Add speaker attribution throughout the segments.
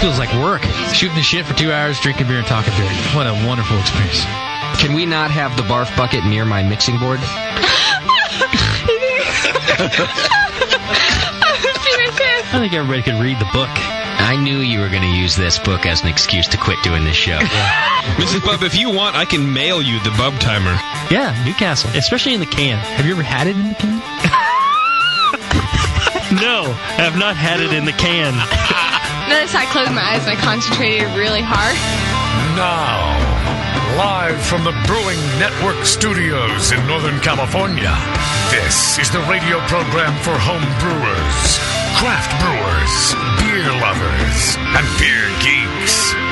Speaker 1: Feels like work. Shooting the shit for two hours, drinking beer and talking beer. What a wonderful experience.
Speaker 2: Can we not have the barf bucket near my mixing board?
Speaker 1: I think everybody could read the book.
Speaker 2: I knew you were going to use this book as an excuse to quit doing this show.
Speaker 3: Mrs. Bub, if you want, I can mail you the Bub Timer.
Speaker 1: Yeah, Newcastle, especially in the can. Have you ever had it in the can? no, I've not had it in the can.
Speaker 4: Notice I closed my eyes and I concentrated really hard.
Speaker 5: Now, live from the Brewing Network studios in Northern California, this is the radio program for home brewers, craft brewers, beer lovers, and beer geeks.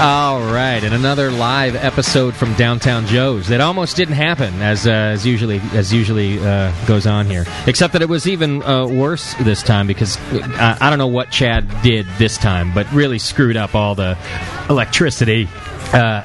Speaker 1: All right, and another live episode from Downtown Joe's that almost didn't happen, as uh, as usually as usually uh, goes on here. Except that it was even uh, worse this time because uh, I don't know what Chad did this time, but really screwed up all the electricity. Uh,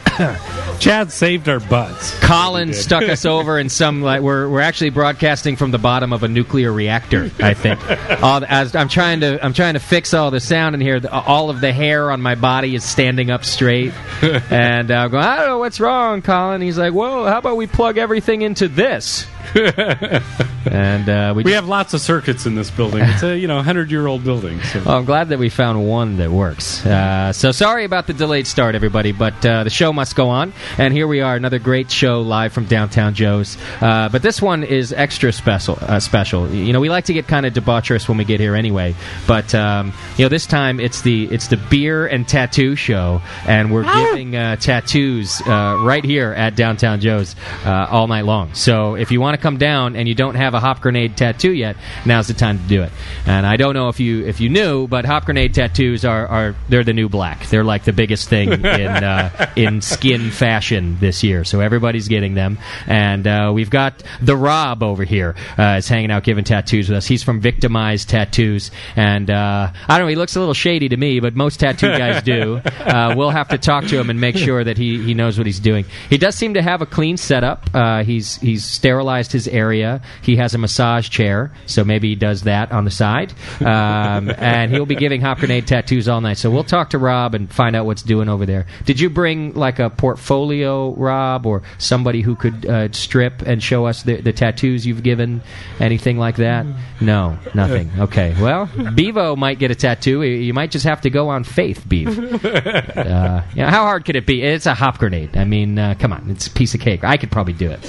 Speaker 6: Chad saved our butts.
Speaker 1: Colin stuck us over in some like we're we're actually broadcasting from the bottom of a nuclear reactor. I think. all, the- as, I'm trying to I'm trying to fix all the sound in here. The- all of the hair on my body is standing up straight, and uh, I'm going. I don't know what's wrong, Colin. He's like, well, how about we plug everything into this? and uh, we.
Speaker 6: We
Speaker 1: just-
Speaker 6: have lots of circuits in this building. It's a you know hundred year old building. So.
Speaker 1: well, I'm glad that we found one that works. Uh, so sorry about the delayed start, everybody, but uh, the show must go on. And here we are, another great show live from downtown Joe's. Uh, but this one is extra special. Uh, special, you know, we like to get kind of debaucherous when we get here anyway. But um, you know, this time it's the it's the beer and tattoo show, and we're giving uh, tattoos uh, right here at downtown Joe's uh, all night long. So if you want to come down and you don't have a hop grenade tattoo yet, now's the time to do it. And I don't know if you if you knew, but hop grenade tattoos are, are they're the new black. They're like the biggest thing in uh, in skin fashion this year. So everybody's getting them. And uh, we've got the Rob over here uh, is hanging out giving tattoos with us. He's from Victimized Tattoos, and uh, I don't know. He looks a little shady to me, but most tattoo guys do. Uh, we'll have to talk to him and make sure that he, he knows what he's doing. He does seem to have a clean setup. Uh, he's he's sterilized his area. He has a massage chair, so maybe he does that on the side. Um, and he'll be giving hop grenade tattoos all night. So we'll talk to Rob and find out what's doing over there. Did you bring like a portfolio, Rob, or somebody who could uh, strip and show us the, the tattoos you've given? Anything like that? No, nothing. Okay. Well, Bevo might get a tattoo. You might just have to go on faith, Bevo uh, yeah, how hard could it be? It's a hop grenade. I mean, uh, come on, it's a piece of cake. I could probably do it.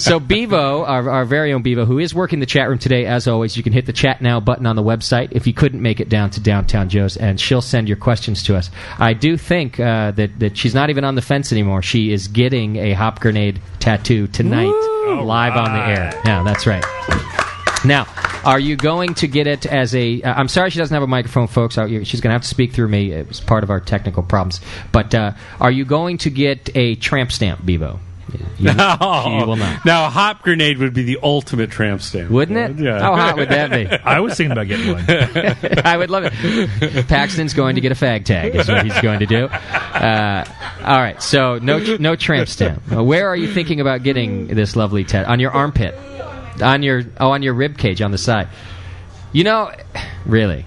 Speaker 1: so Bevo, our, our very own Bevo, who is working the chat room today, as always, you can hit the chat now button on the website if you couldn't make it down to downtown Joe's, and she'll send your questions to us. I do think uh, that that she's not even on the fence anymore. She is getting a hop grenade tattoo tonight, live on the air. Yeah, that's right. Now, are you going to get it as a? Uh, I'm sorry, she doesn't have a microphone, folks. Uh, you- She's going to have to speak through me. It was part of our technical problems. But uh, are you going to get a tramp stamp, Bebo? You-
Speaker 6: No,
Speaker 1: she will not.
Speaker 6: Now, a hop grenade would be the ultimate tramp stamp,
Speaker 1: Wouldn't it?
Speaker 6: Yeah.
Speaker 1: How hot would that be?
Speaker 7: I was thinking about getting one.
Speaker 1: I would love it. Paxton's going to get a fag tag. Is what he's going to do. Uh, all right. So no no tramp stamp. Uh, Where are you thinking about getting this lovely tat? On your armpit? On your oh on your rib cage on the side? You know, really.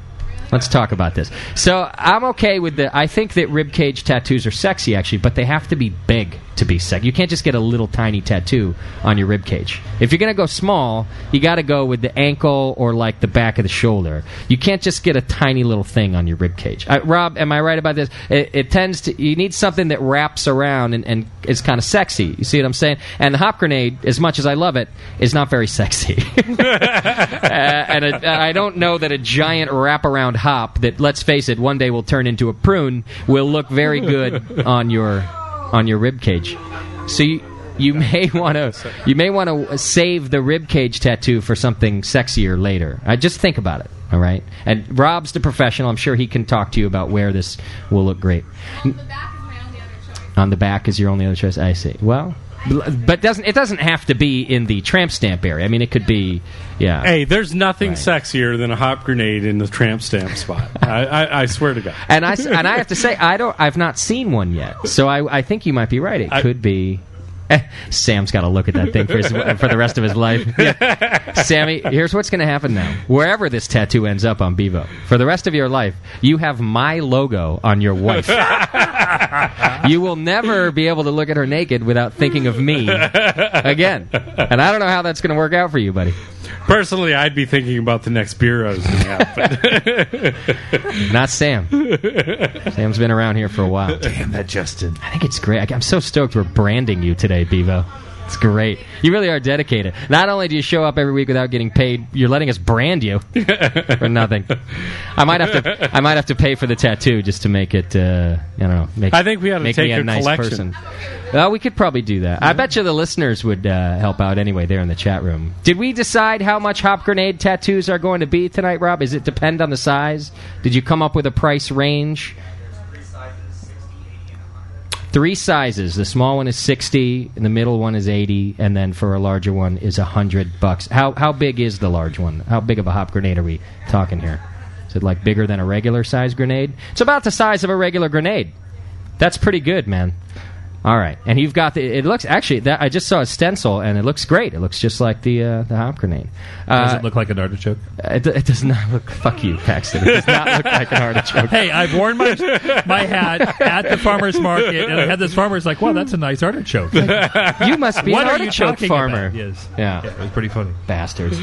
Speaker 1: Let's talk about this. So I'm okay with the. I think that rib cage tattoos are sexy, actually, but they have to be big to be sexy. You can't just get a little tiny tattoo on your rib cage. If you're gonna go small, you got to go with the ankle or like the back of the shoulder. You can't just get a tiny little thing on your rib cage. Uh, Rob, am I right about this? It, it tends to. You need something that wraps around and, and is kind of sexy. You see what I'm saying? And the hop grenade, as much as I love it, is not very sexy. Uh, and a, I don't know that a giant wraparound hop that, let's face it, one day will turn into a prune will look very good on your on your rib cage. So you, you may oh want to you may want to save the rib cage tattoo for something sexier later. I just think about it. All right, and Rob's the professional. I'm sure he can talk to you about where this will look great. On the back is your only other choice. I see. Well, bl- but doesn't it doesn't have to be in the tramp stamp area? I mean, it could be, yeah.
Speaker 6: Hey, there's nothing
Speaker 1: Right.
Speaker 6: sexier than a hop grenade in the tramp stamp spot. I, I, I swear to God.
Speaker 1: And I s- and I have to say I don't I've not seen one yet. So I I think you might be right. It could be. Eh, Sam's got to look at that thing for, his, for the rest of his life. Yeah. Sammy, here's what's going to happen now. Wherever this tattoo ends up on Bevo, for the rest of your life, you have my logo on your wife. you will never be able to look at her naked without thinking of me again. And I don't know how that's going to work out for you, buddy.
Speaker 6: Personally, I'd be thinking about the next beer I was going to have. but-
Speaker 1: Not Sam. Sam's been around here for a while.
Speaker 7: Damn that, Justin.
Speaker 1: I think it's great. I- I'm so stoked we're branding you today, Bevo. It's great. You really are dedicated. Not only do you show up every week without getting paid, you're letting us brand you for nothing. I might have to. I might have to pay for the tattoo just to make it. Uh, I don't know. Make,
Speaker 6: I think we ought to
Speaker 1: make
Speaker 6: take
Speaker 1: me a
Speaker 6: your
Speaker 1: nice
Speaker 6: collection.
Speaker 1: person. Well, we could probably do that. I bet you the listeners would uh, help out anyway. There in the chat room. Did we decide how much hop grenade tattoos are going to be tonight, Rob? Is it depend on the size? Did you come up with a price range? three sizes. The small one is sixty, and the middle one is eighty, and then for a larger one is hundred bucks. How how big is the large one? How big of a hop grenade are we talking here? Is it like bigger than a regular size grenade? It's about the size of a regular grenade. That's pretty good, man. All right, and you've got the. It looks actually. That, I just saw a stencil, and it looks great. It looks just like the uh, the hop grenade.
Speaker 7: Does
Speaker 1: Uh,
Speaker 7: it look like an artichoke?
Speaker 1: it, it does not look. Fuck you, Paxton. It does not look like an artichoke.
Speaker 7: Hey, I've worn my my hat at the farmer's market, and I had this farmer's like, "Wow, that's a nice artichoke." what
Speaker 1: You must be an
Speaker 7: are you
Speaker 1: artichoke
Speaker 7: talking
Speaker 1: farmer.
Speaker 7: about? Yes.
Speaker 1: Yeah.
Speaker 7: Yeah, it was pretty funny.
Speaker 1: bastards.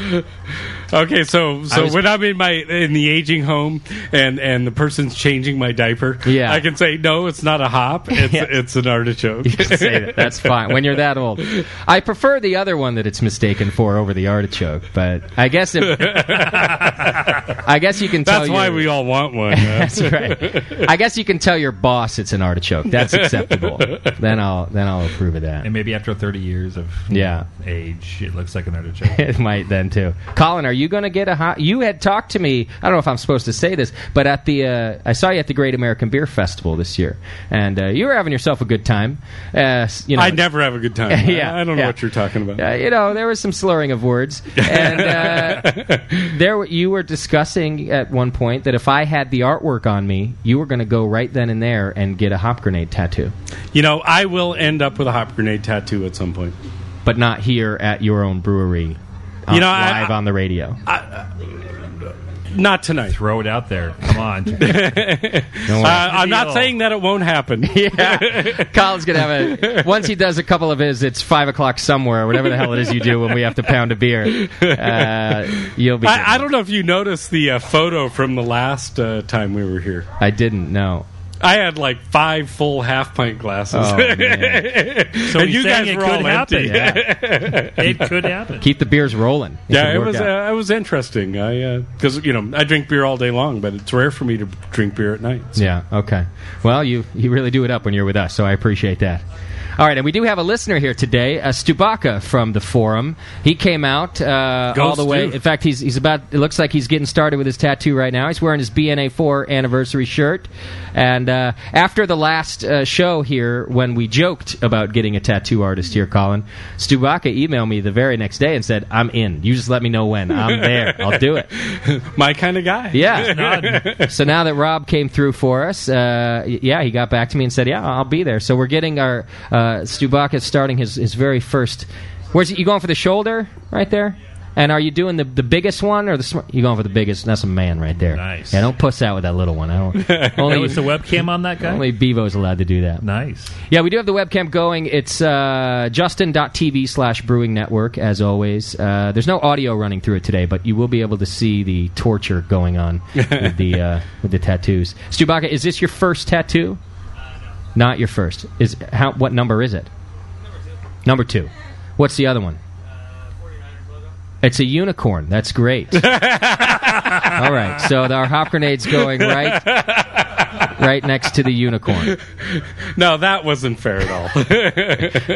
Speaker 6: okay, so
Speaker 1: I
Speaker 6: so
Speaker 1: was-
Speaker 6: when I'm in my in the aging home and and the person's changing my diaper,
Speaker 1: Yeah.
Speaker 6: I can say no, it's not a hop, it's it's an artichoke.
Speaker 1: You can say that. That's fine. When you're that old, I prefer the other one that it's mistaken for over the artichoke. But I guess it, I guess you can tell.
Speaker 6: That's why
Speaker 1: your-
Speaker 6: we all want one. uh,
Speaker 1: That's right. I guess you can tell your boss it's an artichoke. That's acceptable. then I'll then I'll approve of that.
Speaker 7: And maybe after 30 years of
Speaker 8: uh,
Speaker 1: Yeah.
Speaker 7: age, it looks like an artichoke.
Speaker 1: It might then too. Colin, are you going to get a hot? You had talked to me. I don't know if I'm supposed to say this, but at the uh, I saw you at the Great American Beer Festival this year, and uh, you were having yourself a good time. Uh, s- you know,
Speaker 6: I never have a good time.
Speaker 1: Yeah,
Speaker 6: I don't know
Speaker 1: yeah.
Speaker 6: what you're talking about.
Speaker 1: Uh, you know, there was some slurring of words, and uh, there were- you were discussing at one point that if I had the artwork on me, you were going to go right then and there and get a hop grenade tattoo,
Speaker 6: You know, I will end up with a hop grenade tattoo at some point.
Speaker 1: but not here at your own brewery. on-
Speaker 6: You know, I-
Speaker 1: live on the radio.
Speaker 6: Not tonight.
Speaker 7: Throw it out there. Come on.
Speaker 1: Don't
Speaker 6: Uh,
Speaker 1: worry.
Speaker 6: I'm not
Speaker 7: Deal.
Speaker 6: saying that it won't happen.
Speaker 1: yeah, Colin's gonna have a. Once he does a couple of his, it's five o'clock somewhere, whatever the hell it is you do when we have to pound a beer. Uh, you'll be.
Speaker 6: I, I don't know if you noticed the uh, photo from the last uh, time we were here.
Speaker 1: I didn't know.
Speaker 6: I had like five full half pint glasses,
Speaker 1: Oh, man.
Speaker 7: So
Speaker 6: and
Speaker 7: he's
Speaker 6: you
Speaker 7: saying
Speaker 6: guys
Speaker 7: it
Speaker 6: were
Speaker 7: could
Speaker 6: all
Speaker 7: happen.
Speaker 6: empty.
Speaker 1: Yeah.
Speaker 7: it could happen.
Speaker 1: Keep the beers rolling.
Speaker 6: Yeah,
Speaker 1: can
Speaker 6: it
Speaker 1: work
Speaker 6: was
Speaker 1: out.
Speaker 6: uh, it was interesting. I because you know I drink beer all day long, but it's rare for me to drink beer at night. So.
Speaker 1: Yeah. Okay. Well, you you really do it up when you're with us, so I appreciate that. All right, and we do have a listener here today, uh, Stubaka from the forum. He came out uh,
Speaker 6: Go,
Speaker 1: all the way.
Speaker 6: Stu.
Speaker 1: In fact, he's he's about. It looks like he's getting started with his tattoo right now. He's wearing his BNA4 anniversary shirt. And uh, after the last uh, show here, when we joked about getting a tattoo artist here, Colin Stubaka emailed me the very next day and said, "I'm in. You just let me know when. I'm there. I'll do it."
Speaker 6: My kind of guy.
Speaker 1: Yeah. so now that Rob came through for us, uh, y- yeah, he got back to me and said, "Yeah, I'll be there." So we're getting our uh, Stubaka's starting his his very first. Where's it? You going for the shoulder right there? And are you doing the the biggest one or the sm- you going for the biggest? That's a man right there.
Speaker 7: Nice.
Speaker 1: Yeah, don't puss out with that little one. I don't,
Speaker 7: Oh, is the
Speaker 1: only
Speaker 7: webcam on that guy?
Speaker 1: only Bevo's allowed to do that.
Speaker 7: nice.
Speaker 1: Yeah, we do have the webcam going. It's uh, justin.tv slash brewing network, as always. Uh, there's no audio running through it today, but you will be able to see the torture going on with the uh, with the tattoos. Stubaka, is this your first tattoo? Not your first. Is how? What number is it? Number two. What's the other one? It's a unicorn. That's great. All right. So our hop grenade's going right, right next to the unicorn.
Speaker 6: No, that wasn't fair at all.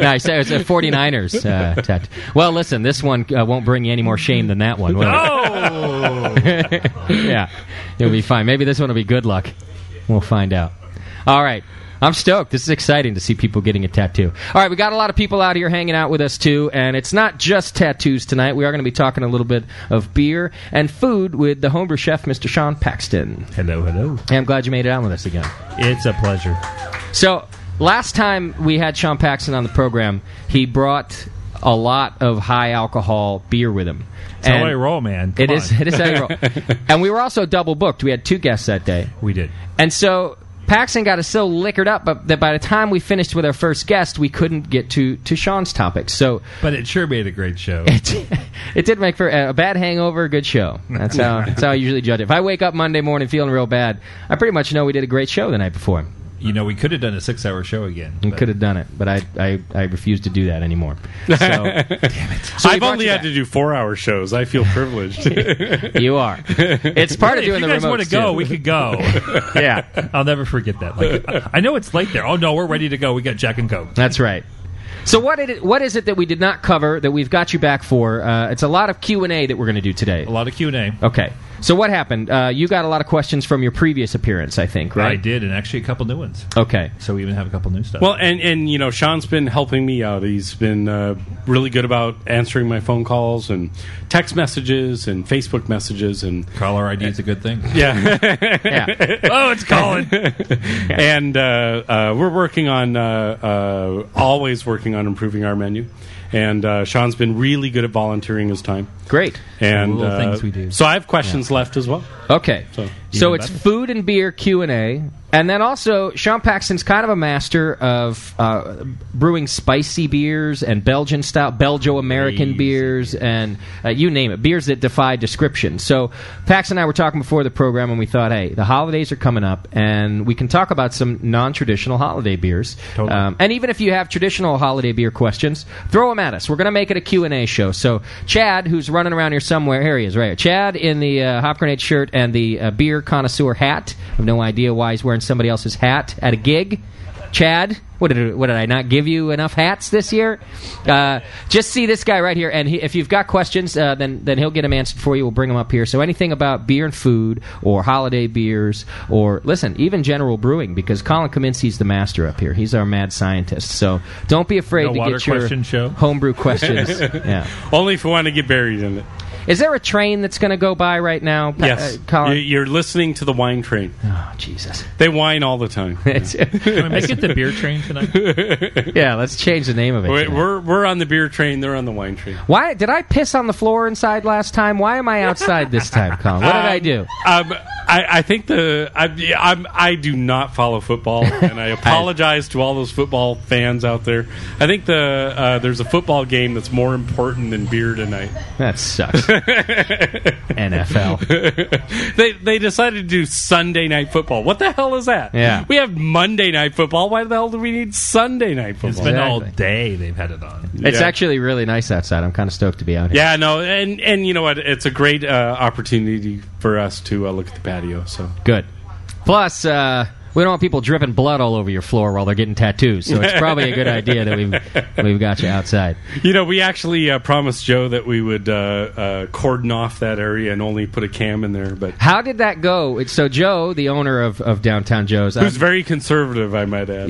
Speaker 1: no, I said it was a 49ers uh, tattoo. Well, listen, this one uh, won't bring you any more shame than that one, will it?
Speaker 7: Oh,
Speaker 1: yeah, you'll be fine. Maybe this one will be good luck. We'll find out. All right. I'm stoked. This is exciting to see people getting a tattoo. All right, we got a lot of people out here hanging out with us too, and it's not just tattoos tonight. We are going to be talking a little bit of beer and food with the homebrew chef, Mr. Sean Paxton.
Speaker 8: Hello, hello.
Speaker 1: Hey, I'm glad you made it out with us again.
Speaker 8: It's a pleasure.
Speaker 1: So last time we had Sean Paxton on the program, he brought a lot of high alcohol beer with him.
Speaker 7: that's how I roll, man. Come
Speaker 1: It is.
Speaker 7: on.
Speaker 1: It is how you roll. and we were also double booked. We had two guests that day,
Speaker 7: We did.
Speaker 1: and so Paxton got us so liquored up but that by the time we finished with our first guest, we couldn't get to to Sean's topic. So
Speaker 8: But it sure made a great show.
Speaker 1: it, it did make for a bad hangover, a good show. That's how that's how I usually judge it. If I wake up Monday morning feeling real bad, I pretty much know we did a great show the night before.
Speaker 8: You know, we could have done a six hour show again.
Speaker 1: We
Speaker 8: but-
Speaker 1: could have done it, but I, I, I refuse to do that anymore. So, damn it. So we
Speaker 6: I've
Speaker 1: brought
Speaker 6: only
Speaker 1: you
Speaker 6: had to do four hour shows. I feel privileged.
Speaker 1: back. You are. It's part of
Speaker 7: If
Speaker 1: doing
Speaker 7: you
Speaker 1: the
Speaker 7: guys
Speaker 1: remote.
Speaker 7: want to go, we could go.
Speaker 1: yeah,
Speaker 7: I'll never forget that. Like, I- I know it's late there. Oh no, we're ready to go. We got Jack and Coke.
Speaker 1: that's right. So what it, what is it that we did not cover that we've got you back for? Uh, it's a lot of Q and A that we're going to do today.
Speaker 7: A lot of Q and A.
Speaker 1: Okay. So what happened? Uh, you got a lot of questions from your previous appearance, I think,
Speaker 7: I
Speaker 1: right?
Speaker 7: did, and actually a couple new ones.
Speaker 1: Okay.
Speaker 7: So we even have a couple new stuff.
Speaker 6: Well, and and you know, Sean's been helping me out. He's been uh, really good about answering my phone calls and text messages and Facebook messages and
Speaker 8: Caller ID is a good thing.
Speaker 6: yeah,
Speaker 1: Yeah.
Speaker 7: oh, it's Colin.
Speaker 6: and uh, uh, we're working on uh, uh, always working on improving our menu. And uh, Sean's been really good at volunteering his time.
Speaker 1: Great.
Speaker 6: And
Speaker 8: Little
Speaker 6: uh,
Speaker 8: things we do.
Speaker 6: so I have questions left as well.
Speaker 1: Okay. So,
Speaker 7: even
Speaker 1: it's
Speaker 7: better.
Speaker 1: food and beer Q and A, and then also Sean Paxton's kind of a master of uh, brewing spicy beers and Belgian style, Belgio American beers, and uh, you name it, beers that defy description. So Paxton and I were talking before the program, and we thought, hey, the holidays are coming up, and we can talk about some non-traditional holiday beers.
Speaker 7: Totally.
Speaker 1: Um, and even if you have traditional holiday beer questions, throw them at us. We're going to make it a Q&A show. So Chad, who's running around here somewhere, here he is, right here. Chad in the uh, Hop Grenade shirt and the uh, beer connoisseur hat. I have no idea why he's wearing somebody else's hat at a gig. Chad, what did, what did I not give you enough hats this year? Uh, just see this guy right here, and he, if you've got questions, uh, then then he'll get them answered for you. We'll bring them up here. So anything about beer and food, or holiday beers, or listen, even general brewing, because Colin Kaminsky's the master up here. He's our mad scientist. So don't be afraid
Speaker 7: No
Speaker 1: to
Speaker 7: water
Speaker 1: get your
Speaker 7: question show?
Speaker 1: homebrew questions. yeah,
Speaker 6: Only if we want to get buried in it.
Speaker 1: is there a train that's going to go by right now? Pa-
Speaker 6: Yes,
Speaker 1: uh, Colin.
Speaker 6: You- you're listening to the wine train.
Speaker 1: oh, Jesus.
Speaker 6: They whine all the time.
Speaker 1: It's-
Speaker 7: Can we make it the beer train tonight?
Speaker 1: yeah, let's change the name of it.
Speaker 6: Wait,
Speaker 1: tonight.
Speaker 6: we're we're on the beer train. They're on the wine train.
Speaker 1: Why did I piss on the floor inside last time? Why am I outside this time, Colin? What did I do?
Speaker 6: Um, I, I think the I, yeah, I'm, I do not follow football, and I apologize to all those football fans out there. I think the uh, there's a football game that's more important than beer tonight.
Speaker 1: That sucks. NFL.
Speaker 6: They they decided to do Sunday night football. What the hell is that?
Speaker 1: Yeah.
Speaker 6: we have Monday night football. Why the hell do we need Sunday night
Speaker 7: It's
Speaker 6: football?
Speaker 7: been all
Speaker 1: Exactly.
Speaker 7: day they've had it on.
Speaker 1: It's
Speaker 6: Yeah.
Speaker 1: actually really nice outside. I'm kind of stoked to be out here.
Speaker 6: yeah, no, and and you know what? It's a great uh, opportunity for us to uh, look at the patio. So
Speaker 1: Good. Plus, uh, We don't want people dripping blood all over your floor while they're getting tattoos. So it's probably a good idea that we've we've got you outside.
Speaker 6: You know, we actually uh, promised Joe that we would uh, uh, cordon off that area and only put a cam in there, but
Speaker 1: How did that go? It's, so Joe, the owner of, of Downtown Joe's, uh,
Speaker 6: who's
Speaker 1: I-
Speaker 6: very conservative, I might add.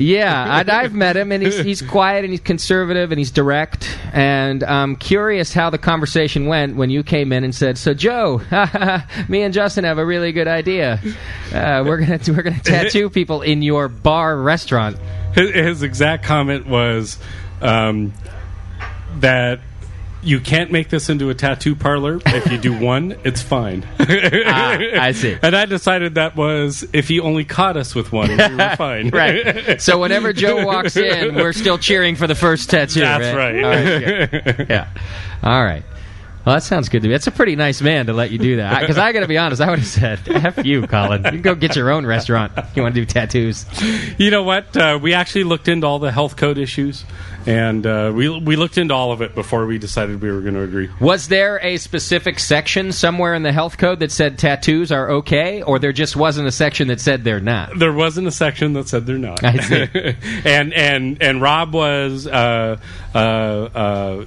Speaker 1: yeah, and I've met him, and he's, he's quiet and he's conservative and he's direct. And I'm curious how the conversation went when you came in and said, "So Joe, me and Justin have a really good idea. Uh, we're gonna we're gonna tattoo people in your bar restaurant."
Speaker 6: His, his exact comment was um, that you can't make this into a tattoo parlor. If you do one, it's fine.
Speaker 1: Ah, I see.
Speaker 6: And I decided that was if he only caught us with one, we were fine.
Speaker 1: Right. So whenever Joe walks in, we're still cheering for the first tattoo.
Speaker 6: That's right.
Speaker 1: All good. yeah. All right. Well, that sounds good to me. That's a pretty nice man to let you do that. Because I, got to be honest, I would have said, "F you, Colin. You can go get your own restaurant. You want to do tattoos?"
Speaker 6: You know what? Uh, we actually looked into all the health code issues, and uh, we we looked into all of it before we decided we were going to agree.
Speaker 1: Was there a specific section somewhere in the health code that said tattoos are okay, or there just wasn't a section that said they're not?
Speaker 6: There wasn't a section that said they're not.
Speaker 1: I see.
Speaker 6: and and and Rob was uh, uh, uh,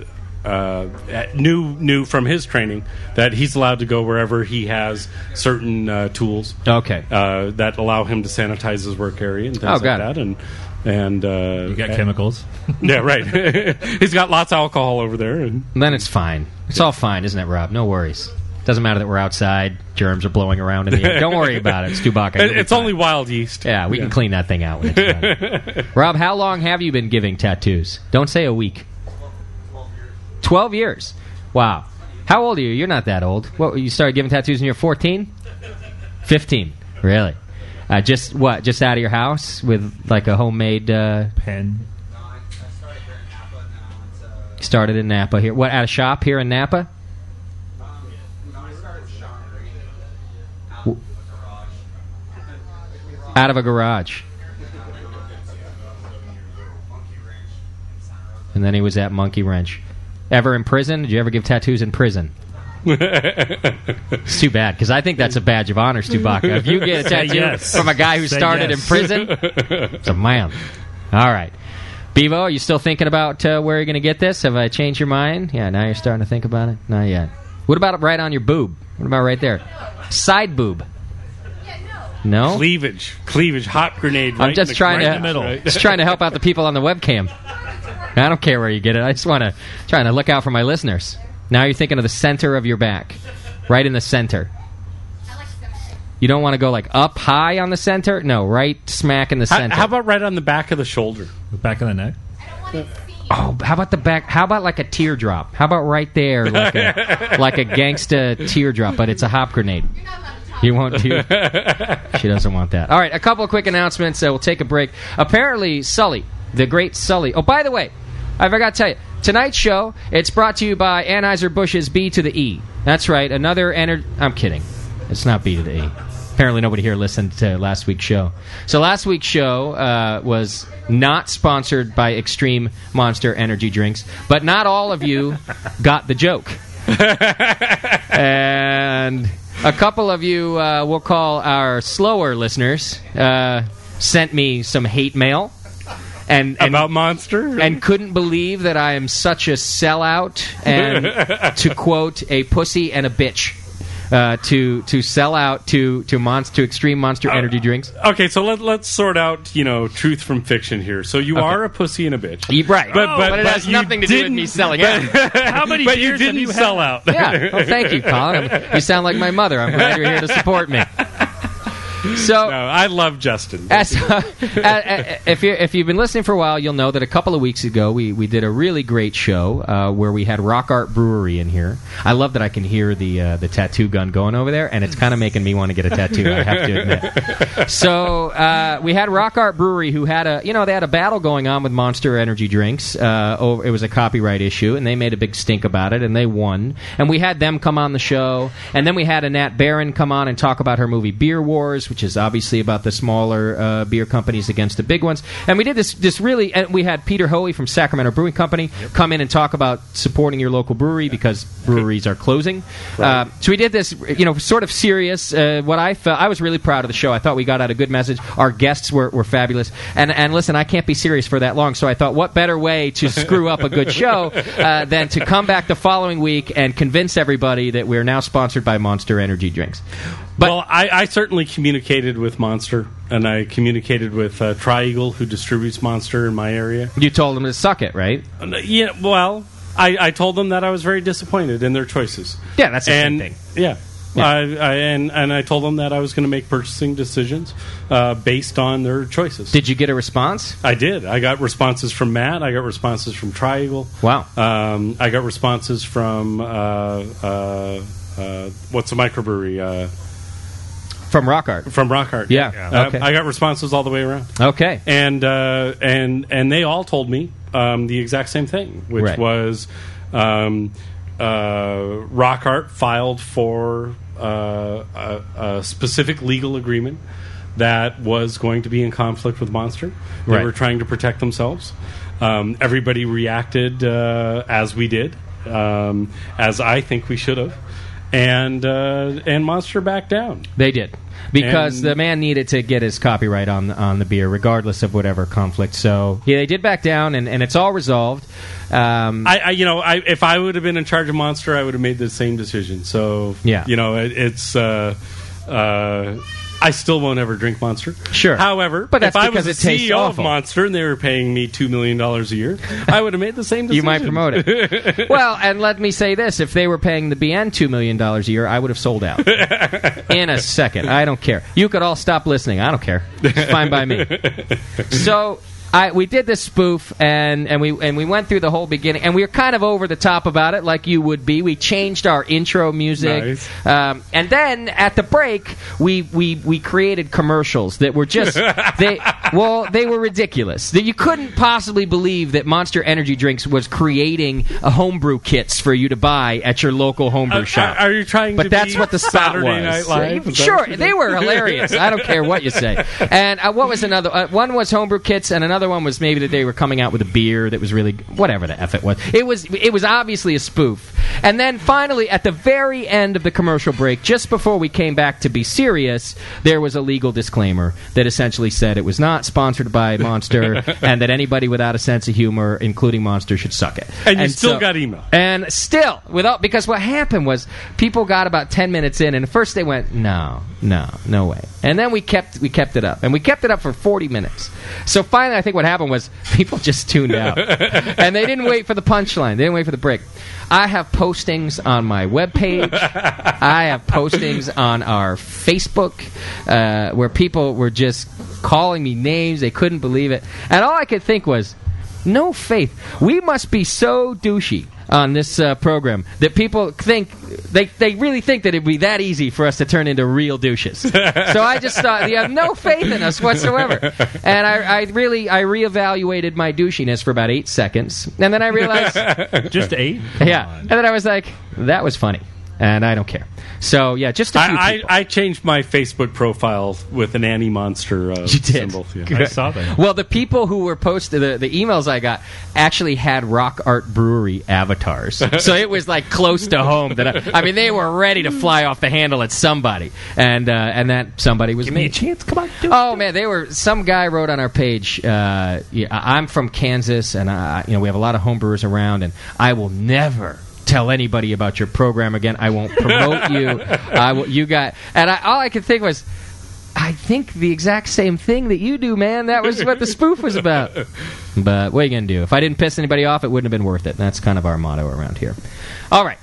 Speaker 6: uh, new new from his training that he's allowed to go wherever he has certain uh, tools.
Speaker 1: Okay.
Speaker 6: Uh, that allow him to sanitize his work area and things
Speaker 1: Oh,
Speaker 6: like
Speaker 1: got it.
Speaker 6: that, and and uh,
Speaker 8: You got chemicals.
Speaker 6: yeah, right. he's got lots of alcohol over there, and
Speaker 1: Then it's fine. It's all fine, isn't it, Rob? No worries. Doesn't matter that we're outside. Germs are blowing around in the air. Don't worry about it. It's Chewbacca. You'll
Speaker 6: it-
Speaker 1: be
Speaker 6: it's
Speaker 1: fine.
Speaker 6: only wild yeast.
Speaker 1: Yeah, we can clean that thing out. When it's done. Rob, how long have you been giving tattoos? Don't say a week. Twelve years. Wow. How old are you? You're not that old. What you started giving tattoos when you're 14? 15. Really? Uh, just what? Just out of your house with like a homemade. Uh,
Speaker 8: Pen.
Speaker 1: started in Napa here. What? At a shop here in Napa? W- Out of a garage. And then he was at Monkey Wrench. Ever in prison? Did you ever give tattoos in prison? it's too bad because I think that's a badge of honor, Stubaka. If you get a tattoo
Speaker 7: yes.
Speaker 1: from a guy who
Speaker 7: Say
Speaker 1: started
Speaker 7: yes.
Speaker 1: in prison, it's a man. All right. Bevo, are you still thinking about uh, where you're going to get this? Have I changed your mind? Yeah, now you're starting to think about it? Not yet. What about right on your boob? What about right there? Side boob. No?
Speaker 6: Cleavage, cleavage, hot grenade.
Speaker 1: I'm
Speaker 6: right
Speaker 1: just
Speaker 6: in the,
Speaker 1: trying
Speaker 6: right
Speaker 1: to
Speaker 6: in the middle.
Speaker 1: just trying to help out the people on the webcam. I don't care where you get it. I just want to trying to look out for my listeners. Now you're thinking of the center of your back, right in the center. You don't want to go like up high on the center. No, right smack in the
Speaker 6: How-
Speaker 1: center.
Speaker 6: How, about right on the back of the shoulder?
Speaker 8: The back of the neck.
Speaker 1: Oh, how about the back? How about like a teardrop? How about right there, like a, like a gangsta teardrop, but it's a hop grenade. You want to? she doesn't want that. All right, a couple of quick announcements. Uh, we'll take a break. Apparently, Sully, the great Sully. Oh, by the way, I forgot to tell you. Tonight's show, it's brought to you by Anheuser-Busch's B to the E. That's right, another ener I'm kidding. It's not B to the E. Apparently, nobody here listened to last week's show. So, last week's show uh, was not sponsored by Extreme Monster Energy Drinks, but not all of you got the joke and a couple of you uh, we'll call our slower listeners uh, sent me some hate mail and and,
Speaker 6: About monster?
Speaker 1: and couldn't believe that I am such a sellout and to quote a pussy and a bitch uh, to to sell out to to monster to extreme monster
Speaker 7: Uh,
Speaker 1: energy drinks.
Speaker 6: okay, so let, let's sort out you know truth from fiction here. So you are a pussy and a bitch.
Speaker 1: Ye- Right,
Speaker 6: But- but-
Speaker 1: it
Speaker 6: but
Speaker 1: has
Speaker 6: you
Speaker 1: nothing to do with
Speaker 6: didn't-
Speaker 1: me selling out.
Speaker 7: How many
Speaker 6: but you
Speaker 7: years have
Speaker 6: didn't
Speaker 7: you had?
Speaker 6: sell out.
Speaker 1: Yeah. Well, thank you, Colin. I'm- You sound like my mother. I'm glad you're here to support me. So,
Speaker 6: No, I love Justin.
Speaker 1: As- uh, uh, if you if you've been listening for a while, you'll know that a couple of weeks ago we, we did a really great show uh, where we had Rock Art Brewery in here. I love that I can hear the uh, the tattoo gun going over there, and it's kind of making me want to get a tattoo. I have to admit. So uh, we had Rock Art Brewery, who had a you know they had a battle going on with Monster Energy drinks. Uh, over, it was a copyright issue, and they made a big stink about it, and they won. And we had them come on the show, and then we had Annette Barron come on and talk about her movie Beer Wars. which is obviously about the smaller uh, beer companies against the big ones. And we did this this really. And we had Peter Hoey from Sacramento Brewing Company come in and talk about supporting your local brewery because breweries are closing. Uh, so we did this, you know, sort of serious. Uh, what I felt, I was really proud of the show. I thought we got out a good message. Our guests were, were fabulous. And and listen, I can't be serious for that long. So I thought, what better way to screw up a good show uh, than to come back the following week and convince everybody that we're now sponsored by Monster Energy drinks. But
Speaker 6: well, I, I certainly communicated with Monster, and I communicated with uh, Trieagle, who distributes Monster in my area.
Speaker 1: you told them to suck it, right?
Speaker 6: And, uh, yeah, well, I, I told them that I was very disappointed in their choices.
Speaker 1: Yeah, that's the same
Speaker 6: and,
Speaker 1: thing.
Speaker 6: Yeah. I, I, and, and I told them that I was going to make purchasing decisions uh, based on their choices.
Speaker 1: Did you get a response?
Speaker 6: I did. I got responses from Matt. I got responses from Triangle.
Speaker 1: Wow.
Speaker 6: Um, I got responses from uh, uh, uh, what's a microbrewery uh,
Speaker 1: From Rock Art.
Speaker 6: from Rockart.
Speaker 1: Yeah.
Speaker 6: Uh,
Speaker 1: Okay.
Speaker 6: I got responses all the way around,
Speaker 1: Okay.
Speaker 6: and uh, and and they all told me um, the exact same thing, which
Speaker 1: Right.
Speaker 6: was um, uh, Rockart filed for uh, a, a specific legal agreement. That was going to be in conflict with Monster. They
Speaker 1: Right.
Speaker 6: were trying to protect themselves. Um, everybody reacted uh, as we did, um, as I think we should have, and uh, and Monster backed down.
Speaker 1: They did because
Speaker 6: And-
Speaker 1: the man needed to get his copyright on on the beer, regardless of whatever conflict. So yeah, they did back down, and, and it's all resolved. Um,
Speaker 6: I, I you know, I, if I would have been in charge of Monster, I would have made the same decision. So
Speaker 1: Yeah.
Speaker 6: you know, it, it's. Uh, uh, I still won't ever drink Monster.
Speaker 1: Sure.
Speaker 6: However,
Speaker 1: But that's
Speaker 6: if I
Speaker 1: because
Speaker 6: was
Speaker 1: it
Speaker 6: the
Speaker 1: tastes
Speaker 6: CEO
Speaker 1: awful.
Speaker 6: of Monster and they were paying me two million dollars a year, I would have made the same decision.
Speaker 1: you might promote it. well, and let me say this: if they were paying the BN two million dollars a year, I would have sold out in a second. I don't care. You could all stop listening. I don't care. It's fine by me. So. I, we did this spoof and, and we and we went through the whole beginning and we were kind of over the top about it like you would be. We changed our intro music,
Speaker 6: Nice.
Speaker 1: um, and then at the break we, we we created commercials that were just they well they were ridiculous. That you couldn't possibly believe that Monster Energy Drinks was creating a homebrew kits for you to buy at your local homebrew
Speaker 6: Are,
Speaker 1: shop.
Speaker 6: are you trying?
Speaker 1: But
Speaker 6: to
Speaker 1: that's
Speaker 6: be
Speaker 1: what the spot
Speaker 6: Saturday Night
Speaker 1: was.
Speaker 6: Live? Is that
Speaker 1: Sure,
Speaker 6: what you
Speaker 1: they
Speaker 6: did?
Speaker 1: were hilarious. I don't care what you say. And uh, what was another? Uh, one was homebrew kits, and another one was maybe that they were coming out with a beer that was really whatever the f it was. It was it was obviously a spoof. And then finally, at the very end of the commercial break, just before we came back to be serious, there was a legal disclaimer that essentially said it was not sponsored by Monster, and that anybody without a sense of humor, including Monster, should suck it.
Speaker 6: And you still got email.
Speaker 1: And still, without because what happened was people got about ten minutes in, and first they went, "No, no, no way." And then we kept we kept it up, and we kept it up for forty minutes. So finally, I think what happened was people just tuned out, and they didn't wait for the punchline. They didn't wait for the break. I have postings on my webpage. I have postings on our Facebook uh, where people were just calling me names. They couldn't believe it, and all I could think was. No faith. We must be so douchey on this uh, program that people think they, they really think that it'd be that easy for us to turn into real douches. so I just thought you have no faith in us whatsoever. And I, I really I reevaluated my douchiness for about eight seconds, and then I realized,
Speaker 8: Just eight?
Speaker 1: yeah, and then I was like, that was funny, and I don't care. So yeah, just a few
Speaker 6: I,
Speaker 1: people.
Speaker 6: I, I changed my Facebook profile with an Annie Monster uh,
Speaker 1: You did.
Speaker 6: symbol. Yeah.
Speaker 8: I saw that.
Speaker 1: Well, the people who were posted, the, the emails I got actually had Rock Art Brewery avatars. so it was like close to home. That I, I mean, they were ready to fly off the handle at somebody, and uh, and that somebody was me.
Speaker 8: chance. Come on, do
Speaker 1: Oh man, they were. Some guy wrote on our page. Uh, yeah, I- I'm from Kansas, and I, you know we have a lot of homebrewers around, and I will never tell anybody about your program again. I won't promote you. I will, you got, and I, all I could think was. I think the exact same thing that you do, man. That was what the spoof was about. But what are you going to do? If I didn't piss anybody off, it wouldn't have been worth it. That's kind of our motto around here. All right.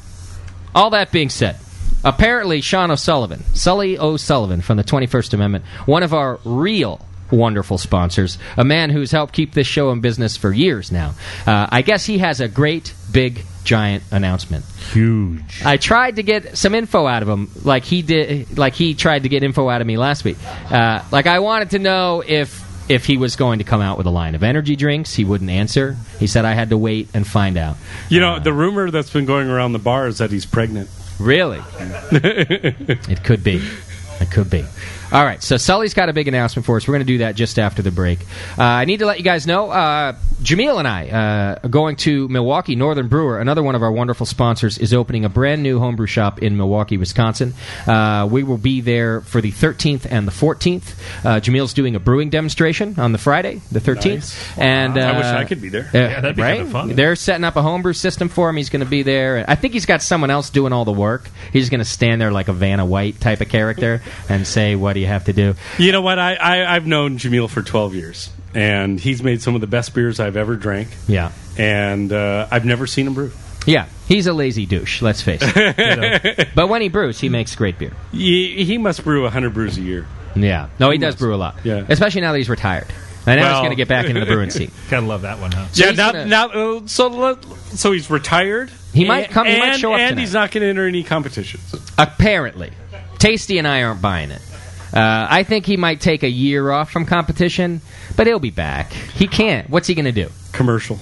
Speaker 1: All that being said, apparently Sean O'Sullivan, Sully O'Sullivan from the 21st Amendment, one of our real wonderful sponsors, a man who's helped keep this show in business for years now. Uh, I guess he has a great, big, giant announcement.
Speaker 8: Huge.
Speaker 1: I tried to get some info out of him, like he did, like he tried to get info out of me last week. Uh, like I wanted to know if if he was going to come out with a line of energy drinks. He wouldn't answer. He said I had to wait and find out.
Speaker 6: You know, the rumor that's been going around the bar is that he's pregnant.
Speaker 1: Really? it could be. It could be. All right, so Sully's got a big announcement for us. We're going to do that just after the break. Uh, I need to let you guys know uh, Jameel and I uh, are going to Milwaukee. Northern Brewer, another one of our wonderful sponsors, is opening a brand new homebrew shop in Milwaukee, Wisconsin. Uh, we will be there for the 13th and the 14th. Uh, Jameel's doing a brewing demonstration on the Friday, the 13th. And uh,
Speaker 6: I wish I could be there.
Speaker 1: yeah,
Speaker 7: that'd be
Speaker 1: right?
Speaker 7: kinda fun.
Speaker 1: They're setting up a homebrew system for him. He's going to be there. I think he's got someone else doing all the work. He's going to stand there like a Vanna White type of character and say, "What do you have to do?"
Speaker 6: You know what? I, I I've known Jamil for twelve years, and he's made some of the best beers I've ever drank.
Speaker 1: Yeah,
Speaker 6: and uh, I've never seen him brew.
Speaker 1: yeah. He's a lazy douche. Let's face it. but when he brews, he makes great beer.
Speaker 6: He, he must brew hundred brews a year.
Speaker 1: Yeah. No, he does brew a lot.
Speaker 6: Yeah.
Speaker 1: Especially now that he's retired. And now he's
Speaker 6: Well-
Speaker 1: going to get back into the brewing seat.
Speaker 7: Gotta love that one, huh?
Speaker 6: yeah,
Speaker 1: he's
Speaker 6: now,
Speaker 1: gonna-
Speaker 6: now uh, so let, so he's retired.
Speaker 1: He might
Speaker 6: A-
Speaker 1: come- he
Speaker 6: And,
Speaker 1: might show up
Speaker 6: and
Speaker 1: tonight.
Speaker 6: he's not going to enter any competitions.
Speaker 1: Apparently, Tasty and I aren't buying it. Uh, I think he might take a year off from competition, but he'll be back. He can't. What's he going to do?
Speaker 6: Commercial.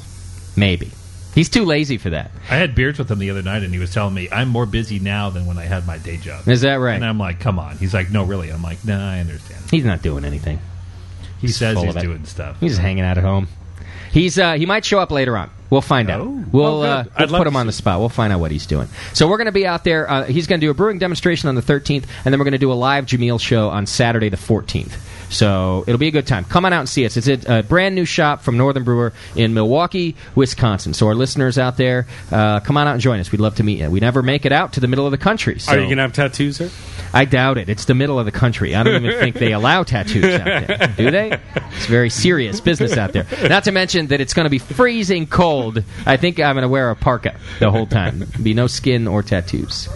Speaker 1: Maybe. He's too lazy for that.
Speaker 7: I had beers with him the other night, and he was telling me I'm more busy now than when I had my day job.
Speaker 1: Is that right?
Speaker 7: And I'm like, come on. He's like, no, really. I'm like, nah, I understand.
Speaker 1: He's not doing anything.
Speaker 7: He says
Speaker 1: full
Speaker 7: he's
Speaker 1: of it.
Speaker 7: doing stuff.
Speaker 1: He's just hanging out at home. He's uh, he might show up later on. We'll find out.
Speaker 7: Oh.
Speaker 1: We'll,
Speaker 6: Oh, good.
Speaker 1: uh,
Speaker 6: I'd
Speaker 1: we'll
Speaker 6: love
Speaker 1: put
Speaker 6: to
Speaker 1: him on the spot. We'll find out what he's doing. So we're going to be out there. Uh, he's going to do a brewing demonstration on the 13th, and then we're going to do a live Jameel show on Saturday the 14th. So it'll be a good time. Come on out and see us. It's a, a brand new shop from Northern Brewer in Milwaukee, Wisconsin. So our listeners out there, uh, come on out and join us. We'd love to meet you. We never make it out to the middle of the country. So
Speaker 6: Are you going to have tattoos there?
Speaker 1: I doubt it. It's the middle of the country. I don't even think they allow tattoos out there. Do they? It's very serious business out there. Not to mention that it's going to be freezing cold. I think I'm going to wear a parka the whole time. Be no skin or tattoos.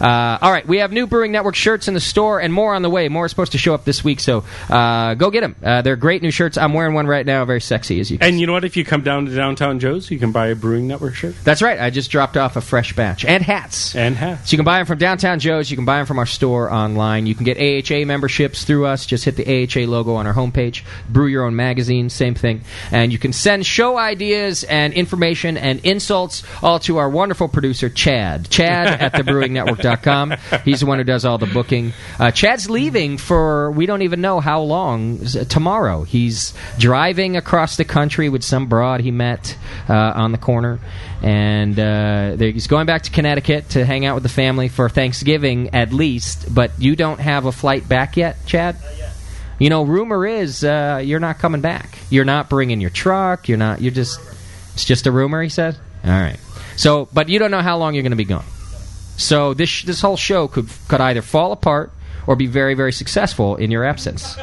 Speaker 1: Uh, all right, we have new Brewing Network shirts in the store and more on the way. More is supposed to show up this week, so uh, go get them. Uh, they're great new shirts. I'm wearing one right now, very sexy as you. Can.
Speaker 6: And you know what? If you come down to downtown Joe's, you can buy a Brewing Network shirt
Speaker 1: That's right. I just dropped off a fresh batch and hats.
Speaker 6: and hats.
Speaker 1: So you can buy them from Downtown Joe's. You can buy them from our store online. You can get AHA memberships through us. Just hit the AHA logo on our homepage. Brew your own magazine, same thing. And you can send show ideas and information and insults all to our wonderful producer, Chad. Chad at thebrewingnetwork.com. He's the one who does all the booking. Uh, Chad's leaving for we don't even know how long s- tomorrow. He's driving across the country with some broad he met uh, on the corner, and uh, there, he's going back to Connecticut to hang out with the family for Thanksgiving at least. But you don't have a flight back yet, Chad. You know, rumor is uh, you're not coming back. You're not bringing your truck. You're not. You're just. It's just a rumor. He said. All right. So, but you don't know how long you're going to be gone. So this sh- this whole show could could either fall apart or be very very successful in your absence.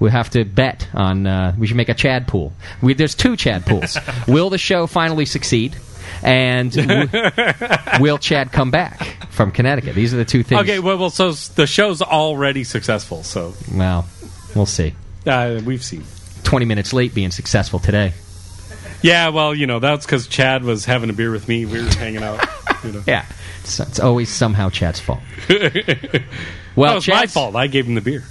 Speaker 1: We have to bet on. Uh, we should make a Chad pool. We, there's two Chad pools. will the show finally succeed? And w- will Chad come back from Connecticut? These are the two things.
Speaker 6: Okay, well, well, so s- the show's already successful, so
Speaker 1: Well, we'll see.
Speaker 6: uh, we've seen.
Speaker 1: 20 minutes late being successful today.
Speaker 6: Yeah, well, you know that's because Chad was having a beer with me. We were hanging out. You know.
Speaker 1: Yeah. It's, it's always somehow Chad's fault.
Speaker 6: That
Speaker 1: well,
Speaker 6: was my
Speaker 1: Chad's-
Speaker 6: fault. I gave him the beer.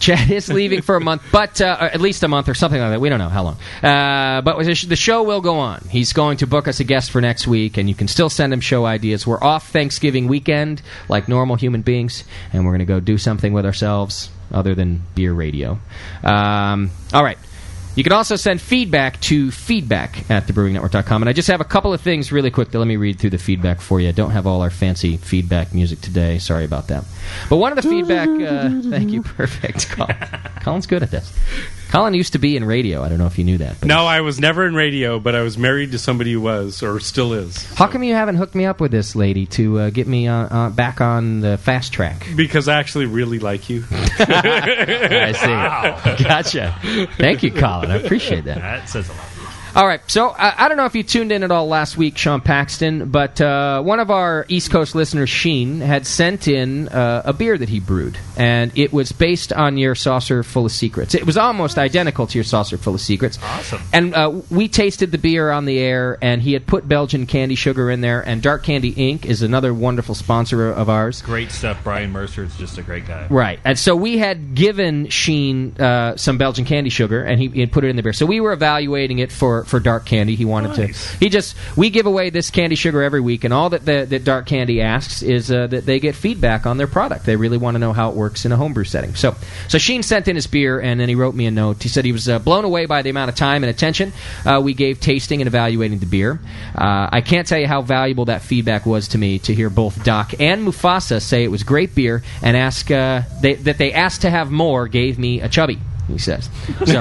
Speaker 1: Chad is leaving for a month, but uh, or at least a month or something like that. We don't know how long. Uh, but the sh- the show will go on. He's going to book us a guest for next week, and you can still send him show ideas. We're off Thanksgiving weekend, like normal human beings, and we're going to go do something with ourselves other than beer radio. Um, all right. You can also send feedback to feedback at thebrewingnetwork.com. And I just have a couple of things really quick that let me read through the feedback for you. I don't have all our fancy feedback music today. Sorry about that. But one of the feedback. Uh, thank you. Perfect. Colin. Colin's good at this. Colin used to be in radio. I don't know if you knew that. But
Speaker 6: No, I was never in radio, but I was married to somebody who was or still is.
Speaker 1: How come you haven't hooked me up with this lady to uh, get me uh, uh, back on the fast track?
Speaker 6: Because I actually really like you.
Speaker 1: I see. Gotcha. Thank you, Colin. I appreciate that.
Speaker 7: That says a lot.
Speaker 1: All right, so uh, I, I don't know if you tuned in at all last week, Sean Paxton, but uh, one of our East Coast listeners, Sheen, had sent in uh, a beer that he brewed, and it was based on your saucer full of secrets. It was almost identical to your saucer full of secrets.
Speaker 7: Awesome.
Speaker 1: And uh, we tasted the beer on the air, and he had put Belgian candy sugar in there, and Dark Candy Inc. is another wonderful sponsor of ours.
Speaker 7: Great stuff. Brian Mercer is just a great guy.
Speaker 1: Right. And so we had given Sheen uh, some Belgian candy sugar, and he, he had put it in the beer. So we were evaluating it for for, for dark candy. He wanted to. He just we give away this candy sugar every week, and all that the, that dark candy asks is uh, that they get feedback on their product. They really want to know how it works in a homebrew setting. So so Sheen sent in his beer, and then he wrote me a note. He said he was uh, blown away by the amount of time and attention uh, we gave tasting and evaluating the beer. Uh, I can't tell you how valuable that feedback was to me to hear both Doc and Mufasa say it was great beer and ask uh, they, that they asked to have more gave me a chubby. He says. So,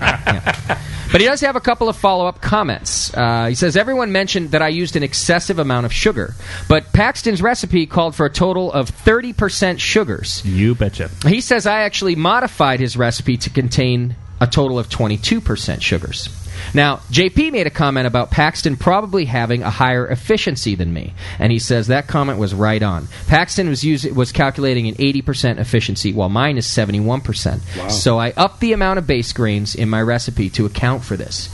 Speaker 1: but he does have a couple of follow up comments. Uh, he says everyone mentioned that I used an excessive amount of sugar, but Paxton's recipe called for a total of 30% sugars.
Speaker 8: You betcha.
Speaker 1: He says I actually modified his recipe to contain a total of 22% sugars. Now, JP made a comment about Paxton probably having a higher efficiency than me, and he says that comment was right on. Paxton was use, was calculating an 80% efficiency while mine is 71%. So I upped the amount of base grains in my recipe to account for this.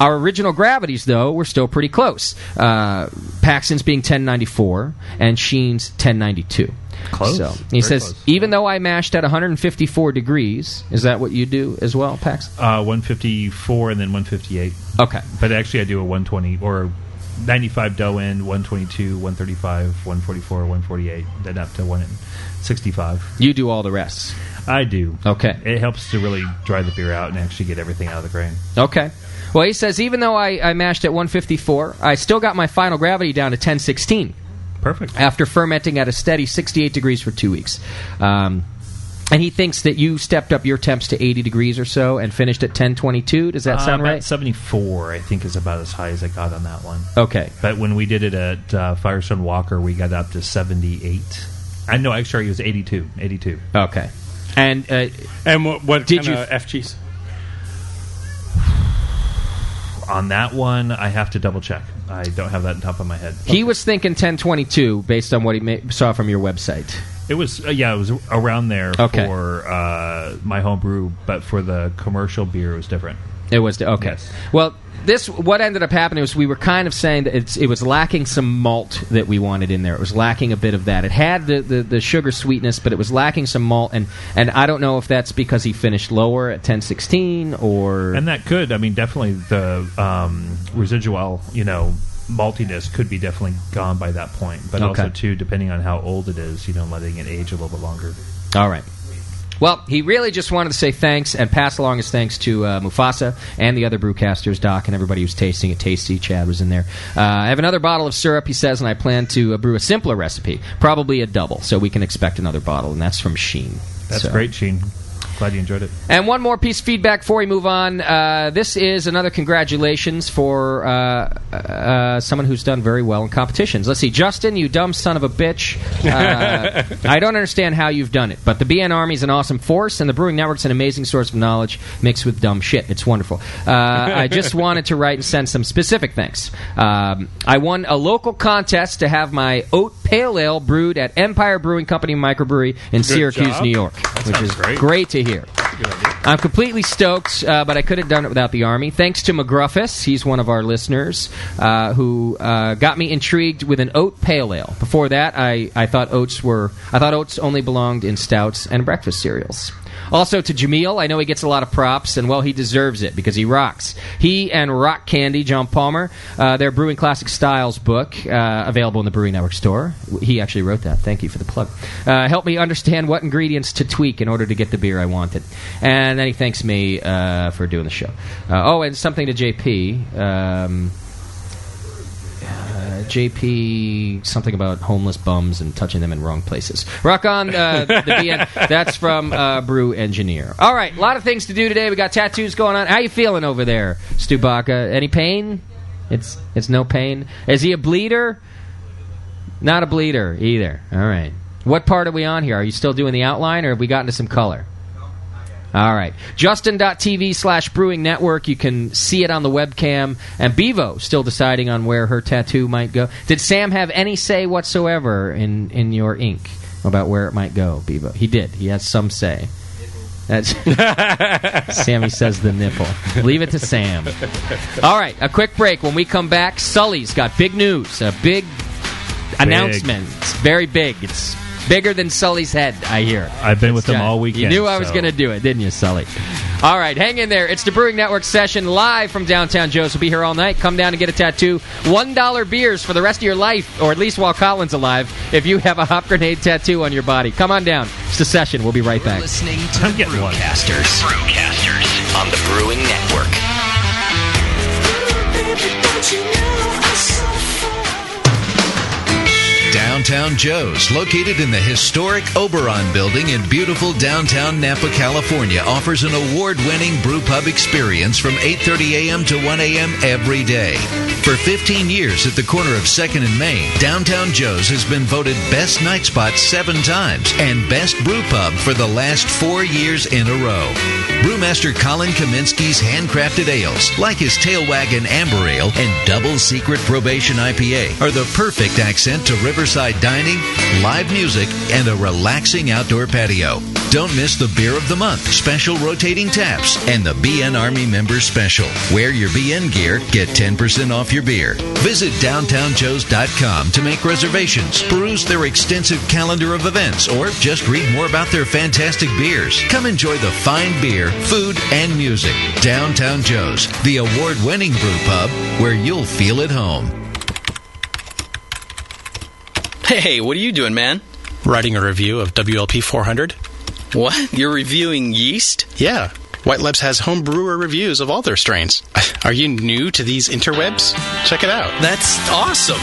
Speaker 1: Our original gravities, though, were still pretty close. Uh, Paxton's being 1094 and Sheen's 1092.
Speaker 8: Close.
Speaker 1: So he
Speaker 8: Very
Speaker 1: says,
Speaker 8: close.
Speaker 1: even though I mashed at 154 degrees, is that what you do as well, Pax?
Speaker 8: Uh, 154 and then 158.
Speaker 1: Okay.
Speaker 8: But actually, I do a 120 or 95 dough end, 122, 135, 144, 148, then up to 165.
Speaker 1: You do all the rest.
Speaker 8: I do.
Speaker 1: Okay.
Speaker 8: It helps to really dry the beer out and actually get everything out of the grain.
Speaker 1: Okay. Well, he says, even though I, I mashed at 154, I still got my final gravity down to 1016
Speaker 8: Perfect.
Speaker 1: after fermenting at a steady 68 degrees for two weeks. Um, and he thinks that you stepped up your temps to 80 degrees or so and finished at 1022. Does that sound
Speaker 8: Um, at
Speaker 1: right?
Speaker 8: 74, I think, is about as high as I got on that one.
Speaker 1: Okay.
Speaker 8: But when we did it at uh, Firestone Walker, we got up to 78. I know, actually, it was 82. 82.
Speaker 1: Okay. And uh,
Speaker 6: And what, what
Speaker 1: Did
Speaker 6: kind
Speaker 1: you-
Speaker 6: of F cheese?
Speaker 8: On that one, I have to double check. I don't have that on top of my head.
Speaker 1: he was thinking 1022 based on what he ma- saw from your website.
Speaker 8: It was uh, yeah, it was around there
Speaker 1: Okay.
Speaker 8: for uh, my homebrew, but for the commercial beer, it was different.
Speaker 1: It was okay.
Speaker 8: Yes.
Speaker 1: Well, this what ended up happening was we were kind of saying that it's, it was lacking some malt that we wanted in there. It was lacking a bit of that. It had the, the, the sugar sweetness, but it was lacking some malt. And, and I don't know if that's because he finished lower at ten sixteen or
Speaker 8: And that could, I mean, definitely the um, residual, you know, maltiness could be definitely gone by that point. But also
Speaker 1: Okay.
Speaker 8: too, depending on how old it is, you know, letting it age a little bit longer.
Speaker 1: all right. Well, he really just wanted to say thanks and pass along his thanks to uh, Mufasa and the other brewcasters, Doc, and everybody who's tasting it. Tasty Chad was in there. Uh, I have another bottle of syrup, he says, and I plan to uh, brew a simpler recipe, probably a double, so we can expect another bottle, and that's from Sheen.
Speaker 8: That's
Speaker 1: So-
Speaker 8: great, Sheen. Glad you enjoyed it.
Speaker 1: And one more piece of feedback before we move on. Uh, this is another congratulations for uh, uh, someone who's done very well in competitions. Let's see, Justin, you dumb son of a bitch. Uh, I don't understand how you've done it, but the BN Army is an awesome force, and the Brewing Network's an amazing source of knowledge mixed with dumb shit. It's wonderful. Uh, I just wanted to write and send some specific thanks. Um, I won a local contest to have my oat pale ale brewed at Empire Brewing Company Microbrewery in Syracuse,
Speaker 6: job.
Speaker 1: New York, which is
Speaker 6: great.
Speaker 1: great to hear. I'm completely stoked, uh, but I could have done it without the Army. Thanks to McGruffus, he's one of our listeners, uh, who uh, got me intrigued with an oat pale ale. Before that, I, I thought oats were I thought oats only belonged in stouts and breakfast cereals. Also to Jameel, I know he gets a lot of props, and well, he deserves it because he rocks. He and Rock Candy, John Palmer, uh, their Brewing Classic Styles book, uh, available in the Brewing Network store. He actually wrote that. Thank you for the plug. Uh, help me understand what ingredients to tweak in order to get the beer I wanted. And then he thanks me uh, for doing the show. Uh, oh, and something to JP. Um, uh, JP something about homeless bums and touching them in wrong places. Rock on uh, the BN. That's from uh, Brew Engineer. All right, a lot of things to do today. We got tattoos going on. How you feeling over there, Stubaka? Any pain? It's it's no pain. Is he a bleeder? Not a bleeder either. All right. What part are we on here? Are you still doing the outline, or have we gotten to some color? All right. Justin.tv slash brewing network. You can see it on the webcam. And Bevo still deciding on where her tattoo might go. Did Sam have any say whatsoever in, in your ink about where it might go, Bevo? He did. He has some say. That's Sammy says the nipple. Leave it to Sam. All right, a quick break. When we come back, Sully's got big news, a big, announcement. It's very big. It's bigger than Sully's head, I hear.
Speaker 8: I've been with them
Speaker 1: Giant.
Speaker 8: all weekend.
Speaker 1: You knew I was
Speaker 8: so-
Speaker 1: going to do it, didn't you, Sully? All right, hang in there. It's the Brewing Network session live from downtown Joe's. We'll be here all night. Come down and get a tattoo. $1 beers for the rest of your life, or at least while Colin's alive, if you have a hop grenade tattoo on your body. Come on down. It's the session. We'll be right back.
Speaker 2: Listening to the Brewcasters. Brewcasters on the Brewing Network.
Speaker 9: Downtown Joe's, located in the historic Oberon Building in beautiful downtown Napa, California, offers an award-winning brew pub experience from 8:30 a.m. to 1 a.m. every day. For 15 years at the corner of 2nd and Main, Downtown Joe's has been voted best night spot 7 times and best brew pub for the last 4 years in a row. Brewmaster Colin Kaminsky's handcrafted ales, like his tail wagon amber ale and double secret probation IPA, are the perfect accent to riverside dining, live music, and a relaxing outdoor patio. Don't miss the beer of the month, special rotating taps, and the BN Army member special. Wear your BN gear, get 10% off your beer. Visit downtownjoes.com to make reservations, peruse their extensive calendar of events, or just read more about their fantastic beers. Come enjoy the fine beer, food, and music. Downtown Joe's, the award winning brew pub where you'll feel at home.
Speaker 10: Hey, what are you doing, man?
Speaker 11: Writing a review of WLP 400?
Speaker 10: What? You're reviewing yeast?
Speaker 11: Yeah. White Labs has home brewer reviews of all their strains. Are you new to these interwebs? Check it out.
Speaker 10: That's awesome.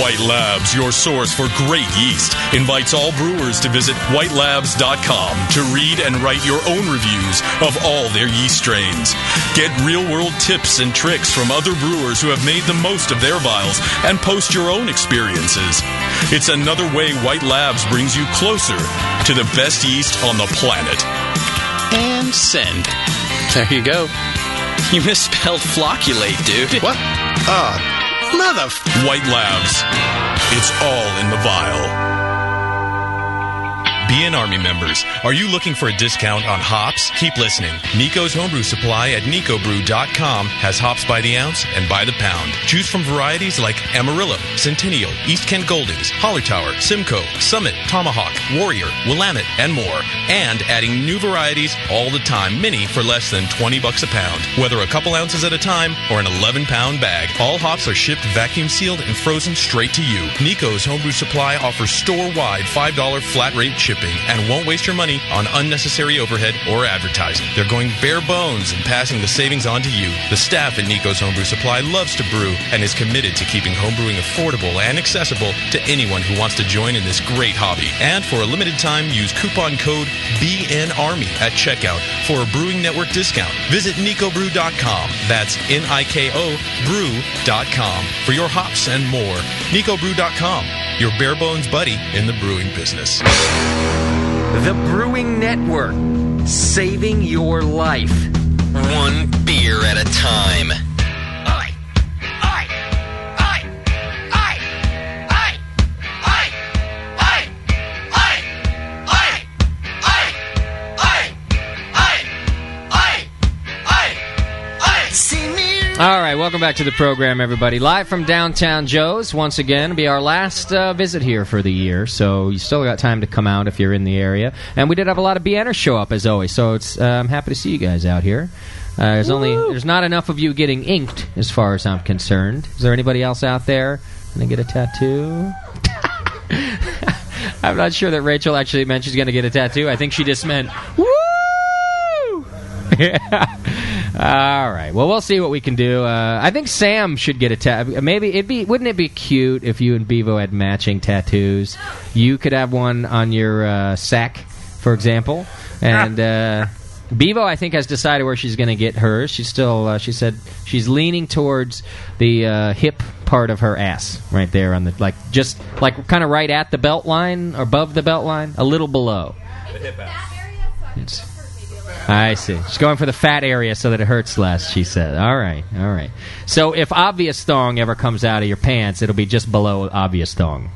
Speaker 12: White Labs, your source for great yeast, invites all brewers to visit whitelabs.com to read and write your own reviews of all their yeast strains. Get real world tips and tricks from other brewers who have made the most of their vials and post your own experiences. It's another way White Labs brings you closer to the best yeast on the planet.
Speaker 11: And send. There you go.
Speaker 10: You misspelled flocculate, dude.
Speaker 11: What? Ah. Mother.
Speaker 12: White Labs. It's all in the vial.
Speaker 13: BN Army members, are you looking for a discount on hops? Keep listening. Nico's Homebrew Supply at nicobrew.com has hops by the ounce and by the pound. Choose from varieties like Amarillo, Centennial, East Kent Goldings, Holler Tower, Simcoe, Summit, Tomahawk, Warrior, Willamette, and more. And adding new varieties all the time, many for less than 20 bucks a pound. Whether a couple ounces at a time or an 11 pound bag, all hops are shipped vacuum sealed and frozen straight to you. Nico's Homebrew Supply offers store wide $5 flat rate shipping and won't waste your money on unnecessary overhead or advertising. They're going bare bones and passing the savings on to you. The staff at Nico's Homebrew Supply loves to brew and is committed to keeping homebrewing affordable and accessible to anyone who wants to join in this great hobby. And for a limited time, use coupon code BNARMY at checkout for a Brewing Network discount. Visit nicobrew.com. That's N-I-K-O brew.com for your hops and more. nicobrew.com, your bare bones buddy in the brewing business.
Speaker 2: The Brewing Network, saving your life.
Speaker 1: One beer at a time. All right, welcome back to the program, everybody. Live from downtown Joe's once again. Be our last uh, visit here for the year, so you still got time to come out if you're in the area. And we did have a lot of BNers show up as always, so it's uh, I'm happy to see you guys out here. Uh, there's only there's not enough of you getting inked, as far as I'm concerned. Is there anybody else out there gonna get a tattoo? I'm not sure that Rachel actually meant she's gonna get a tattoo. I think she just meant woo. Yeah. All right. Well, we'll see what we can do. Uh, I think Sam should get a tattoo. Maybe it'd be wouldn't it be cute if you and Bevo had matching tattoos? You could have one on your uh, sack, for example, and. Uh, Bevo, I think, has decided where she's going to get hers. She's still, uh, she said, she's leaning towards the uh, hip part of her ass, right there on the like, just like kind of right at the belt line, or above the belt line, a little below. It's- I see. She's going for the fat area so that it hurts less, she said. All right, all right. So if obvious thong ever comes out of your pants, it'll be just below obvious thong.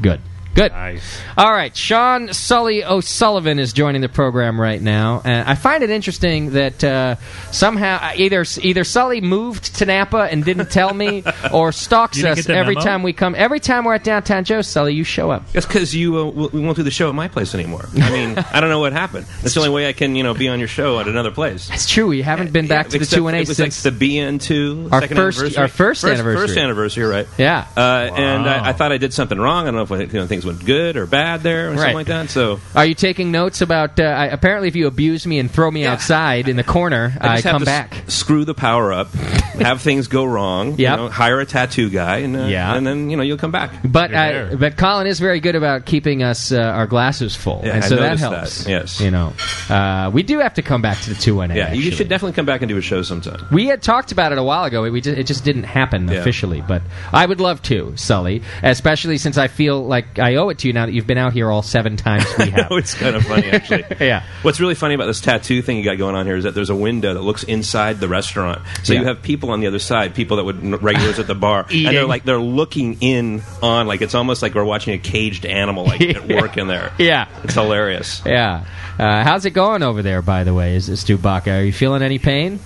Speaker 1: Good, Good. All right, Sean Sully O'Sullivan is joining the program right now, and I find it interesting that uh, somehow either either Sully moved to Napa and didn't tell me, or stalks
Speaker 14: You didn't
Speaker 1: us
Speaker 14: get that
Speaker 1: every
Speaker 14: memo?
Speaker 1: time we come. Every time we're at Downtown Joe's, Sully, you show up.
Speaker 14: That's because you uh, w- we won't do the show at my place anymore. I mean, I don't know what happened. That's the only way I can you know be on your show at another place.
Speaker 1: It's true. We haven't been back to the
Speaker 14: Except
Speaker 1: two and A
Speaker 14: it was
Speaker 1: since
Speaker 14: like the BN2
Speaker 1: Our
Speaker 14: second
Speaker 1: first-
Speaker 14: anniversary.
Speaker 1: our first anniversary.
Speaker 14: first anniversary, right?
Speaker 1: Yeah.
Speaker 14: Uh, And I, I thought I did something wrong. I don't know if you know, things went good or bad there or
Speaker 1: Right.
Speaker 14: something like that. So
Speaker 1: Are you taking notes about? Uh, I, apparently, if you abuse me and throw me outside in the corner, I,
Speaker 14: just have
Speaker 1: come
Speaker 14: to s-
Speaker 1: back.
Speaker 14: screw the power up, have things go wrong.
Speaker 1: Yep.
Speaker 14: You know, hire a tattoo guy, and uh,
Speaker 1: Yeah.
Speaker 14: and then you know you'll come back.
Speaker 1: But I, but Colin is very good about keeping us uh, our glasses full,
Speaker 14: Yeah,
Speaker 1: and
Speaker 14: I
Speaker 1: so that
Speaker 14: noticed that,
Speaker 1: helps.
Speaker 14: yes.
Speaker 1: you know, uh, we do have to come back to the two one eight.
Speaker 14: yeah, you should definitely come back and do a show sometime.
Speaker 1: We had talked about it a while ago. We just, it just didn't happen officially, but I would love to, Sully, especially since I feel like I owe it to you now that you've been out here all seven times we have.
Speaker 14: No, it's kind of funny actually.
Speaker 1: yeah.
Speaker 14: What's really funny about this tattoo thing you got going on here is that there's a window that looks inside the restaurant, so
Speaker 1: Yeah.
Speaker 14: you have people on the other side, people that would regulars at the bar, and they're
Speaker 1: Eating.
Speaker 14: like they're looking in on like it's almost like we're watching a caged animal like at work in there.
Speaker 1: Yeah.
Speaker 14: It's hilarious.
Speaker 1: Yeah. Uh, how's it going over there, by the way? Is this Dubaka? Are you feeling any pain?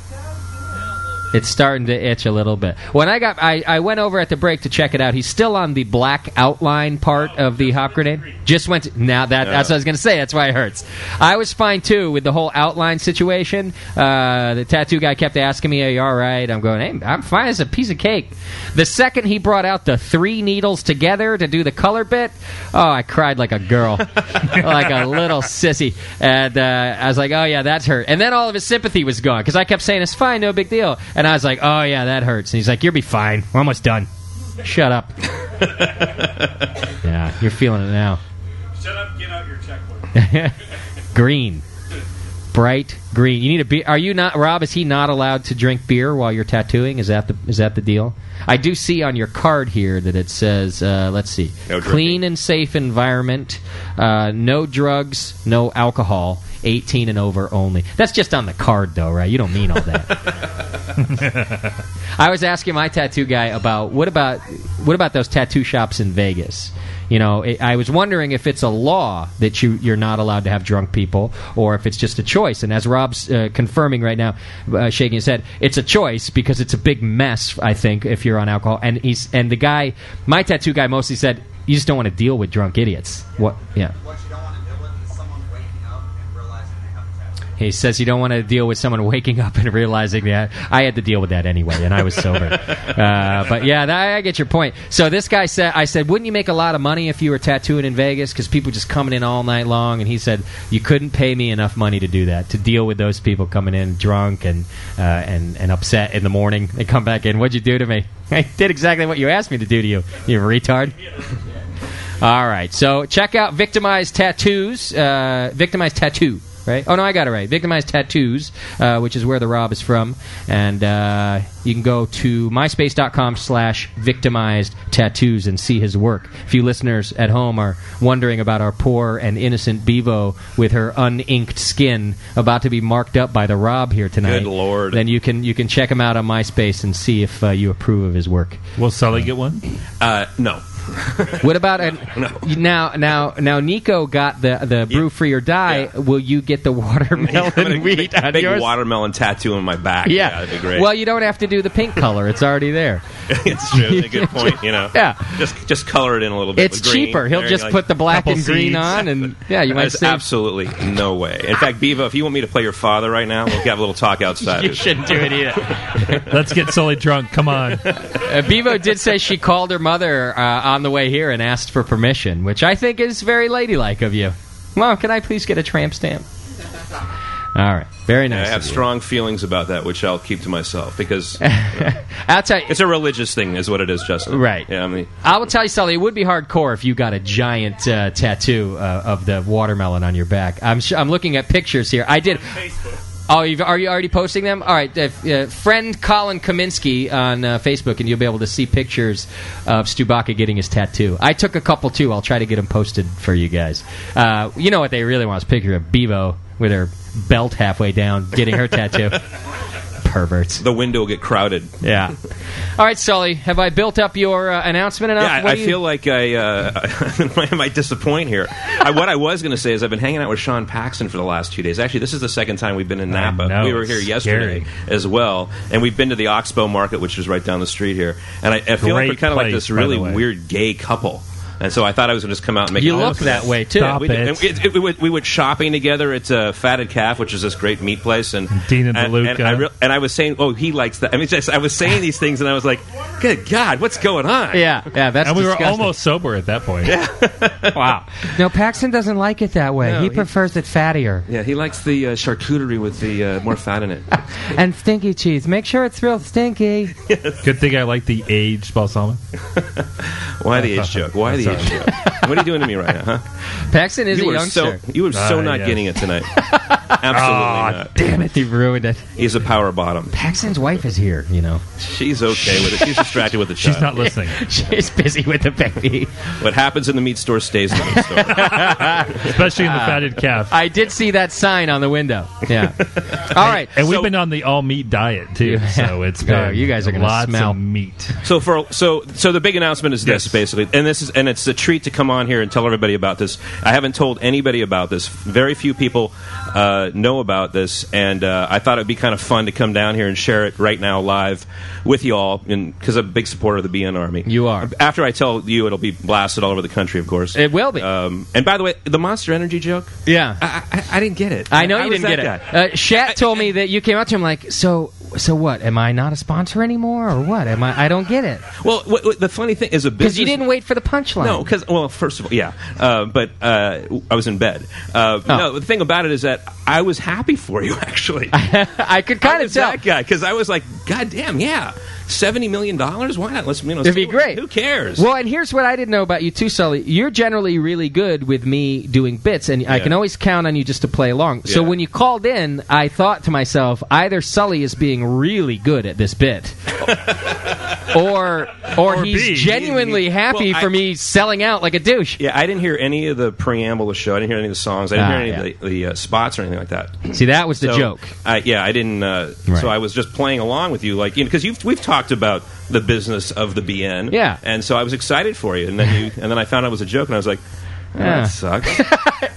Speaker 1: It's starting to itch a little bit. When I got, I, I went over at the break to check it out. He's still on the black outline part of the hop grenade. Just went to- now that that's what I was going to say. That's why it hurts. I was fine too with the whole outline situation. Uh, the tattoo guy kept asking me, "Are you all right?" I'm going, "Hey, I'm fine as a piece of cake." The second he brought out the three needles together to do the color bit, oh, I cried like a girl, like a little sissy. And uh, I was like, "Oh yeah, that's hurt." And then all of his sympathy was gone because I kept saying, "It's fine, no big deal." And I was like, "Oh yeah, that hurts." And he's like, "You'll be fine. We're almost done. Shut up." yeah, you're feeling it now.
Speaker 6: Shut up, get out your checkbook.
Speaker 1: green, bright green. You need a beer. Are you not, Rob? Is he not allowed to drink beer while you're tattooing? Is that the is that the deal? I do see on your card here that it says, uh, let's see, clean and safe environment, uh, no drugs, no alcohol, 18 and over only. That's just on the card, though, right? You don't mean all that. I was asking my tattoo guy about what about what about those tattoo shops in Vegas? You know, it, I was wondering if it's a law that you you're not allowed to have drunk people, or if it's just a choice. And as Rob's uh, confirming right now, uh, shaking his head, it's a choice because it's a big mess. I think if you're on alcohol, and he's and the guy, my tattoo guy, mostly said you just don't want to deal with drunk idiots. What? Yeah. He says you don't want to deal with someone waking up and realizing that I had to deal with that anyway, and I was sober. uh, but yeah, that, I get your point. So this guy said, I said, wouldn't you make a lot of money if you were tattooing in Vegas because people just coming in all night long? And he said, you couldn't pay me enough money to do that to deal with those people coming in drunk and uh, and and upset in the morning. They come back in, what'd you do to me? I did exactly what you asked me to do to you, you retard. All right. So check out Victimized Tattoos. Uh, Victimized Tattoo. Right? Oh no, I got it right. Victimized Tattoos, uh, which is where the Rob is from, and uh, you can go to myspace.com/slash victimized tattoos and see his work. If you listeners at home are wondering about our poor and innocent Bevo with her uninked skin about to be marked up by the Rob here tonight,
Speaker 14: Good lord.
Speaker 1: then you can you can check him out on MySpace and see if uh, you approve of his work.
Speaker 8: Will Sully get one?
Speaker 14: Uh, no.
Speaker 1: What about an, now? Now, now, Nico got the the brew free or die. Will you get the watermelon?
Speaker 14: big,
Speaker 1: on
Speaker 14: big
Speaker 1: yours?
Speaker 14: watermelon tattoo on my back.
Speaker 1: Yeah.
Speaker 14: that'd be great.
Speaker 1: Well, you don't have to do the pink color; it's already there.
Speaker 14: it's true. A good point. You know.
Speaker 1: Yeah.
Speaker 14: Just just color it in a little bit.
Speaker 1: It's
Speaker 14: with green.
Speaker 1: cheaper. He'll
Speaker 14: There you
Speaker 1: just
Speaker 14: go.
Speaker 1: put the black Couple and green seeds. on and- yeah, you might
Speaker 14: There's
Speaker 1: save-
Speaker 14: absolutely no way. In fact, Bevo, if you want me to play your father right now, we'll have a little talk outside.
Speaker 1: You shouldn't do it
Speaker 14: either.
Speaker 8: Let's get Sully drunk. Come on.
Speaker 1: Uh, Bevo did say she called her mother uh, on the way here and asked for permission, which I think is very ladylike of you. Mom, can I please get a tramp stamp? All right, very nice.
Speaker 14: I have
Speaker 1: of you.
Speaker 14: strong feelings about that, which I'll keep to myself because you know,
Speaker 1: it's
Speaker 14: a religious thing, is what it is, Justin.
Speaker 1: Right.
Speaker 14: Yeah. I mean,
Speaker 1: I will tell you, Sully, it would be hardcore if you got a giant uh, tattoo uh, of the watermelon on your back. I'm su I'm looking at pictures here. I did. Oh, you've, are you already posting them? All right, uh, uh, friend Colin Kaminsky on uh, Facebook, and you'll be able to see pictures of Stubaka getting his tattoo. I took a couple too. I'll try to get them posted for you guys. Uh, you know what they really want is a picture of Bevo with her belt halfway down getting her tattoo. perverts.
Speaker 14: The window will get crowded.
Speaker 1: Yeah. All right, Sully, have I built up your uh, announcement enough?
Speaker 14: Yeah,
Speaker 1: What
Speaker 14: I, I
Speaker 1: do you-
Speaker 14: feel like I, uh, I might disappoint here. I, what I was going to say is I've been hanging out with Sean Paxton for the last two days. Actually, this is the second time we've been in Napa.
Speaker 8: know,
Speaker 14: we were here
Speaker 8: it's
Speaker 14: yesterday as well, and we've been to the Oxbow Market, which is right down the street here. And I, I feel like
Speaker 8: Great
Speaker 14: we're kind of like
Speaker 8: place,
Speaker 14: this
Speaker 8: by the
Speaker 14: really
Speaker 8: way.
Speaker 14: weird gay couple. And so I thought I was going to just come out and make.
Speaker 1: You
Speaker 14: an
Speaker 1: look
Speaker 14: announcement.
Speaker 1: that way, too.
Speaker 14: Yeah,
Speaker 1: Stop
Speaker 14: we, did.
Speaker 1: it.
Speaker 14: And we- it- we went, we went shopping together at uh, Fatted Calf, which is this great meat place, and
Speaker 8: Dean and
Speaker 14: and, and,
Speaker 8: DeLuca.
Speaker 14: I real- and I was saying, oh, he likes that. I mean, just, I was saying these things, and I was like, good God, what's going on?
Speaker 1: Yeah, yeah, that's
Speaker 8: and we
Speaker 1: disgusting.
Speaker 8: were almost sober at that point. Yeah.
Speaker 1: wow. No, Paxton doesn't like it that way.
Speaker 14: No,
Speaker 1: he
Speaker 14: he-
Speaker 1: prefers it fattier.
Speaker 14: Yeah, he likes the uh, charcuterie with the uh, more fat in it.
Speaker 1: And stinky cheese. Make sure it's real stinky.
Speaker 8: Good thing I like the aged balsamic.
Speaker 14: Why the age joke? Why the
Speaker 8: Sorry.
Speaker 14: age joke? What are you doing to me right now, huh?
Speaker 1: Paxton is
Speaker 14: you
Speaker 1: a
Speaker 14: are
Speaker 1: youngster.
Speaker 14: So, you are so
Speaker 1: Ah,
Speaker 14: not
Speaker 1: yes.
Speaker 14: getting it tonight. Absolutely not.
Speaker 1: Damn it, he ruined it.
Speaker 14: He's a power bottom.
Speaker 1: Paxton's wife is here, you know.
Speaker 14: She's okay with it. She's distracted with the child.
Speaker 1: She's not listening. She's busy with the baby.
Speaker 14: What happens in the meat store stays in the meat store.
Speaker 8: Especially in the fatted calf.
Speaker 1: Ah. I did see that sign on the window. Yeah. All right.
Speaker 8: And we've been on the all meat diet too, so it's been
Speaker 1: Oh, you guys are gonna
Speaker 8: lots
Speaker 1: smell.
Speaker 8: of meat.
Speaker 14: So for so so the big announcement is this basically, and this is and it's a treat to come on here and tell everybody about this. I haven't told anybody about this. Very few people uh, know about this, and uh, I thought it'd be kind of fun to come down here and share it right now live with y'all, and because I'm a big supporter of the BN Army. You
Speaker 1: are.
Speaker 14: After I tell you, it'll be blasted all over the country, of course.
Speaker 1: It will be.
Speaker 14: Um, and by the way, the Monster Energy joke.
Speaker 1: Yeah.
Speaker 14: I, I, I didn't get it.
Speaker 1: I know you
Speaker 14: was
Speaker 1: didn't
Speaker 14: that
Speaker 1: get
Speaker 14: guy.
Speaker 1: it. Uh, Shat told me that you came out to him like, so, so what? Am I not a sponsor anymore, or what? Am I? I don't get it.
Speaker 14: Well, what, what, the funny thing is a business.
Speaker 1: Because you didn't wait for the punchline.
Speaker 14: No, because well, first of all, yeah, uh, but uh, I was in bed. Uh,
Speaker 1: Oh.
Speaker 14: No, the thing about it is that I was happy for you. Actually,
Speaker 1: I could kind
Speaker 14: of tell that guy because I was like, God damn, yeah, seventy million dollars. Why not? Let's you know,
Speaker 1: It'd be
Speaker 14: see-
Speaker 1: great.
Speaker 14: Who cares?
Speaker 1: Well, and here's what I didn't know about you too, Sully. You're generally really good with me doing bits, and I
Speaker 14: Yeah.
Speaker 1: can always count on you just to play along. So
Speaker 14: Yeah.
Speaker 1: when you called in, I thought to myself, either Sully is being really good at this bit, or or,
Speaker 14: Or
Speaker 1: he's
Speaker 14: B.
Speaker 1: genuinely happy
Speaker 14: Well, I-
Speaker 1: for me selling out like a douche.
Speaker 14: yeah, I didn't hear any of the preamble of the show. I didn't hear any of the songs. I didn't
Speaker 1: Ah,
Speaker 14: hear any of the, the uh, spots or anything like that.
Speaker 1: See, that was the
Speaker 14: So,
Speaker 1: joke.
Speaker 14: I, yeah, I didn't. Uh,
Speaker 1: Right.
Speaker 14: So I was just playing along with you, like you know, because you've we've talked about the business of the BN.
Speaker 1: Yeah.
Speaker 14: and so I was excited for you, and then you, and then I found out it was a joke, and I was like, oh,
Speaker 1: Yeah.
Speaker 14: that sucks.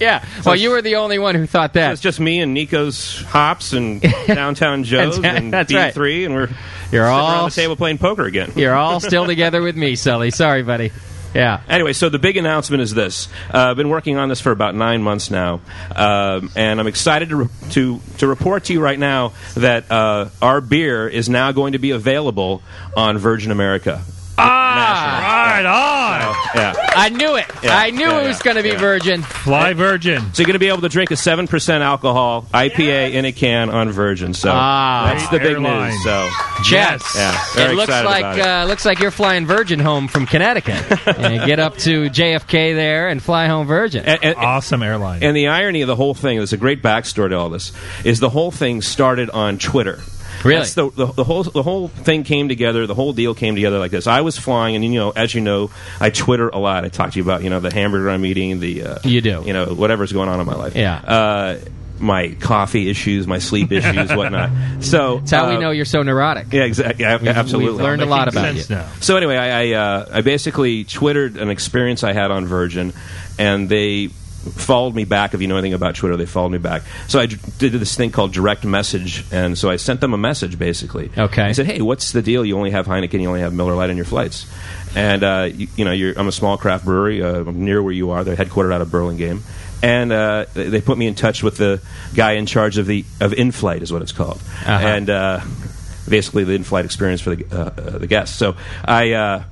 Speaker 1: yeah. Well, you were the only one who thought that.
Speaker 14: It's just me and Nico's hops and downtown Joe's
Speaker 1: That's-
Speaker 14: and
Speaker 1: that's
Speaker 14: B3,
Speaker 1: right.
Speaker 14: and we're
Speaker 1: You're
Speaker 14: sitting
Speaker 1: all
Speaker 14: around the
Speaker 1: s-
Speaker 14: table playing poker again.
Speaker 1: You're all still together with me, Sully. Sorry, buddy. Yeah.
Speaker 14: Anyway, so the big announcement is this. Uh, I've been working on this for about nine months now, um, and I'm excited to, re- to to report to you right now that uh, our beer is now going to be available on Virgin America.
Speaker 8: Right on.
Speaker 14: Yeah.
Speaker 1: I knew it.
Speaker 14: Ah, Yeah,
Speaker 1: I knew
Speaker 14: yeah,
Speaker 1: it was going to be
Speaker 14: yeah.
Speaker 1: Virgin.
Speaker 8: Fly Virgin.
Speaker 14: So you're going to be able to drink a seven percent alcohol IPA in a can on Virgin. So
Speaker 1: Ah.
Speaker 14: that's the big
Speaker 8: Airline.
Speaker 14: news. So
Speaker 1: Chad,
Speaker 14: yeah,
Speaker 1: it
Speaker 14: very
Speaker 1: looks
Speaker 14: excited
Speaker 1: like
Speaker 14: about it.
Speaker 1: uh, looks like you're flying Virgin home from Connecticut. and get up to JFK there and fly home Virgin.
Speaker 14: And- and-
Speaker 8: Awesome airline.
Speaker 14: And the irony of the whole thing, there's a great backstory to all this, is the whole thing started on Twitter.
Speaker 1: Really?
Speaker 14: That's the, the, the whole the whole thing came together. The whole deal came together like this. I was flying, and you know, as you know, I Twitter a lot. I talk to you about you know the hamburger I'm eating, the uh,
Speaker 1: You do.
Speaker 14: you know whatever's going on in my life.
Speaker 1: Yeah.
Speaker 14: Uh, my coffee issues, my sleep issues, whatnot. So
Speaker 1: That's how we
Speaker 14: uh,
Speaker 1: know you're so neurotic.
Speaker 14: Yeah, exactly. Yeah,
Speaker 1: We've-
Speaker 14: absolutely.
Speaker 1: we've learned a lot about you.
Speaker 14: So anyway, I I, uh, I basically twittered an experience I had on Virgin, and they followed me back. If you know anything about Twitter, they followed me back. So I d- did this thing called direct message, and so I sent them a message basically.
Speaker 1: Okay.
Speaker 14: I said, hey, what's the deal? You only have Heineken, you only have Miller Lite on your flights, and uh, you, you know, you're, I'm a small craft brewery. Uh, I'm near where you are. They're headquartered out of Burlingame. And uh, they they put me in touch with the guy in charge of the of in-flight is what it's called,
Speaker 1: Uh-huh.
Speaker 14: and uh, basically the in-flight experience for the, uh, uh, the guests. So I uh,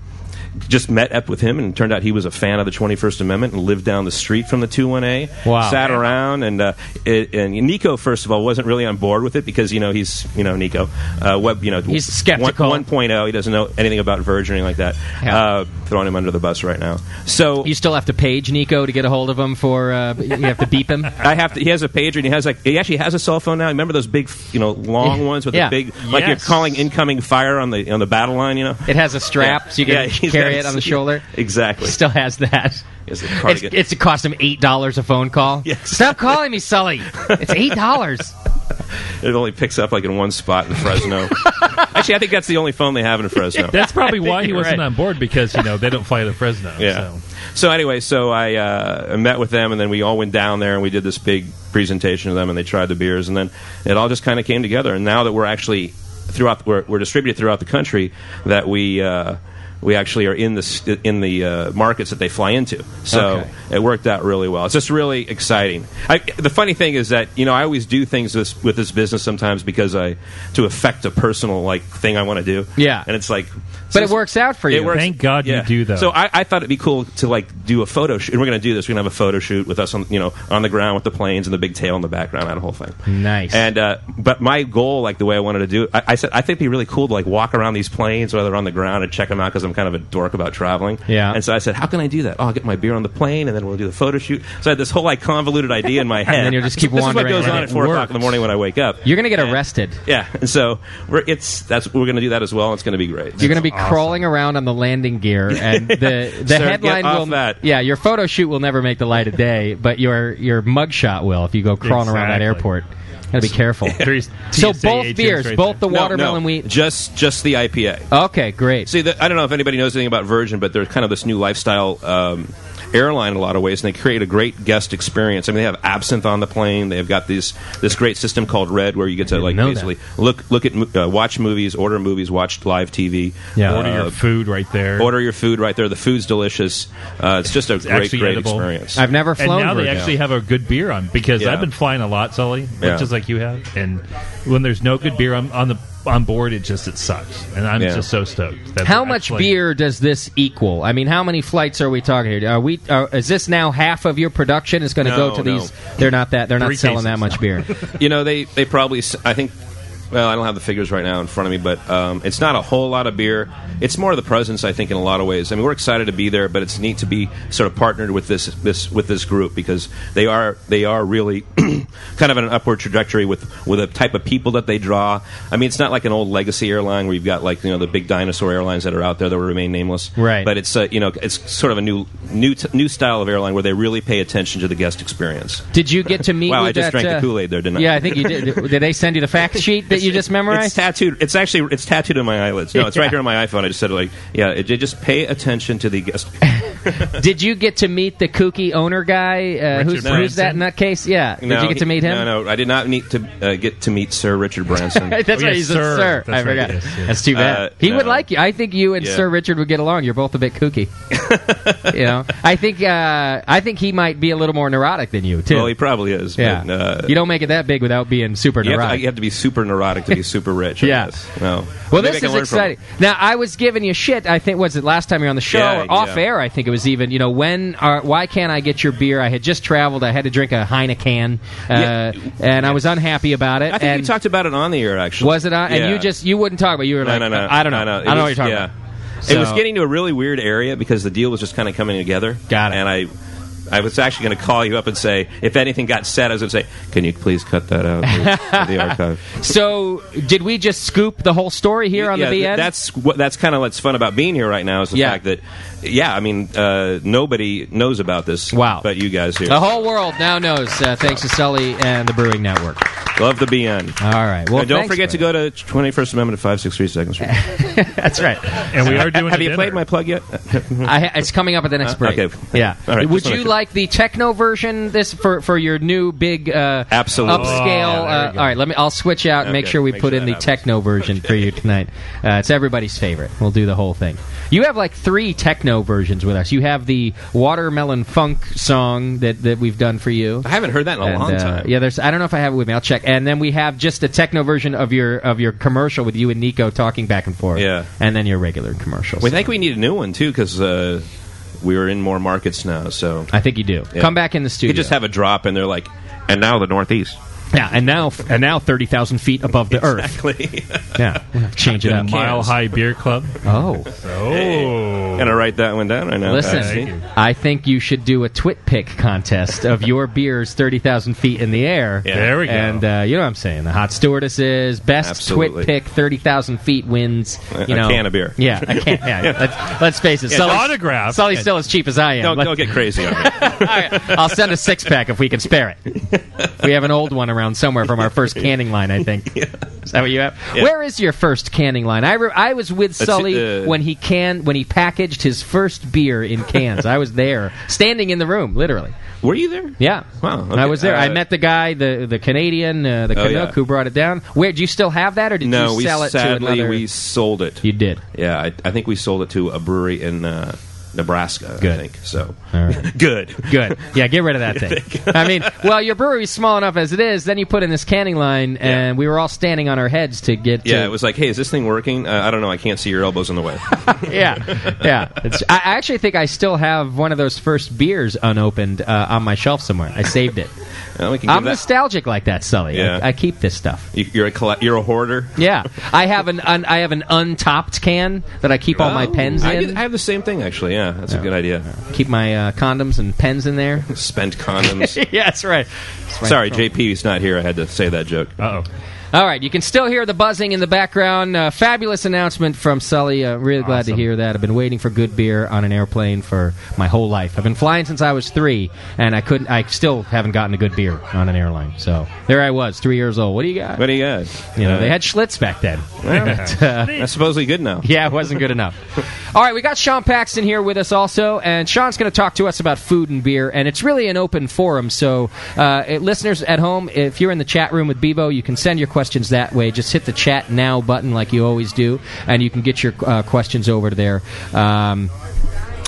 Speaker 14: just met up with him, and it turned out he was a fan of the 21st Amendment and lived down the street from the 21A.
Speaker 1: Wow.
Speaker 14: Sat around, and uh, it, and Nico, first of all, wasn't really on board with it because you know he's you know Nico, uh, web you know
Speaker 1: He's skeptical.
Speaker 14: One, 1.0, he doesn't know anything about Virgin or anything like that.
Speaker 1: Yeah.
Speaker 14: Uh, throwing him under the bus right now. So
Speaker 1: You still have to page Nico to get a hold of him for uh, you have to beep him.
Speaker 14: I have to. He has a pager, and he has like he actually has a cell phone now. Remember those big, you know, long
Speaker 1: Yeah.
Speaker 14: ones with
Speaker 1: Yeah.
Speaker 14: the big, like
Speaker 1: Yes.
Speaker 14: you're calling incoming fire on the on the battle line. You know,
Speaker 1: It has a strap
Speaker 14: Yeah.
Speaker 1: so you can
Speaker 14: Yeah, he's
Speaker 1: carry
Speaker 14: got
Speaker 1: it on
Speaker 14: a-
Speaker 1: the shoulder.
Speaker 14: Exactly.
Speaker 1: Still has that.
Speaker 14: It's,
Speaker 1: It's, it's it cost him eight dollars a phone call. Stop calling me, Sully. It's eight dollars.
Speaker 14: it only picks up like in one spot in Fresno. Actually, I think that's the only phone they have in Fresno.
Speaker 8: That's probably why he wasn't
Speaker 14: right.
Speaker 8: on board because you know they don't fly to Fresno.
Speaker 14: Yeah. So, anyway, so I uh, met with them, and then we all went down there, and we did this big presentation to them, and they tried the beers, and then it all just kind of came together. And now that we're actually throughout, we're, we're distributed throughout the country, that we. Uh, we actually are in the st- in the uh, markets that they fly into, so
Speaker 15: Okay.
Speaker 14: it worked out really well. It's just really exciting. I, the funny thing is that you know I always do things with, with this business sometimes because I to affect a personal like thing I want to do.
Speaker 1: Yeah.
Speaker 14: and it's like,
Speaker 1: But it works out for you. Thank God you do, though.
Speaker 14: that. So I, I thought it'd be cool to like do a photo shoot. And we're going to do this. We're going to have a photo shoot with us on you know on the ground with the planes and the big tail in the background, that whole thing.
Speaker 1: Nice.
Speaker 14: And uh, but my goal, like the way I wanted to do it, I, I said I think it'd be really cool to like walk around these planes while they're on the ground and check them out because I'm kind of a dork about traveling.
Speaker 1: Yeah.
Speaker 14: And so I said, how can I do that? Oh, I'll get my beer on the plane and then we'll do the photo shoot. So I had this whole like convoluted idea in my
Speaker 1: And
Speaker 14: head.
Speaker 1: then you'll just keep
Speaker 14: this
Speaker 1: wandering
Speaker 14: Is what goes
Speaker 1: around.
Speaker 14: on at
Speaker 1: It
Speaker 14: four o'clock in the
Speaker 1: works.
Speaker 14: morning when I wake up.
Speaker 1: You're going to get arrested.
Speaker 14: Yeah. And so we're it's that's we're going to do that as well. It's going to be great.
Speaker 1: You're going to be crawling around on the landing gear, and the the
Speaker 14: Sir, get
Speaker 1: headline
Speaker 14: off
Speaker 1: will
Speaker 14: that.
Speaker 1: yeah your photo shoot will never make the light of day, but your your mugshot will if you go crawling around that
Speaker 14: Exactly.
Speaker 1: airport. Got to be careful. So
Speaker 14: TSA
Speaker 1: both
Speaker 14: agents
Speaker 1: beers,
Speaker 14: right
Speaker 1: both the
Speaker 14: there. No,
Speaker 1: watermelon
Speaker 14: no,
Speaker 1: wheat.
Speaker 14: just just the IPA.
Speaker 1: Okay, great.
Speaker 14: See, the, I don't know if anybody knows anything about Virgin, but they're kind of this new lifestyle um, airline in a lot of ways, and they create a great guest experience. I mean, they have absinthe on the plane. They've got these this great system called Red, where you get to like
Speaker 8: know that.
Speaker 14: basically look look at mo- uh, watch movies, order movies, watch live TV,
Speaker 8: Yeah.
Speaker 14: uh,
Speaker 8: Order your food right there.
Speaker 14: order your food right there. The food's delicious. Uh, it's just a great
Speaker 8: actually
Speaker 14: great
Speaker 8: edible.
Speaker 14: experience.
Speaker 8: And now they actually have a good beer on because
Speaker 14: Yeah.
Speaker 8: I've been flying a lot, Sully,
Speaker 14: Yeah.
Speaker 8: just like you have. And when there's no good beer on, on the on board, it just it sucks. And I'm
Speaker 1: Yeah.
Speaker 8: just so stoked. that
Speaker 1: How
Speaker 8: they're
Speaker 1: much
Speaker 8: actually-
Speaker 1: beer does this equal? I mean, how many flights are we talking here? Are we? Are, is this now half of your production is going to
Speaker 14: No,
Speaker 1: go to
Speaker 14: no.
Speaker 1: these? They're not that. They're not
Speaker 14: Three
Speaker 1: selling that
Speaker 14: cases.
Speaker 1: much beer.
Speaker 14: you know, they they probably. s- I think. Well, I don't have the figures right now in front of me, but um, it's not a whole lot of beer. It's more of the presence, I think, in a lot of ways. I mean, we're excited to be there, but it's neat to be sort of partnered with this this with this group because they are they are really kind of on an upward trajectory with with the type of people that they draw. I mean, it's not like an old legacy airline where you've got like you know the big dinosaur airlines that are out there that will remain nameless,
Speaker 1: Right.
Speaker 14: But it's uh, you know it's sort of a new new t- new style of airline where they really pay attention to the guest experience.
Speaker 1: Did you get to meet?
Speaker 14: Wow,
Speaker 1: with
Speaker 14: I just
Speaker 1: that,
Speaker 14: drank the
Speaker 1: uh,
Speaker 14: Kool Aid there, didn't I?
Speaker 1: Yeah, I think you did. Did they send you the fact sheet that you just memorized?
Speaker 14: It's tattooed. It's actually it's tattooed on my eyelids. No, it's
Speaker 1: Yeah.
Speaker 14: right here on my iPhone. I just said like, yeah, it, it- just pay attention to the guest.
Speaker 1: Did you get to meet the kooky owner guy? Uh, who's,
Speaker 14: Richard
Speaker 1: who's that nutcase? Yeah. Did
Speaker 14: No,
Speaker 1: you get to
Speaker 14: he-
Speaker 1: meet him?
Speaker 14: No, no, I did not need to uh, get to meet Sir Richard Branson. Oh,
Speaker 1: That's right. He's a sir. I forgot. That's too bad.
Speaker 14: Uh,
Speaker 1: he
Speaker 14: no.
Speaker 1: would like you. I think you and
Speaker 14: Yeah.
Speaker 1: Sir Richard would get along. You're both a bit kooky. you know, I think uh, I think he might be a little more neurotic than you too.
Speaker 14: Well, he probably is.
Speaker 1: Yeah.
Speaker 14: but, uh,
Speaker 1: you don't make it that big without being super
Speaker 14: you have, to,
Speaker 1: neurotic.
Speaker 14: you have to be super neurotic to be super rich. I
Speaker 1: Yeah.
Speaker 14: guess. No.
Speaker 1: Well,
Speaker 14: Maybe I
Speaker 1: this
Speaker 14: can
Speaker 1: is
Speaker 14: learn from him.
Speaker 1: exciting. Now, I was giving you shit. I think was it last time you were on the show
Speaker 14: Yeah,
Speaker 1: or off
Speaker 14: yeah.
Speaker 1: air? I think it was even. You know, when are, why can't I get your beer? I had just traveled. I had to drink a Heineken, uh, and I was unhappy about it.
Speaker 14: I think
Speaker 1: and
Speaker 14: you talked about it on the air actually.
Speaker 1: was it on? And
Speaker 14: Yeah.
Speaker 1: you just you wouldn't talk about. it. You were
Speaker 14: No,
Speaker 1: like,
Speaker 14: no, no.
Speaker 1: I don't know. I
Speaker 14: It
Speaker 1: don't know what
Speaker 14: was-
Speaker 1: you're talking
Speaker 14: yeah.
Speaker 1: about.
Speaker 14: It was
Speaker 1: So-
Speaker 14: getting to a really weird area because the deal was just kind of coming together. Got it. And I, I was actually going to call you up and say, if anything got said, I was going to say, can you please cut that out of the archive?
Speaker 1: So, did we just scoop the whole story here on
Speaker 14: yeah,
Speaker 1: the
Speaker 14: th-
Speaker 1: BN?
Speaker 14: that's what that's kind of what's fun about being here right now is the
Speaker 1: Yeah.
Speaker 14: fact that, yeah, I mean, uh, nobody knows about this. Wow. But you guys here
Speaker 1: the whole world now knows, uh, thanks to Sully and the Brewing Network.
Speaker 14: love the BN.
Speaker 1: All right. Well,
Speaker 14: And don't
Speaker 1: thanks,
Speaker 14: forget to go to 21st Amendment five six three seconds.
Speaker 1: That's right.
Speaker 14: And we are doing Have a you played dinner. my plug yet?
Speaker 1: I, it's coming up at the next
Speaker 14: Uh,
Speaker 1: break.
Speaker 14: okay.
Speaker 1: Yeah.
Speaker 14: All right,
Speaker 1: Would
Speaker 14: just wanna
Speaker 1: you
Speaker 14: make
Speaker 1: like the techno version this for, for your new big uh,
Speaker 14: Absolutely.
Speaker 1: upscale?
Speaker 14: Oh, yeah, there
Speaker 1: uh,
Speaker 14: you
Speaker 1: all
Speaker 14: go.
Speaker 1: right. Let me. I'll switch out and make
Speaker 14: Okay,
Speaker 1: sure we
Speaker 14: make
Speaker 1: put
Speaker 14: sure
Speaker 1: in
Speaker 14: that
Speaker 1: the
Speaker 14: happens.
Speaker 1: techno version for you tonight. Uh, it's everybody's favorite. We'll do the whole thing. You have like three techno versions with us. You have the watermelon funk song that, that we've done for you.
Speaker 14: I haven't heard that in a
Speaker 1: And,
Speaker 14: long
Speaker 1: uh,
Speaker 14: time.
Speaker 1: yeah, there's. I don't know if I have it with me. I'll check. And then we have just a techno version of your of your commercial with you and Nico talking back and forth.
Speaker 14: Yeah.
Speaker 1: And then your regular commercials.
Speaker 14: We think we need a new one too because uh, we're in more markets now. So
Speaker 1: I think you do. Come back in the studio.
Speaker 14: You just have a drop, and they're like, and now the Northeast.
Speaker 1: Yeah, and now and now thirty thousand feet above the
Speaker 14: Exactly.
Speaker 1: earth. Yeah, we'll have to change it up.
Speaker 14: Mile High
Speaker 8: Beer Club.
Speaker 1: Oh,
Speaker 14: Oh, gonna write that one down right now.
Speaker 1: listen, I think you should do a twit pick contest of your beers thirty thousand feet in the air.
Speaker 14: Yeah. There we go.
Speaker 1: And uh, you know what I'm saying? The hot stewardesses best
Speaker 14: Absolutely.
Speaker 1: twit pick thirty thousand feet wins.
Speaker 14: A-
Speaker 1: You
Speaker 14: a
Speaker 1: know,
Speaker 14: can of beer.
Speaker 1: Yeah, a can. Yeah, let's, let's face it.
Speaker 14: Yeah,
Speaker 1: Sully's,
Speaker 14: autograph.
Speaker 1: Sully's
Speaker 14: Yeah.
Speaker 1: still as cheap as I am.
Speaker 14: Don't,
Speaker 1: Let-
Speaker 14: don't get crazy on me.
Speaker 1: I'll send a six pack if we can spare it. We have an old one around somewhere from our first canning line, I think. Is that what you have?
Speaker 14: Yeah.
Speaker 1: Where is your first canning line? I, re- I was with
Speaker 14: That's,
Speaker 1: Sully
Speaker 14: uh,
Speaker 1: when he can when he packaged his first beer in cans. I was there, standing in the room, literally.
Speaker 14: Were you there?
Speaker 1: Yeah. Wow. I was there. I
Speaker 14: Uh,
Speaker 1: met the guy, the the Canadian, uh, the
Speaker 14: Oh,
Speaker 1: Canuck,
Speaker 14: yeah.
Speaker 1: who brought it down. Where do you still have that, or did
Speaker 14: no,
Speaker 1: you sell
Speaker 14: we
Speaker 1: it
Speaker 14: sadly
Speaker 1: to another?
Speaker 14: we sold it.
Speaker 1: You did.
Speaker 14: Yeah, I, I think we sold it to a brewery in uh, Nebraska.
Speaker 1: Good.
Speaker 14: I think so.
Speaker 1: All right.
Speaker 14: Good.
Speaker 1: Good. Yeah, get rid of that thing. I mean, well, your brewery's small enough as it is. Then you put in this canning line, and we were all standing on our heads to get.
Speaker 14: Yeah, it
Speaker 1: to,
Speaker 14: was like, hey, is this thing working? Uh, I don't know. I can't see your elbows in the way.
Speaker 1: yeah, yeah. It's, I I actually think I still have one of those first beers unopened uh, on my shelf somewhere. I saved it.
Speaker 14: we can give
Speaker 1: I'm
Speaker 14: that-
Speaker 1: nostalgic like that, Sully. I-
Speaker 14: Yeah.
Speaker 1: I, keep this stuff.
Speaker 14: You, you're a colle- you're a hoarder.
Speaker 1: Yeah, I have an un, I have an untopped can that I keep all my
Speaker 14: Oh,
Speaker 1: pens
Speaker 14: I,
Speaker 1: in.
Speaker 14: did- I have the same thing actually. Yeah, Uh, that's a good idea.
Speaker 1: Keep my uh, condoms and pens in there.
Speaker 14: Spent condoms.
Speaker 1: yeah, that's right.
Speaker 14: Sorry, JP's not here. I had to say that joke.
Speaker 8: Uh oh.
Speaker 1: All right, you can still hear the buzzing in the background. Uh, fabulous announcement from Sully. Uh, really glad to hear that. I've been waiting for good beer on an airplane for my whole life. I've been flying since I was three, and I couldn't. I still haven't gotten a good beer on an airline. So there I was, three years old. What do you got?
Speaker 14: What do you got? Uh,
Speaker 1: You know, they had Schlitz back then.
Speaker 14: Well,
Speaker 1: But, uh,
Speaker 14: that's supposedly good now.
Speaker 1: yeah, it wasn't good enough. All right, we got Sean Paxton here with us also, and Sean's going to talk to us about food and beer, and it's really an open forum. So, uh, it- listeners at home, if you're in the chat room with Bebo, you can send your questions that way. Just hit the chat now button like you always do, and you can get your uh, questions over to there. Um,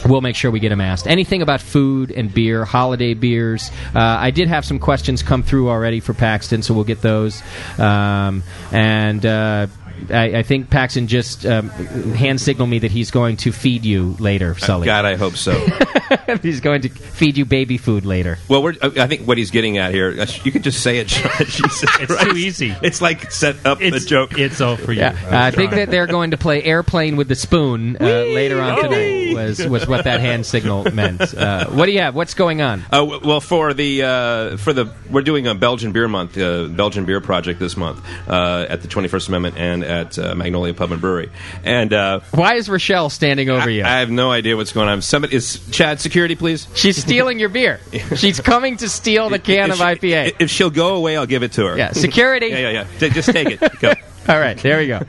Speaker 1: We'll make sure we get them asked. Anything about food and beer, holiday beers. Uh, I did have some questions come through already for Paxton, so we'll get those. Um, and uh, I, I think Paxton just um, hand signaled me that he's going to feed you later, Sully.
Speaker 14: God, I hope so.
Speaker 1: he's going to feed you baby food later.
Speaker 14: Well, we're, uh, I I think what he's getting at here, uh, you could just say it. Sean. Jesus it's too easy. It's like set up the joke.
Speaker 8: It's all for you.
Speaker 1: Yeah, Uh, I think that they're going to play airplane with the spoon uh, later on tonight. Was was what that hand signal meant? Uh, what do you have? What's going on?
Speaker 14: Uh, w- well, for the uh, for the we're doing a Belgian beer month, uh, Belgian beer project this month uh, at the Twenty First Amendment and at uh, Magnolia Pub and Brewery. And uh,
Speaker 1: why is Rochelle standing over you?
Speaker 14: I have no idea what's going on. Somebody is Chad security, please.
Speaker 1: She's stealing your beer. She's coming to steal the can
Speaker 14: If
Speaker 1: of
Speaker 14: she-
Speaker 1: IPA.
Speaker 14: If she'll go away, I'll give it to her.
Speaker 1: Yeah, security.
Speaker 14: yeah, yeah, yeah. J- Just take it. Go.
Speaker 1: All right, there we go.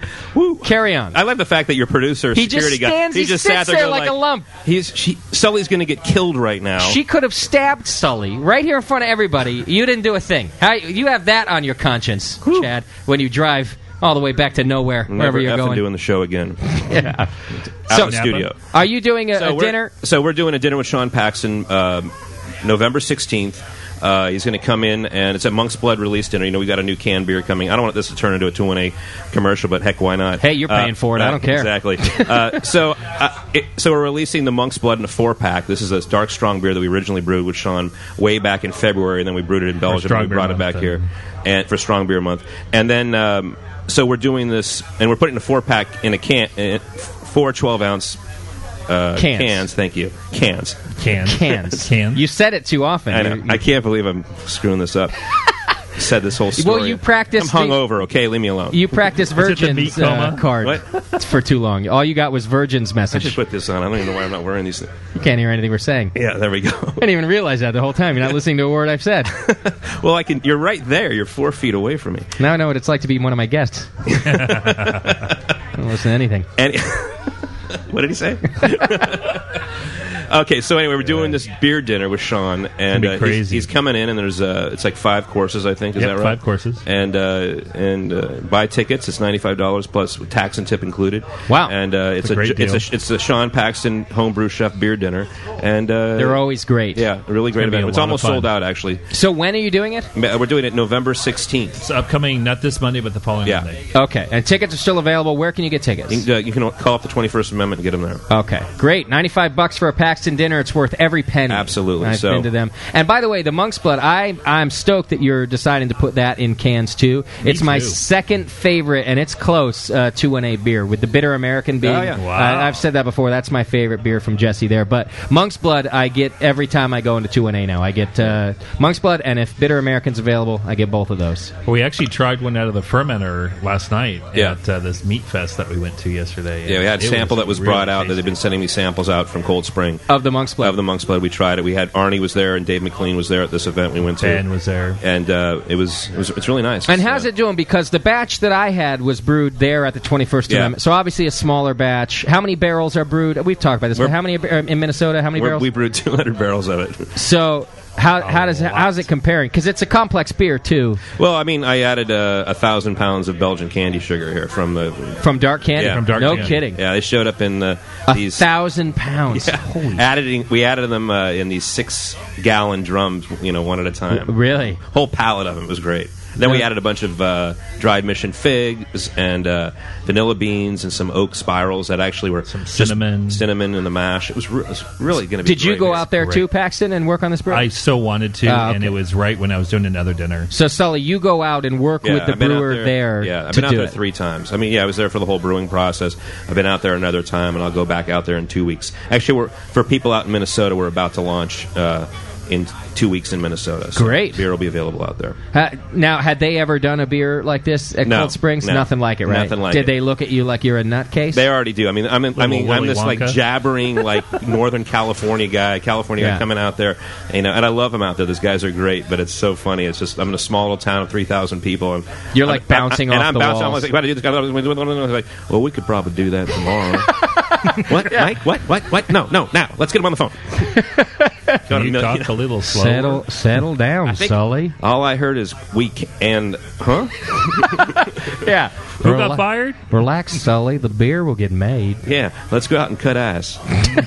Speaker 1: Carry on.
Speaker 14: I love the fact that your producer,
Speaker 1: He just
Speaker 14: security
Speaker 1: stands-
Speaker 14: guy,
Speaker 1: he sits there
Speaker 14: going
Speaker 1: like a lump.
Speaker 14: He's she, Sully's going to get killed right now.
Speaker 1: She could have stabbed Sully right here in front of everybody. You didn't do a thing. How, you have that on your conscience, Chad, when you drive all the way back to nowhere,
Speaker 14: Never
Speaker 1: wherever you're
Speaker 14: effing
Speaker 1: going.
Speaker 14: doing the show again.
Speaker 1: yeah.
Speaker 14: Out
Speaker 1: So-
Speaker 14: of the studio.
Speaker 1: Are you doing a, a
Speaker 14: we're-
Speaker 1: dinner?
Speaker 14: So we're doing a dinner with Sean Paxton, um, November sixteenth. Uh, he's going to come in, and it's a Monk's Blood release dinner. You know, we got a new canned beer coming. I don't want this to turn into a two one a commercial, but heck, why not? Uh,
Speaker 1: Hey, you're paying for it. I don't care.
Speaker 14: Exactly. uh, so, uh, it, so we're releasing the Monk's Blood in a four pack. This is a dark strong beer that we originally brewed with Sean way back in February, and then we brewed it in Belgium.
Speaker 8: Strong
Speaker 14: and We
Speaker 8: Beer
Speaker 14: brought it back
Speaker 8: Month, then.
Speaker 14: here and for Strong Beer Month, and then um, so we're doing this, and we're putting a four pack in a can, in four 12 ounce uh,
Speaker 1: Cans.
Speaker 14: Thank you, cans.
Speaker 8: Cans.
Speaker 1: Cans. You said it too often.
Speaker 14: I,
Speaker 1: You're-
Speaker 14: know. I can't believe I'm screwing this up. Said this whole story.
Speaker 1: Well, you practiced
Speaker 14: I'm
Speaker 1: the-
Speaker 14: hungover. Okay, leave me alone.
Speaker 1: You practice virgins uh, card It's for too long. All you got was virgins
Speaker 14: I
Speaker 1: message.
Speaker 14: should put this on. I don't even know why I'm not wearing these.
Speaker 1: You can't hear anything we're saying.
Speaker 14: Yeah, there we go.
Speaker 1: I didn't even realize that the whole time. You're not listening to a word I've said.
Speaker 14: Well, I can. You're right there. You're four feet away from me.
Speaker 1: Now I know what it's like to be one of my guests. I don't listen to anything.
Speaker 14: And what did he say? okay, so anyway, we're doing this beer dinner with Sean, and
Speaker 8: be
Speaker 14: uh, he's- he's,
Speaker 8: crazy.
Speaker 14: coming in, and there's uh, it's like five courses, I think. Is
Speaker 8: Yep,
Speaker 14: that right?
Speaker 8: five courses.
Speaker 14: and uh, and uh, buy tickets. It's ninety five dollars plus with tax and tip included. Wow! And uh, it's,
Speaker 8: a
Speaker 14: a,
Speaker 8: great
Speaker 14: it's
Speaker 8: deal.
Speaker 14: a it's a Sean Paxton homebrew chef beer dinner, and uh,
Speaker 1: They're always great.
Speaker 14: Yeah, a really great
Speaker 8: gonna be
Speaker 14: event.
Speaker 8: a
Speaker 14: It's
Speaker 8: lot of
Speaker 14: almost
Speaker 8: fun.
Speaker 14: sold out actually.
Speaker 1: So when are you doing it?
Speaker 14: Ma- We're doing it November sixteenth.
Speaker 8: It's upcoming, not this Monday, but the following
Speaker 14: Yeah.
Speaker 8: Monday.
Speaker 1: Okay, and tickets are still available. Where can you get tickets?
Speaker 14: You, can, uh, you can call up the twenty first amendment and get them there.
Speaker 1: Okay, great. Ninety-five bucks for a Paxton dinner. It's worth every penny.
Speaker 14: Absolutely.
Speaker 1: I've
Speaker 14: So-
Speaker 1: been to them. And by the way, the Monk's Blood. I I'm stoked that you're deciding to put that in cans too. it's my
Speaker 14: too.
Speaker 1: second favorite, and it's close uh, to an A beer with the bitter American being.
Speaker 14: Oh, yeah. Wow.
Speaker 1: I, I've said that before. That's my favorite beer from Jesse there. But Monk's Blood, I get every time I go into two and A now. I get uh, Monk's Blood, and if bitter American's available, I get both of those.
Speaker 8: Well, we actually tried one out of the fermenter last night
Speaker 14: Yeah.
Speaker 8: at uh, this meat fest that we went to yesterday.
Speaker 14: Yeah, we had a
Speaker 8: It
Speaker 14: sample
Speaker 8: was
Speaker 14: that was
Speaker 8: really
Speaker 14: brought out that they've been sending me samples out from Cold Spring.
Speaker 1: of the Monk's Blood.
Speaker 14: Of the Monk's Blood, we tried it. We had Arnie was there and Dave McLean was there at this event we went to.
Speaker 8: Ben was there,
Speaker 14: and uh, it was it was it's really nice.
Speaker 1: And how's it doing? Because the batch that I had was brewed there at the 21st
Speaker 14: Yeah.
Speaker 1: Amendment. So obviously a smaller batch. How many barrels are brewed? We've talked about this. but how many are, in Minnesota? How many
Speaker 14: We're-
Speaker 1: barrels?
Speaker 14: we brewed 200 barrels of it.
Speaker 1: so how, how does how's it comparing? Because it's a complex beer too,
Speaker 14: Well, I mean, I added uh, a thousand pounds of Belgian candy sugar here from the
Speaker 1: from dark candy.
Speaker 14: Yeah.
Speaker 1: no kidding.
Speaker 14: Yeah, they showed up in uh,
Speaker 1: A
Speaker 14: these
Speaker 1: thousand pounds. Holy
Speaker 14: added. We added them uh, in these six gallon drums, you know, one at a time.
Speaker 1: W- really?
Speaker 14: whole pallet of them It was great. Then we
Speaker 1: Yeah.
Speaker 14: added a bunch of uh, dried mission figs and uh, vanilla beans and some oak spirals that actually were some
Speaker 8: cinnamon,
Speaker 14: cinnamon in the mash. It was, re- it was really going to be.
Speaker 1: Did you
Speaker 14: great.
Speaker 1: go out there
Speaker 14: Great.
Speaker 1: too, Paxton, and work on this brew?
Speaker 8: I so wanted to,
Speaker 1: Ah,
Speaker 8: and
Speaker 1: okay.
Speaker 8: it was right when I was doing another dinner.
Speaker 1: so Sully, you go out and work
Speaker 14: Yeah,
Speaker 1: with the
Speaker 14: I've been out
Speaker 1: brewer there,
Speaker 14: Yeah, I've
Speaker 1: to
Speaker 14: been out
Speaker 1: do
Speaker 14: there
Speaker 1: it.
Speaker 14: three times. I mean, yeah, I was there for the whole brewing process. I've been out there another time, and I'll go back out there in two weeks. Actually, we're, for people out in Minnesota, we're about to launch uh, in two weeks in Minnesota. So
Speaker 1: Great.
Speaker 14: beer will be available out there.
Speaker 1: Ha- now, had they ever done a beer like this at
Speaker 14: No,
Speaker 1: Cold Springs?
Speaker 14: no.
Speaker 1: Nothing like it, right?
Speaker 14: Nothing like
Speaker 1: Did
Speaker 14: it.
Speaker 1: they look at you like you're a nutcase?
Speaker 14: They already do. I mean, I'm in, I
Speaker 1: Little
Speaker 14: mean, I'm
Speaker 1: Willy
Speaker 14: this like
Speaker 1: Wonka.
Speaker 14: jabbering like Northern California guy, California
Speaker 1: Yeah.
Speaker 14: guy coming out there, you know. And I love them out there. Those guys are great, but it's so funny. It's just I'm in a small little town of three thousand people, and
Speaker 1: You're,
Speaker 14: I'm-
Speaker 1: like, bouncing
Speaker 14: I, I,
Speaker 1: off
Speaker 14: and
Speaker 1: the
Speaker 14: I'm bouncing. I'm
Speaker 1: walls.
Speaker 14: like, "What do you- like, well, we could probably do that tomorrow. what, Mike? What? What? What? No, no, now let's get him on the phone.
Speaker 8: you talk a little slower?
Speaker 1: Settle, settle down,
Speaker 14: think-
Speaker 1: Sully.
Speaker 14: All I heard is weak and huh?
Speaker 1: Yeah.
Speaker 14: Who got fired?
Speaker 1: Relax, Sully. The beer will get made.
Speaker 14: Yeah, let's go out and cut ass.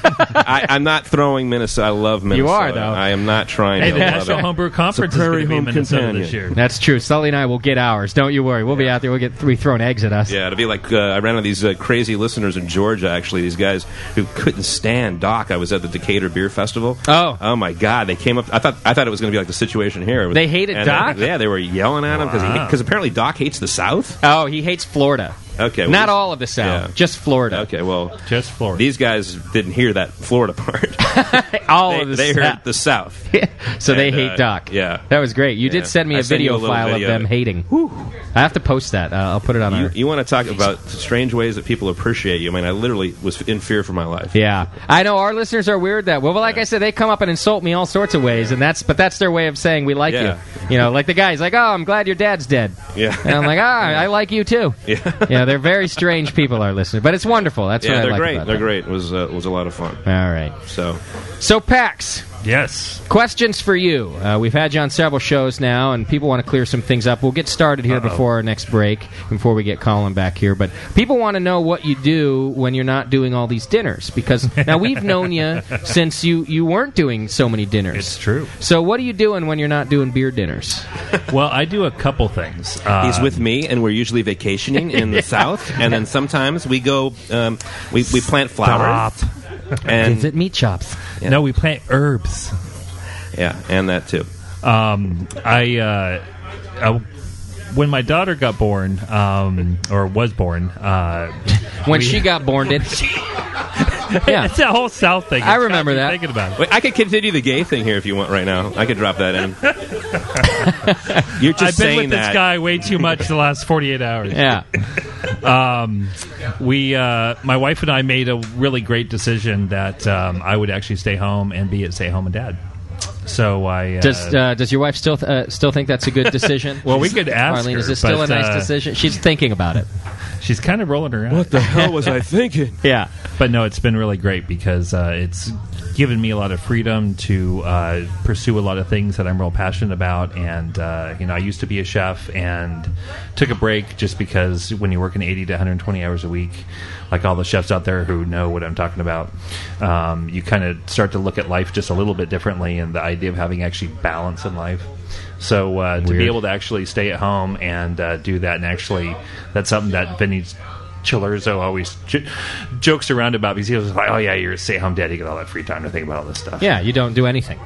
Speaker 14: I, I'm not throwing Minnesota. I love Minnesota.
Speaker 1: are, though.
Speaker 14: I am not trying
Speaker 8: Hey,
Speaker 14: to.
Speaker 8: the
Speaker 14: love
Speaker 8: National
Speaker 14: it.
Speaker 8: Homebrew
Speaker 14: It's a
Speaker 8: Conference is
Speaker 14: prairie
Speaker 8: gonna be in
Speaker 14: home
Speaker 8: Minnesota
Speaker 14: companion.
Speaker 8: this year.
Speaker 1: That's true. Sully and I will get ours. Don't you worry. We'll be out there. We'll get three thrown eggs at us.
Speaker 14: Yeah, it'll be like uh, I ran into these uh, crazy listeners in Georgia. Actually, these guys who couldn't stand Doc. I was at the Decatur Beer Festival. Oh, oh my God! They came up. I thought I thought it was going to be like the situation here.
Speaker 1: They hated
Speaker 14: And, uh,
Speaker 1: Doc?
Speaker 14: yeah, they were yelling at him because
Speaker 1: Wow.
Speaker 14: because apparently Doc hates the South.
Speaker 1: Oh, he hates Florida.
Speaker 14: Okay, well,
Speaker 1: Not
Speaker 14: these-
Speaker 1: all of the South,
Speaker 14: yeah.
Speaker 1: just Florida.
Speaker 14: Okay, well,
Speaker 8: just Florida.
Speaker 14: These guys didn't hear that Florida part.
Speaker 1: all
Speaker 14: they,
Speaker 1: of the
Speaker 14: they
Speaker 1: South.
Speaker 14: heard the South.
Speaker 1: so they
Speaker 14: And,
Speaker 1: hate
Speaker 14: uh,
Speaker 1: Doc.
Speaker 14: Yeah,
Speaker 1: That was great. You
Speaker 14: Yeah.
Speaker 1: did send me
Speaker 14: I
Speaker 1: a
Speaker 14: sent you a
Speaker 1: video
Speaker 14: little
Speaker 1: file
Speaker 14: video
Speaker 1: of
Speaker 14: of
Speaker 1: them
Speaker 14: it.
Speaker 1: hating. I have to post that. Uh, I'll put it on
Speaker 14: You,
Speaker 1: our.
Speaker 14: you want to talk about strange ways that people appreciate you? I mean, I literally was in fear for my life.
Speaker 1: Yeah, I know our listeners are weird that. Well, but like I said, they come up and insult me all sorts of ways, and that's but that's their way of saying we like
Speaker 14: Yeah.
Speaker 1: you. You know, like the guy's like, "Oh, I'm glad your dad's dead."
Speaker 14: Yeah.
Speaker 1: and I'm like, "Ah, I like you too."
Speaker 14: Yeah.
Speaker 1: you know, they're very strange people our listeners, but it's wonderful. That's
Speaker 14: yeah,
Speaker 1: what I
Speaker 14: they're
Speaker 1: like
Speaker 14: great.
Speaker 1: about
Speaker 14: They're
Speaker 1: them.
Speaker 14: great. It was uh, was a lot of fun.
Speaker 1: All right.
Speaker 14: So
Speaker 1: So Pax,
Speaker 8: Yes.
Speaker 1: questions for you. Uh, we've had you on several shows now, and people want to clear some things up. We'll get started here before our next break, before we get Colin back here. But people want to know what you do when you're not doing all these dinners, because now we've known you since you you weren't doing so many dinners. It's
Speaker 8: true.
Speaker 1: So what are you doing when you're not doing beer dinners?
Speaker 8: well, I do a couple things. Uh,
Speaker 14: he's with me, and we're usually vacationing in the
Speaker 1: Yeah.
Speaker 14: south, and then sometimes we go um, we we plant flowers.
Speaker 8: Stop.
Speaker 14: And
Speaker 1: Is it meat chops?
Speaker 14: Yeah.
Speaker 8: No, we plant herbs.
Speaker 14: yeah, and that too.
Speaker 8: Um, I, uh, I- when my daughter got born, um, or was born, uh,
Speaker 1: When
Speaker 8: we-
Speaker 1: she got born, did yeah,
Speaker 8: it's that whole South thing.
Speaker 1: I
Speaker 8: It's
Speaker 1: remember
Speaker 8: got me
Speaker 1: that.
Speaker 8: Thinking about it.
Speaker 14: Wait, I could continue the gay thing here if you want right now. I could drop that in. You're just
Speaker 8: I've been
Speaker 14: saying
Speaker 8: with
Speaker 14: that.
Speaker 8: this guy way too much the last 48 hours.
Speaker 1: Yeah.
Speaker 8: Um, we, uh, my wife and I made a really great decision that um, I would actually stay home and be at stay home and dad. So I uh,
Speaker 1: Does uh, does your wife still th- uh, still think that's a good decision?
Speaker 8: Well, we could ask
Speaker 1: Marlene, is
Speaker 8: her,
Speaker 1: this still a
Speaker 8: but,
Speaker 1: nice
Speaker 8: uh,
Speaker 1: decision? She's thinking about it.
Speaker 8: she's kind of rolling her eyes.
Speaker 14: the hell was I thinking?
Speaker 1: Yeah.
Speaker 8: But no, it's been really great because uh, it's given me a lot of freedom to uh, pursue a lot of things that I'm real passionate about. And, uh, you know, I used to be a chef and took a break just because when you're working 80 to 120 hours a week, like all the chefs out there who know what I'm talking about, um, you kind of start to look at life just a little bit differently and the idea of having actually balance in life. So uh, to be
Speaker 1: Weird.
Speaker 8: able to actually stay at home and uh, do that, and actually, that's something that Vinny's Chillerzo always j- jokes around about because he was like, "Oh yeah, you're a stay-at-home dad. You get all that free time to think about all this stuff."
Speaker 1: Yeah, you don't do anything.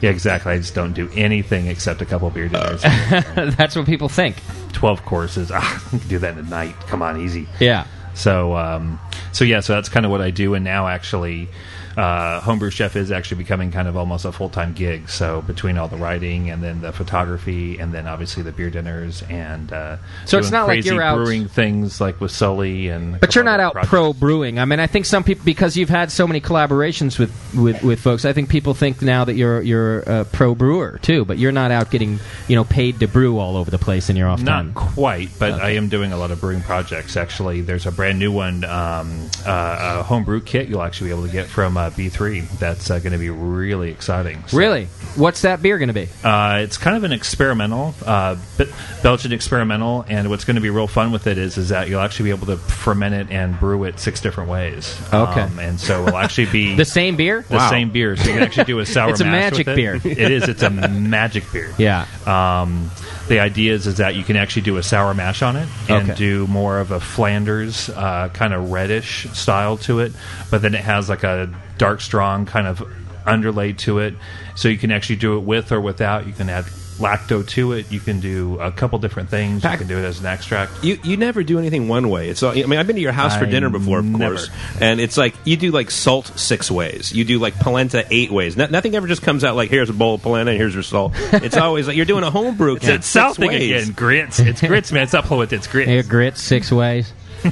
Speaker 8: yeah, exactly. I just don't do anything except a couple beer dinners,
Speaker 1: that's what people think.
Speaker 8: twelve courses. Ah, you can do that at night. Come on, easy.
Speaker 1: Yeah.
Speaker 8: So, um, so yeah, so that's kind of what I do. And now, actually, uh, homebrew chef is actually becoming kind of almost a full time gig. So between all the writing and then the photography and then obviously the beer dinners and uh,
Speaker 1: So it's
Speaker 8: doing
Speaker 1: not like
Speaker 8: crazy
Speaker 1: you're out-
Speaker 8: brewing things like with Sully and a
Speaker 1: But you're
Speaker 8: couple
Speaker 1: not
Speaker 8: other
Speaker 1: out
Speaker 8: projects.
Speaker 1: pro brewing. I mean, I think some people because you've had so many collaborations with, with, with folks. I think people think now that you're you're a pro brewer too. But you're not out getting you know paid to brew all over the place in your off
Speaker 8: Not
Speaker 1: time.
Speaker 8: quite, but I am doing a lot of brewing projects. Actually, there's a brand new one, um, uh, a homebrew kit you'll actually be able to get from uh, B3. That's uh, going to be really exciting.
Speaker 1: Really, what's that beer going to be?
Speaker 8: Uh, it's kind of an experimental, uh, Be- Belgian experimental, and what's going to be real fun with it is is that you'll actually be able to ferment it and brew it six different ways. Um,
Speaker 1: Okay.
Speaker 8: and so it'll actually be
Speaker 1: The same beer?
Speaker 8: the
Speaker 1: Wow.
Speaker 8: same beer. So you can actually do a sour.
Speaker 1: It's a
Speaker 8: mash with
Speaker 1: magic
Speaker 8: it.
Speaker 1: beer.
Speaker 8: It is. It's a magic beer.
Speaker 1: Yeah.
Speaker 8: Um, the idea is, is that you can actually do a sour mash on it and
Speaker 1: Okay.
Speaker 8: do more of a Flanders uh, kind of reddish style to it, but then it has like a dark strong kind of underlay to it. So you can actually do it with or without. You can add lacto to it. You can do a couple different things. You can do it as an extract.
Speaker 14: You you never do anything one way. It's all, I mean I've been to your house for
Speaker 8: I
Speaker 14: dinner before, of
Speaker 8: never.
Speaker 14: course, and it's like you do like salt six ways. You do like polenta eight ways. No, nothing ever just comes out like here's a bowl of polenta and here's your salt. It's always like you're doing a homebrew.
Speaker 8: It's that South thing again. Grits. It's grits, man. It's not polenta. It's grits.
Speaker 1: Air grits six ways.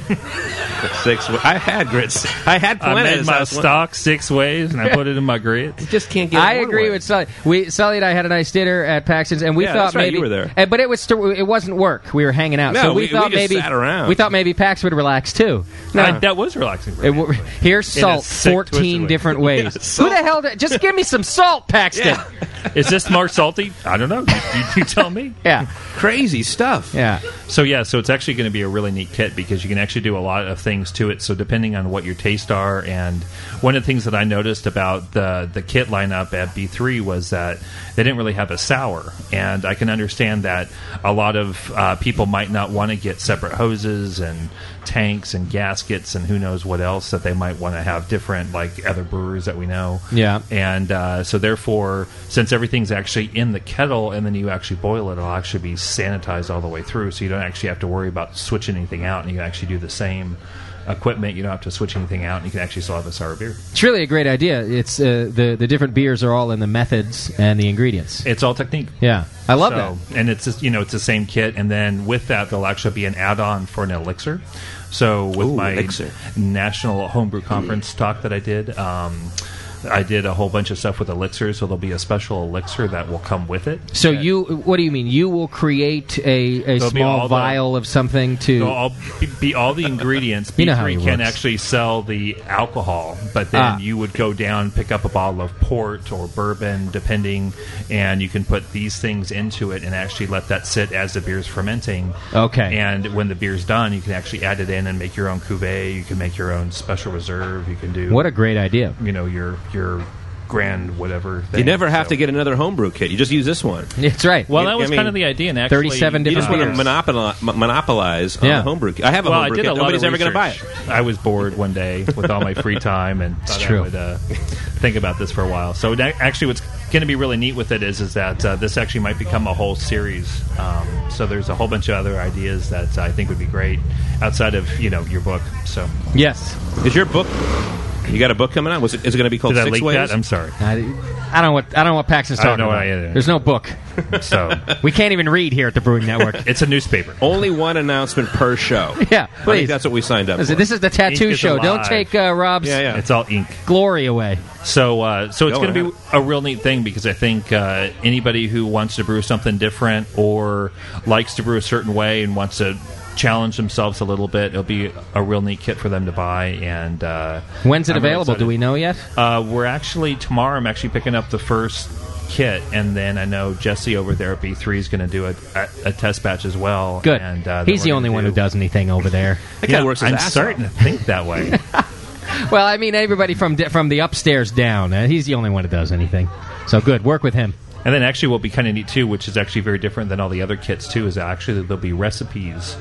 Speaker 14: Six. wa- I had grits. I had
Speaker 8: I
Speaker 14: polenta.
Speaker 8: made
Speaker 14: as
Speaker 8: my
Speaker 14: was-
Speaker 8: stock six ways and I put it in my grits.
Speaker 1: just can't get. I agree with Sully. We Sully and I had a nice dinner at Paxton's, and we
Speaker 8: Yeah,
Speaker 1: thought
Speaker 8: that's right,
Speaker 1: maybe
Speaker 8: you were there.
Speaker 1: eh, but it was st- it wasn't work. We were hanging out,
Speaker 8: No,
Speaker 1: so we,
Speaker 8: we- we
Speaker 1: thought
Speaker 8: just
Speaker 1: maybe
Speaker 8: sat around.
Speaker 1: we thought maybe Pax would relax too.
Speaker 8: I- that was relaxing.
Speaker 1: It w- here's
Speaker 8: In a
Speaker 1: salt
Speaker 8: sick, twisted
Speaker 1: 14
Speaker 8: way.
Speaker 1: different ways.
Speaker 8: Yeah,
Speaker 1: Who the hell? Did, just give me some salt, Paxton.
Speaker 8: Yeah. Is this more salty? I don't know. You, you, you tell me.
Speaker 1: Yeah.
Speaker 14: Crazy stuff.
Speaker 1: Yeah.
Speaker 8: So yeah, so it's actually going to be a really neat kit because you can actually do a lot of things to it. So depending on what your tastes are, and one of the things that I noticed about the the kit lineup at B3 was that they didn't really have a sour, and I can understand that a lot of uh, people might not want to get separate hoses and tanks and gaskets and who knows what else that they might want to have different like other brewers that we know.
Speaker 1: Yeah.
Speaker 8: And uh, so, therefore, since everything's actually in the kettle and then you actually boil it, it'll actually be sanitized all the way through. So you don't actually have to worry about switching anything out, and you can actually do the same equipment. You don't have to switch anything out, and you can actually still have a sour beer.
Speaker 1: It's really a great idea. It's uh, the the different beers are all in the methods and the ingredients.
Speaker 8: It's all technique.
Speaker 1: Yeah, I love
Speaker 8: So- And it's just, you know it's the same kit, and then with that there'll actually be an add-on for an elixir. So with
Speaker 14: Ooh,
Speaker 8: my
Speaker 14: elixir.
Speaker 8: national homebrew conference talk that I did. Um, I did a whole bunch of stuff with elixir, so there'll be a special elixir that will come with it.
Speaker 1: that. So you, what do you mean? You will create a, a
Speaker 8: There'll be all
Speaker 1: small
Speaker 8: the-
Speaker 1: vial of something to.
Speaker 8: So all, be, be all the ingredients. B3
Speaker 1: You know how he
Speaker 8: can
Speaker 1: works.
Speaker 8: actually sell the alcohol, but then
Speaker 1: Ah.
Speaker 8: you would go down, pick up a bottle of port or bourbon, depending, and you can put these things into it and actually let that sit as the beer's fermenting.
Speaker 1: Okay.
Speaker 8: And when the beer's done, you can actually add it in and make your own cuvee. You can make your own special reserve. You can do
Speaker 1: What a great idea.
Speaker 8: you know your your grand whatever. Thing.
Speaker 14: You never have
Speaker 8: So-
Speaker 14: to get another homebrew kit. You just use this one.
Speaker 1: That's right.
Speaker 8: Well, that was kind of the idea, and actually,
Speaker 14: You just want to monopolize, monopolize on
Speaker 8: Yeah.
Speaker 14: the homebrew kit. I have a
Speaker 8: well, I
Speaker 14: homebrew
Speaker 8: did
Speaker 14: kit.
Speaker 8: a lot
Speaker 14: Nobody's
Speaker 8: of
Speaker 14: ever going to buy it.
Speaker 8: research. I was bored one day with all my free time and thought
Speaker 14: true.
Speaker 8: I would uh, think about this for a while. So that, actually, what's going to be really neat with it is is that uh, this actually might become a whole series. Um, so there's a whole bunch of other ideas that I think would be great outside of you know your book. So
Speaker 1: Yes.
Speaker 14: Is your book? You got a book coming out? Was it, is it going to be called
Speaker 8: Did I
Speaker 14: Six
Speaker 8: leak
Speaker 14: Ways?
Speaker 8: that? I'm sorry.
Speaker 1: I, I don't know what I don't know what Paxton's
Speaker 8: I don't
Speaker 1: talking
Speaker 8: know
Speaker 1: about.
Speaker 8: what I either.
Speaker 1: There's no book,
Speaker 8: so
Speaker 1: we can't even read here at the Brewing Network.
Speaker 8: it's a newspaper.
Speaker 14: Only one announcement per show.
Speaker 1: Yeah,
Speaker 14: I think
Speaker 1: please.
Speaker 14: that's what we signed up.
Speaker 1: This
Speaker 14: for.
Speaker 1: is- this is the tattoo show. Don't take uh, Rob's
Speaker 14: Yeah, yeah.
Speaker 8: It's all ink.
Speaker 1: glory away.
Speaker 8: So, uh, so it's
Speaker 1: Go
Speaker 8: going to
Speaker 1: ahead.
Speaker 8: be a real neat thing because I think uh, anybody who wants to brew something different or likes to brew a certain way and wants to challenge themselves a little bit, it'll be a real neat kit for them to buy. And uh,
Speaker 1: When's it
Speaker 8: I'm really
Speaker 1: available?
Speaker 8: excited.
Speaker 1: Do we know yet?
Speaker 8: Uh, we're actually tomorrow. I'm actually picking up the first kit, and then I know Jesse over there at B3 is going to do a, a, a test batch as well.
Speaker 1: Good.
Speaker 8: And, uh, then
Speaker 1: He's
Speaker 8: we're
Speaker 1: the
Speaker 8: gonna
Speaker 1: only one
Speaker 8: do-
Speaker 1: who does anything over there.
Speaker 8: You know, I'm starting to think that way.
Speaker 1: Well, I mean, everybody from d- from the upstairs down. Uh, he's the only one who does anything. So good. Work with him.
Speaker 8: And then actually, what will be kind of neat too, which is actually very different than all the other kits too, is actually that there'll be recipes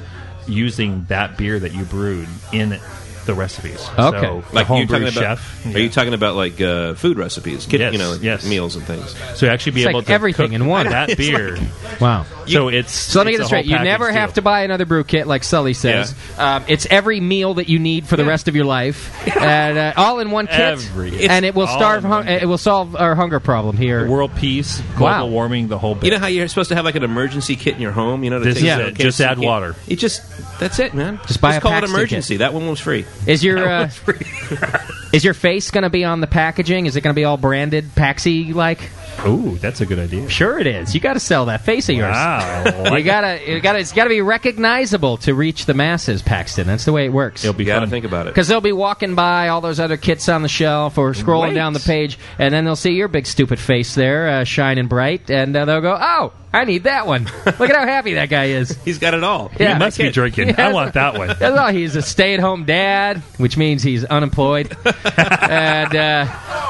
Speaker 8: using that beer that you brewed in the recipes. So, the
Speaker 14: like you
Speaker 8: homebrew
Speaker 14: talking about?
Speaker 8: chef.
Speaker 14: Are you talking about like uh, food recipes? Kid,
Speaker 8: Yes,
Speaker 14: you know, like
Speaker 8: yes.
Speaker 14: meals and things.
Speaker 8: So you actually be
Speaker 1: It's
Speaker 8: able
Speaker 1: like
Speaker 8: to
Speaker 1: everything
Speaker 8: cook
Speaker 1: in one.
Speaker 8: that
Speaker 1: It's
Speaker 8: beer.
Speaker 1: Wow.
Speaker 8: So it's
Speaker 1: So let me get this straight. You never have to buy another brew kit, like Sully says. Um, it's every meal that you need for the rest of your life, and uh, all in one kit.
Speaker 8: Every-
Speaker 1: and it will
Speaker 8: It's
Speaker 1: starve.
Speaker 8: all in
Speaker 1: Hung- it will solve our hunger problem here.
Speaker 8: World peace,
Speaker 1: Wow.
Speaker 8: global warming, the whole bit.
Speaker 14: You know how you're supposed to have like an emergency kit in your home? You know, to
Speaker 8: This
Speaker 14: take
Speaker 8: is
Speaker 14: out
Speaker 8: it.
Speaker 14: in case
Speaker 8: Just
Speaker 14: you
Speaker 8: add
Speaker 14: can't-
Speaker 8: water.
Speaker 14: It just that's it, man.
Speaker 1: Just buy a
Speaker 14: call it
Speaker 1: Paxton
Speaker 14: emergency. That one was free.
Speaker 1: Is your
Speaker 14: That
Speaker 1: uh,
Speaker 14: one's free.
Speaker 1: is your face going to be on the packaging? Is it going to be all branded Paxi like?
Speaker 8: Ooh, that's a good idea.
Speaker 1: Sure, it is. You got to sell that face of yours.
Speaker 8: Wow.
Speaker 1: you gotta, you gotta, it's got to be recognizable to reach the masses, Paxton. That's the way it works. It'll
Speaker 14: be you got to think about it.
Speaker 1: Because they'll be walking by all those other kits on the shelf or scrolling down the page, and then they'll see your big stupid face there uh, shining bright, and uh, they'll go, "Oh, I need that one! Look at how happy that guy is.
Speaker 14: He's got it all.
Speaker 8: He must be drinking. I want that one.
Speaker 1: That's all. He's a stay-at-home dad, which means he's unemployed, and uh,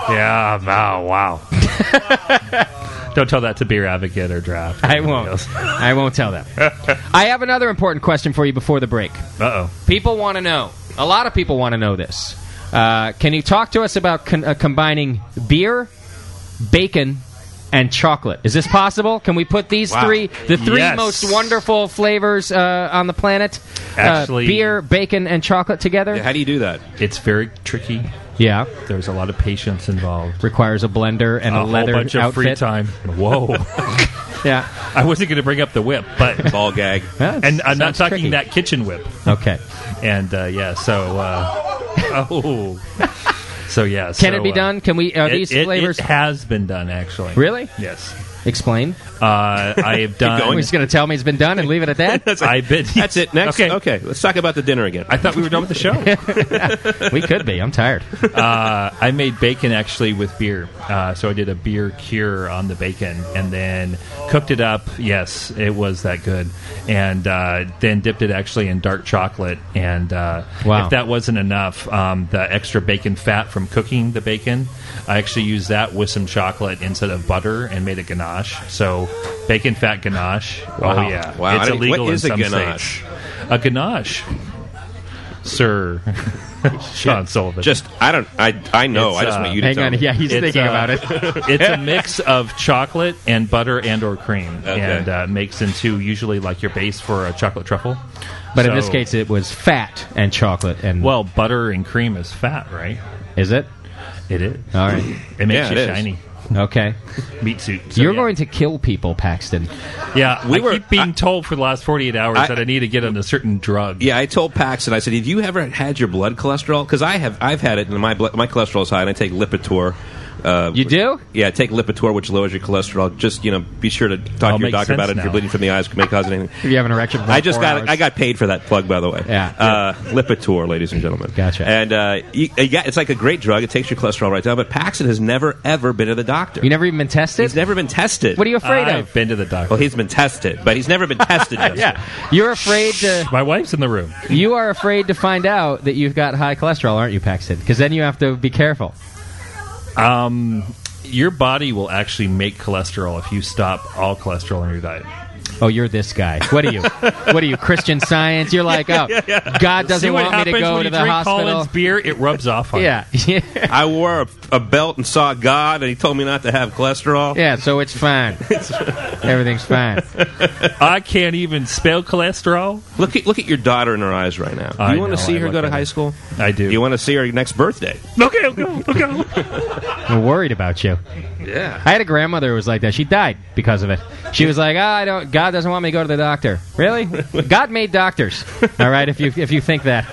Speaker 8: Yeah. Wow. Wow. Don't tell that to Beer Advocate or Draft.
Speaker 1: I won't. I won't tell them. I have another important question for you before the break.
Speaker 8: Uh oh.
Speaker 1: People want to know. A lot of people want to know this. Uh, can you talk to us about con- uh, combining beer, bacon, and chocolate? Is this possible? Can we put these
Speaker 8: Wow.
Speaker 1: three, the three
Speaker 8: Yes.
Speaker 1: most wonderful flavors uh, on the planet,
Speaker 8: Actually-
Speaker 1: uh, beer, bacon, and chocolate together?
Speaker 14: How do you do that?
Speaker 8: It's very tricky.
Speaker 1: Yeah.
Speaker 8: There's a lot of patience involved.
Speaker 1: Requires a blender and a, leather
Speaker 8: whole bunch of free
Speaker 1: outfit.
Speaker 8: time. Whoa.
Speaker 1: Yeah.
Speaker 8: I wasn't going to bring up the whip, but
Speaker 14: ball gag.
Speaker 8: and I'm not
Speaker 1: sounds
Speaker 8: talking
Speaker 1: tricky.
Speaker 8: that kitchen whip.
Speaker 1: Okay.
Speaker 8: And uh, yeah, so uh, oh, so yeah.
Speaker 1: Can
Speaker 8: so,
Speaker 1: it be
Speaker 8: uh,
Speaker 1: done? Can we? Are
Speaker 8: it-
Speaker 1: these
Speaker 8: it-
Speaker 1: flavors?
Speaker 8: It has been done actually.
Speaker 1: Really?
Speaker 8: Yes.
Speaker 1: Explain.
Speaker 8: Uh, I have done.
Speaker 1: He's going to tell me it's been done and leave it at that.
Speaker 8: I've been.
Speaker 14: That's it. Next. Okay. Let's talk about the dinner again.
Speaker 8: I thought we were done with the show.
Speaker 1: we could be. I'm tired.
Speaker 8: uh, I made bacon actually with beer. Uh, so I did a beer cure on the bacon and then cooked it up. Yes, it was that good. And uh, then dipped it actually in dark chocolate. And uh,
Speaker 1: Wow.
Speaker 8: if that wasn't enough, um, the extra bacon fat from cooking the bacon, I actually used that with some chocolate instead of butter and made a ganache. So bacon fat ganache.
Speaker 14: Wow.
Speaker 8: Oh, yeah.
Speaker 14: Wow. I
Speaker 8: It's
Speaker 14: didn't-
Speaker 8: illegal
Speaker 14: what is a
Speaker 8: in some
Speaker 14: ganache?
Speaker 8: states. A ganache. Sir. Sean Sullivan.
Speaker 14: Just I don't. I I know.
Speaker 8: It's,
Speaker 14: I just
Speaker 8: uh,
Speaker 14: want you to tell me.
Speaker 8: It's, uh, it's a mix of chocolate and butter and or cream,
Speaker 14: Okay.
Speaker 8: and uh, makes into usually like your base for a chocolate truffle.
Speaker 1: But in this
Speaker 8: So-
Speaker 1: case, it was fat and chocolate and
Speaker 8: well, butter and cream is fat, right?
Speaker 1: Is it?
Speaker 8: It is.
Speaker 1: All right.
Speaker 8: It makes
Speaker 14: Yeah,
Speaker 8: you
Speaker 14: it is.
Speaker 8: shiny.
Speaker 1: Okay.
Speaker 8: Meat suit.
Speaker 1: You're
Speaker 8: yeah.
Speaker 1: going to kill people, Paxton.
Speaker 8: Yeah,
Speaker 14: We
Speaker 8: I
Speaker 14: were-
Speaker 8: keep being told for the last 48 hours
Speaker 14: I-
Speaker 8: that I need to get on a certain drug.
Speaker 14: Yeah, I told Paxton. I said, "Have you ever had your blood cholesterol? Because I have. I've had it, and my blood, my cholesterol is high, and I take Lipitor. Uh,
Speaker 1: You do?
Speaker 14: yeah, take Lipitor, which lowers your cholesterol. Just you know, be sure to talk
Speaker 8: All
Speaker 14: to your
Speaker 8: makes
Speaker 14: doctor about it.
Speaker 8: sense
Speaker 14: If
Speaker 8: now.
Speaker 14: you're bleeding from the eyes, it may cause anything.
Speaker 1: If you have an erection, for
Speaker 14: I just
Speaker 1: four
Speaker 14: got
Speaker 1: hours.
Speaker 14: I got paid for that plug, by the way.
Speaker 1: Yeah.
Speaker 14: uh, Lipitor, ladies and gentlemen.
Speaker 1: Gotcha.
Speaker 14: And uh, you, you got, it's like a great drug. It takes your cholesterol right down. But Paxton has never ever been to the doctor.
Speaker 1: You never even been tested.
Speaker 14: he's never been tested.
Speaker 1: What are you afraid
Speaker 8: I've
Speaker 1: of?
Speaker 8: been to the doctor.
Speaker 14: Well, he's been tested, but he's never been tested. Justin.
Speaker 1: You're afraid to.
Speaker 8: My wife's in the room.
Speaker 1: You are afraid to find out that you've got high cholesterol, aren't you, Paxton? Because then you have to be careful.
Speaker 8: Um, your body will actually make cholesterol if you stop all cholesterol in your diet.
Speaker 1: Oh, you're this guy. What are you? what are you? Christian Science? You're like, oh, God doesn't
Speaker 8: See what
Speaker 1: want me to
Speaker 8: happens
Speaker 1: go
Speaker 8: when
Speaker 1: to
Speaker 8: you
Speaker 1: the
Speaker 8: drink
Speaker 1: hospital.
Speaker 8: Colin's beer, it rubs off on
Speaker 1: yeah,
Speaker 14: I wore a, a belt and saw God, and he told me not to have cholesterol.
Speaker 1: yeah. So it's fine. Everything's fine.
Speaker 8: you. I can't even spell cholesterol.
Speaker 14: Look at look at your daughter in her eyes right now.
Speaker 8: I
Speaker 14: you want
Speaker 8: know,
Speaker 14: to see
Speaker 8: I
Speaker 14: her
Speaker 8: look
Speaker 14: go to
Speaker 8: at
Speaker 14: high
Speaker 8: her.
Speaker 14: school?
Speaker 8: I do.
Speaker 14: You want to see her next birthday?
Speaker 8: okay, okay, okay.
Speaker 1: We're worried about you.
Speaker 14: Yeah.
Speaker 1: I had a grandmother who was like that. She died because of it. She was like, oh, I don't. God doesn't want me to go to the doctor. Really? God made doctors. All right. If you if you think that,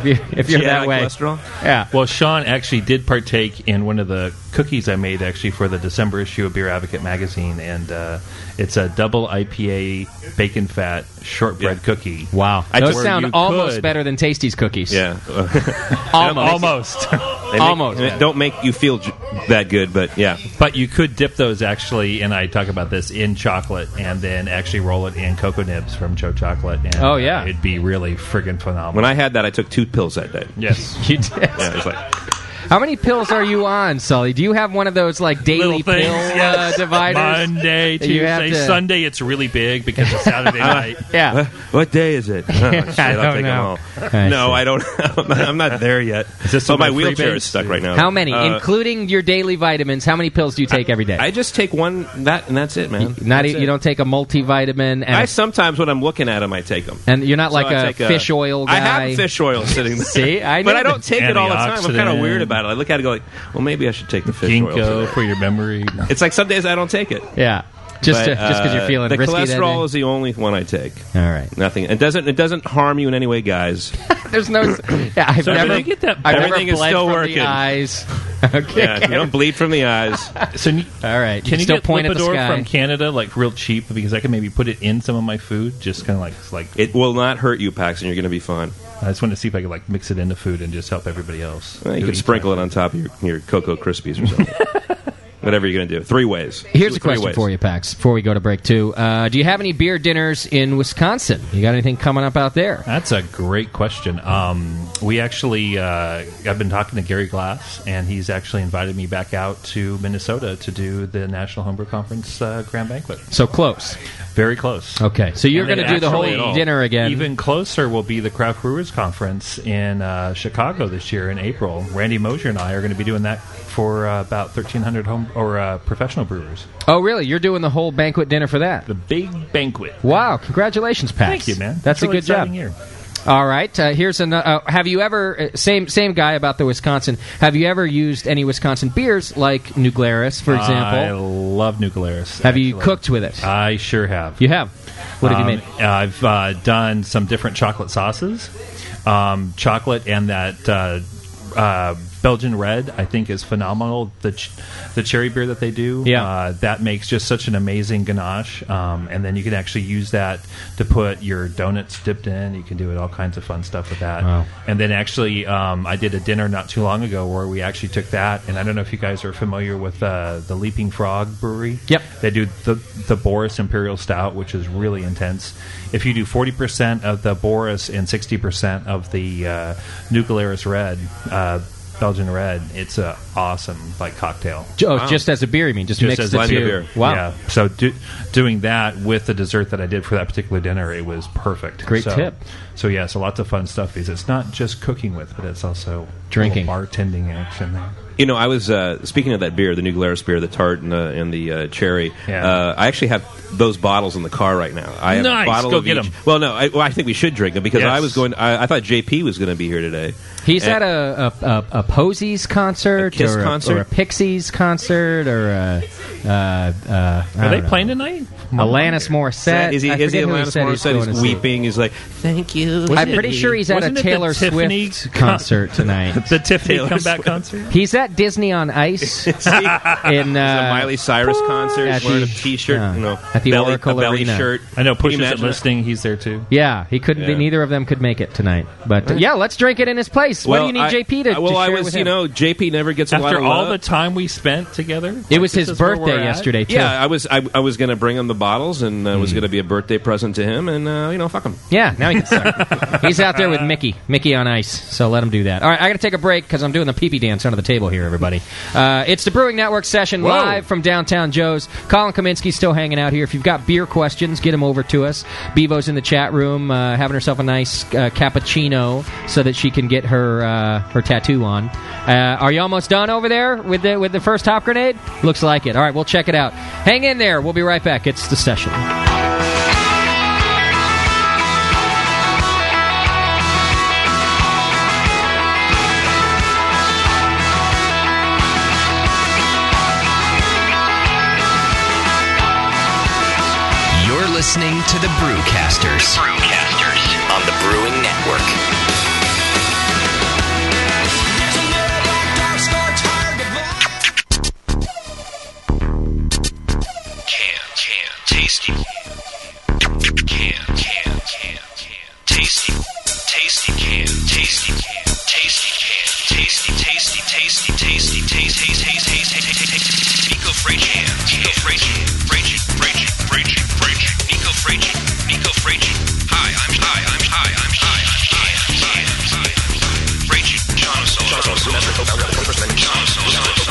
Speaker 1: if, you, if you're
Speaker 14: She had
Speaker 1: that
Speaker 14: high
Speaker 1: way,
Speaker 14: cholesterol?
Speaker 1: yeah.
Speaker 8: Well, Sean actually did partake in one of the cookies I made actually for the December issue of Beer Advocate magazine, and uh, it's a double IPA bacon fat shortbread
Speaker 14: Yeah.
Speaker 8: cookie.
Speaker 1: Wow.
Speaker 14: I
Speaker 1: Those
Speaker 14: just-
Speaker 8: Where
Speaker 1: sound
Speaker 8: you
Speaker 1: almost
Speaker 8: could-
Speaker 1: better than Tasty's cookies.
Speaker 14: Yeah.
Speaker 1: Almost.
Speaker 8: Almost,
Speaker 14: They make-
Speaker 1: Almost.
Speaker 14: they don't make you feel j- that good, but yeah.
Speaker 8: but you could dip those actually, and I talk about this in chocolate, and then actually roll it in cocoa nibs from Joe Chocolate. And,
Speaker 1: Oh,
Speaker 8: uh,
Speaker 1: yeah.
Speaker 8: it'd be really friggin' phenomenal.
Speaker 14: When I had that, I took two pills that day.
Speaker 8: yes,
Speaker 1: You did.
Speaker 14: Yeah, it was like
Speaker 1: How many pills are you on, Sully? Do you have one of those like daily pill uh, dividers?
Speaker 8: Monday,
Speaker 1: that you have
Speaker 8: Tuesday,
Speaker 1: to- Uh,
Speaker 8: Sunday. It's really big because it's Saturday night.
Speaker 1: yeah.
Speaker 14: What day is it? Oh, shit,
Speaker 8: I
Speaker 14: I'll
Speaker 8: don't
Speaker 14: take 'em
Speaker 8: know.
Speaker 14: all.
Speaker 8: I
Speaker 14: no,
Speaker 8: see.
Speaker 14: I don't. I'm not, I'm not there yet.
Speaker 8: this
Speaker 14: oh,
Speaker 8: on my
Speaker 14: my
Speaker 8: free
Speaker 14: wheelchair is
Speaker 8: base?
Speaker 14: stuck right now.
Speaker 1: How many,
Speaker 14: Uh,
Speaker 1: including your daily vitamins? How many pills do you take every day?
Speaker 14: I just take one that, and that's it, man.
Speaker 1: Not
Speaker 14: That's
Speaker 1: e-
Speaker 14: it.
Speaker 1: you don't take a multivitamin and a
Speaker 14: I sometimes when I'm looking at them, I take them.
Speaker 1: And you're not like a fish oil
Speaker 14: I have
Speaker 1: guy.
Speaker 14: fish oil sitting there.
Speaker 1: See? I
Speaker 14: but
Speaker 1: knew
Speaker 14: I don't
Speaker 1: that.
Speaker 14: take it all the time. I'm kind of
Speaker 1: Antioxidant.
Speaker 14: weird about it. I look at it and go like, well, maybe I should take the fish oil.
Speaker 8: Ginkgo
Speaker 14: today.
Speaker 8: for your memory.
Speaker 14: It's like some days I don't take it.
Speaker 1: Yeah. Just
Speaker 14: But,
Speaker 1: to- just 'cause you're
Speaker 14: uh,
Speaker 1: feeling
Speaker 14: the
Speaker 1: risky that
Speaker 14: cholesterol
Speaker 1: day?
Speaker 14: is the only one I take.
Speaker 1: All right,
Speaker 14: nothing. It doesn't. It doesn't harm you in any way, guys.
Speaker 1: There's no. Yeah, I've
Speaker 14: So
Speaker 1: never.
Speaker 14: everything- get that-
Speaker 1: I've never
Speaker 14: everything is
Speaker 1: bled
Speaker 14: still
Speaker 1: from the
Speaker 14: working.
Speaker 1: eyes. Okay.
Speaker 14: Yeah, you don't bleed from the eyes.
Speaker 8: So all
Speaker 1: right,
Speaker 8: can
Speaker 1: you
Speaker 8: you
Speaker 1: still
Speaker 8: get
Speaker 1: point at the
Speaker 8: Lipitor
Speaker 1: sky.
Speaker 8: from Canada like real cheap because I can maybe put it in some of my food? Just kind of like it's like
Speaker 14: It will not hurt you, Paxton. You're going to be fine.
Speaker 8: I just wanted to see if I could like mix it into food and just help everybody else.
Speaker 14: Well, you
Speaker 8: Do
Speaker 14: could
Speaker 8: eat
Speaker 14: sprinkle it on top of your, your Cocoa Krispies or something. Whatever you're going to do. Three ways.
Speaker 1: Here's
Speaker 14: Do
Speaker 1: a
Speaker 14: it three
Speaker 1: question
Speaker 14: ways.
Speaker 1: for you, Pax. Before we go to break two, uh, do you have any beer dinners in Wisconsin? You got anything coming up out there?
Speaker 8: That's a great question. Um, we actually, uh, I've been talking to Gary Glass, and he's actually invited me back out to Minnesota to do the National Homebrew Conference uh, Grand Banquet.
Speaker 1: So close.
Speaker 8: Very close.
Speaker 1: Okay, so you're
Speaker 8: And
Speaker 1: going to do the
Speaker 8: actually-
Speaker 1: whole dinner again.
Speaker 8: Even closer will be the Craft Brewers Conference in uh, Chicago this year in April. Randy Mosier and I are going to be doing that for uh, about 1,300 home or uh, professional brewers.
Speaker 1: oh, really? You're doing the whole banquet dinner for that? The
Speaker 8: big banquet.
Speaker 1: Wow! Congratulations, Pax.
Speaker 8: Thank you, man. It's
Speaker 1: That's
Speaker 8: really
Speaker 1: a good job.
Speaker 8: exciting year.
Speaker 1: All right. Uh, here's another. Uh, have you ever uh, same same guy about the Wisconsin? Have you ever used any Wisconsin beers like Nuglaris, for
Speaker 8: I
Speaker 1: example?
Speaker 8: love Nuclearis.
Speaker 1: Have you cooked with it?
Speaker 8: I sure have.
Speaker 1: You have. What have you
Speaker 8: Um, I've uh, done some different chocolate sauces, um, chocolate and that uh, uh, Belgian red. I think is phenomenal. The ch- the cherry beer that they do,
Speaker 1: Yeah.
Speaker 8: uh, that makes just such an amazing ganache. Um, and then you can actually use that to put your donuts dipped in. You can do it all kinds of fun stuff with that.
Speaker 1: Wow.
Speaker 8: And then actually, um, I did a dinner not too long ago where we actually took that. And I don't know if you guys are familiar with uh, the Leaping Frog Brewery. Yep. They do the, the Boris Imperial Stout, which is really intense. If you do 40% of the Boris and 60% of the uh, Nuclearis Red, uh, Belgian Red, it's a awesome like cocktail.
Speaker 1: J- oh, just as a beer, you mean? Just mix
Speaker 8: as
Speaker 1: the
Speaker 8: a
Speaker 1: two. Wow.
Speaker 8: Yeah. So do, doing that with the dessert that I did for that particular dinner, it was perfect.
Speaker 1: Great
Speaker 8: So-
Speaker 1: tip.
Speaker 8: So yeah, so lots of fun stuff because it's not just cooking with, but it's also
Speaker 1: Drinking.
Speaker 8: little bartending action there.
Speaker 14: You know, I was uh, speaking of that beer, the New Glarus beer, the tart and the, and the uh, cherry. Uh, I actually have those bottles in the car right now. I have
Speaker 8: Nice.
Speaker 14: a bottle
Speaker 8: Go
Speaker 14: of
Speaker 8: get
Speaker 14: each.
Speaker 8: 'em.
Speaker 14: Well, no, I, well, I think we should drink them because
Speaker 1: Yes.
Speaker 14: I was going. I, I thought JP was going to be here today.
Speaker 1: He's
Speaker 14: And-
Speaker 1: at a, a, a, a Posies concert,
Speaker 14: Kiss
Speaker 1: or, a-
Speaker 14: concert?
Speaker 1: or a Pixies concert, or a. Uh, uh, I
Speaker 8: Are they
Speaker 1: don't know.
Speaker 8: playing tonight?
Speaker 1: Alanis Morissette.
Speaker 14: Is he,
Speaker 1: I
Speaker 14: is he
Speaker 1: forget who he
Speaker 14: Alanis
Speaker 1: said he's
Speaker 14: Morissette?
Speaker 1: going
Speaker 14: He's,
Speaker 1: to see.
Speaker 14: weeping. He's like, thank you.
Speaker 1: I'm pretty sure he's at a Taylor Swift concert tonight.
Speaker 8: the Tiffany
Speaker 1: Taylor
Speaker 8: comeback
Speaker 1: Swift.
Speaker 8: concert.
Speaker 1: He's at Disney on Ice in uh,
Speaker 14: Miley Cyrus concert.
Speaker 1: at
Speaker 14: He's wearing a
Speaker 1: the-
Speaker 14: T-shirt.
Speaker 1: yeah.
Speaker 14: you know,
Speaker 1: at the
Speaker 14: belly,
Speaker 1: Oracle
Speaker 14: a belly
Speaker 1: Arena.
Speaker 14: shirt.
Speaker 8: I know.
Speaker 14: Can you
Speaker 8: Push isn't
Speaker 14: imagine that?
Speaker 8: listening. He's there too.
Speaker 1: Yeah, he couldn't.
Speaker 14: Yeah.
Speaker 1: Neither of them could make it tonight. But uh,
Speaker 14: Right.
Speaker 1: yeah, let's drink it in his place.
Speaker 14: Well,
Speaker 1: what do you
Speaker 14: I-
Speaker 1: need JP to?
Speaker 14: I- Uh, Well,
Speaker 1: to
Speaker 14: I
Speaker 1: share
Speaker 14: was.
Speaker 1: with
Speaker 14: you
Speaker 1: him?
Speaker 14: know, JP never gets a lot
Speaker 8: After
Speaker 14: of
Speaker 8: all
Speaker 14: love.
Speaker 8: the time we spent together,
Speaker 1: It was
Speaker 8: this
Speaker 1: his
Speaker 8: is where we're
Speaker 1: birthday
Speaker 8: at?
Speaker 1: yesterday too. Hmm.
Speaker 14: Yeah, I was I, I was gonna bring him the bottles, and uh, it was gonna be a birthday present to him, and uh, you know, fuck him.
Speaker 1: Yeah, now he can start. He's out there with Mickey, Mickey on ice. So let him do that. All right, I got to take a break because I'm doing the pee pee dance under the table here, everybody. Uh, it's the Brewing Network session
Speaker 15: Whoa.
Speaker 1: live from downtown Joe's. Colin Kaminsky still hanging out here. If you've got beer questions, get them over to us. Bevo's in the chat room uh, having herself a nice uh, cappuccino so that she can get her uh, her tattoo on. Uh, are you almost done over there with the with the first top grenade? Looks like it. All right, we'll check it out. Hang in there. We'll be right back. It's the session.
Speaker 2: You're listening to the Brewcasters. Brewcasters on the Brewing Network. Can can tasty. Can can can can tasty. Tasty can tasty can tasty can tasty tasty tasty tasty tasty tasty tasty tasty. Nico Frage can Nico Frage Frage Frage Frage Frage Nico Frage Nico Frage. Hi, I'm hi, I'm hi, I'm hi, I'm hi, I'm hi, I'm hi. Frage John O'Sullivan.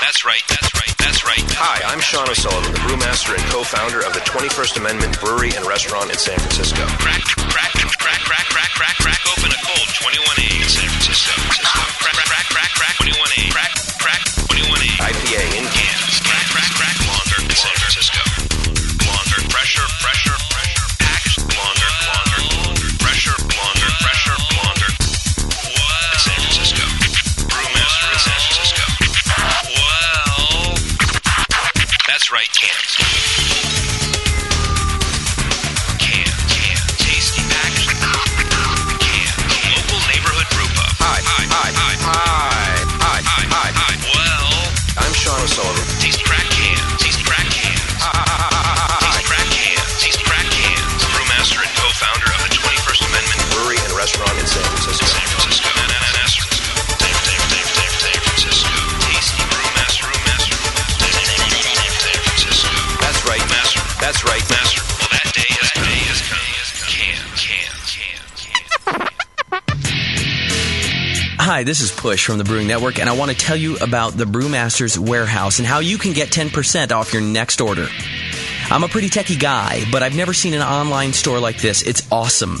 Speaker 2: That's right. That's right. That's right. Hi, I'm Sean O'Sullivan, the brewmaster and co-founder of the 21st Amendment Brewery and Restaurant in San Francisco. Crack, crack, crack, crack, crack, crack, crack open a cold 21A in San Francisco. Francisco. Crack, crack, crack, crack, crack, 21A. Crack, crack, 21A. IPA in cans. Crack, crack, crack, longer in San Francisco. Longer, pressure, pressure, pressure. Packaged longer, longer, longer. Pressure, longer, pressure, longer. In San Francisco. Brewmaster in San Francisco. Well, that's right, cans. Can, can, tasty package. Can, local neighborhood brew pub. Hi, hi, hi, hi, hi, hi, hi, hi, hi. Well, I'm Sean O'Sullivan. Tasty crack can, tasty crack can. Tasty crack can, tasty crack can. Brewmaster and co-founder of the 21st Amendment Brewery and Restaurant in San Francisco. San Francisco. Na, na, na, na, San San Francisco. Tasty brewmaster, brewmaster. San Francisco. That's right, master. That's right, master. Well, that day is that day is coming. Can, can, can.
Speaker 15: Hi, this is Push from the Brewing Network, and I want to tell you about the Brewmaster's Warehouse and how you can get 10% off your next order. I'm a pretty techie guy, but I've never seen an online store like this. It's awesome.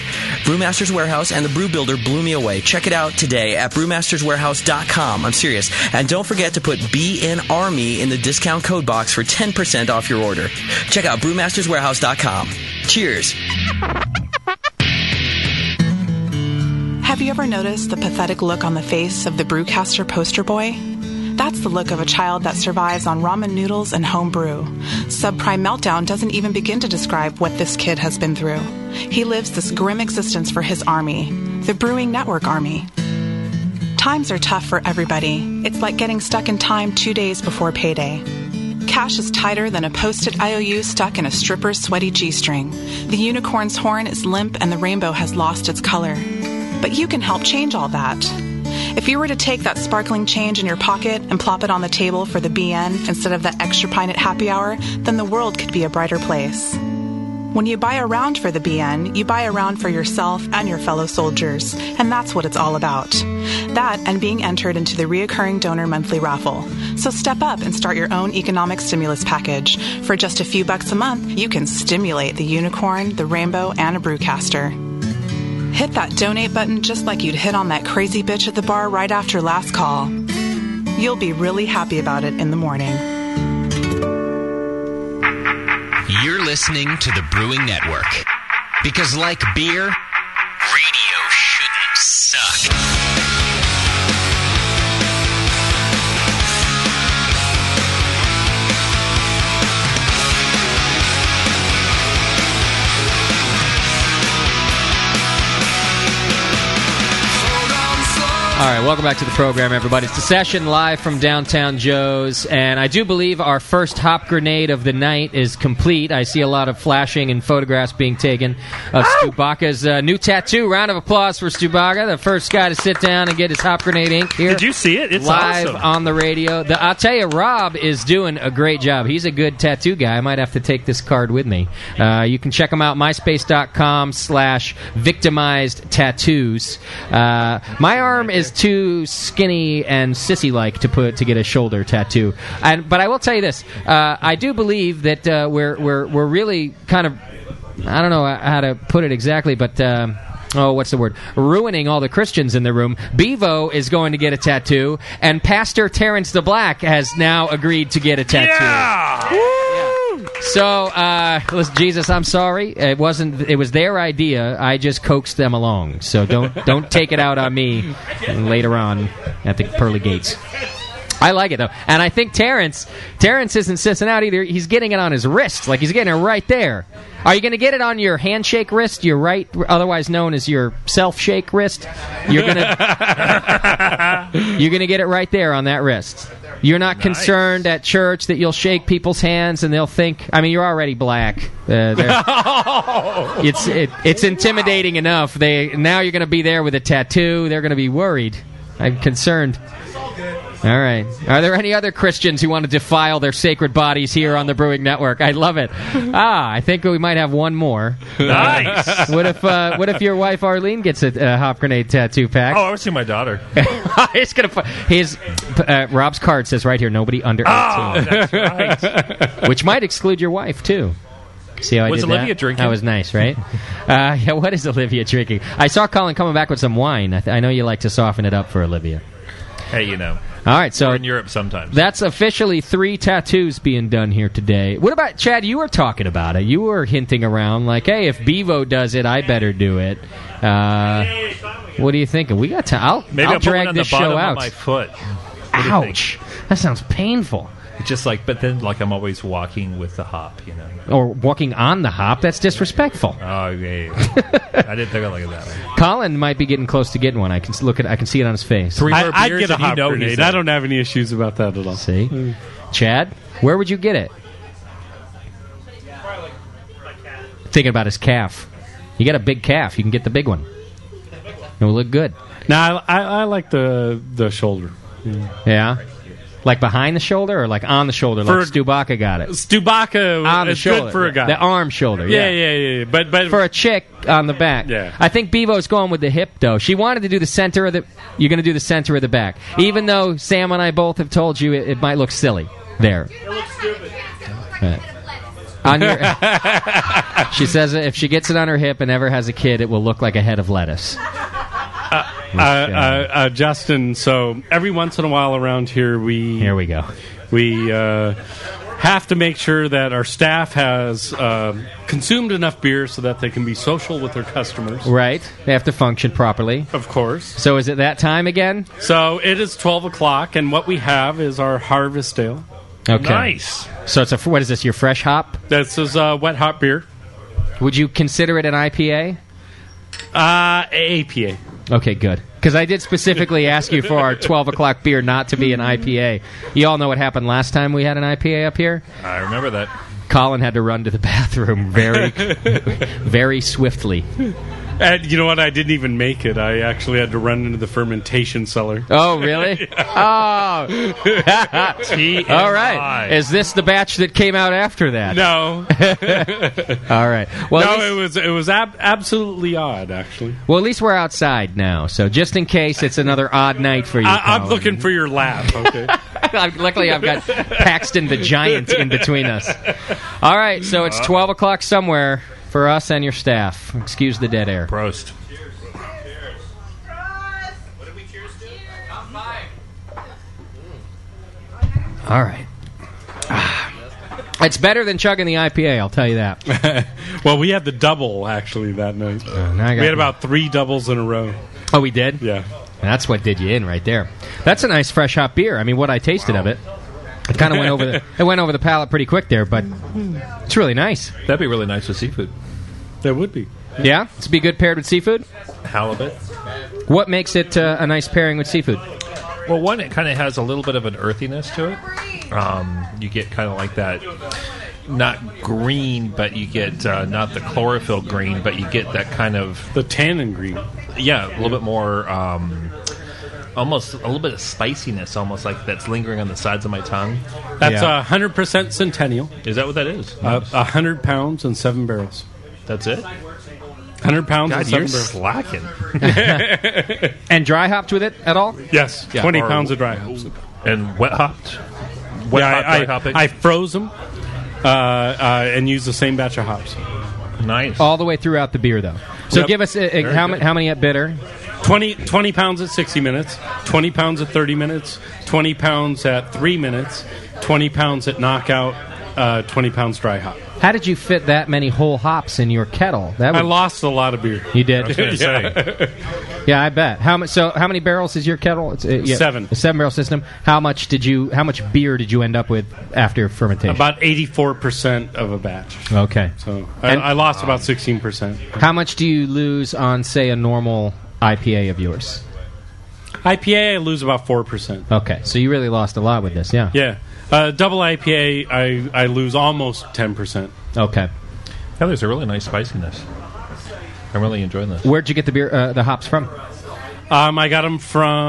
Speaker 15: Brewmaster's Warehouse and the Brew Builder blew me away. Check it out today at brewmasterswarehouse.com. I'm serious. And don't forget to put BNARMY E in the discount code box for 10% off your order. Check out brewmasterswarehouse.com. Cheers.
Speaker 16: Have you ever noticed the pathetic look on the face of the brewcaster poster boy? That's the look of a child that survives on ramen noodles and home brew. Subprime Meltdown doesn't even begin to describe what this kid has been through. He lives this grim existence for his army, the Brewing Network Army. Times are tough for everybody. It's like getting stuck in time two days before payday. Cash is tighter than a posted IOU stuck in a stripper's sweaty G string. The unicorn's horn is limp and the rainbow has lost its color. But you can help change all that. If you were to take that sparkling change in your pocket and plop it on the table for the BN instead of the extra pint at happy hour, then the world could be a brighter place. When you buy a round for the BN, you buy a round for yourself and your fellow soldiers, and that's what it's all about. That and being entered into the reoccurring donor monthly raffle. So step up and start your own economic stimulus package. For just a few bucks a month, you can stimulate the unicorn, the rainbow, and a brewcaster. Hit that donate button just like you'd hit on that crazy bitch at the bar right after last call. You'll be really happy about it in the morning.
Speaker 17: You're listening to the Brewing Network. Because, like beer, radio shouldn't suck.
Speaker 1: All right, welcome back to the program, everybody. It's the session live from downtown Joe's, and I do believe our first hop grenade of the night is complete. I see a lot of flashing and photographs being taken of Stubaka's uh, new tattoo. Round of applause for Stubaka, the first guy to sit down and get his hop grenade ink here.
Speaker 8: Did you see it? It's
Speaker 1: live
Speaker 8: awesome.
Speaker 1: on the radio. The, I'll tell you, Rob is doing a great job. He's a good tattoo guy. I might have to take this card with me. Uh, you can check him out, myspace.com slash victimized tattoos. Uh, my arm is too skinny and sissy-like to put to get a shoulder tattoo. And, but I will tell you this. Uh, I do believe that uh, we're, we're, we're really kind of, I don't know how to put it exactly, but... Um, Oh, what's the word? Ruining all the Christians in the room. Bevo is going to get a tattoo, and Pastor Terrence the Black has now agreed to get a tattoo. So, uh, listen, Jesus, I'm sorry. It wasn't. It was their idea. I just coaxed them along. So don't don't take it out on me later on at the pearly gates. I like it though, and I think Terrence Terrence isn't sissing out either. He's getting it on his wrist, like he's getting it right there. Are you going to get it on your handshake wrist, your right, otherwise known as your self shake wrist? You're gonna you're gonna get it right there on that wrist. You're not concerned at church that you'll shake people's hands and they'll think. I mean, you're already black. Uh, they're- it's it, it's intimidating enough. They now you're going to be there with a tattoo. They're going to be worried. I'm concerned. All right. Are there any other Christians who want to defile their sacred bodies here on the Brewing Network? I love it. Ah, I think we might have one more.
Speaker 7: Nice.
Speaker 1: what if uh, What if your wife Arlene gets a uh, hop grenade tattoo pack?
Speaker 8: Oh, I would see my daughter.
Speaker 1: He's gonna. Fu- his uh, Rob's card says right here, nobody under
Speaker 8: Oh,
Speaker 1: eighteen, which might exclude your wife too. See how I
Speaker 8: Was
Speaker 1: did
Speaker 8: Olivia
Speaker 1: that?
Speaker 8: drinking?
Speaker 1: That was nice, right? uh, yeah. What is Olivia drinking? I saw Colin coming back with some wine. I, th- I know you like to soften it up for Olivia.
Speaker 8: Hey, you know.
Speaker 1: All right, so
Speaker 8: We're in Europe sometimes.
Speaker 1: That's officially three tattoos being done here today. What about Chad? You were talking about it. You were hinting around like, "Hey, if Bevo does it, I better do it." Uh, what are you thinking? We got to. I'll,
Speaker 8: Maybe
Speaker 1: I'll
Speaker 8: I'll put one
Speaker 1: drag
Speaker 8: on
Speaker 1: this
Speaker 8: the bottom
Speaker 1: show out.
Speaker 8: of my foot.
Speaker 1: Ouch! That sounds painful.
Speaker 8: It's just like, but then like I'm always walking with the hop, you know.
Speaker 1: Or walking on the hop. That's disrespectful.
Speaker 8: Oh yeah, yeah. I didn't think of it like that.
Speaker 1: Colin might be getting close to getting one. I can s- look at. I can see it on his face.
Speaker 6: I, would get a hot grenade. I don't have any issues about that at all. Hmm.
Speaker 1: See, Chad, where would you get it? Thinking about his calf. You got a big calf. You can get the big one. It'll look good.
Speaker 6: Now I, I, I like the the shoulder. Hmm.
Speaker 1: Yeah. Like behind the shoulder or like on the shoulder,
Speaker 6: For-
Speaker 1: like Stubaka got it.
Speaker 6: Stubaka
Speaker 1: on the
Speaker 6: is
Speaker 1: shoulder,
Speaker 6: good for a guy.
Speaker 1: The arm shoulder.
Speaker 6: Yeah, yeah, yeah. yeah. But but
Speaker 1: for a chick on the back. Yeah. I think Bevo's going with the hip though. She wanted to do the center of the. You're going to do the center of the back, even though Sam and I both have told you it, it might look silly there. Right. On your, she says if she gets it on her hip and ever has a kid, it will look like a head of lettuce.
Speaker 6: uh, uh, uh, Justin. So every once in a while around here, we here
Speaker 1: we go.
Speaker 6: We uh, have to make sure that our staff has um consumed enough beer so that they can be social with their customers.
Speaker 1: Right? They have to function properly.
Speaker 6: Of course.
Speaker 1: So is it that time again?
Speaker 6: So it is twelve o'clock, and what we have is our harvest ale.
Speaker 1: Okay.
Speaker 6: Nice.
Speaker 1: So it's a what is this? Your fresh hop?
Speaker 6: This is uh, wet hop beer.
Speaker 1: Would you consider it an IPA?
Speaker 6: Uh, APA.
Speaker 1: Okay, good. Because I did specifically ask you for our 12 o'clock beer not to be an IPA. You all know what happened last time we had an IPA up here?
Speaker 8: I remember that.
Speaker 1: Colin had to run to the bathroom very, very swiftly.
Speaker 6: And you know what? I didn't even make it. I actually had to run into the fermentation cellar.
Speaker 1: Oh, really? Oh. all right. Is this the batch that came out after that?
Speaker 6: No.
Speaker 1: All right. Well, at
Speaker 6: no, it was it was ab- absolutely odd, actually.
Speaker 1: Well, at least we're outside now, so just in case it's another odd night for you.
Speaker 6: I, I'm
Speaker 1: Colin.
Speaker 6: looking for your laugh. Okay.
Speaker 1: I've- Luckily, I've got Paxton the Giant in between us. All right, so it's 12 o'clock somewhere for us and your staff. Excuse the dead air.
Speaker 8: Prost.
Speaker 1: All right. Ah. It's better than chugging the IPA, I'll tell you that. Uh,
Speaker 6: well, we had the double actually that night.
Speaker 1: now I
Speaker 6: we had
Speaker 1: got-
Speaker 6: about three doubles in a row.
Speaker 1: Oh, we did?
Speaker 6: Yeah.
Speaker 1: That's what did you in right there. That's a nice fresh hop beer. I mean, what I tasted of it. It kind of went over the it went over the palate pretty quick there, but it's really nice.
Speaker 8: That'd be really nice with seafood.
Speaker 6: That would be.
Speaker 1: Yeah, it's be good paired with seafood.
Speaker 8: Halibut.
Speaker 1: What makes it uh, a nice pairing with seafood?
Speaker 8: Well, one, it kind of has a little bit of an earthiness to it. Um, you get kind of like that, not green, but you get uh, not the chlorophyll green, but you get that kind of
Speaker 6: the tannin green.
Speaker 8: Yeah, a little bit more, um, almost a little bit of spiciness, almost like that's lingering on the sides of my tongue.
Speaker 6: That's a hundred percent centennial.
Speaker 8: Is that what that is?
Speaker 6: Uh, A hundred pounds and seven barrels.
Speaker 8: That's it.
Speaker 6: Hundred pounds.
Speaker 8: God,
Speaker 6: and seven
Speaker 8: you're
Speaker 6: barrels.
Speaker 8: slacking.
Speaker 1: and dry hopped with it at all?
Speaker 6: Yes,
Speaker 8: Yeah,
Speaker 6: twenty
Speaker 8: or-
Speaker 6: pounds of dry hops.
Speaker 8: And wet hopped. Wet
Speaker 6: yeah,
Speaker 8: hop,
Speaker 6: I,
Speaker 8: dry
Speaker 6: I,
Speaker 8: hopping?
Speaker 6: I froze them uh, uh, and used the same batch of hops.
Speaker 8: Nice.
Speaker 1: All the way throughout the beer, though. So
Speaker 6: Yep.
Speaker 1: give us a, a-
Speaker 6: Very
Speaker 1: how,
Speaker 6: good.
Speaker 1: many, how many at bitter?
Speaker 6: 20, 20 pounds at 60 minutes, 20 pounds at 30 minutes, 20 pounds at 3 minutes, 20 pounds at knockout, uh, 20 pounds dry hop.
Speaker 1: How did you fit that many whole hops in your kettle? That
Speaker 6: I
Speaker 1: would-
Speaker 6: lost a lot of beer.
Speaker 1: You did.
Speaker 6: I was gonna say.
Speaker 1: yeah, I bet. How much? So, how many barrels is your kettle? It's, uh, yeah,
Speaker 6: Seven.
Speaker 1: A seven barrel system. How much did you? How much beer did you end up with after fermentation?
Speaker 6: About 84% of a batch.
Speaker 1: okay.
Speaker 6: So I,
Speaker 1: And-
Speaker 6: I lost about 16%.
Speaker 1: How much do you lose on, say, a normal IPA of yours?
Speaker 6: IPA, I lose about 4%.
Speaker 1: Okay, so you really lost a lot with this, yeah.
Speaker 6: Yeah. Uh, double IPA, I, I lose almost 10%.
Speaker 1: Okay.
Speaker 8: Yeah, there's a really nice spiciness. I'm really enjoying this.
Speaker 1: Where'd you get the beer, uh, the hops from?
Speaker 6: Um, I got them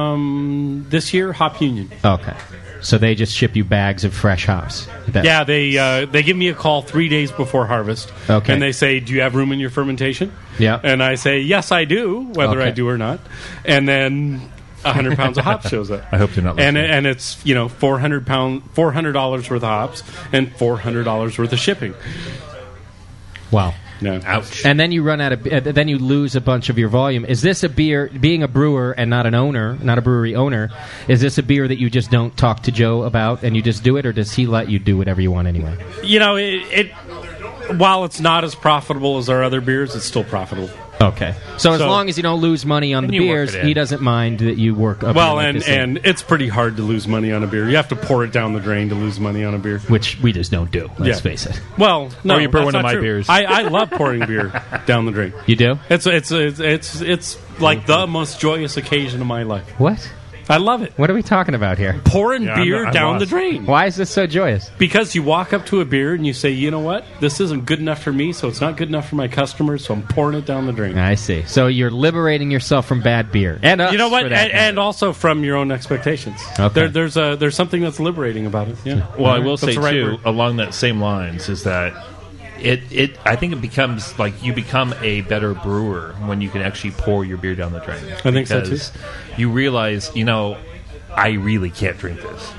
Speaker 6: from this year, Hop Union.
Speaker 1: Okay, so they just ship you bags of fresh hops. That-
Speaker 6: yeah, they uh, they give me a call three days before harvest.
Speaker 1: Okay.
Speaker 6: And they say, "Do you have room in your fermentation?"
Speaker 1: Yeah.
Speaker 6: And I say, "Yes, I do, whether
Speaker 1: Okay.
Speaker 6: I do or not." And then. hundred pounds of hops shows up.
Speaker 8: I hope they're not
Speaker 6: And
Speaker 8: listening.
Speaker 6: and it's you know four hundred pound four hundred dollars worth of hops and four hundred dollars worth of shipping.
Speaker 1: Wow.
Speaker 6: No.
Speaker 8: Ouch.
Speaker 1: And then you run out of, uh, then you lose a bunch of your volume. Is this a beer? Being a brewer and not an owner, not a brewery owner, is this a beer that you just don't talk to Joe about and you just do it, or does he let you do whatever you want anyway?
Speaker 6: You know it. it while it's not as profitable as our other beers, it's still profitable.
Speaker 1: Okay. So as
Speaker 6: So-
Speaker 1: long as you don't lose money on
Speaker 6: And
Speaker 1: the
Speaker 6: you work
Speaker 1: beers,
Speaker 6: it in.
Speaker 1: he doesn't mind that you work. Up
Speaker 6: well,
Speaker 1: like
Speaker 6: and
Speaker 1: this in.
Speaker 6: and it's pretty hard to lose money on a beer. You have to pour it down the drain to lose money on a beer,
Speaker 1: which we just don't do. Let's face it.
Speaker 6: Well, no,
Speaker 8: Or you pour
Speaker 6: that's
Speaker 8: one of
Speaker 6: not
Speaker 8: my
Speaker 6: true.
Speaker 8: beers.
Speaker 6: I, I love pouring beer down the drain.
Speaker 1: You do?
Speaker 6: It's it's it's it's, it's like the most joyous occasion of my life.
Speaker 1: What?
Speaker 6: I love it.
Speaker 1: What are we talking about here?
Speaker 6: Pouring beer down the drain.
Speaker 1: Why is this so joyous?
Speaker 6: Because you walk up to a beer and you say, you know what, this isn't good enough for me, so it's not good enough for my customers, so I'm pouring it down the drain.
Speaker 1: I see. So you're liberating yourself from bad beer, and us
Speaker 6: you know what,
Speaker 1: for
Speaker 6: and,
Speaker 1: that matter.
Speaker 6: and also from your own expectations.
Speaker 1: Okay.
Speaker 6: There, there's a there's something that's liberating about it. Yeah.
Speaker 8: Well, I will
Speaker 6: That's
Speaker 8: say
Speaker 6: the right
Speaker 8: too,
Speaker 6: word.
Speaker 8: along that same lines, is that it. It I think it becomes like you become a better brewer when you can actually pour your beer down the drain.
Speaker 6: I think so, too.
Speaker 8: Because You realize, you know, I really can't drink this,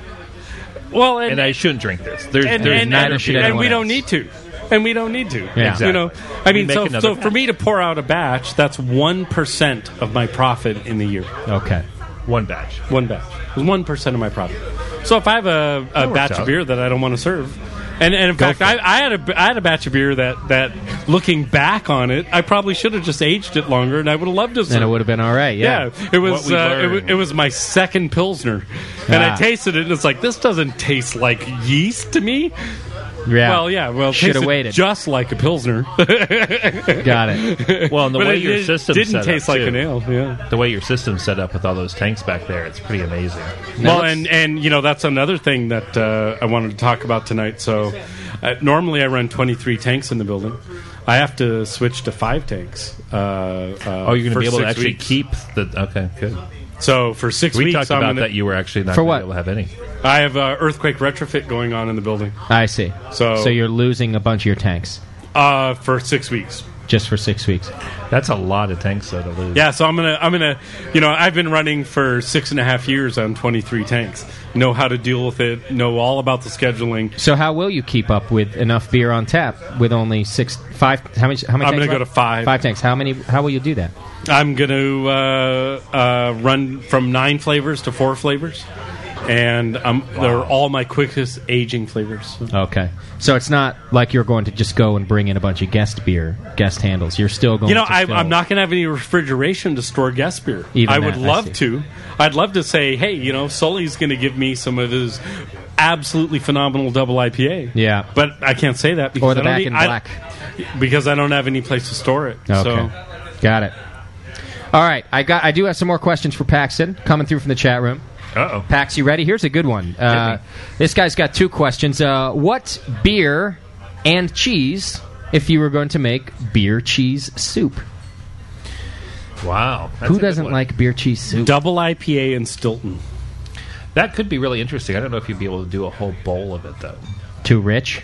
Speaker 6: Well,
Speaker 8: and,
Speaker 6: and,
Speaker 8: I shouldn't drink this. There's,
Speaker 6: and,
Speaker 8: there's
Speaker 6: and-
Speaker 8: neither
Speaker 6: and-
Speaker 8: should
Speaker 6: and
Speaker 8: anyone
Speaker 6: we don't
Speaker 8: else.
Speaker 6: need to and we don't need to
Speaker 8: Yeah.
Speaker 6: you know
Speaker 8: Exactly.
Speaker 6: i mean
Speaker 8: Make
Speaker 6: so,
Speaker 8: another
Speaker 6: so
Speaker 8: batch.
Speaker 6: for me to pour out a batch that's 1% of my profit in the year
Speaker 1: okay
Speaker 8: one batch
Speaker 6: one batch It's 1% of my profit so if i have a, a
Speaker 8: works
Speaker 6: batch
Speaker 8: out.
Speaker 6: of beer that i don't want to serve and, and in fact, I, I had a I had a batch of beer that, that looking back on it, I probably should have just aged it longer, and I would have loved to. serve
Speaker 1: And it would have been all right. Yeah.
Speaker 6: it was uh, it, wa- it was my second pilsner, and
Speaker 1: Ah.
Speaker 6: I tasted it, and it's like this doesn't taste like yeast to me.
Speaker 1: Yeah.
Speaker 6: Well, yeah. Well, it
Speaker 1: Shoulda
Speaker 6: tasted
Speaker 1: waited.
Speaker 6: Just like a pilsner.
Speaker 1: Got it.
Speaker 8: Well, and the
Speaker 6: But
Speaker 8: way
Speaker 6: it-
Speaker 8: your
Speaker 6: it
Speaker 8: system
Speaker 6: didn't
Speaker 8: set
Speaker 6: taste
Speaker 8: up,
Speaker 6: like
Speaker 8: too.
Speaker 6: an ale. Yeah.
Speaker 8: The way your system's set up with all those tanks back there, it's pretty amazing.
Speaker 6: Well, and and you know that's another thing that uh, I wanted to talk about tonight. So, uh, normally I run 23 tanks in the building. I have to switch to five tanks. Uh, uh,
Speaker 8: oh, you're going to
Speaker 6: for
Speaker 8: be able to
Speaker 6: six
Speaker 8: actually
Speaker 6: weeks.
Speaker 8: keep the okay good.
Speaker 6: So for six
Speaker 8: we
Speaker 6: weeks,
Speaker 8: talked
Speaker 6: I'm
Speaker 8: about
Speaker 6: gonna-
Speaker 8: that you were actually not
Speaker 1: For
Speaker 8: gonna
Speaker 1: what?
Speaker 8: be able to have any.
Speaker 6: I have uh, earthquake retrofit going on in the building.
Speaker 1: I see.
Speaker 6: So-
Speaker 1: so you're losing a bunch of your tanks
Speaker 6: Uh, for six weeks.
Speaker 1: just for six weeks.
Speaker 8: That's a lot of tanks though to lose.
Speaker 6: Yeah, so I'm gonna, I'm gonna, you know, I've been running for six and a half years on 23 tanks. Know how to deal with it. Know all about the scheduling.
Speaker 1: So how will you keep up with enough beer on tap with only six, five? How many? How many?
Speaker 6: I'm
Speaker 1: tanks
Speaker 6: gonna go
Speaker 1: left?
Speaker 6: to five.
Speaker 1: Five tanks. How many? How will you do that?
Speaker 6: I'm gonna uh, uh, run from nine flavors to four flavors, and um, they're all my quickest aging flavors.
Speaker 1: Okay. So it's not like you're going to just go and bring in a bunch of guest beer, guest handles. You're still going.
Speaker 6: You know,
Speaker 1: to
Speaker 6: I,
Speaker 1: still-
Speaker 6: I'm not going to have any refrigeration to store guest beer.
Speaker 1: Even
Speaker 6: I would
Speaker 1: that, I
Speaker 6: love
Speaker 1: see.
Speaker 6: to. I'd love to say, hey, you know, Sully's going to give me some of his absolutely phenomenal double IPA.
Speaker 1: Yeah.
Speaker 6: But I can't say that because
Speaker 1: Or the
Speaker 6: I don't
Speaker 1: back
Speaker 6: need-
Speaker 1: in
Speaker 6: I-
Speaker 1: black.
Speaker 6: because I don't have any place to store it.
Speaker 1: Okay.
Speaker 6: So
Speaker 1: Got it. All right, I got. I do have some more questions for Paxton coming through from the chat room.
Speaker 8: Uh oh,
Speaker 1: Pax, you ready? Here's a good one. Uh, this guy's got two questions. Uh, what beer and cheese? If you were going to make beer cheese soup,
Speaker 8: Wow. that's a
Speaker 1: who
Speaker 8: good
Speaker 1: doesn't
Speaker 8: one.
Speaker 1: like beer cheese soup?
Speaker 6: double IPA and Stilton.
Speaker 8: That could be really interesting. I don't know if you'd be able to do a whole bowl of it though.
Speaker 1: Too rich.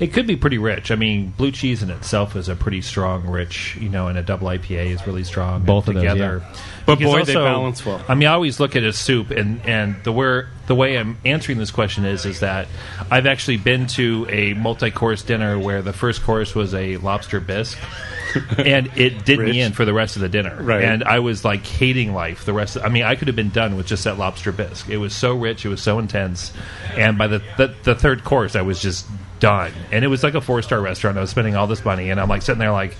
Speaker 8: It could be pretty rich. I mean, blue cheese in itself is a pretty strong, rich, you know, and a double IPA is really strong.
Speaker 1: Both of those,
Speaker 8: together.
Speaker 1: yeah.
Speaker 6: But
Speaker 8: Because
Speaker 6: boy, they balance well.
Speaker 8: I mean, I always look at a soup, and and the where the way I'm answering this question is is that I've actually been to a multi-course dinner where the first course was a lobster bisque, and it did
Speaker 6: Rich.
Speaker 8: me in for the rest of the dinner.
Speaker 6: Right.
Speaker 8: And I was like hating life. The rest, of, I mean, I could have been done with just that lobster bisque. It was so rich, it was so intense, and by the the, the third course, I was just done. And it was like a four star restaurant. I was spending all this money, and I'm like sitting there like.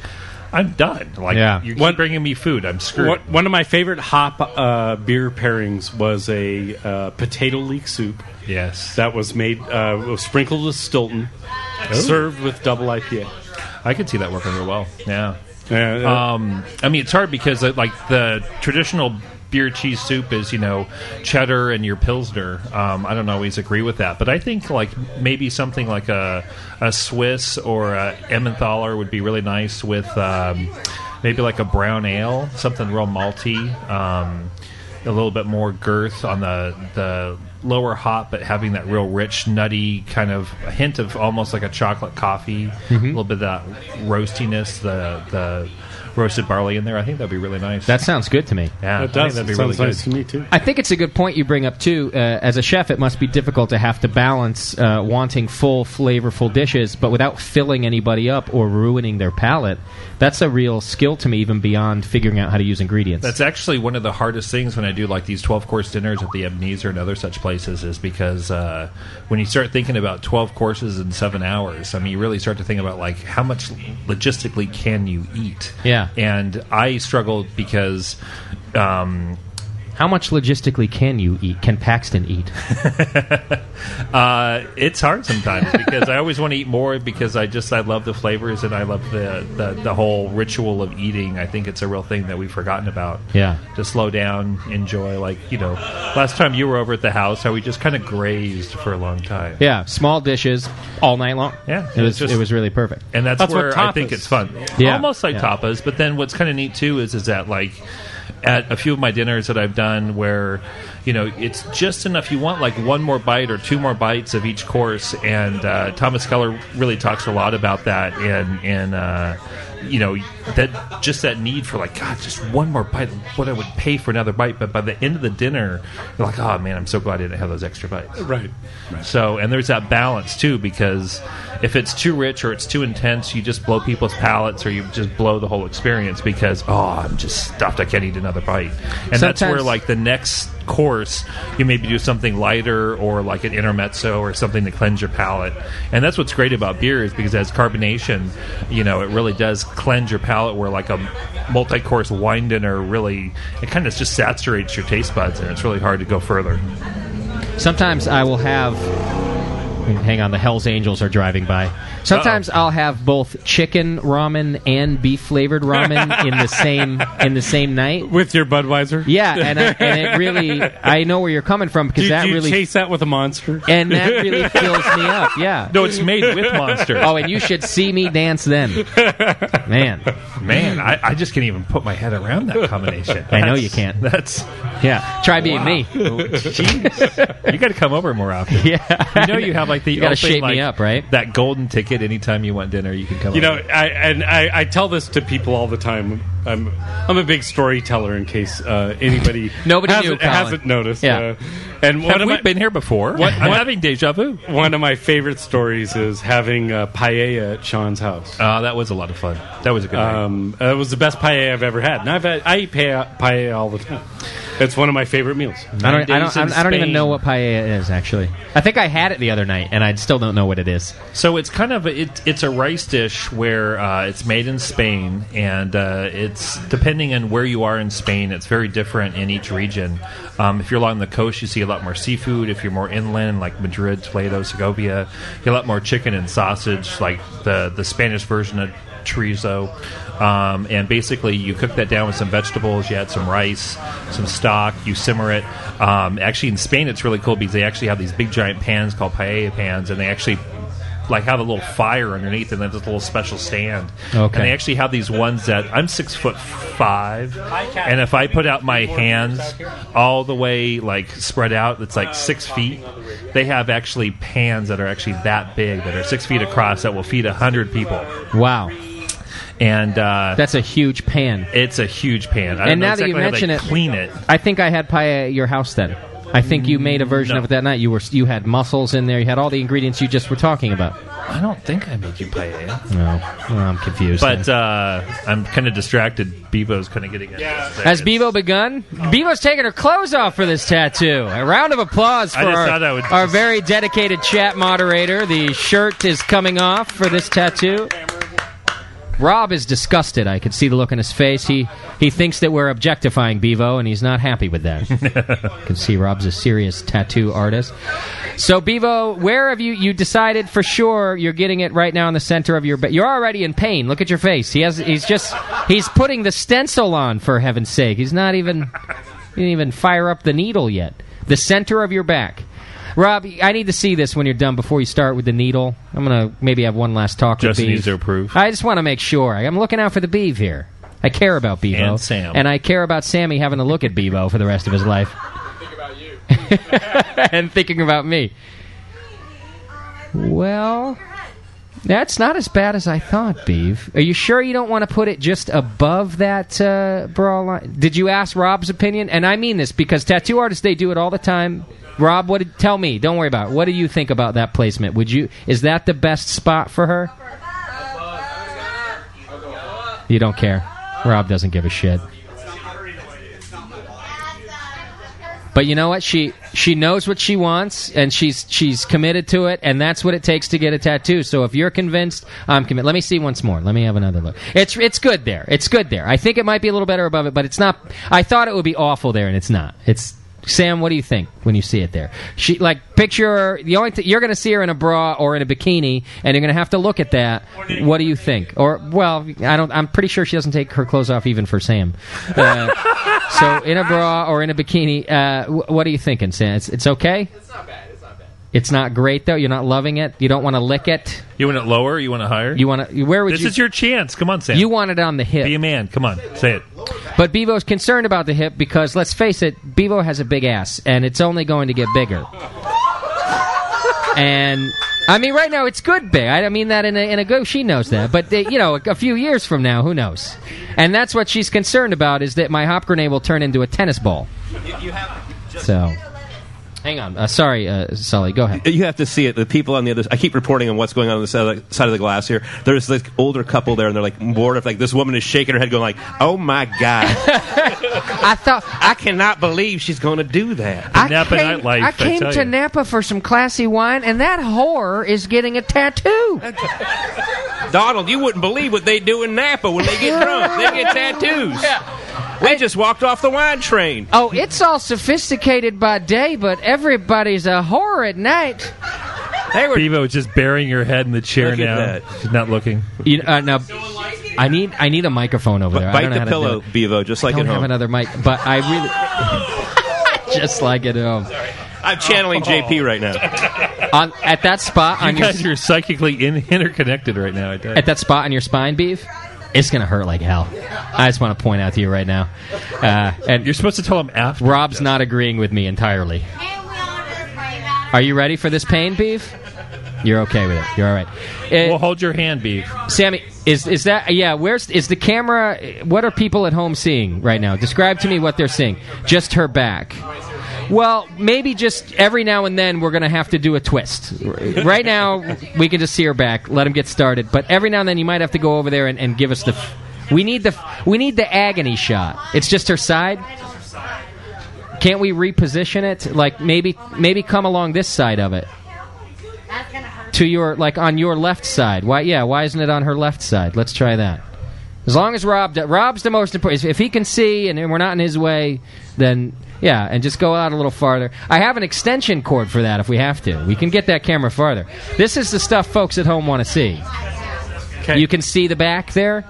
Speaker 8: I'm done. Like
Speaker 6: Yeah.
Speaker 8: you keep bringing me food. I'm screwed.
Speaker 6: One, one of my favorite hop uh, beer pairings was a uh, potato leek soup.
Speaker 8: Yes,
Speaker 6: that was made uh, was sprinkled with Stilton,
Speaker 8: Oh.
Speaker 6: served with double IPA.
Speaker 8: I could see that working real well. Yeah.
Speaker 6: Yeah, yeah.
Speaker 8: Um, I mean, it's hard because uh, like the traditional beer cheese soup is you know cheddar and your pilsner. Um, I don't always agree with that, but I think like maybe something like a a Swiss or a Emmentaler would be really nice with um, maybe like a brown ale, something real malty. Um, a little bit more girth on the the lower hop, but having that real rich, nutty kind of a hint of almost like a chocolate coffee,
Speaker 1: Mm-hmm.
Speaker 8: a little bit of that roastiness, the the roasted barley in there. I think that'd be really nice.
Speaker 1: That sounds good to me.
Speaker 8: yeah,
Speaker 6: That does.
Speaker 8: I think that'd be
Speaker 6: It
Speaker 8: really
Speaker 6: sounds nice
Speaker 8: good.
Speaker 6: to me too.
Speaker 1: I think it's a good point you bring up too. Uh, as a chef, it must be difficult to have to balance uh, wanting full, flavorful dishes, but without filling anybody up or ruining their palate. That's a real skill to me, even beyond figuring out how to use ingredients.
Speaker 8: That's actually one of the hardest things when I do like these twelve course dinners at the Ebenezer and other such places, is because uh, when you start thinking about twelve courses in seven hours, I mean, you really start to think about like how much logistically can you eat?
Speaker 1: Yeah.
Speaker 8: and I struggled because. Um,
Speaker 1: how much logistically can you eat? Can Paxton eat?
Speaker 8: uh, it's hard sometimes because I always want to eat more because I just I love the flavors and I love the, the the whole ritual of eating. I think it's a real thing that we've forgotten about.
Speaker 1: Yeah.
Speaker 8: to slow down, enjoy. Like you know, last time you were over at the house, how we just kind of grazed for a long time.
Speaker 1: Yeah, small dishes all night long.
Speaker 8: Yeah,
Speaker 1: it was
Speaker 8: it's just-
Speaker 1: it was really perfect,
Speaker 8: and that's,
Speaker 1: what
Speaker 8: where I think it's fun.
Speaker 1: Yeah.
Speaker 8: almost like
Speaker 1: Yeah.
Speaker 8: tapas. But then what's kind of neat too is is that like at a few of my dinners that I've done where you know it's just enough. You want like one more bite or two more bites of each course, and uh, Thomas Keller really talks a lot about that and and. Uh, you know that just that need for like God, just one more bite. What I would pay for another bite, but by the end of the dinner, you're like, oh man, I'm so glad I didn't have those extra bites.
Speaker 6: Right.
Speaker 8: So, and there's that balance too, because if it's too rich or it's too intense, you just blow people's palates or you just blow the whole experience because, oh, I'm just stuffed. I can't eat another bite. And that's where,
Speaker 1: Sometimes-
Speaker 8: like, the next course, you maybe do something lighter or like an intermezzo or something to cleanse your palate. And that's what's great about beer is because it has carbonation, you know, it really does cleanse your palate where, like, a multi course wine dinner really, it kind of just saturates your taste buds and it's really hard to go further.
Speaker 1: Sometimes I will have. Hang on, the Hell's Angels are driving by. Sometimes I'll have both chicken ramen and beef flavored ramen in the same in the same night
Speaker 6: with your Budweiser.
Speaker 1: Yeah, and, I, and it really, I know where you're coming from because
Speaker 6: Do,
Speaker 1: that
Speaker 6: do you
Speaker 1: really
Speaker 6: chase that with a monster,
Speaker 1: and that really fills me up. Yeah,
Speaker 8: No, it's made with Monster.
Speaker 1: Oh, and you should see me dance then, man.
Speaker 8: Man, I, I just can't even put my head around that combination.
Speaker 1: I know you can't.
Speaker 8: That's
Speaker 1: yeah. Try being
Speaker 8: Wow. Oh,
Speaker 1: me.
Speaker 8: Jeez, you got to come over more often.
Speaker 1: Yeah,
Speaker 8: you know you have like the
Speaker 1: You gotta
Speaker 8: open,
Speaker 1: shape me
Speaker 8: like,
Speaker 1: up, right?
Speaker 8: That golden ticket. Anytime you want dinner, you can come.
Speaker 6: you know.
Speaker 8: over.
Speaker 6: I and I, I tell this to people all the time. I'm I'm a big storyteller. In case uh, anybody
Speaker 8: Nobody
Speaker 6: hasn't,
Speaker 8: knew, Colin.
Speaker 6: hasn't noticed.
Speaker 8: Yeah.
Speaker 6: Uh, and
Speaker 8: Have
Speaker 6: one of
Speaker 8: we
Speaker 6: my-
Speaker 8: been here before?
Speaker 6: What-
Speaker 8: I'm
Speaker 6: what-
Speaker 8: having deja vu.
Speaker 6: One of my favorite stories is having uh, paella at Sean's house.
Speaker 8: Uh, that was a lot of fun. That was a good.
Speaker 6: Um, that was the best paella I've ever had, and I've had, I eat paella, paella all the time. It's one of my favorite meals.
Speaker 1: I don't, I don't, I don't, I don't even know what paella is actually. I think I had it the other night, and I still don't know what it is.
Speaker 8: So it's kind of it, it's a rice dish where uh, it's made in Spain, and uh, it's depending on where you are in Spain, it's very different in each region. Um, if you're along the coast, you see a lot more seafood. If you're more inland, like Madrid, Toledo, Segovia, you get a lot more chicken and sausage, like the the Spanish version of chorizo. Um, and basically, you cook that down with some vegetables. You add some rice, some stock. You simmer it. Um, actually, in Spain, it's really cool because they actually have these big giant pans called paella pans, and they actually like have a little fire underneath and then this little special stand.
Speaker 1: Okay.
Speaker 8: And they actually have these ones that I'm six foot five, and if I put out my hands all the way like spread out, it's like six feet. They have actually pans that are actually that big that are six feet across that will feed a hundred people.
Speaker 1: Wow.
Speaker 8: And uh,
Speaker 1: That's a huge pan.
Speaker 8: It's a huge pan. I don't
Speaker 1: and
Speaker 8: know
Speaker 1: now
Speaker 8: exactly
Speaker 1: that you mention
Speaker 8: how
Speaker 1: it,
Speaker 8: they clean it.
Speaker 1: I think I had paella at your house then. I think you made a version of it that night. You were you had mussels in there. You had all the ingredients you just were talking about.
Speaker 8: I don't think I made you paella.
Speaker 1: No, Well, I'm confused.
Speaker 8: But uh, I'm kind of distracted. Bevo's kind of getting it.
Speaker 1: Has Bevo begun? Bevo's taking her clothes off for this tattoo. A round of applause for
Speaker 8: I just
Speaker 1: our,
Speaker 8: thought I would
Speaker 1: our very dedicated chat moderator. The shirt is coming off for this tattoo. Rob is disgusted. I can see the look on his face. He he thinks that we're objectifying Bevo, and he's not happy with that. you can see Rob's a serious tattoo artist. So Bevo, where have you you decided for sure you're getting it right now in the center of your back? You're already in pain. Look at your face. He has he's just he's putting the stencil on for heaven's sake. He's not even he didn't even fire up the needle yet. The center of your back. Rob, I need to see this when you're done before you start with the needle. I'm gonna maybe have one last talk
Speaker 8: Justin
Speaker 1: with Beav.
Speaker 8: needs to approve.
Speaker 1: I just want to make sure. I'm looking out for the Beav here. I care about Bevo
Speaker 8: And Sam.
Speaker 1: and I care about Sammy having to look at Bevo for the rest of his life. and thinking about me. Well, that's not as bad as I thought, Beav. Are you sure you don't want to put it just above that uh, bra line? Did you ask Rob's opinion? And I mean this because tattoo artists they do it all the time. Rob, what? Did, tell me. Don't worry about it. What do you think about that placement? Would you? Is that the best spot for her? You don't care. Rob doesn't give a shit. But you know what? She she knows what she wants, and she's she's committed to it, and that's what it takes to get a tattoo. So if you're convinced, I'm committed. Let me see once more. Let me have another look. It's it's good there. It's good there. I think it might be a little better above it, but it's not. I thought it would be awful there, and it's not. It's Sam. What do you think when you see it there? She like picture her, the only th- you're going to see her in a bra or in a bikini, and you're going to have to look at that. What do you think? Or well, I don't. I'm pretty sure she doesn't take her clothes off even for Sam. Uh, so in a bra or in a bikini, uh, wh- what are you thinking, Sam? It's, it's okay. It's not bad. It's not bad. It's not great though. You're not loving it. You don't want to lick it.
Speaker 8: You want it lower? You want it higher?
Speaker 1: You want to? Where would
Speaker 8: this
Speaker 1: you?
Speaker 8: is your chance. Come on, Sam.
Speaker 1: You want it on the hip.
Speaker 8: Be a man. Come on, say it.
Speaker 1: But Bevo's concerned about the hip because let's face it, Bevo has a big ass, and it's only going to get bigger. and I mean, right now it's good big. I don't mean that in a, in a go. She knows that, but they, you know, a few years from now, who knows? And that's what she's concerned about is that my hop grenade will turn into a tennis ball. So, hang on. Uh, sorry, uh, Sully. Go ahead.
Speaker 14: You have to see it. The people on the other. I keep reporting on what's going on on the side of the, side of the glass here. There's this older couple there, and they're like bored. If like this woman is shaking her head, going like, "Oh my god,
Speaker 1: I thought
Speaker 14: I cannot believe she's going to do that."
Speaker 1: I came, I came to Napa for some classy wine, and that whore is getting a tattoo.
Speaker 14: Donald, you wouldn't believe what they do in Napa when they get drunk. They get tattoos. We just walked off the wine train.
Speaker 1: Oh, it's all sophisticated by day, but everybody's a whore at night.
Speaker 14: They were
Speaker 8: Bevo is just burying her head in the chair
Speaker 1: Look at
Speaker 8: now.
Speaker 1: that.
Speaker 8: She's not looking.
Speaker 1: You know, uh, now, I need I need a microphone over there. I
Speaker 14: Bite
Speaker 1: don't know
Speaker 14: the
Speaker 1: how to do
Speaker 14: pillow,
Speaker 1: it.
Speaker 14: Bevo, just like
Speaker 1: I don't
Speaker 14: at
Speaker 1: have
Speaker 14: home.
Speaker 1: another mic, but I really just like at home. Oh.
Speaker 14: I'm channeling JP right now.
Speaker 1: On at that spot
Speaker 8: You
Speaker 1: on your
Speaker 8: guys are psychically in, interconnected right now. I tell you.
Speaker 1: at that spot on your spine, beef. It's gonna hurt like hell. I just want to point out to you right now. Uh, and
Speaker 8: you're supposed to tell him after.
Speaker 1: Rob's not agreeing with me entirely. Are you ready for this pain, beef? You're okay with it. You're all right. Uh,
Speaker 8: well, hold your hand, Beef.
Speaker 1: Sammy, is is that yeah? Where's is the camera? What are people at home seeing right now? Describe to me what they're seeing. Just her back. Well, maybe just every now and then we're gonna have to do a twist. R- Right now, we can just see her back. Let him get started. But every now and then, you might have to go over there and, and give us the. F- we need the f- we need the agony shot. It's just her side. Can't we reposition it? Like maybe maybe come along this side of it to your like on your left side. Why? Yeah. Why isn't it on her left side? Let's try that. As long as Rob, Rob's the most important. If he can see and, and we're not in his way, then yeah, and just go out a little farther. I have an extension cord for that if we have to. We can get that camera farther. This is the stuff folks at home want to see. You can see the back there.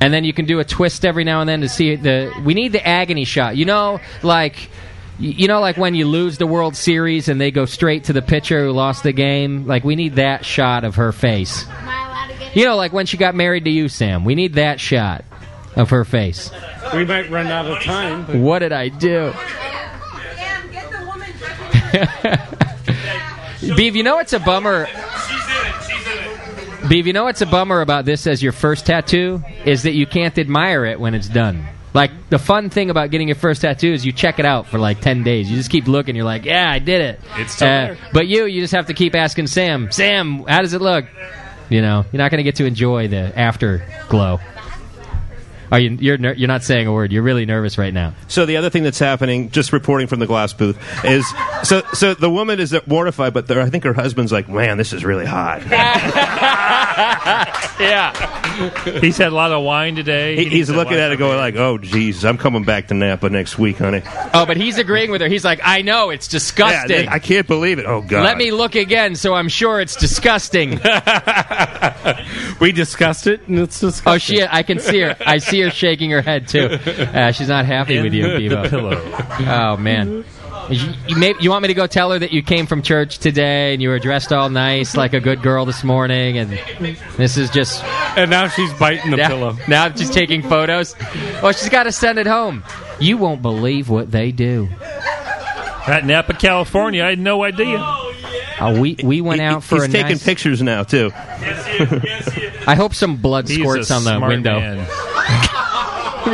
Speaker 1: And then you can do a twist every now and then to see the. We need the agony shot. You know, like. You know, like when you lose the World Series and they go straight to the pitcher who lost the game? Like, we need that shot of her face. You know, like when she got married to you, Sam. We need that shot of her face.
Speaker 18: We might run out of time. but-
Speaker 1: What did I do? Beav, you know it's a bummer. Beav, you know it's a bummer about this as your first tattoo is that you can't admire it when it's done. Like the fun thing about getting your first tattoo is you check it out for like ten days. You just keep looking. You're like, yeah, I did it. Uh,
Speaker 8: It's still there.
Speaker 1: But you, you just have to keep asking Sam. Sam, how does it look? You know, you're not going to get to enjoy the afterglow. Are you? You're ner- you're not saying a word. You're really nervous right now.
Speaker 14: So the other thing that's happening, just reporting from the glass booth, is so so the woman is mortified, but there- I think her husband's like, man, this is really hot.
Speaker 7: yeah.
Speaker 8: He's had a lot of wine today.
Speaker 14: He, he's looking at it, going like, "Oh, Jesus, I'm coming back to Napa next week, honey."
Speaker 1: Oh, but he's agreeing with her. He's like, I know it's disgusting.
Speaker 14: Yeah, I can't believe it. Oh God!
Speaker 1: Let me look again, so I'm sure it's disgusting.
Speaker 6: we discussed it, and it's disgusting.
Speaker 1: Oh, she! I can see her. I see her shaking her head too. Uh, she's not happy with you,
Speaker 6: In the
Speaker 1: Bevo.
Speaker 6: pillow.
Speaker 1: Oh man. You, you, may, you want me to go tell her that you came from church today and you were dressed all nice like a good girl this morning, and this is just.
Speaker 6: And now she's biting the pillow.
Speaker 1: Now she's taking photos. Oh, she's got to send it home. You won't believe what they do.
Speaker 7: At Napa, California, I had no idea.
Speaker 1: Uh, we we went
Speaker 14: He-
Speaker 1: out for
Speaker 14: he's
Speaker 1: a
Speaker 14: taking
Speaker 1: nice-
Speaker 14: pictures now too.
Speaker 1: I hope some blood
Speaker 14: He's
Speaker 1: squirts
Speaker 14: a
Speaker 1: on the
Speaker 14: smart
Speaker 1: window.
Speaker 14: man.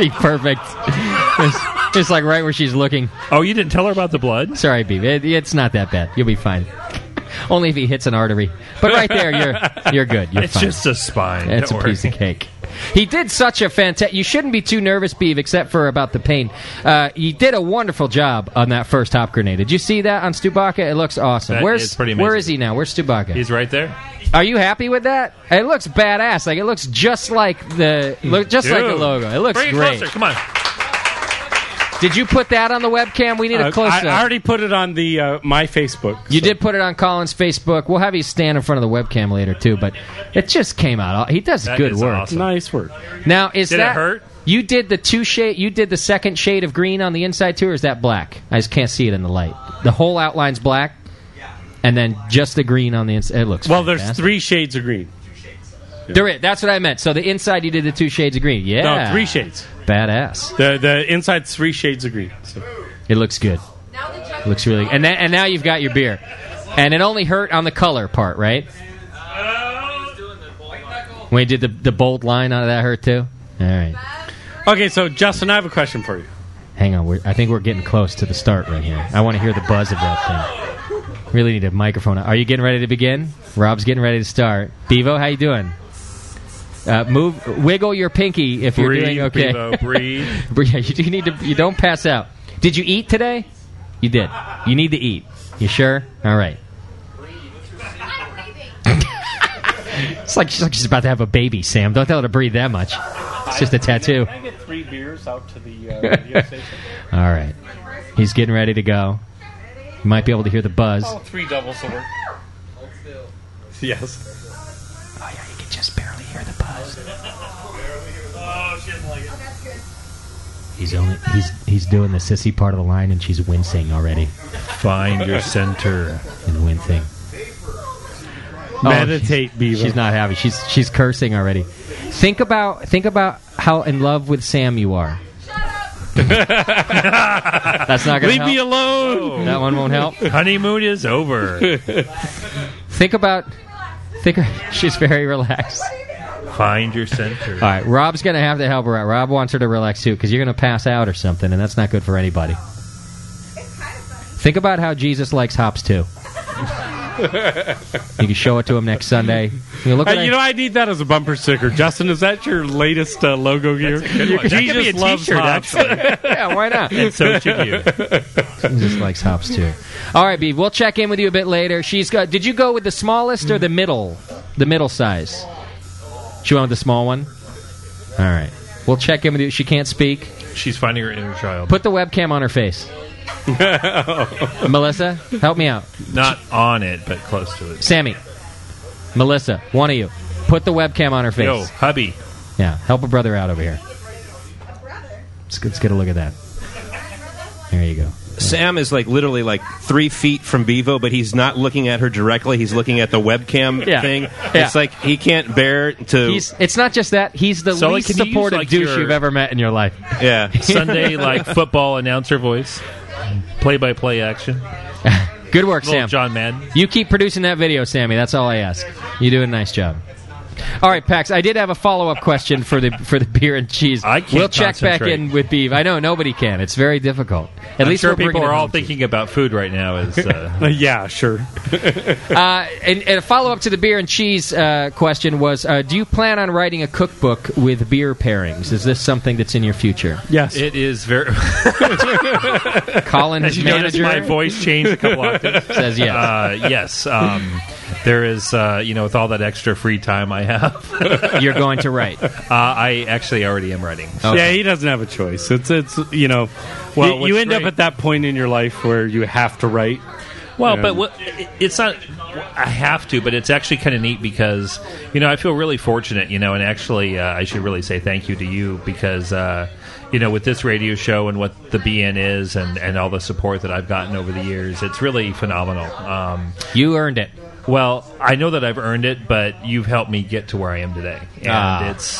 Speaker 1: Be perfect. It's, it's like right where she's looking.
Speaker 7: Oh, you didn't tell her about the blood?
Speaker 1: Sorry, Beav. It, it's not that bad. You'll be fine. Only if he hits an artery. But right there, you're you're good. You're
Speaker 8: It's
Speaker 1: fine.
Speaker 8: just a spine.
Speaker 1: It's
Speaker 8: Don't
Speaker 1: a piece
Speaker 8: worry.
Speaker 1: of cake. He did such a fantastic. You shouldn't be too nervous, Beav, except for about the pain. Uh, he did a wonderful job on that first hop grenade. Did you see that on Stubaka? It looks awesome.
Speaker 8: That
Speaker 1: Where's
Speaker 8: is pretty
Speaker 1: where
Speaker 8: amazing.
Speaker 1: is he now? Where's Stubaka?
Speaker 8: He's right there.
Speaker 1: Are you happy with that? It looks badass. Like it looks just like the look, just like the
Speaker 8: Dude.
Speaker 1: logo. It looks
Speaker 8: Bring it
Speaker 1: great.
Speaker 8: closer. Come on.
Speaker 1: Did you put that on the webcam? We need
Speaker 6: Uh,
Speaker 1: a close up.
Speaker 6: I, I already put it on the uh, my Facebook.
Speaker 1: You did put it on Colin's Facebook. We'll have you stand in front of the webcam later too, but it just came out. He does
Speaker 6: That
Speaker 1: good
Speaker 6: is
Speaker 1: work.
Speaker 6: awesome. Nice work.
Speaker 1: Now is
Speaker 6: Did it
Speaker 1: that
Speaker 6: hurt?
Speaker 1: You did the two shade. You did the second shade of green on the inside too, or is that black? I just can't see it in the light. The whole outline's black, and then just the green on the inside. It looks
Speaker 6: Well, there's
Speaker 1: fantastic.
Speaker 6: three shades of green.
Speaker 1: There it. That's what I meant. So the inside you did the two shades of green. Yeah,
Speaker 6: No, three shades.
Speaker 1: Badass.
Speaker 6: The the inside's three shades of green. So.
Speaker 1: It looks good. Looks really and then, and now you've got your beer, and it only hurt on the color part, right? When you did the the bold line out of that hurt too. All right,
Speaker 6: Okay, so Justin, I have a question for you.
Speaker 1: hang on. We're, I think we're getting close to the start right here. I want to hear the buzz of that thing. Really need a microphone. Are you getting ready to begin? Rob's getting ready to start. Bevo, how you doing? Uh, move, wiggle your pinky if you're
Speaker 8: Breathe,
Speaker 1: doing okay.
Speaker 8: Bevo, breathe.
Speaker 1: But yeah, you do need to. You don't pass out. Did you eat today? You did. You need to eat. You sure? All right. it's like she's like she's about to have a baby. Sam, don't tell her to breathe that much. It's just a tattoo.
Speaker 6: Can I get three beers out to the uh,
Speaker 1: All right. He's getting ready to go. You might be able to hear the buzz.
Speaker 6: Oh, three doubles will work. Yes.
Speaker 1: Oh yeah, you can just barely hear the buzz.
Speaker 8: Oh,
Speaker 1: He's only he's he's doing the sissy part of the line, and she's wincing already.
Speaker 8: Find your center
Speaker 1: and wincing. Oh,
Speaker 6: Meditate,
Speaker 1: she's,
Speaker 6: Bevo.
Speaker 1: She's not happy. She's she's cursing already. Think about think about how in love with Sam you are. That's not gonna
Speaker 8: Leave me
Speaker 1: help.
Speaker 6: alone.
Speaker 1: That one won't help.
Speaker 8: Honeymoon is over.
Speaker 1: Think about think. She's very relaxed.
Speaker 8: Find your center.
Speaker 1: All right, Rob's going to have to help her out. Rob wants her to relax too because you're going to pass out or something, and that's not good for anybody. Think about how Jesus likes hops too.
Speaker 19: Uh,
Speaker 1: You can show it to him next Sunday. You know, look
Speaker 6: Uh,
Speaker 1: what I-
Speaker 6: you know, I need that as a bumper sticker. Justin, is that your latest uh, logo gear?
Speaker 8: one. That could be a t-shirt,
Speaker 1: yeah, why not?
Speaker 8: And so should you.
Speaker 1: Jesus likes hops too. All right, Beav, we'll check in with you a bit later. She's got. Did you go with the smallest or the
Speaker 8: Mm.
Speaker 1: middle? The middle size. She went with the small one. All right, we'll check in with you. She can't speak.
Speaker 8: She's finding her inner child.
Speaker 1: Put the webcam on her face. Melissa, help me out.
Speaker 8: Not on it, but close to it.
Speaker 1: Sammy, Melissa, one of you, put the webcam on her face.
Speaker 8: Yo, hubby.
Speaker 1: Yeah, help a brother out over here. Let's, let's get a look at that. There you go.
Speaker 14: Sam is like literally like three feet from Bevo, but he's not looking at her directly. He's looking at the webcam
Speaker 1: Yeah.
Speaker 14: thing.
Speaker 1: Yeah.
Speaker 14: It's like he can't bear to.
Speaker 1: He's, it's not just that he's the
Speaker 8: So, like,
Speaker 1: least
Speaker 8: can you use,
Speaker 1: supportive
Speaker 8: like,
Speaker 1: douche
Speaker 8: your-
Speaker 1: you've ever met in your life.
Speaker 14: yeah.
Speaker 8: Sunday like football announcer voice. Play by play action.
Speaker 1: Good work,
Speaker 8: Little
Speaker 1: Sam.
Speaker 8: John Madden.
Speaker 1: You keep producing that video, Sammy. That's all I ask. You do a nice job. All right, Pax. I did have a follow up question for the for the beer and cheese. I
Speaker 8: can't
Speaker 1: we'll check back
Speaker 8: concentrate.
Speaker 1: in with Beeve. I know nobody can. It's very difficult. At
Speaker 8: I'm
Speaker 1: least
Speaker 8: sure
Speaker 1: we're
Speaker 8: people
Speaker 1: bringing
Speaker 8: are
Speaker 1: it
Speaker 8: all
Speaker 1: home.
Speaker 8: thinking about food right now. Is uh,
Speaker 6: yeah, sure.
Speaker 1: uh, and, and a follow up to the beer and cheese uh, question was: uh, Do you plan on writing a cookbook with beer pairings? Is this something that's in your future?
Speaker 6: Yes,
Speaker 8: it is very.
Speaker 1: Colin,
Speaker 8: As you notice,
Speaker 1: manager,
Speaker 8: my voice changed a couple octaves.
Speaker 1: Says yes.
Speaker 8: Uh, yes. Um, there is, uh, you know, with all that extra free time I have,
Speaker 1: you're going to write.
Speaker 8: Uh, I actually already am writing.
Speaker 6: Yeah, he doesn't have a choice. It's it's you know,
Speaker 8: Well,
Speaker 6: you, you
Speaker 8: what's
Speaker 6: end up
Speaker 8: great-
Speaker 6: at that point in your life where you have to write.
Speaker 8: Well,
Speaker 6: And-
Speaker 8: but what, it- it's not. I have to, but it's actually kind of neat because you know I feel really fortunate. You know, and actually uh, I should really say thank you to you because uh, you know with this radio show and what the BN is and and all the support that I've gotten over the years, it's really phenomenal. Um,
Speaker 1: you earned it.
Speaker 8: Well, I know that I've earned it, but you've helped me get to where I am today, and
Speaker 1: Ah.
Speaker 8: it's.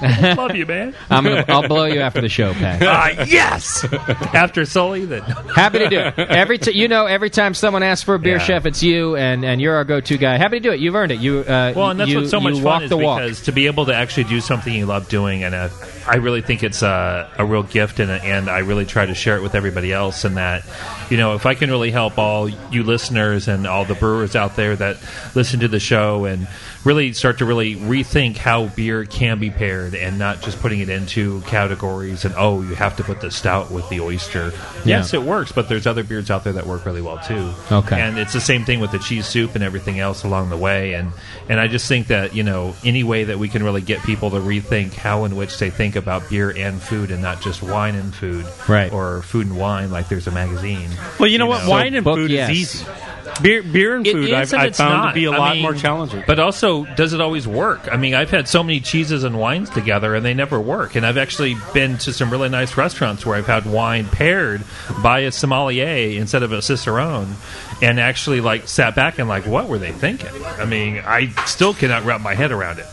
Speaker 8: Love you, man.
Speaker 1: I'm gonna, I'll blow you after the show, Pax.
Speaker 8: Ah, yes. After Sully, then
Speaker 1: Happy to do it. Every t- you know, every time someone asks for a beer
Speaker 8: Yeah.
Speaker 1: chef, it's you, and, and you're our go-to guy. Happy to do it. You've earned it. You uh,
Speaker 8: Well, and that's
Speaker 1: you,
Speaker 8: what's so
Speaker 1: you
Speaker 8: much
Speaker 1: walk
Speaker 8: fun is
Speaker 1: the walk.
Speaker 8: because to be able to actually do something you love doing, and uh, I really think it's uh, a, a real gift, and and I really try to share it with everybody else. And that, you know, if I can really help all you listeners and all the brewers out there that listen to the show and really start to really rethink how beer can be paired, and not just putting it into categories and oh, you have to put the stout with the oyster.
Speaker 1: Yeah.
Speaker 8: Yes, it works, but there's other beers out there that work really well too.
Speaker 1: Okay.
Speaker 8: And it's the same thing with the cheese soup and everything else along the way. And and I just think that, you know, any way that we can really get people to rethink how in which they think about beer and food and not just wine and food.
Speaker 1: Right.
Speaker 8: Or food and wine like there's a magazine.
Speaker 6: Well, you know what? Wine and food
Speaker 8: yes.
Speaker 6: is easy. Beer, beer and food, I've, I've found to be a lot more challenging.
Speaker 8: But also, does it always work? I mean, I've had so many cheeses and wines together, and they never work. And I've actually been to some really nice restaurants where I've had wine paired by a sommelier instead of a cicerone, and actually like sat back and like, what were they thinking? I mean, I still cannot wrap my head around it.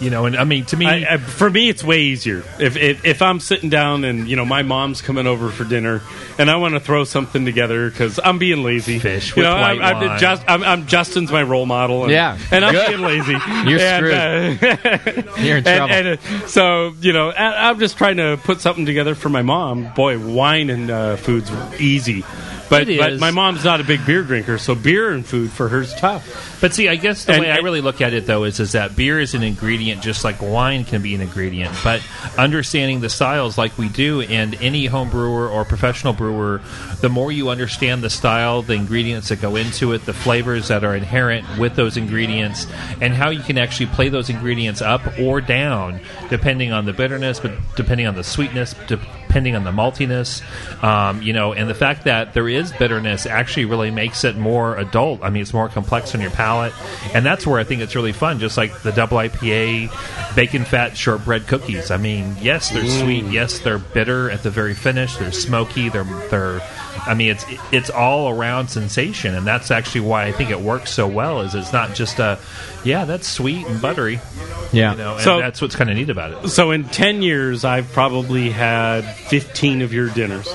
Speaker 8: You know, and I mean, to me,
Speaker 6: I, I, for me, it's way easier. If, if if I'm sitting down and you know my mom's coming over for dinner, and I want to throw something together because I'm being lazy. Fish you
Speaker 8: with
Speaker 6: know, I'm,
Speaker 8: white
Speaker 6: I'm,
Speaker 8: wine.
Speaker 6: just, I'm, I'm Justin's my role model. And,
Speaker 8: Yeah.
Speaker 6: and I'm
Speaker 8: Good.
Speaker 6: being lazy.
Speaker 8: You're
Speaker 6: and, uh,
Speaker 8: screwed. You're
Speaker 6: and-
Speaker 8: in trouble.
Speaker 6: and, uh, so you know, I, I'm just trying to put something together for my mom. Boy, wine and uh, food's easy. But,
Speaker 8: It
Speaker 6: but
Speaker 8: is.
Speaker 6: my mom's not a big beer drinker, so beer and food for her's tough.
Speaker 8: But see, I guess the
Speaker 6: And-
Speaker 8: way I really look at it though is is that beer is an ingredient just like wine can be an ingredient. But understanding the styles like we do and any home brewer or professional brewer, the more you understand the style, the ingredients that go into it, the flavors that are inherent with those ingredients and how you can actually play those ingredients up or down depending on the bitterness, but depending on the sweetness, depending on the maltiness, um, you know, and the fact that there is bitterness actually really makes it more adult. I mean, it's more complex on your palate, and that's where I think it's really fun. Just like the double IPA, bacon fat shortbread cookies. I mean, yes, they're
Speaker 6: Mm.
Speaker 8: sweet. Yes, they're bitter at the very finish. They're smoky. They're they're. I mean, it's it's all around sensation, and that's actually why I think it works so well. Is it's not just a, yeah, that's sweet and buttery.
Speaker 1: Yeah.
Speaker 8: you know, and
Speaker 6: So-
Speaker 8: that's what's kind of neat about it.
Speaker 6: So in ten years, I've probably had fifteen of your dinners.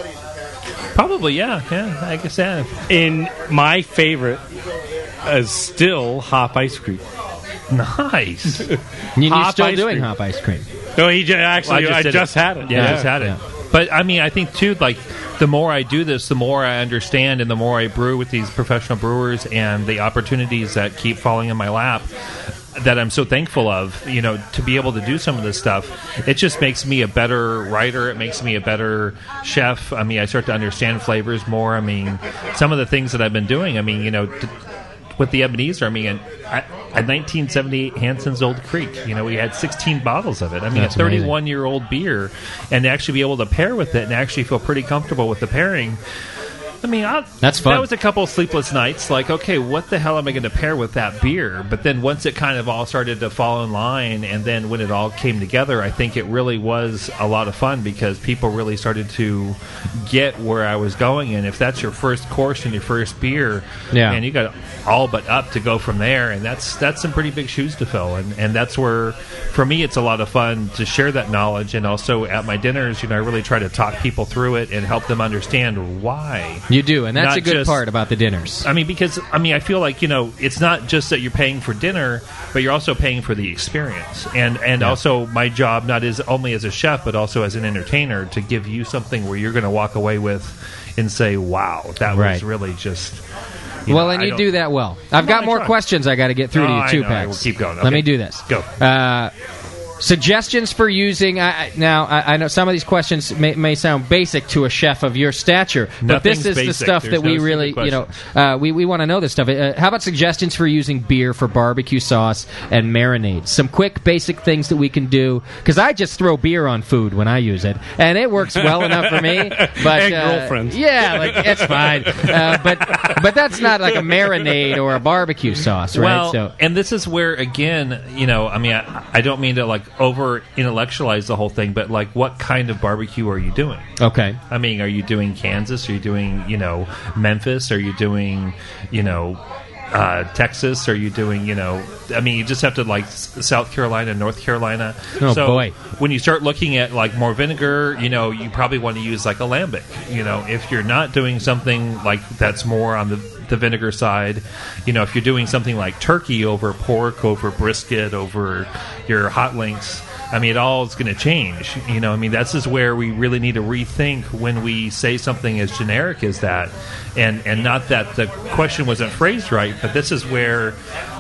Speaker 8: Probably, yeah, yeah. I guess that.
Speaker 6: And my favorite is still hop ice cream.
Speaker 8: Nice.
Speaker 1: And you're
Speaker 6: Hop
Speaker 1: still
Speaker 6: ice
Speaker 1: doing
Speaker 6: cream.
Speaker 1: hop ice cream.
Speaker 6: No, he just,
Speaker 8: Well,
Speaker 6: actually, I
Speaker 8: did
Speaker 6: just, had it.
Speaker 8: Yeah, I just had it. But I mean, I think too, like the more I do this, the more I understand, and the more I brew with these professional brewers, and the opportunities that keep falling in my lap. That I'm so thankful of, you know, to be able to do some of this stuff. It just makes me a better writer. It makes me a better chef. I mean, I start to understand flavors more. I mean, some of the things that I've been doing. I mean, you know, t- with the Ebenezer. I mean, at, at 1978 Hanson's Old Creek, you know, we had 16 bottles of it. I mean,
Speaker 1: That's
Speaker 8: a 31 year old beer, and to actually be able to pair with it and actually feel pretty comfortable with the pairing. I mean, I,
Speaker 1: That's fun.
Speaker 8: That was a couple of sleepless nights. Like, okay, what the hell am I going to pair with that beer? But then once it kind of all started to fall in line, and then when it all came together, I think it really was a lot of fun because people really started to get where I was going. And if that's your first course and your first beer,
Speaker 1: Yeah.
Speaker 8: and you got all but up to go from there, and that's that's some pretty big shoes to fill. And and that's where, for me, it's a lot of fun to share that knowledge, and also at my dinners, you know, I really try to talk people through it and help them understand why.
Speaker 1: You do, and that's
Speaker 8: Not
Speaker 1: a good
Speaker 8: just-
Speaker 1: part about the dinners.
Speaker 8: I mean, because I mean, I feel like you know, it's not just that you're paying for dinner, but you're also paying for the experience. And and
Speaker 1: Yeah.
Speaker 8: also, my job not as only as a chef, but also as an entertainer to give you something where you're going to walk away with and say, "Wow, that
Speaker 1: Right.
Speaker 8: was really just." you
Speaker 1: Well,
Speaker 8: know,
Speaker 1: and
Speaker 8: I
Speaker 1: you
Speaker 8: don't-
Speaker 1: do that well. I've got
Speaker 8: I
Speaker 1: more
Speaker 8: try.
Speaker 1: questions I got to get through
Speaker 8: No,
Speaker 1: to
Speaker 8: I
Speaker 1: you too,
Speaker 8: know. I
Speaker 1: Pax.
Speaker 8: will keep going.
Speaker 1: Let
Speaker 8: Okay.
Speaker 1: me do this.
Speaker 8: Go.
Speaker 1: Uh, suggestions for using. I, I- now, I, I know some of these questions may, may sound basic to a chef of your stature, but this
Speaker 8: Nothing's
Speaker 1: is the
Speaker 8: basic.
Speaker 1: stuff
Speaker 8: There's
Speaker 1: that we
Speaker 8: no
Speaker 1: really,
Speaker 8: stupid
Speaker 1: you know, uh, we, we want to know this stuff. Uh, how about suggestions for using beer for barbecue sauce and marinades? Some quick, basic things that we can do. Because I just throw beer on food when I use it, and it works well enough for me. But
Speaker 6: And
Speaker 1: uh,
Speaker 6: girlfriends.
Speaker 1: yeah, like it's fine. Uh, but but that's not like a marinade or a barbecue sauce, right?
Speaker 8: Well,
Speaker 1: so
Speaker 8: and this is where again, you know, I mean, I, I don't mean to like over intellectualize the whole thing, but like, what kind of barbecue are you doing?
Speaker 1: okay,
Speaker 8: I mean, are you doing Kansas? Are you doing you know Memphis? Are you doing you know uh, Texas? Are you doing you know? I mean, you just have to like S- South Carolina, North Carolina.
Speaker 1: Oh,
Speaker 8: so
Speaker 1: boy.
Speaker 8: When you start looking at like more vinegar, you know, you probably want to use like a lambic. You know, if you're not doing something like that's more on the the vinegar side, you know, if you're doing something like turkey over pork, over brisket, over your hot links, I mean, it all is going to change. You know, I mean, that's is where we really need to rethink when we say something as generic as that, and and not that the question wasn't phrased right, but this is where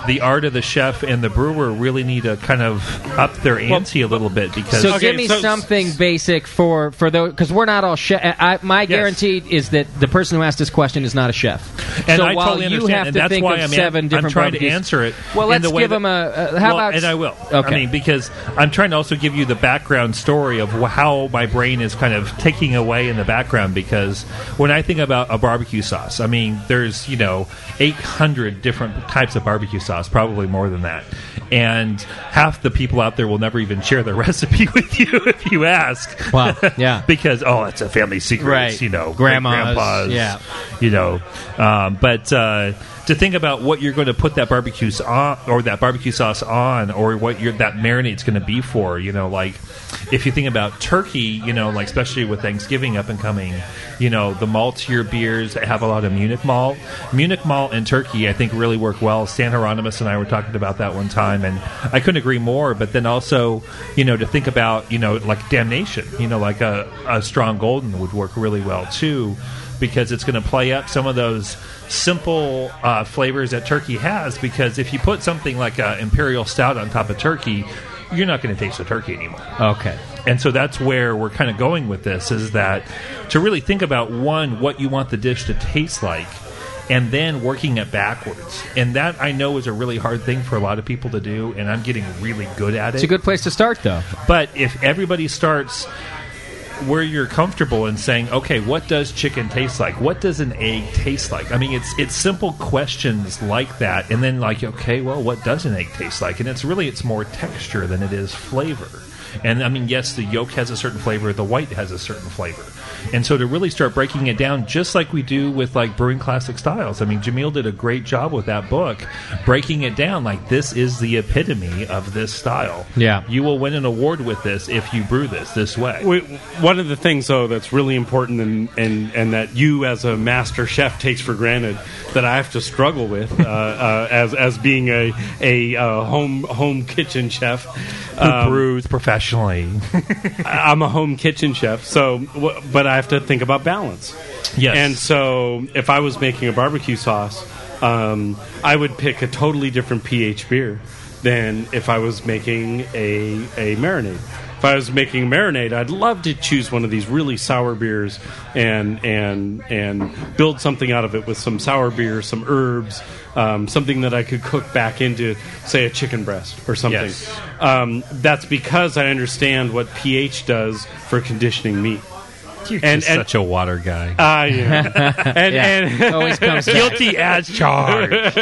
Speaker 8: the art of the chef and the brewer really need to kind of up their ante a little bit because
Speaker 1: So give me something basic for for those because we're not all chef. I, my guarantee is that the person who asked this question is not a chef.
Speaker 8: And
Speaker 1: so
Speaker 8: I
Speaker 1: while
Speaker 8: totally
Speaker 1: you
Speaker 8: understand, and
Speaker 1: have to
Speaker 8: that's
Speaker 1: think
Speaker 8: why
Speaker 1: of
Speaker 8: I'm an-
Speaker 1: seven
Speaker 8: I'm
Speaker 1: different
Speaker 8: trying to
Speaker 1: barbecues-
Speaker 8: answer it
Speaker 1: Well,
Speaker 8: in
Speaker 1: let's
Speaker 8: the way
Speaker 1: give
Speaker 8: that-
Speaker 1: them a. Uh, how
Speaker 8: Well,
Speaker 1: about?
Speaker 8: And I will.
Speaker 1: Okay.
Speaker 8: I mean, because I'm trying to also give you the background story of wh- how my brain is kind of taking away in the background. Because when I think about a barbecue sauce, I mean, there's you know 800 different types of barbecue sauce, probably more than that. And half the people out there will never even share their recipe with you if you ask.
Speaker 1: Wow. Yeah.
Speaker 8: because oh, it's a family secret.
Speaker 1: Right.
Speaker 8: It's, You know,
Speaker 1: Grandmas,
Speaker 8: grandpas.
Speaker 1: yeah.
Speaker 8: You know, um, but uh, to think about what you're going to put that barbecue on, or that barbecue sauce on, or what your that marinade's going to be for. You know, like if you think about turkey, you know, like especially with Thanksgiving up and coming, you know, the maltier beers that have a lot of Munich malt, Munich malt and turkey, I think really work well. San Hieronymus and I were talking about that one time, and I couldn't agree more. But then also, you know, to think about, you know, like Damnation, you know, like a, a strong golden would work really well too because it's going to play up some of those simple uh, flavors that turkey has. Because if you put something like an imperial stout on top of turkey, you're not going to taste the turkey anymore.
Speaker 1: Okay.
Speaker 8: And so that's where we're kind of going with this is that to really think about one, what you want the dish to taste like, and then working it backwards. And that I know is a really hard thing for a lot of people to do, and I'm getting really good at it.
Speaker 1: It's a good place to start, though.
Speaker 8: But if everybody starts where you're comfortable in saying, okay, what does chicken taste like? What does an egg taste like? I mean, it's it's simple questions like that, and then like, okay, well, what does an egg taste like? And it's really it's more texture than it is flavor. And I mean, yes, the yolk has a certain flavor, the white has a certain flavor, and so to really start breaking it down, just like we do with like brewing classic styles. I mean, Jamil did a great job with that book, breaking it down like this is the epitome of this style.
Speaker 1: Yeah.
Speaker 8: You will win an award with this if you brew this this way.
Speaker 6: We, one of the things, though, that's really important and, and, and that you as a master chef takes for granted that I have to struggle with uh, uh, as, as being a, a uh, home, home kitchen chef um,
Speaker 8: Who brews professionally.
Speaker 6: I- I'm a home kitchen chef, so wh- but I have to think about balance.
Speaker 8: Yes.
Speaker 6: And so if I was making a barbecue sauce, um, I would pick a totally different pH beer than if I was making a a marinade. If I was making marinade, I'd love to choose one of these really sour beers and and and build something out of it with some sour beer, some herbs, um, something that I could cook back into, say, a chicken breast or something.
Speaker 8: Yes.
Speaker 6: Um, that's because I understand what pH does for conditioning meat.
Speaker 8: You're just such a water guy.
Speaker 6: I am. and,
Speaker 8: Yeah.
Speaker 6: and
Speaker 8: Always comes back. Guilty as charged.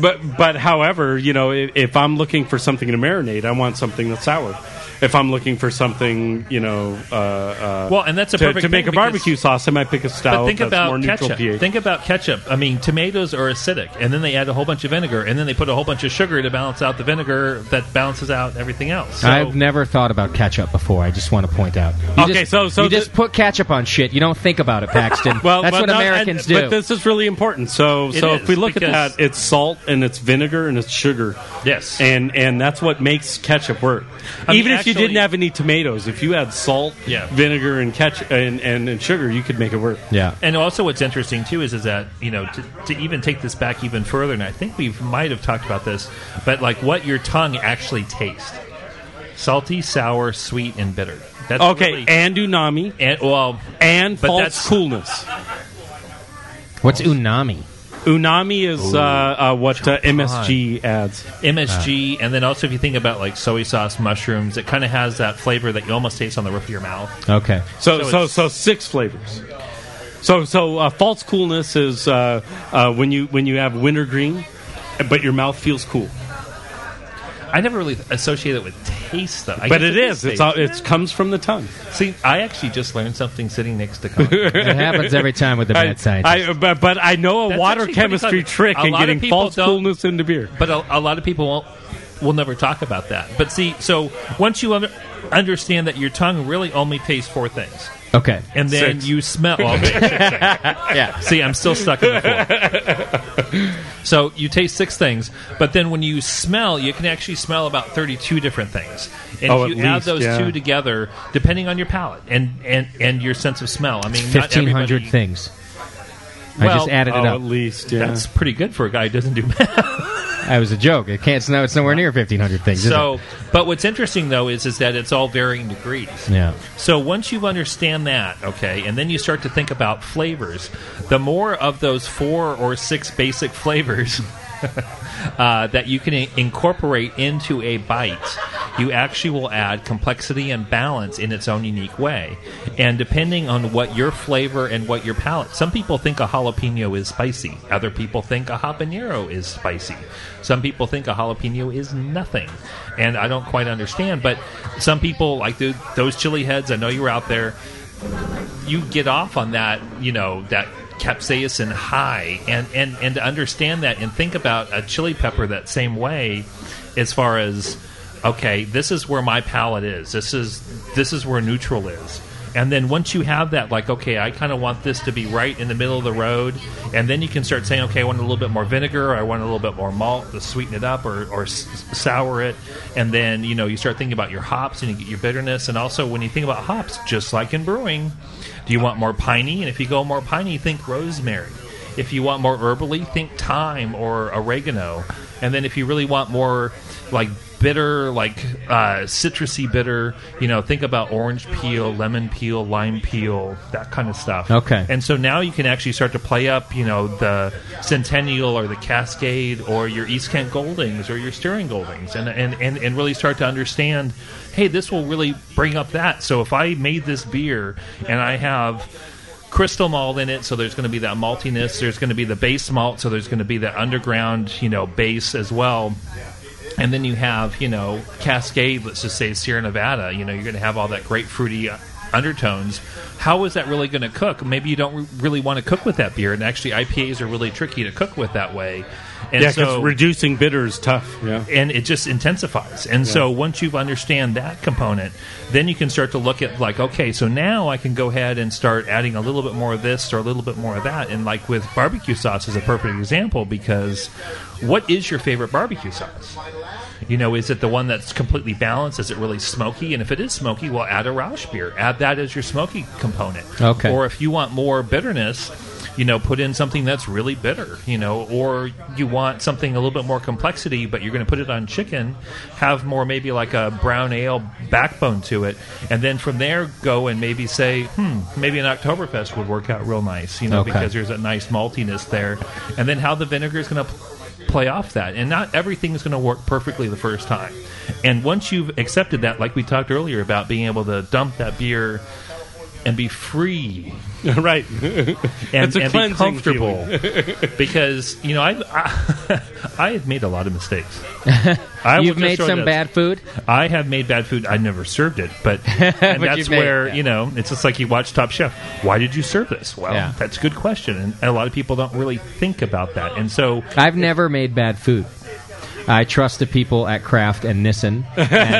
Speaker 6: But but however, you know, if, if I'm looking for something to marinate, I want something that's sour. If I'm looking for something, you know, uh, uh,
Speaker 8: Well, and that's a
Speaker 6: to,
Speaker 8: perfect
Speaker 6: to make
Speaker 8: thing
Speaker 6: a
Speaker 8: because-
Speaker 6: barbecue sauce. I might pick a stout
Speaker 8: But think
Speaker 6: that's more
Speaker 8: about
Speaker 6: neutral
Speaker 8: ketchup.
Speaker 6: pH.
Speaker 8: Think about ketchup. I mean, tomatoes are acidic, and then they add a whole bunch of vinegar, and then they put a whole bunch of sugar to balance out the vinegar that balances out everything else. So,
Speaker 1: I've never thought about ketchup before. I just want to point out. You
Speaker 8: Okay,
Speaker 1: just,
Speaker 8: so- so
Speaker 1: you
Speaker 8: the-
Speaker 1: just put ketchup on shit. You don't think about it, Paxton.
Speaker 6: well,
Speaker 1: that's
Speaker 6: but
Speaker 1: what
Speaker 6: no, and-
Speaker 1: Americans do.
Speaker 6: But this is really important. So,
Speaker 1: It
Speaker 6: so
Speaker 1: is,
Speaker 6: if we look at
Speaker 1: because-
Speaker 6: that, it's salt and it's vinegar and it's sugar.
Speaker 8: Yes,
Speaker 6: and and that's what makes ketchup work.
Speaker 8: I
Speaker 6: Even
Speaker 8: mean,
Speaker 6: if you
Speaker 8: actually-
Speaker 6: didn't have any tomatoes, if you had salt,
Speaker 8: Yeah.
Speaker 6: vinegar, and ketchup and, and, and sugar, you could make it work.
Speaker 1: Yeah.
Speaker 8: And also, what's interesting too is is that you know to, to even take this back even further, and I think we might have talked about this, but like what your tongue actually tastes: salty, sour, sweet, and bitter. That's
Speaker 6: okay,
Speaker 8: really-
Speaker 6: and unami,
Speaker 8: and well,
Speaker 6: and
Speaker 8: but
Speaker 6: false
Speaker 8: that's-
Speaker 6: coolness.
Speaker 1: What's unami?
Speaker 6: Unami is
Speaker 8: Ooh.
Speaker 6: uh, uh, what uh, MSG adds.
Speaker 8: MSG, and then also if you think about like soy sauce, mushrooms, it kind of has that flavor that you almost taste on the roof of your mouth.
Speaker 1: okay.
Speaker 6: So
Speaker 8: So
Speaker 6: so so,
Speaker 8: it's-
Speaker 6: six flavors. So so uh, false coolness is uh, uh, when you when you have wintergreen, but your mouth feels cool.
Speaker 8: I never really associate it with taste, though. I
Speaker 6: but
Speaker 8: guess
Speaker 6: it is. It's
Speaker 8: taste.
Speaker 6: all, it comes from the tongue.
Speaker 8: See, I actually just learned something sitting next to. Colin.
Speaker 1: It happens every time with the
Speaker 6: I-
Speaker 1: bad scientist.
Speaker 6: I, but, but I know a
Speaker 8: That's
Speaker 6: water
Speaker 8: actually pretty
Speaker 6: chemistry
Speaker 8: clever.
Speaker 6: trick
Speaker 8: A
Speaker 6: in
Speaker 8: lot of
Speaker 6: getting
Speaker 8: people
Speaker 6: false
Speaker 8: don't-
Speaker 6: coolness into beer.
Speaker 8: But a, a lot of people won't, will never talk about that. But see, so once you under, understand that your tongue really only tastes four things,
Speaker 1: okay.
Speaker 8: and then
Speaker 1: Six.
Speaker 8: you smell. Well, okay, six things.
Speaker 1: yeah.
Speaker 8: See, I'm still stuck in the four. so you taste six things, but then when you smell, you can actually smell about 32 different things. And
Speaker 6: Oh,
Speaker 8: if
Speaker 6: at
Speaker 8: you add
Speaker 6: least,
Speaker 8: those
Speaker 6: yeah.
Speaker 8: two together, depending on your palate and and and your sense of smell. I mean, not
Speaker 1: Fifteen
Speaker 8: everybody.
Speaker 1: hundred things. I
Speaker 8: Well,
Speaker 1: just added it
Speaker 8: oh,
Speaker 1: up.
Speaker 8: at
Speaker 6: least,
Speaker 8: yeah. That's pretty good for a guy who doesn't do math.
Speaker 1: That was a joke. It can't. No, it's nowhere near fifteen hundred things. is
Speaker 8: So, but what's interesting though is is that it's all varying degrees.
Speaker 1: it? yeah.
Speaker 8: So once you understand that, okay, and then you start to think about flavors, the more of those four or six basic flavors uh, that you can i- incorporate into a bite, you actually will add complexity and balance in its own unique way. And depending on what your flavor and what your palate, some people think a jalapeno is spicy, other people think a habanero is spicy, some people think a jalapeno is nothing. And I don't quite understand, but some people like the, those chili heads. I know you were out there you get off on that, you know, that capsaicin high and, and, and to understand that and think about a chili pepper that same way as far as okay, this is where my palate is. This is this is where neutral is. And then once you have that, like, okay, I kind of want this to be right in the middle of the road, and then you can start saying, okay, I want a little bit more vinegar, or I want a little bit more malt to sweeten it up or, or s- sour it, and then you know you start thinking about your hops and you get your bitterness, and also when you think about hops, just like in brewing, do you want more piney? And if you go more piney, think rosemary. If you want more herbally, think thyme or oregano. And then if you really want more like bitter, like uh, citrusy bitter, you know, think about orange peel, lemon peel, lime peel, that kind of stuff.
Speaker 1: Okay.
Speaker 8: And so now you can actually start to play up, you know, the Centennial or the Cascade or your East Kent Goldings or your Steering Goldings and, and, and, and really start to understand, hey, this will really bring up that. So if I made this beer and I have crystal malt in it, so there's going to be that maltiness, there's going to be the base malt, so there's going to be that underground, you know, base as well. And then you have, you know, Cascade, let's just say Sierra Nevada, you know, you're going to have all that grapefruity uh, undertones. How is that really going to cook? Maybe you don't re- really want to cook with that beer. And actually, IPAs are really tricky to cook with that way. And
Speaker 6: yeah, because
Speaker 8: so,
Speaker 6: reducing bitter is tough. Yeah.
Speaker 8: and it just intensifies. And
Speaker 6: Yeah.
Speaker 8: so once you understand that component, then you can start to look at like, okay, so now I can go ahead and start adding a little bit more of this or a little bit more of that. And like with barbecue sauce is a perfect example because what is your favorite barbecue sauce? You know, is it the one that's completely balanced? Is it really smoky? And if it is smoky, well, add a Roush beer. Add that as your smoky component.
Speaker 1: Okay.
Speaker 8: Or if you want more bitterness, you know, put in something that's really bitter, you know, or you want something a little bit more complexity, but you're going to put it on chicken, have more maybe like a brown ale backbone to it, and then from there go and maybe say, hmm, maybe an Oktoberfest would work out real nice, you know,
Speaker 1: Okay.
Speaker 8: because there's a nice maltiness there, and then how the vinegar is going to play off that, and not everything is going to work perfectly the first time, and once you've accepted that, like we talked earlier about being able to dump that beer and be free.
Speaker 6: right.
Speaker 8: and,
Speaker 6: It's a
Speaker 8: and be
Speaker 6: cleansing
Speaker 8: comfortable.
Speaker 6: feeling.
Speaker 8: because, you know, I've, I, I have made a lot of mistakes. will
Speaker 1: You've
Speaker 8: just
Speaker 1: made
Speaker 8: throw
Speaker 1: some
Speaker 8: this.
Speaker 1: bad food.
Speaker 8: I have made bad food. I never served it, but and
Speaker 1: But
Speaker 8: that's
Speaker 1: you made
Speaker 8: where you know it's just like you watch Top Chef. Why did you serve this? Well,
Speaker 1: Yeah.
Speaker 8: that's a good question, and a lot of people don't really think about that. And so
Speaker 1: I've never made bad food. I trust the people at Kraft and Nissen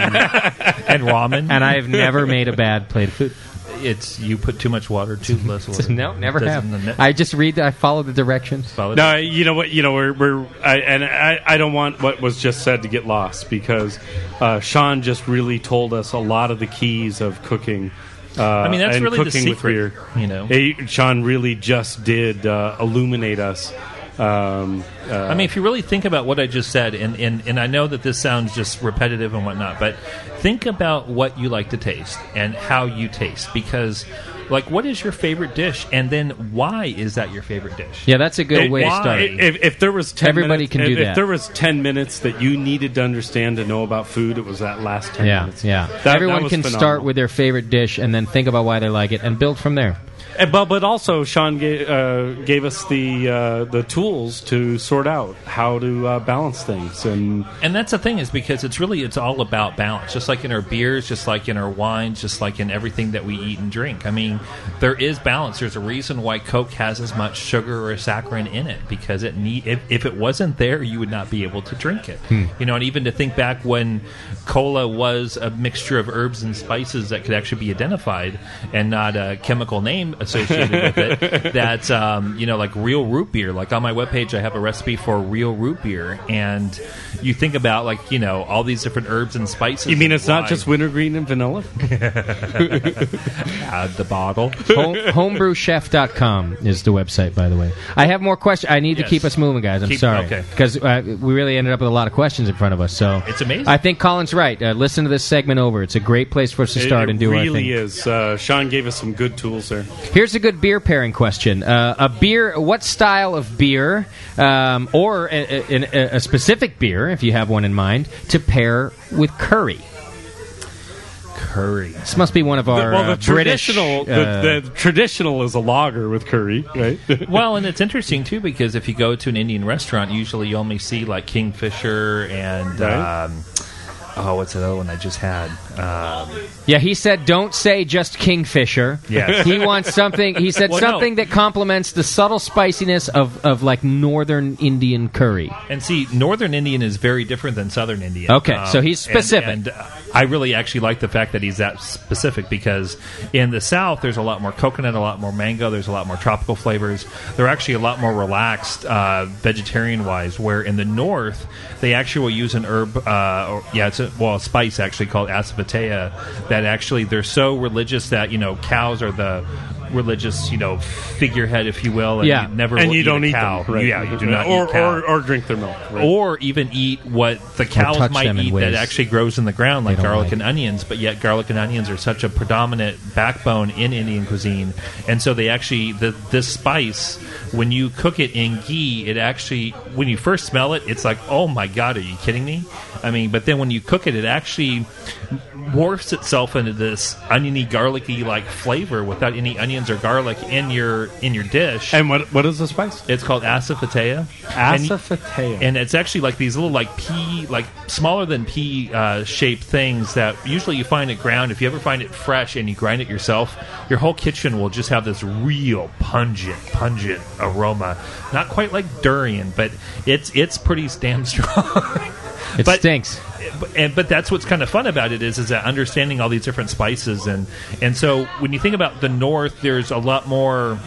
Speaker 8: and ramen.
Speaker 1: and I have never made a bad plate of food.
Speaker 8: It's you put too much water, too less water.
Speaker 1: no, never
Speaker 8: Doesn't
Speaker 1: have.
Speaker 8: the-
Speaker 1: I just read. I follow the directions.
Speaker 6: No, you know what? You know we're we're I, and I, I don't want what was just said to get lost because uh, Sean just really told us a lot of the keys of cooking. Uh,
Speaker 8: I mean, that's
Speaker 6: and
Speaker 8: really the
Speaker 6: cooking with
Speaker 8: secret,
Speaker 6: beer.
Speaker 8: you know.
Speaker 6: Eh, Sean really just did uh, illuminate us. Um, uh,
Speaker 8: I mean, if you really think about what I just said, and, and, and I know that this sounds just repetitive and whatnot, but think about what you like to taste and how you taste. Because, like, what is your favorite dish? And then why is that your favorite dish?
Speaker 1: Yeah, that's a good
Speaker 6: It-
Speaker 1: way to
Speaker 6: why-
Speaker 1: start.
Speaker 6: If, if there was 10
Speaker 1: Everybody
Speaker 6: minutes-
Speaker 1: can do
Speaker 6: if,
Speaker 1: that.
Speaker 6: If there was ten minutes that you needed to understand to know about food, it was that last ten
Speaker 1: yeah,
Speaker 6: minutes.
Speaker 1: yeah.
Speaker 6: That- that
Speaker 1: Everyone
Speaker 6: was
Speaker 1: can
Speaker 6: phenomenal.
Speaker 1: start with their favorite dish and then think about why they like it and build from there.
Speaker 6: And, Eh, but but also Sean gave, uh, gave us the uh, the tools to sort out how to uh, balance things and
Speaker 8: and that's the thing is because it's really it's all about balance just like in our beers just like in our wines just like in everything that we eat and drink i mean there is balance there's a reason why coke has as much sugar or saccharin in it because it need if, if it wasn't there you would not be able to drink it
Speaker 1: Hmm.
Speaker 8: you know and even to think back when cola was a mixture of herbs and spices that could actually be identified and not a chemical name associated with it that's um, you know like real root beer like on my webpage i have a recipe for real root beer and you think about like you know all these different herbs and spices
Speaker 6: You mean it's
Speaker 8: Why?
Speaker 6: not just wintergreen and vanilla?
Speaker 8: Add the bottle.
Speaker 1: Home, homebrewchef.com is the website, by the way. I have more questions. I need
Speaker 8: Yes.
Speaker 1: to keep us moving, guys. I'm
Speaker 8: Keep-
Speaker 1: sorry.
Speaker 8: okay.
Speaker 1: Because uh, we really ended up with a lot of questions in front of us. So
Speaker 8: It's amazing.
Speaker 1: I think Colin's right. Uh, listen to this segment over. It's a great place for us to
Speaker 6: It-
Speaker 1: start
Speaker 6: it
Speaker 1: and do
Speaker 6: really
Speaker 1: our thing.
Speaker 6: is. Uh, Sean gave us some good tools there.
Speaker 1: Here's a good beer pairing question: uh, a beer, what style of beer, um, or a, a, a- a specific beer, if you have one in mind, to pair with curry?
Speaker 8: Curry.
Speaker 1: This must be one of our
Speaker 6: well, the
Speaker 1: uh, British.
Speaker 6: traditional
Speaker 1: uh,
Speaker 6: the, the traditional is a lager with curry, right?
Speaker 8: well, and it's interesting too because if you go to an Indian restaurant, usually you only see like kingfisher and
Speaker 1: Right.
Speaker 8: um, oh, what's the other one I just had? Um,
Speaker 1: yeah, he said, "Don't say just Kingfisher."
Speaker 8: Yes.
Speaker 1: he wants something. He said
Speaker 8: Well, no.
Speaker 1: something that complements the subtle spiciness of, of like northern Indian curry.
Speaker 8: and see, Northern Indian is very different than Southern Indian. Um,
Speaker 1: Okay, so he's
Speaker 8: and-
Speaker 1: specific.
Speaker 8: And, uh, I really actually like the fact that he's that specific because in the South, there's a lot more coconut, a lot more mango, there's a lot more tropical flavors. They're actually a lot more relaxed uh, vegetarian wise, where in the North, they actually will use an herb, uh, or, yeah, it's a, well, a spice actually called asafoetida that actually they're so religious that, you know, cows are the religious, you know, figurehead, if you will, and
Speaker 6: yeah,
Speaker 8: you never
Speaker 6: and
Speaker 8: will
Speaker 6: you
Speaker 8: eat
Speaker 6: don't
Speaker 8: a
Speaker 6: eat
Speaker 8: cow.
Speaker 6: them, right?
Speaker 8: Yeah, you do not
Speaker 6: or,
Speaker 8: eat cow
Speaker 6: or or drink their milk, right?
Speaker 8: or even eat what the cows
Speaker 6: touch
Speaker 8: might
Speaker 6: them in
Speaker 8: eat
Speaker 6: ways
Speaker 8: that actually grows in the ground, like
Speaker 6: they don't
Speaker 8: garlic
Speaker 6: like.
Speaker 8: and onions. But yet, garlic and onions are such a predominant backbone in Indian cuisine, and so they actually the, this spice when you cook it in ghee, it actually when you first smell it, it's like, oh my god, are you kidding me? I mean, but then when you cook it, it actually morphs itself into this oniony, garlicky like flavor without any onions or garlic in your in your dish.
Speaker 6: And what what is the spice?
Speaker 8: It's called asafoetida. And-
Speaker 6: Asafoetida.
Speaker 8: and it's actually like these little like pea like smaller than pea uh, shaped things that usually you find at ground if you ever find it fresh and you grind it yourself your whole kitchen will just have this real pungent pungent aroma not quite like durian but it's it's pretty damn strong
Speaker 1: It stinks.
Speaker 8: but- and but that's what's kind of fun about it is is that understanding all these different spices and and so when you think about the north there's a lot more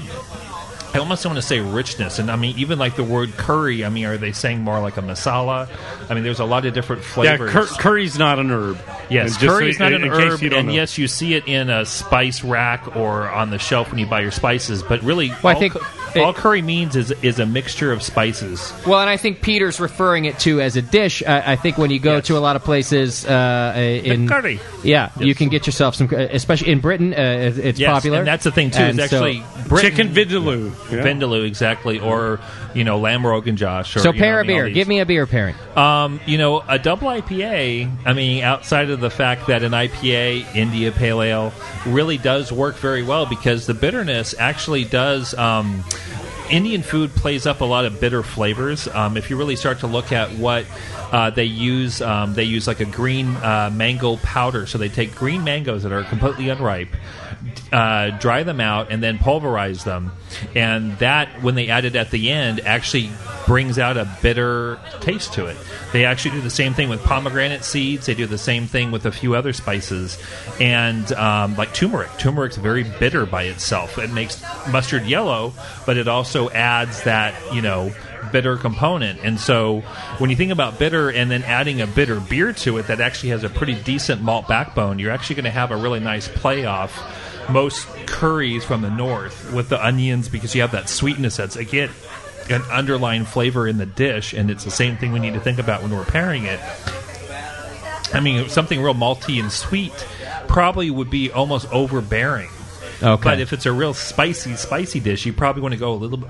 Speaker 8: I almost don't want to say richness, and I mean even like the word curry. I mean, are they saying more like a masala? I mean, there's a lot of different
Speaker 6: yeah,
Speaker 8: flavors.
Speaker 6: cur- curry's not an herb.
Speaker 8: Yes,
Speaker 6: And just so
Speaker 8: curry is
Speaker 6: you-
Speaker 8: not
Speaker 6: in-
Speaker 8: an
Speaker 6: in case
Speaker 8: herb,
Speaker 6: you don't
Speaker 8: and
Speaker 6: know.
Speaker 8: yes, you see it in a spice rack or on the shelf when you buy your spices. But really,
Speaker 1: Well, I
Speaker 8: all,
Speaker 1: think
Speaker 8: cu- all curry means is is a mixture of spices.
Speaker 1: Well, and I think Peter's referring it to as a dish. I, I think when you go to a lot of places uh, in
Speaker 8: curry.
Speaker 1: yeah, you can get yourself some, especially in Britain. Uh, it's
Speaker 8: Yes,
Speaker 1: popular,
Speaker 8: and that's the thing too.
Speaker 1: And
Speaker 8: is
Speaker 1: so-
Speaker 8: actually
Speaker 6: Chicken vindaloo. Yeah.
Speaker 8: Vindaloo exactly, or you know Lamrogue and Josh. Or,
Speaker 1: So
Speaker 8: you know,
Speaker 1: pair
Speaker 8: I
Speaker 1: a
Speaker 8: mean, all
Speaker 1: beer.
Speaker 8: these-
Speaker 1: Give me a beer pairing.
Speaker 8: um, you know, a double IPA, I mean, outside of the fact that an IPA, India Pale Ale, really does work very well because the bitterness actually does. Um, Indian food plays up a lot of bitter flavors. Um, if you really start to look at what uh, they use, um, they use like a green uh, mango powder. So they take green mangoes that are completely unripe, uh, dry them out, and then pulverize them. And that, when they add it at the end, actually brings out a bitter taste to it. They actually do the same thing with pomegranate seeds. They do the same thing with a few other spices, and um, like turmeric. Turmeric's very bitter by itself. It makes mustard yellow, but it also adds that you know bitter component. And so when you think about bitter and then adding a bitter beer to it that actually has a pretty decent malt backbone, you're actually going to have a really nice playoff. Most curries from the north with the onions because you have that sweetness that's again an underlying flavor in the dish, and it's the same thing we need to think about when we're pairing it. I mean, something real malty and sweet probably would be almost overbearing.
Speaker 1: Okay.
Speaker 8: But if it's a real spicy, spicy dish, you probably want to go a little bit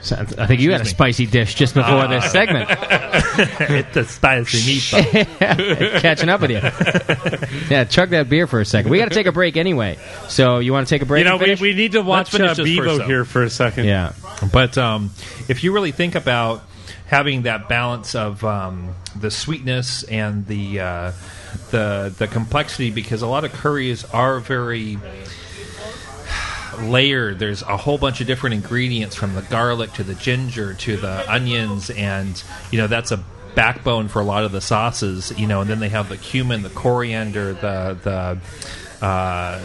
Speaker 1: So I th- I think you had a
Speaker 8: Excuse me.
Speaker 1: spicy dish just before
Speaker 8: Ah.
Speaker 1: this segment.
Speaker 8: it's a spicy meat.
Speaker 1: Catching up with you. Yeah, chug that beer for a second. We got to take a break anyway. So you want to take a
Speaker 6: You
Speaker 1: break?
Speaker 6: know,
Speaker 1: and
Speaker 6: we,
Speaker 1: finish?
Speaker 6: we need to watch uh,
Speaker 8: Let's finish this
Speaker 6: Bevo
Speaker 8: first, though.
Speaker 6: here for a second.
Speaker 1: Yeah.
Speaker 8: But um, if you really think about having that balance of um, the sweetness and the uh, the the complexity, because a lot of curries are very layered. There's a whole bunch of different ingredients from the garlic to the ginger to the onions, and you know that's a backbone for a lot of the sauces. You know, and then they have the cumin, the coriander, the the. Uh,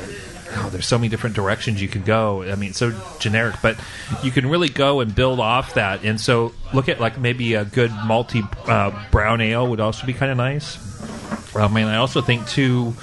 Speaker 8: Oh, there's so many different directions you could go. I mean, it's so generic, but you can really go and build off that. And so, look at like maybe a good multi uh, brown ale would also be kind of nice. I mean, I also think too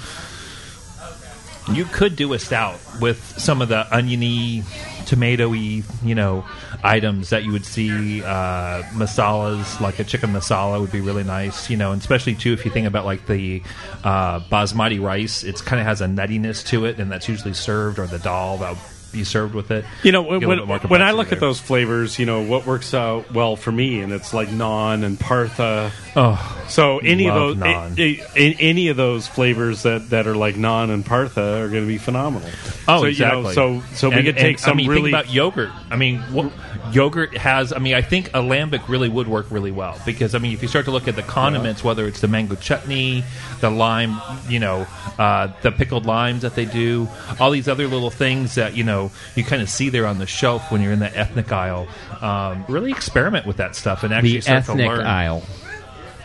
Speaker 8: you could do a stout with some of the oniony, tomatoey, you know, items that you would see. Uh, masalas, like a chicken masala, would be really nice, you know, and especially too if you think about like the uh, basmati rice. It kind of has a nuttiness to it, and that's usually served, or the dal that would be served with it.
Speaker 6: You know,
Speaker 8: Get a
Speaker 6: when,
Speaker 8: little bit more
Speaker 6: when I
Speaker 8: complexity
Speaker 6: look
Speaker 8: there.
Speaker 6: at those flavors, you know, what works out well for me, and it's like naan and partha.
Speaker 8: Oh,
Speaker 6: so any of
Speaker 8: love
Speaker 6: those,
Speaker 8: naan.
Speaker 6: a- a- any of those flavors that, that are like naan and partha are going to be phenomenal.
Speaker 8: Oh,
Speaker 6: so,
Speaker 8: exactly.
Speaker 6: You know, so, so we
Speaker 8: And-
Speaker 6: could take
Speaker 8: and,
Speaker 6: some
Speaker 8: I mean, think
Speaker 6: really
Speaker 8: about yogurt. I mean, what, yogurt has. I mean, I think a lambic really would work really well because I mean, if you start to look at the condiments, whether it's the mango chutney, the lime, you know, uh, the pickled limes that they do, all these other little things that you know you kind of see there on the shelf when you're in the ethnic aisle. Um, really experiment with that stuff and actually
Speaker 1: the
Speaker 8: start
Speaker 1: ethnic
Speaker 8: to learn.
Speaker 1: aisle.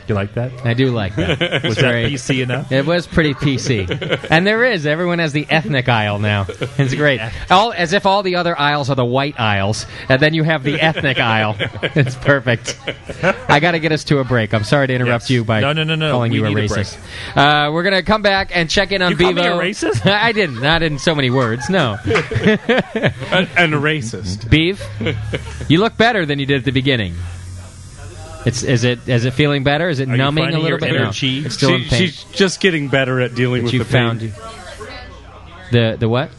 Speaker 8: You like that?
Speaker 1: I do like that.
Speaker 8: Was
Speaker 1: It's
Speaker 8: that PC enough?
Speaker 1: It was pretty PC, and there is everyone has the ethnic aisle now. It's great. All as if all the other aisles are the white aisles, and then you have the ethnic aisle. It's perfect. I got to get us to a break. I'm sorry to interrupt you by
Speaker 8: No, no, no, no.
Speaker 1: calling
Speaker 8: We
Speaker 1: you a
Speaker 8: need a
Speaker 1: racist. uh, we're gonna come back and check in on
Speaker 8: You
Speaker 1: Bevo.
Speaker 8: called me a racist?
Speaker 1: I didn't. Not in so many words. No.
Speaker 6: and, and a racist
Speaker 1: beef. You look better than you did at the beginning. It's is it is it feeling better? Is it
Speaker 6: Are you
Speaker 1: numbing a
Speaker 6: finding your
Speaker 1: little bit?
Speaker 6: inner
Speaker 1: No,
Speaker 6: chi?
Speaker 1: it's still
Speaker 6: She-
Speaker 1: in pain.
Speaker 6: She's just getting better at dealing with
Speaker 1: you
Speaker 6: the
Speaker 1: found
Speaker 6: pain.
Speaker 1: the the what?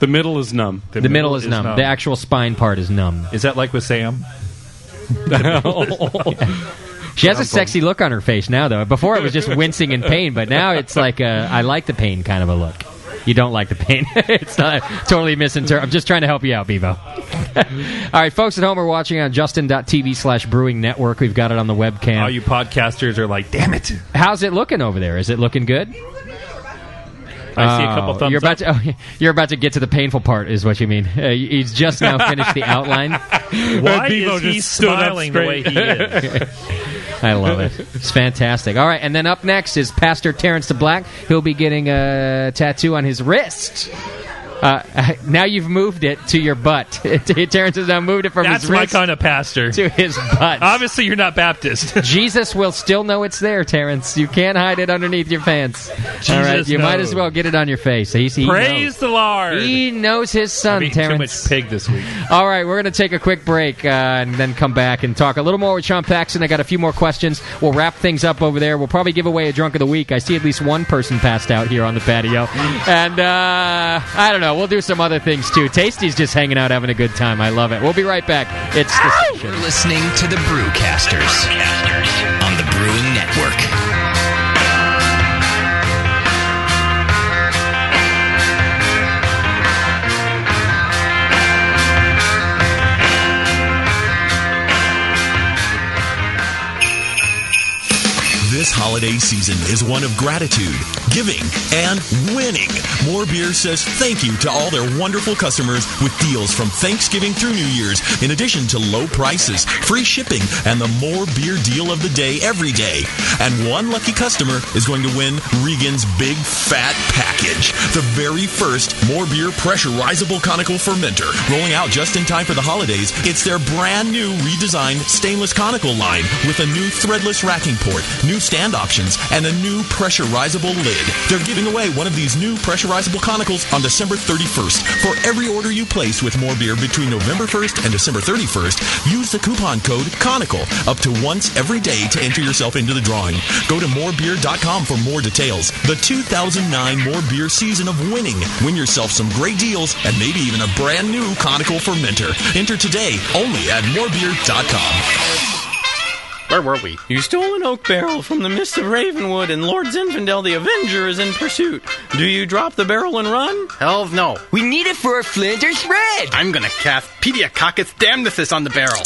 Speaker 6: The middle is numb.
Speaker 1: The, middle, is, numb. The actual spine part is numb.
Speaker 8: Is that like with Sam?
Speaker 1: She has a sexy look on her face now, though. Before it was just wincing in pain, but now it's like a, I like the pain kind of a look. You don't like the pain. it's not totally misinterpreted. I'm just trying to help you out, Bevo. All right, folks at home are watching on justin.tv slash brewing network. We've got it on the webcam.
Speaker 8: All you podcasters are like, damn it.
Speaker 1: How's it looking over there? Is it looking good?
Speaker 8: I see a couple
Speaker 1: Oh,
Speaker 8: thumbs
Speaker 1: you're about To, oh, yeah, you're about to get to the painful part, is what you mean. Uh, you- he's just now finished the outline.
Speaker 8: Why is he smiling the way he is?
Speaker 1: I love it. It's fantastic. All right, and then up next is Pastor Terrence the Black. He'll be getting a tattoo on his wrist. Uh, now you've moved it to your butt. Terrence has now moved it from
Speaker 8: That's
Speaker 1: his
Speaker 8: my
Speaker 1: wrist
Speaker 8: kind of pastor.
Speaker 1: to his butt.
Speaker 8: Obviously, you're not Baptist.
Speaker 1: Jesus will still know it's there, Terrence. You can't hide it underneath your pants. All right,
Speaker 8: Jesus
Speaker 1: you might as
Speaker 8: knows.
Speaker 1: well get it on your face. He, he
Speaker 8: Praise
Speaker 1: knows.
Speaker 8: the Lord.
Speaker 1: He knows his son,
Speaker 8: I've eaten too
Speaker 1: Terrence.
Speaker 8: much pig this week.
Speaker 1: All right, we're going to take a quick break uh, and then come back and talk a little more with Sean Paxton. I got a few more questions. We'll wrap things up over there. We'll probably give away a drunk of the week. I see at least one person passed out here on the patio. And uh, I don't know. no, we'll do some other things too. Tasty's just hanging out, having a good time. I love it. We'll be right back. It's the station.
Speaker 17: You're listening to the Brewcasters on the Brewing Network.
Speaker 12: This holiday season is one of gratitude, giving, and winning. More Beer says thank you to all their wonderful customers with deals from Thanksgiving through New Year's, in addition to low prices, free shipping, and the More Beer deal of the day every day. And one lucky customer is going to win Regan's Big Fat Package, the very first More Beer pressurizable conical fermenter. Rolling out just in time for the holidays, it's their brand new redesigned stainless conical line with a new threadless racking port, new stand options, and a new pressurizable lid. They're giving away one of these new pressurizable conicals on December 31st. For every order you place with More Beer between November 1st and December 31st, use the coupon code CONICAL up to once every day to enter yourself into the drawing. Go to morebeer.com for more details. The 2009 More Beer season of winning. Win yourself some great deals and maybe even a brand new conical fermenter. Enter today only at morebeer.com.
Speaker 11: Where were we?
Speaker 10: You stole an oak barrel from the mist of Ravenwood, and Lord Zinfandel the Avenger is in pursuit. Do you drop the barrel and run?
Speaker 11: Hell no.
Speaker 10: We need it for a Flinders Red!
Speaker 11: I'm gonna cast Pediococcus damnithus on the barrel.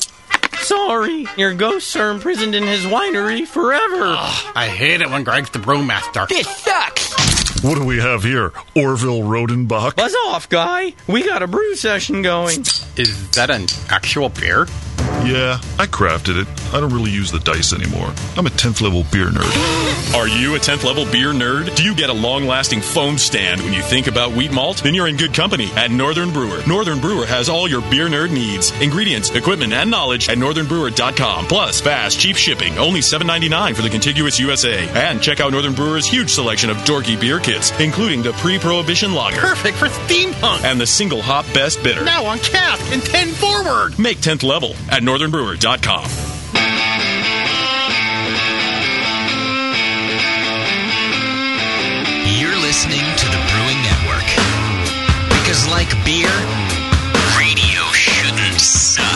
Speaker 10: Sorry, your ghosts are imprisoned in his winery forever.
Speaker 11: I hate it when Greg's the brewmaster.
Speaker 10: This sucks!
Speaker 20: What do we have here? Orville Rodenbach?
Speaker 10: Buzz off, guy! We got a brew session going.
Speaker 11: Is that an actual beer?
Speaker 20: Yeah, I crafted it. I don't really use the dice anymore. I'm a 10th level beer nerd.
Speaker 12: Are you a 10th level beer nerd? Do you get a long lasting foam stand when you think about wheat malt? Then you're in good company at Northern Brewer. Northern Brewer has all your beer nerd needs, ingredients, equipment, and knowledge at northernbrewer.com. Plus, fast, cheap shipping, only $7.99 for the contiguous USA. And check out Northern Brewer's huge selection of dorky beer kits, including the pre prohibition lager.
Speaker 11: Perfect for steampunk.
Speaker 12: And the single hop best bitter.
Speaker 11: Now on cask and 10 forward.
Speaker 12: Make 10th level at northernbrewer.com.
Speaker 17: You're listening to the Brewing Network. Because, like beer, radio shouldn't suck.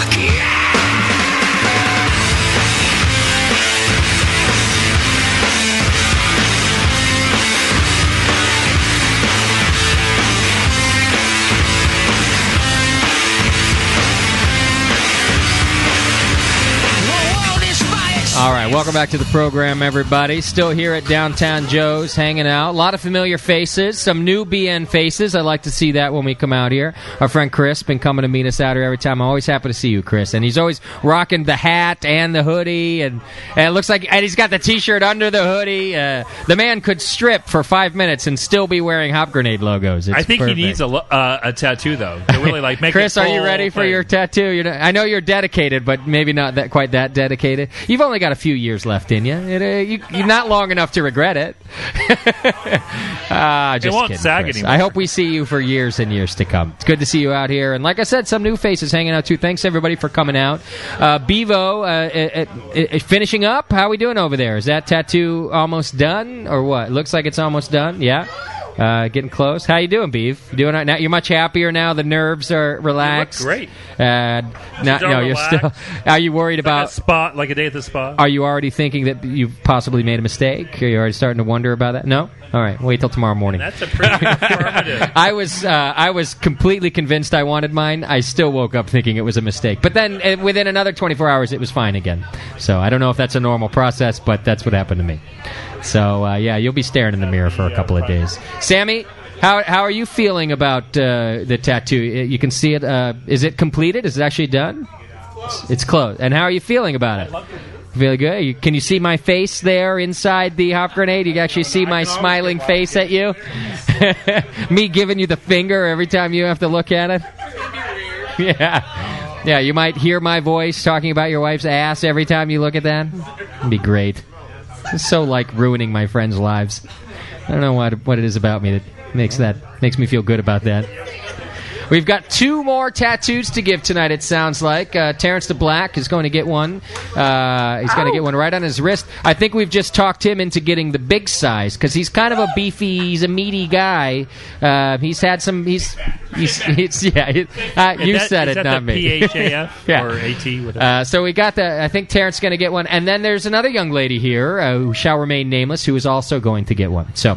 Speaker 1: All right, welcome back to the program, everybody. Still here at Downtown Joe's, hanging out. A lot of familiar faces, some new BN faces. I like to see that when we come out here. Our friend Chris been coming to meet us out here every time. I'm always happy to see you, Chris, and he's always rocking the hat and the hoodie, and, and it looks like and he's got the T-shirt under the hoodie. Uh, the man could strip for five minutes and still be wearing hop grenade logos. It's
Speaker 8: I think
Speaker 1: perfect.
Speaker 8: he needs a, lo- uh, a tattoo though. They really like make
Speaker 1: Chris,
Speaker 8: it
Speaker 1: are you
Speaker 8: full
Speaker 1: ready for
Speaker 8: thing.
Speaker 1: your tattoo? You're not, I know you're dedicated, but maybe not that quite that dedicated. You've only got a few years left in you. It, uh, you you're not long enough to regret it. Ah, just
Speaker 8: won't
Speaker 1: kidding,
Speaker 8: sag
Speaker 1: Chris.
Speaker 8: anymore.
Speaker 1: I hope we see you for years and years to come. It's good to see you out here, and like I said, some new faces hanging out too. Thanks everybody for coming out. Uh, Bevo, uh, uh, uh, uh, finishing up. How we doing over there? Is that tattoo almost done or what? Looks like it's almost done. Yeah. Uh, getting close. How you doing, Beef? You Doing all right now? You're much happier now. The nerves are relaxed.
Speaker 8: great.
Speaker 1: Uh, not,
Speaker 8: Don't
Speaker 1: no, you're still.
Speaker 8: relax.
Speaker 1: Are you worried
Speaker 8: Like a
Speaker 1: about?
Speaker 8: spot, like a day at the spa.
Speaker 1: Are you already thinking that you've possibly made a mistake? Are you already starting to wonder about that? No. All right. Wait till tomorrow morning.
Speaker 8: That's a pretty affirmative.
Speaker 1: I was uh, I was completely convinced I wanted mine. I still woke up thinking it was a mistake, but then uh, within another 24 hours, it was fine again. So I don't know if that's a normal process, but that's what happened to me. So uh, yeah, you'll be staring in the mirror for a couple of days. Sammy, how how are you feeling about uh, the tattoo? Uh, You can see it. Uh, is it completed? Is it actually done? It's closed. And how are you feeling about it? Feel good. You- Can you see my face there inside the hop grenade? You can actually see my smiling face at you. Me giving you the finger every time you have to look at it. Yeah, yeah. You might hear my voice talking about your wife's ass every time you look at that. It'd be great. It's so like ruining my friends' lives. I don't know what what it is about me that makes that makes me feel good about that. We've got two more tattoos to give tonight, it sounds like. Uh, Terrence the Black is going to get one. Uh, he's going to get one right on his wrist. I think we've just talked him into getting the big size because he's kind of a beefy, he's a meaty guy. Uh, he's had some. He's. he's, he's yeah, he- uh,
Speaker 7: Is
Speaker 1: you
Speaker 7: that-
Speaker 1: said
Speaker 7: is
Speaker 1: it,
Speaker 7: that
Speaker 1: not
Speaker 7: the
Speaker 1: me.
Speaker 7: PHAF
Speaker 1: yeah.
Speaker 7: or AT, whatever?
Speaker 1: Uh, so we got that. I think Terrence's going to get one. And then there's another young lady here uh, who shall remain nameless who is also going to get one. So.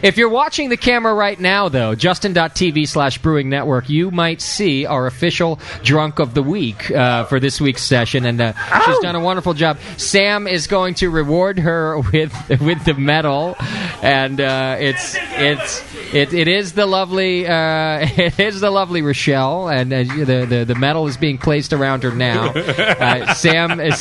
Speaker 1: If you're watching the camera right now, though, justin.tv slash brewing network, you might see our official drunk of the week uh, for this week's session. And uh, she's done a wonderful job. Sam is going to reward her with with the medal. And uh, it's it's it, it is the lovely uh, it is the lovely Rochelle. And uh, the, the, the medal is being placed around her now. Uh, Sam is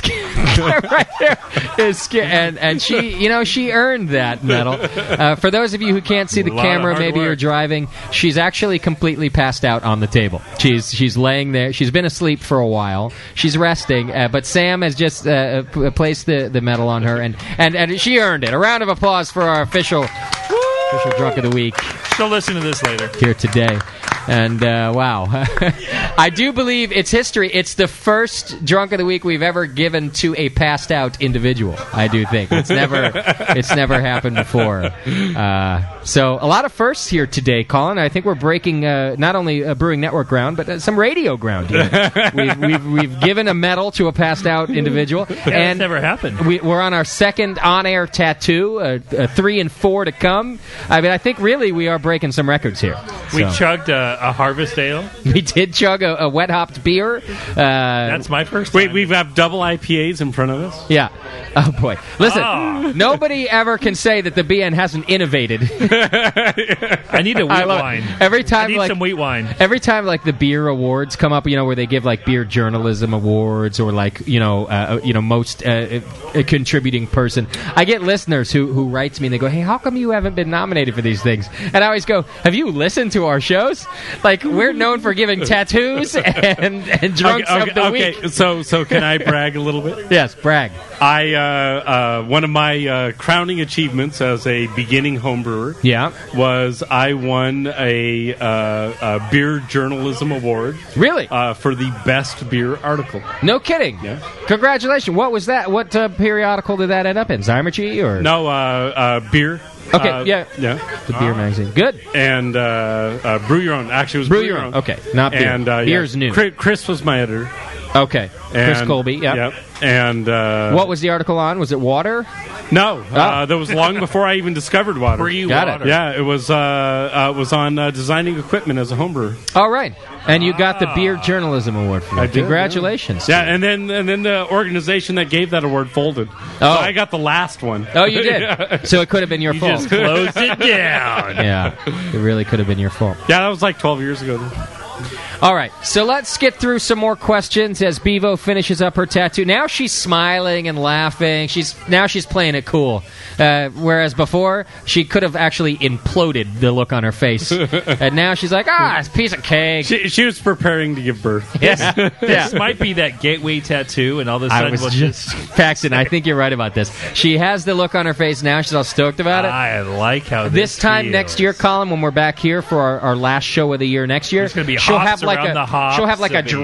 Speaker 1: right there is sca- and and she you know she earned that medal. Uh, for those of you who can't see the
Speaker 7: Lot of
Speaker 1: camera,
Speaker 7: hard
Speaker 1: maybe you're
Speaker 7: work.
Speaker 1: driving. She's actually completely passed out on the table. She's she's laying there. She's been asleep for a while. She's resting, uh, but Sam has just uh, p- placed the, the medal on her, and, and and she earned it. A round of applause for our official official drunk of the week
Speaker 8: She'll listen to this later.
Speaker 1: here today. And uh, wow, I do believe it's history. It's the first drunk of the week we've ever given to a passed out individual. I do think it's never it's never happened before. Uh, so a lot of firsts here today, Colin. I think we're breaking uh, not only uh, brewing network ground, but uh, some radio ground. Here. we've, we've we've given a medal to a passed out individual, and never happened. We, we're on our second on air tattoo. Uh, uh, three and four to come. I mean, I think really we are breaking some records here.
Speaker 7: We
Speaker 1: So-
Speaker 7: chugged a, a harvest ale.
Speaker 1: we did chug a, a wet hopped beer. Uh, That's
Speaker 7: my first.
Speaker 6: Wait, we have double IPAs in front of us.
Speaker 1: Yeah. Oh boy. Listen,
Speaker 6: Ah.
Speaker 1: nobody ever can say that the BN hasn't innovated. I
Speaker 7: need a wheat
Speaker 1: I love it.
Speaker 7: wine.
Speaker 1: Every time,
Speaker 7: I need
Speaker 1: like
Speaker 7: some wheat wine.
Speaker 1: Every time, like the beer awards come up, you know, where they give like beer journalism awards or like you know, uh, you know, most uh, uh, contributing person. I get listeners who who writes me and they go, "Hey, how come you haven't been nominated for these things?" And I always go, "Have you listened to our shows? Like we're known for giving tattoos and and drunks
Speaker 6: okay,
Speaker 1: of the
Speaker 6: okay,
Speaker 1: week."
Speaker 6: So, so can I brag a little bit?
Speaker 1: Yes, brag.
Speaker 6: I uh, uh, one of my uh, crowning achievements as a beginning homebrewer,
Speaker 1: Yeah.
Speaker 6: was I won a, uh, a beer journalism award.
Speaker 1: Really?
Speaker 6: Uh, for the best beer article.
Speaker 1: No kidding. Congratulations. What was that? What uh, periodical did that end up in? Zymergy or
Speaker 6: No, uh, uh, beer.
Speaker 1: Okay,
Speaker 6: Uh,
Speaker 1: yeah.
Speaker 6: yeah. Uh,
Speaker 1: The beer magazine. Good.
Speaker 6: And uh, uh, brew your own. Actually, it was brew, your own.
Speaker 1: Okay, not beer.
Speaker 6: And uh, yeah.
Speaker 1: Beer's new.
Speaker 6: Chris, Chris was my editor.
Speaker 1: Okay, Chris
Speaker 6: And-
Speaker 1: Colby, yep.
Speaker 6: Yep. And uh,
Speaker 1: What was the article on? Was it water?
Speaker 6: No,
Speaker 1: Oh.
Speaker 6: uh, that was long before I even discovered water.
Speaker 1: Were you Got it. water?
Speaker 6: Yeah, it was. Uh, uh, it was on uh, designing equipment as a homebrewer. Ah.
Speaker 1: All right, and you got the beer journalism award for that.
Speaker 6: I did, yeah.
Speaker 1: Congratulations.
Speaker 6: Yeah, and then and then the organization that gave that award folded. Oh, so I got the last one.
Speaker 1: Oh, you did. So it could have been your fault.
Speaker 6: just closed it down.
Speaker 1: yeah, it really could have been your fault.
Speaker 6: Yeah, that was like 12 years ago.
Speaker 1: All right, so let's get through some more questions as Bevo finishes up her tattoo. Now she's smiling and laughing. She's now she's playing it cool, uh, whereas before she could have actually imploded the look on her face, and now she's like, ah, it's a piece of cake.
Speaker 6: She, she was preparing to give birth.
Speaker 1: Yeah.
Speaker 8: This, this
Speaker 1: Yeah.
Speaker 8: might be that gateway tattoo, and all of a
Speaker 1: I
Speaker 8: sudden
Speaker 1: was
Speaker 8: we'll
Speaker 1: just Paxton. I think you're right about this. She has the look on her face now. She's all stoked about it.
Speaker 8: I like how
Speaker 1: This, time next year, Colin, when we're back here for our, our last show of the year next year,
Speaker 8: gonna be
Speaker 1: she'll
Speaker 8: hops
Speaker 1: have like
Speaker 8: around
Speaker 1: a
Speaker 8: the hops.
Speaker 1: she'll have like a
Speaker 8: It'll be-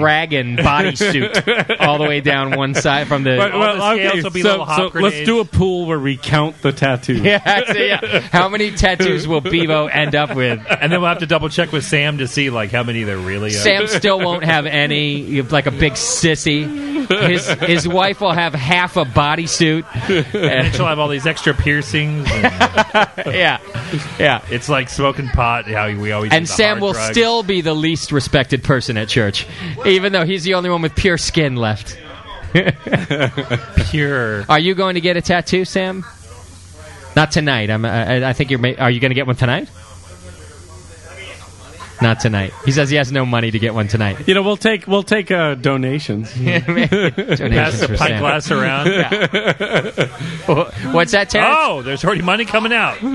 Speaker 1: dragon bodysuit all the way down one side from the.
Speaker 6: But- well,
Speaker 8: the scales
Speaker 6: okay,
Speaker 8: will be
Speaker 6: so-
Speaker 8: little hop
Speaker 6: so let's
Speaker 8: grenades.
Speaker 6: do a pool where we count the tattoos.
Speaker 1: Yeah, actually, yeah. How many tattoos will Bevo end up with?
Speaker 8: And then we'll have to double check with Sam to see like how many there really are.
Speaker 1: Sam still won't have any. You have like a big sissy. His his wife will have half a bodysuit.
Speaker 8: and then she'll have all these extra piercings.
Speaker 1: yeah, yeah.
Speaker 8: It's like smoking pot. How we always do
Speaker 1: And
Speaker 8: the
Speaker 1: Sam
Speaker 8: hard
Speaker 1: will
Speaker 8: drugs.
Speaker 1: still be the least respected person at church, even though he's the only one with pure skin left.
Speaker 8: pure.
Speaker 1: Are you going to get a tattoo, Sam? Not tonight. I'm, I, I think you're. Ma- are you going to get one tonight? Not tonight. He says he has no money to get one tonight.
Speaker 6: You know, we'll take we'll take uh, donations.
Speaker 1: Donations for Sam. Yeah. Wha- What's that, Terrence?
Speaker 8: Oh, there's already money coming out.
Speaker 1: now,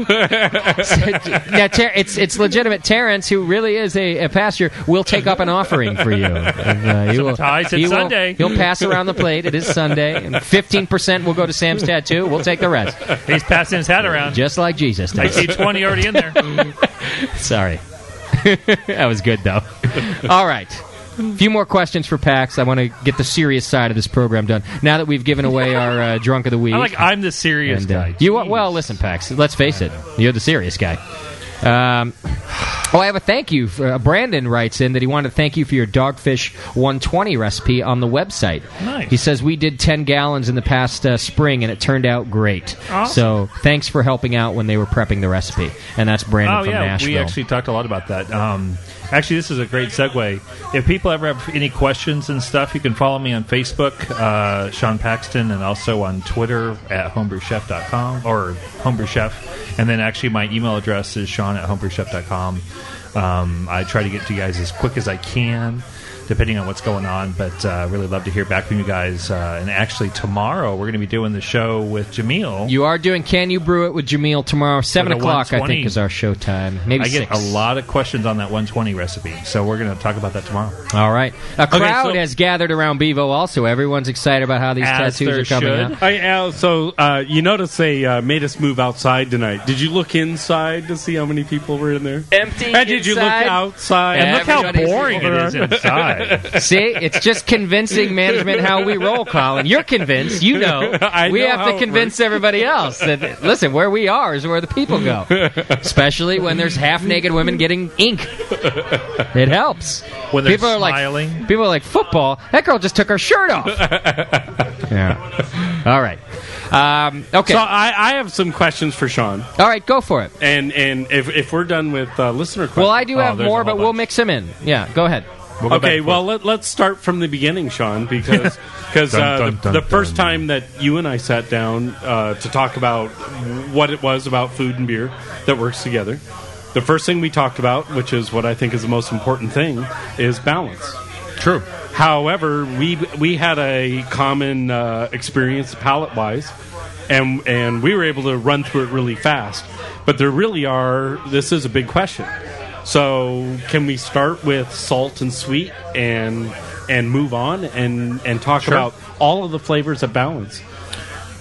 Speaker 1: Ter- it's it's legitimate. Terrence, who really is a, a pastor, will take up an offering for you. And, uh, he will,
Speaker 8: Ties, it's
Speaker 1: he will-
Speaker 8: Sunday.
Speaker 1: He'll pass around the plate. It is Sunday, and fifteen percent will go to Sam's tattoo. We'll take the rest,
Speaker 8: He's passing his hat around.
Speaker 1: just like Jesus
Speaker 8: I
Speaker 1: does.
Speaker 8: see 20 already in there.
Speaker 1: Sorry. that was good though. All right. A few more questions for PAX. I want to get the serious side of this program done. Now that we've given away our uh, drunk of the week,
Speaker 8: I like I'm the serious
Speaker 1: and, uh,
Speaker 8: guy.
Speaker 1: you are- well, listen, Pax. Let's face it, you're the serious guy. Um, oh, I have a thank you. For, uh, Brandon writes in that he wanted to thank you for your dogfish 120 recipe on the website.
Speaker 8: Nice.
Speaker 1: He says we did 10 gallons in the past uh, spring and it turned out great.
Speaker 8: Awesome.
Speaker 1: So thanks for helping out when they were prepping the recipe. And that's Brandon
Speaker 8: oh
Speaker 1: from
Speaker 8: yeah,
Speaker 1: Nashville.
Speaker 8: we actually talked a lot about that. Um, actually, this is a great segue. If people ever have any questions and stuff, you can follow me on Facebook, uh, Sean Paxton, and also on Twitter at homebrewchef.com or homebrewchef. And then actually, my email address is Sean at homebrewchef.com. Um, I try to get to you guys as quick as I can. Depending on what's going on, but uh, really love to hear back from you guys. Uh, and actually, tomorrow we're going to be doing the show with Jameel.
Speaker 1: You are doing Can You Brew It with Jameel tomorrow, 7
Speaker 8: With a
Speaker 1: o'clock, I
Speaker 8: 120.
Speaker 1: think, is our show time. Maybe
Speaker 8: I get
Speaker 1: 6.
Speaker 8: a lot of questions on that 120 recipe, so we're going to talk about that tomorrow.
Speaker 1: All right. A
Speaker 8: Okay,
Speaker 1: crowd
Speaker 8: so-
Speaker 1: has gathered around Bevo also. Everyone's excited about how these
Speaker 6: As
Speaker 1: tattoos
Speaker 6: there
Speaker 1: are coming
Speaker 6: should.
Speaker 1: out.
Speaker 6: I, uh, so uh, you notice they uh, made us move outside tonight. Did you look inside to see how many people were in there?
Speaker 1: Empty
Speaker 6: And did you look
Speaker 1: inside.
Speaker 6: outside?
Speaker 1: And look how Everybody's boring it is
Speaker 8: inside.
Speaker 1: See, it's just convincing management how we roll, Colin. You're convinced, you know.
Speaker 6: I
Speaker 1: we
Speaker 6: know
Speaker 1: have
Speaker 6: how
Speaker 1: to
Speaker 6: it
Speaker 1: convince everybody else that listen, where we are is where the people go. Especially when there's half-naked women getting ink. It helps.
Speaker 8: When they're
Speaker 1: people are
Speaker 8: smiling.
Speaker 1: like people are like football. That girl just took her shirt off. yeah. All right. Um, okay.
Speaker 6: So I, I have some questions for Sean.
Speaker 1: All right, go for it.
Speaker 6: And and if, if we're done with uh, listener questions,
Speaker 1: Well, I do have more, but we'll mix them in. Yeah, go ahead.
Speaker 6: okay, well let, let's start from the beginning, Sean, because because
Speaker 1: Dun,
Speaker 6: uh,
Speaker 1: dun,
Speaker 6: the,
Speaker 1: dun,
Speaker 6: the first time that you and I sat down uh, to talk about what it was about food and beer that works together, the first thing we talked about, which is what I think is the most important thing, is balance.
Speaker 8: True.
Speaker 6: However, we we had a common uh, experience palate wise, and and we were able to run through it really fast. But there really are. This is a big question. So can we start with salt and sweet and and move on and and talk
Speaker 8: Sure.
Speaker 6: about all of the flavors of balance?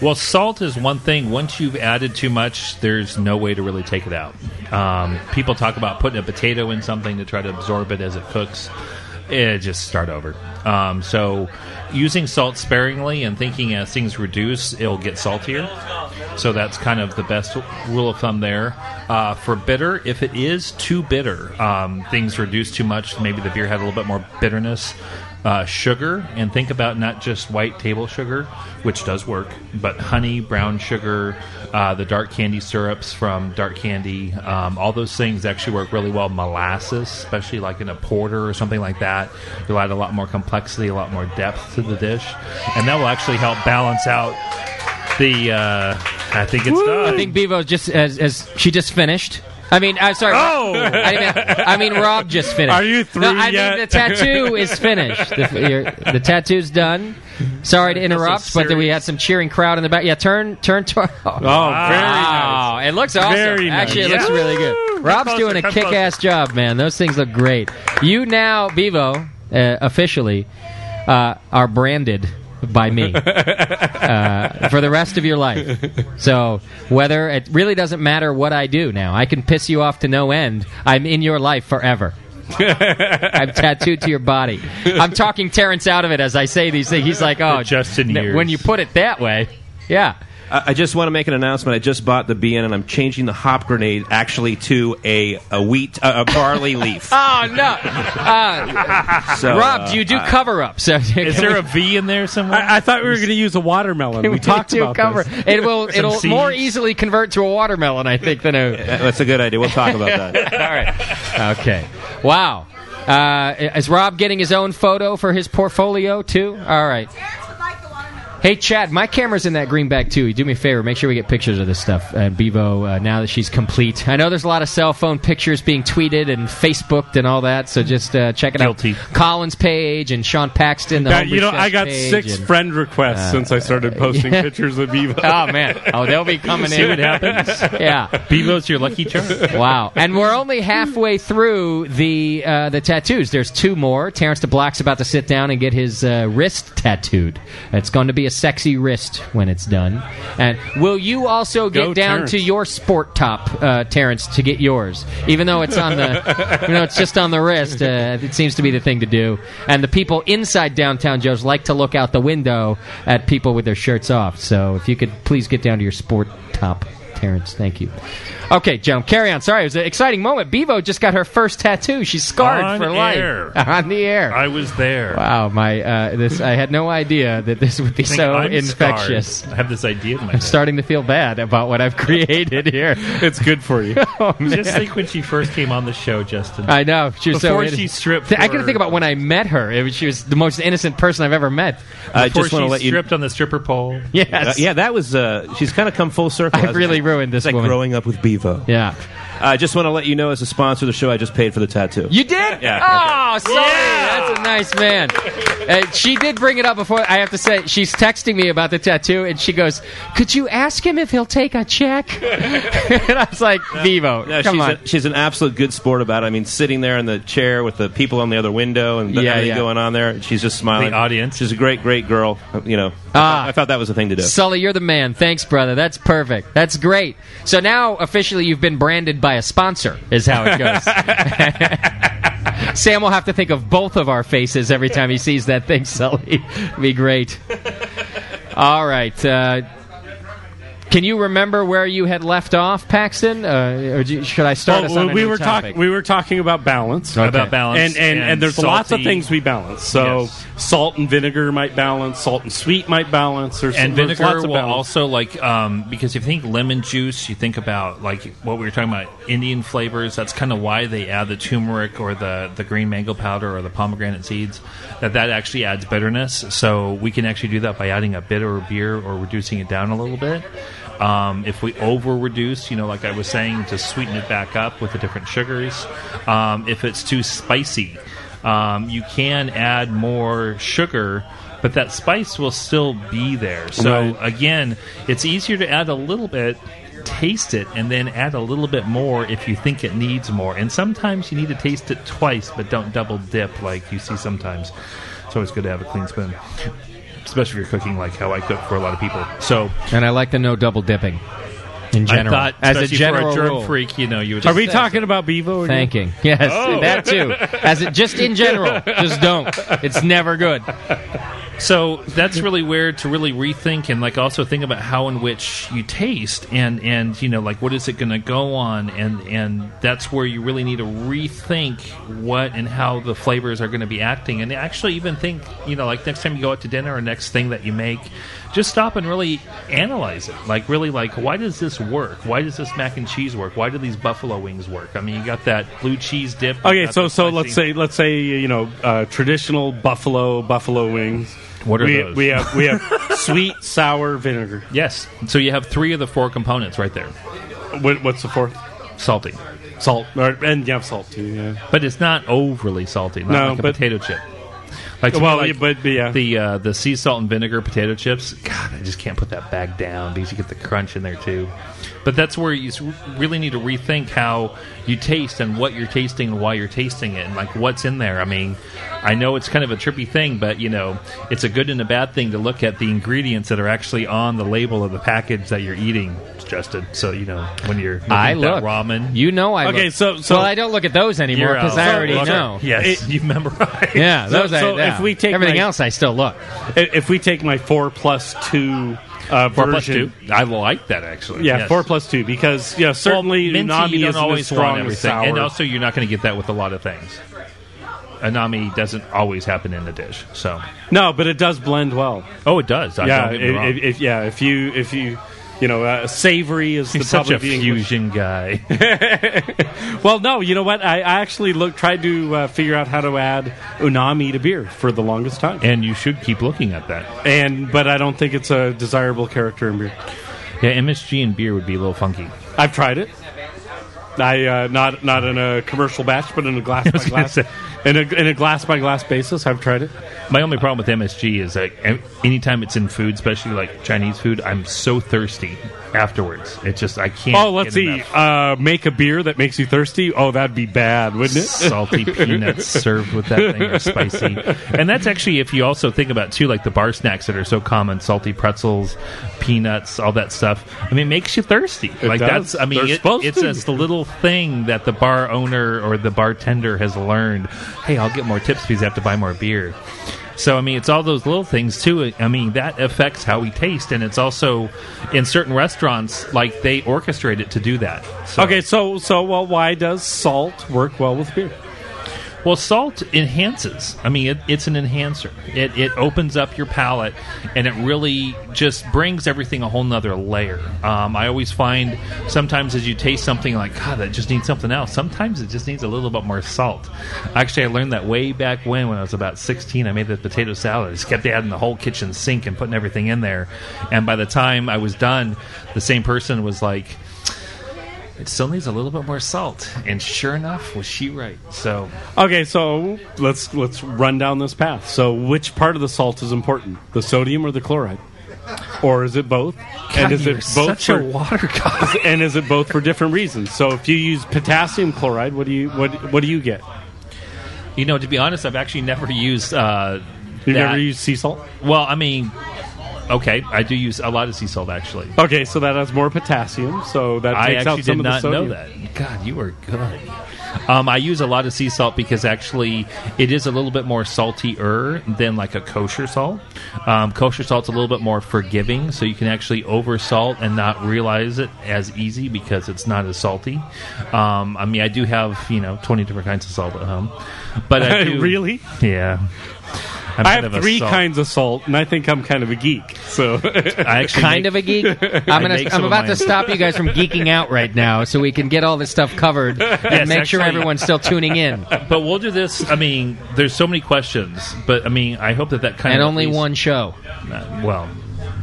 Speaker 8: Well, salt is one thing. Once you've added too much, there's no way to really take it out. Um, people talk about putting a potato in something to try to absorb it as it cooks. Eh, just start over. Um, so, using salt sparingly and thinking as things reduce, it'll get saltier. So that's kind of the best rule of thumb there. Uh, for bitter, if it is too bitter, um, things reduce too much. Maybe the beer had a little bit more bitterness uh, sugar and think about not just white table sugar, which does work, but honey, brown sugar, uh, the dark candy syrups from dark candy, um, all those things actually work really well. Molasses, especially like in a porter or something like that, you'll add a lot more complexity, a lot more depth to the dish, and that will actually help balance out the. Uh, I think it's done.
Speaker 1: I think Bevo just as, as she just finished. I mean, I'm sorry. Oh, I mean, I mean, Rob just finished.
Speaker 6: Are you through
Speaker 1: No, I
Speaker 6: yet?
Speaker 1: mean, the tattoo is finished. The, your- the tattoo's done. Sorry to interrupt, but we had some cheering crowd in the back. Yeah, turn, turn. To- oh, very
Speaker 6: nice.
Speaker 1: It looks awesome.
Speaker 6: Very nice.
Speaker 1: Actually, it looks
Speaker 6: Yeah.
Speaker 1: really good. Rob's
Speaker 6: closer,
Speaker 1: doing a
Speaker 6: come
Speaker 1: kick-ass job, man. Those things look great. You now, Bevo, uh, officially uh, are branded by me uh, for the rest of your life. So whether it really doesn't matter what I do now, I can piss you off to no end. I'm in your life forever. I'm tattooed to your body. I'm talking Terrence out of it as I say these things. He's like, "Oh, Justin, when you put it that way, yeah."
Speaker 14: I I just want to make an announcement. I just bought the BN, and I'm changing the hop grenade actually to a, a wheat, a, a barley leaf.
Speaker 1: Oh no, uh,
Speaker 14: So,
Speaker 1: Rob,
Speaker 14: uh,
Speaker 1: do you do
Speaker 14: I-
Speaker 1: cover-ups?
Speaker 8: Is there a V in there somewhere?
Speaker 6: I, I thought we were going to use a watermelon. We, talked
Speaker 1: do
Speaker 6: about
Speaker 1: cover.
Speaker 6: this.
Speaker 1: It will.
Speaker 6: Some
Speaker 1: It'll
Speaker 6: seeds.
Speaker 1: more easily convert to a watermelon, I think, than a.
Speaker 14: That's a good idea. We'll talk about that.
Speaker 1: All right. Okay. Wow. Uh, is Rob getting his own photo for his portfolio too? All right. Hey Chad, my camera's in that green bag too. Do me a favor, make sure we get pictures of this stuff. And Bevo, uh, now that she's complete, I know there's a lot of cell phone pictures being tweeted and Facebooked and all that. So just uh, check it out. Collins page and Sean Paxton. The
Speaker 6: Yeah,
Speaker 1: Homebrew
Speaker 6: you know,
Speaker 1: Chef
Speaker 6: I got
Speaker 1: page
Speaker 6: six
Speaker 1: and-
Speaker 6: friend requests
Speaker 1: Uh,
Speaker 6: since I started posting
Speaker 1: yeah.
Speaker 6: pictures of Bevo.
Speaker 1: Oh man! Oh, they'll be coming
Speaker 6: See
Speaker 1: in.
Speaker 6: what happens?
Speaker 1: Yeah,
Speaker 8: Bevo's your lucky charm.
Speaker 1: Wow! And we're only halfway through the uh, the tattoos. There's two more. Terrence DeBlack's about to sit down and get his uh, wrist tattooed. It's going to be a sexy wrist when it's done. And will you also get
Speaker 2: Go
Speaker 1: down
Speaker 2: Terrence.
Speaker 1: to your sport top, uh, Terrence, to get yours? Even though it's on the, you know, it's just on the wrist. Uh, it seems to be the thing to do. And the people inside downtown Joe's like to look out the window at people with their shirts off. So if you could please get down to your sport top. Terrence, thank you. Okay, Joan, carry on. Sorry, it was an exciting moment. Bevo just got her first tattoo. She's scarred
Speaker 8: On
Speaker 1: for
Speaker 8: air.
Speaker 1: life. On the air.
Speaker 8: I was there.
Speaker 1: Wow, my uh, this I had no idea that this would be
Speaker 8: I think
Speaker 1: so
Speaker 8: I'm
Speaker 1: infectious.
Speaker 8: scarred. I have this idea in my
Speaker 1: I'm starting to feel bad about what I've created here.
Speaker 6: it's good for you.
Speaker 8: Just think when she first came on the show, Justin.
Speaker 1: Oh, I know she was
Speaker 8: Before
Speaker 1: so.
Speaker 8: she stripped.
Speaker 1: I couldn't think about when I met her. It was, she was the most innocent person I've ever met.
Speaker 8: Before she stripped on the stripper pole.
Speaker 1: Yes.
Speaker 14: Uh, yeah, that was. Uh, she's kind of come full circle.
Speaker 1: I've really ruined this
Speaker 14: It's like
Speaker 1: woman.
Speaker 14: growing up with Bevo.
Speaker 1: Yeah.
Speaker 14: I just want to let you know, as a sponsor of the show, I just paid for the tattoo.
Speaker 1: You did?
Speaker 14: Yeah.
Speaker 1: Oh, sorry. That's a nice man. Uh, she did bring it up before. I have to say, she's texting me about the tattoo, and she goes, "Could you ask him if he'll take a check?" and I was like, "Vivo,
Speaker 14: No,
Speaker 1: Oh, come
Speaker 14: she's,
Speaker 1: on."
Speaker 14: a- she's an absolute good sport about it. I mean, sitting there in the chair with the people on the other window and the,
Speaker 1: Yeah,
Speaker 14: everything
Speaker 1: yeah.
Speaker 14: going on there. She's just smiling.
Speaker 1: The
Speaker 14: audience. She's a great, great girl. You know,
Speaker 1: Ah.
Speaker 14: I thought that was the thing to do.
Speaker 1: Sully, you're the man. Thanks, brother. That's perfect. That's great. So now officially you've been branded by a sponsor, is how it goes. Sam will have to think of both of our faces every time he sees that thing, Sully. be great. All right. Uh, can you remember where you had left off, Paxton? Uh, or do you- should I start us
Speaker 8: Oh,
Speaker 6: Well,
Speaker 1: on a
Speaker 6: we
Speaker 1: new
Speaker 6: were
Speaker 1: topic?
Speaker 6: talking. We were talking about balance.
Speaker 1: Okay. About
Speaker 6: and
Speaker 1: balance
Speaker 6: and, and,
Speaker 1: and
Speaker 6: there's lots of
Speaker 1: salty-
Speaker 6: things we balance. So salt and vinegar might balance. Salt and sweet might balance. There's
Speaker 8: and
Speaker 6: there's
Speaker 8: vinegar
Speaker 6: lots of
Speaker 8: will
Speaker 6: balance.
Speaker 8: also like um, because if you think lemon juice, you think about like what we were talking about Indian flavors. That's kind of why they add the turmeric or the the green mango powder or the pomegranate seeds. That that actually adds bitterness. So we can actually do that by adding a bitter beer or reducing it down a little bit. Um, if we over reduce, you know, like I was saying, to sweeten it back up with the different sugars. Um, if it's too spicy, um, you can add more sugar, but that spice will still be there. So again, it's easier to add a little bit, taste it, and then add a little bit more if you think it needs more. And sometimes you need to taste it twice, but don't double dip like you see sometimes. It's always good to have a clean spoon. Especially if you're cooking like how I cook for a lot of people. So
Speaker 1: and I like the no double dipping in general.
Speaker 8: I thought,
Speaker 1: as a
Speaker 8: especially
Speaker 1: general
Speaker 8: for a germ
Speaker 1: rule.
Speaker 8: freak, you know, you would.
Speaker 6: Are we talking about Bevo? again?
Speaker 1: Thanking. Yes,
Speaker 6: Oh.
Speaker 1: that too. As it just in general, just don't. It's never good.
Speaker 8: So that's really where to really rethink and like also think about how in which you taste and and you know like what is it going to go on and and that's where you really need to rethink what and how the flavors are going to be acting and actually even think you know like next time you go out to dinner or next thing that you make just stop and really analyze it like really like why does this work why does this mac and cheese work why do these buffalo wings work I mean you got that blue cheese dip you
Speaker 6: Okay,
Speaker 8: got
Speaker 6: so
Speaker 8: the
Speaker 6: so let's
Speaker 8: spicy-
Speaker 6: say let's say you know uh, traditional buffalo buffalo wings.
Speaker 8: What are
Speaker 6: we,
Speaker 8: those?
Speaker 6: We have we have sweet sour vinegar.
Speaker 8: Yes. So you have three of the four components right there.
Speaker 6: What, what's the fourth?
Speaker 8: Salty. Salt.
Speaker 6: Or, and you have salt too. Yeah.
Speaker 8: But it's not overly salty. Not
Speaker 6: No,
Speaker 8: like a
Speaker 6: but-
Speaker 8: potato chip. to
Speaker 6: Well,
Speaker 8: me,
Speaker 6: yeah, but- yeah.
Speaker 8: the uh, the sea salt and vinegar potato chips. God, I just can't put that bag down because you get the crunch in there too. But that's where you s- really need to rethink how you taste and what you're tasting and why you're tasting it and like what's in there. I mean, I know it's kind of a trippy thing, but you know, it's a good and a bad thing to look at the ingredients that are actually on the label of the package that you're eating, Justin. So you know when you're looking
Speaker 1: I
Speaker 8: at
Speaker 1: look.
Speaker 8: that ramen.
Speaker 1: You know I
Speaker 8: Okay,
Speaker 1: look.
Speaker 8: so- so-
Speaker 1: well, I don't look at those anymore
Speaker 8: You're
Speaker 1: because
Speaker 8: out.
Speaker 1: I already
Speaker 8: Look-
Speaker 1: know.
Speaker 8: Yes, you memorize.
Speaker 1: Yeah, those I- yeah.
Speaker 6: if we take
Speaker 1: Everything
Speaker 6: my-
Speaker 1: else, I still look.
Speaker 6: I- If we take my four plus two uh,
Speaker 8: Four plus
Speaker 6: version-
Speaker 8: two? I like that, actually.
Speaker 6: Yeah,
Speaker 8: Yes.
Speaker 6: four plus two because yeah, certainly
Speaker 8: well, minty,
Speaker 6: unagi
Speaker 8: you
Speaker 6: is
Speaker 8: don't always
Speaker 6: always strong as
Speaker 8: want everything,
Speaker 6: sour.
Speaker 8: and also you're not going to get that with a lot of things. Anami doesn't always happen in the dish, so
Speaker 6: no, but it does blend well.
Speaker 8: Oh, it does. I
Speaker 6: yeah,
Speaker 8: don't get me wrong.
Speaker 6: if, if, if- yeah. If you if you you know uh, savory is the
Speaker 8: He's such
Speaker 6: probably
Speaker 8: a
Speaker 6: the English-
Speaker 8: fusion guy.
Speaker 6: Well, no, you know what? I, I actually look tried to uh, figure out how to add unami to beer for the longest time,
Speaker 8: and you should keep looking at that.
Speaker 6: And but I don't think it's a desirable character in beer.
Speaker 8: Yeah, MSG in beer would be a little funky.
Speaker 6: I've tried it. I uh, not not in a commercial batch, but in a glass by glass in a in a glass by glass basis. I've tried it.
Speaker 8: My only e, problem with MSG is like em- anytime it's in food, especially like Chinese food, I'm so thirsty afterwards. It's just I can't.
Speaker 6: Oh, let's
Speaker 8: get
Speaker 6: see.
Speaker 8: enough
Speaker 6: Uh, make a beer that makes you thirsty. Oh, that'd be bad, wouldn't it?
Speaker 8: Salty peanuts served with that thing are spicy. And that's actually if you also think about too, like the bar snacks that are so common, salty pretzels, peanuts, all that stuff. I mean, it makes you thirsty. like
Speaker 6: does.
Speaker 8: that's I mean,
Speaker 6: They're
Speaker 8: it,
Speaker 6: supposed
Speaker 8: it's
Speaker 6: to.
Speaker 8: just the little thing that the bar owner or the bartender has learned. Hey, I'll get more tips because I have to buy more beer. So I mean, it's all those little things too. I mean, that affects how we taste, and it's also in certain restaurants like they orchestrate it to do that. So.
Speaker 6: Okay, so so well, why does salt work well with beer?
Speaker 8: Well, salt enhances. I mean, it, it's an enhancer. It, it opens up your palate, and it really just brings everything a whole nother layer. Um, I always find sometimes as you taste something, like God, that just needs something else. Sometimes it just needs a little bit more salt. Actually, I learned that way back when, when I was about sixteen. I made the potato salad. I just kept adding the whole kitchen sink and putting everything in there, and by the time I was done, the same person was like. It still needs a little bit more salt, and sure enough, was she right? So
Speaker 6: Okay, so let's let's run down this path. So, which part of the salt is important? The sodium or the chloride? Or is it both?
Speaker 8: God,
Speaker 6: is
Speaker 8: you're such a water guy.
Speaker 6: And is it both for different reasons? So, if you use potassium chloride, what do you what what do you get?
Speaker 8: You know, to be honest, I've actually never used. Uh,
Speaker 6: You've
Speaker 8: that-
Speaker 6: never used sea salt.
Speaker 8: Well, I mean, okay, I do use a lot of sea salt actually.
Speaker 6: Okay, so that has more potassium, so that
Speaker 8: I
Speaker 6: takes
Speaker 8: actually
Speaker 6: out some
Speaker 8: did
Speaker 6: of the
Speaker 8: not know
Speaker 6: sodium.
Speaker 8: that. God, you are good. Um, I use a lot of sea salt because actually it is a little bit more saltier than like a kosher salt. Um, kosher salt's a little bit more forgiving, so you can actually over salt and not realize it as easy because it's not as salty. Um, I mean, I do have you know twenty different kinds of salt at home, but I do,
Speaker 6: Really?
Speaker 8: yeah. I'm
Speaker 6: I
Speaker 8: kind
Speaker 6: have
Speaker 8: of a
Speaker 6: three
Speaker 8: salt-
Speaker 6: kinds of salt, and I think I'm kind of a geek. So I
Speaker 8: actually
Speaker 1: kind of a geek. I'm, gonna, I'm about to stop you guys from geeking out right now, so we can get all this stuff covered and
Speaker 8: Yes,
Speaker 1: make sure
Speaker 8: actually.
Speaker 1: everyone's still tuning in.
Speaker 8: But we'll do this. I mean, there's so many questions, but I mean, I hope that that kind
Speaker 1: And
Speaker 8: of at
Speaker 1: only
Speaker 8: least-
Speaker 1: one show.
Speaker 8: Uh, well,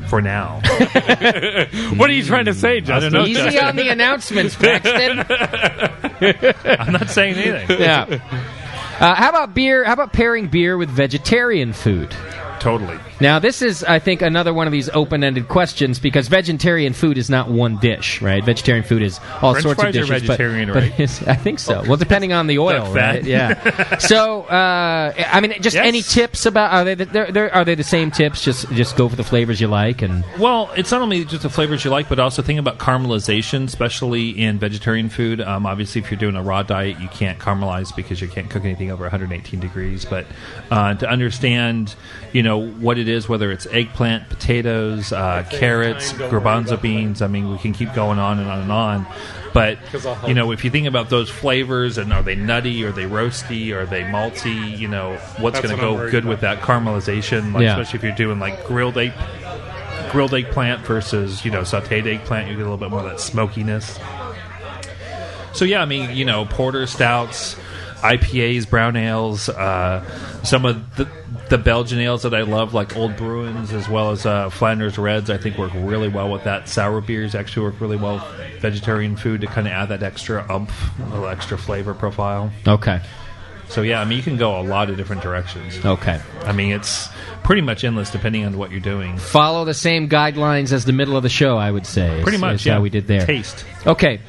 Speaker 8: for now.
Speaker 6: what are you trying to say, Justin?
Speaker 8: know,
Speaker 1: Easy
Speaker 8: Justin.
Speaker 1: on the announcements, Paxton.
Speaker 8: I'm not saying anything.
Speaker 1: Yeah. Uh, how about beer? How about pairing beer with vegetarian food?
Speaker 8: Totally.
Speaker 1: Now, this is, I think, another one of these open-ended questions because vegetarian food is not one dish, right? Vegetarian food is all
Speaker 8: French
Speaker 1: sorts of
Speaker 8: fries are
Speaker 1: dishes. but-
Speaker 8: vegetarian,
Speaker 1: but
Speaker 8: right?
Speaker 1: it's- I think so. Well, depending on the oil,
Speaker 8: fat.
Speaker 1: right? Yeah. so, uh, I mean, just any tips about are they? The, they're, they're, are they the same tips? Just just go for the flavors you like, and
Speaker 8: Well, it's not only just the flavors you like, but also think about caramelization, especially in vegetarian food. Um, obviously, if you're doing a raw diet, you can't caramelize because you can't cook anything over 118 degrees. But uh, to understand, you know, what it is, whether it's eggplant, potatoes, uh, carrots,
Speaker 6: time, don't worry
Speaker 8: garbanzo beans. I mean, we can keep going on and on and on. But
Speaker 6: 'Cause I'll help.
Speaker 8: you know, if you think about those flavors and are they nutty, are they roasty, are they malty? You know, what's
Speaker 6: That's
Speaker 8: going to
Speaker 6: what I'm
Speaker 8: go
Speaker 6: worried
Speaker 8: good
Speaker 6: about.
Speaker 8: with that caramelization? Like,
Speaker 1: Yeah.
Speaker 8: especially especially if you're doing like grilled egg grilled eggplant versus you know sautéed eggplant, you get a little bit more of that smokiness. So yeah, I mean you know porter stouts, IPAs, brown ales, uh, some of the, the Belgian ales that I love, like Old Bruins as well as uh, Flanders Reds, I think work really well with that. Sour beers actually work really well with vegetarian food to kind of add that extra umph, a little extra flavor profile.
Speaker 1: okay.
Speaker 8: So yeah, I mean you can go a lot of different directions.
Speaker 1: Okay.
Speaker 8: I mean it's pretty much endless depending on what you're doing.
Speaker 1: Follow the same guidelines as the middle of the show, I would say. is-
Speaker 8: Pretty much,
Speaker 1: is how
Speaker 8: yeah.
Speaker 1: we did there.
Speaker 8: Taste.
Speaker 1: Okay,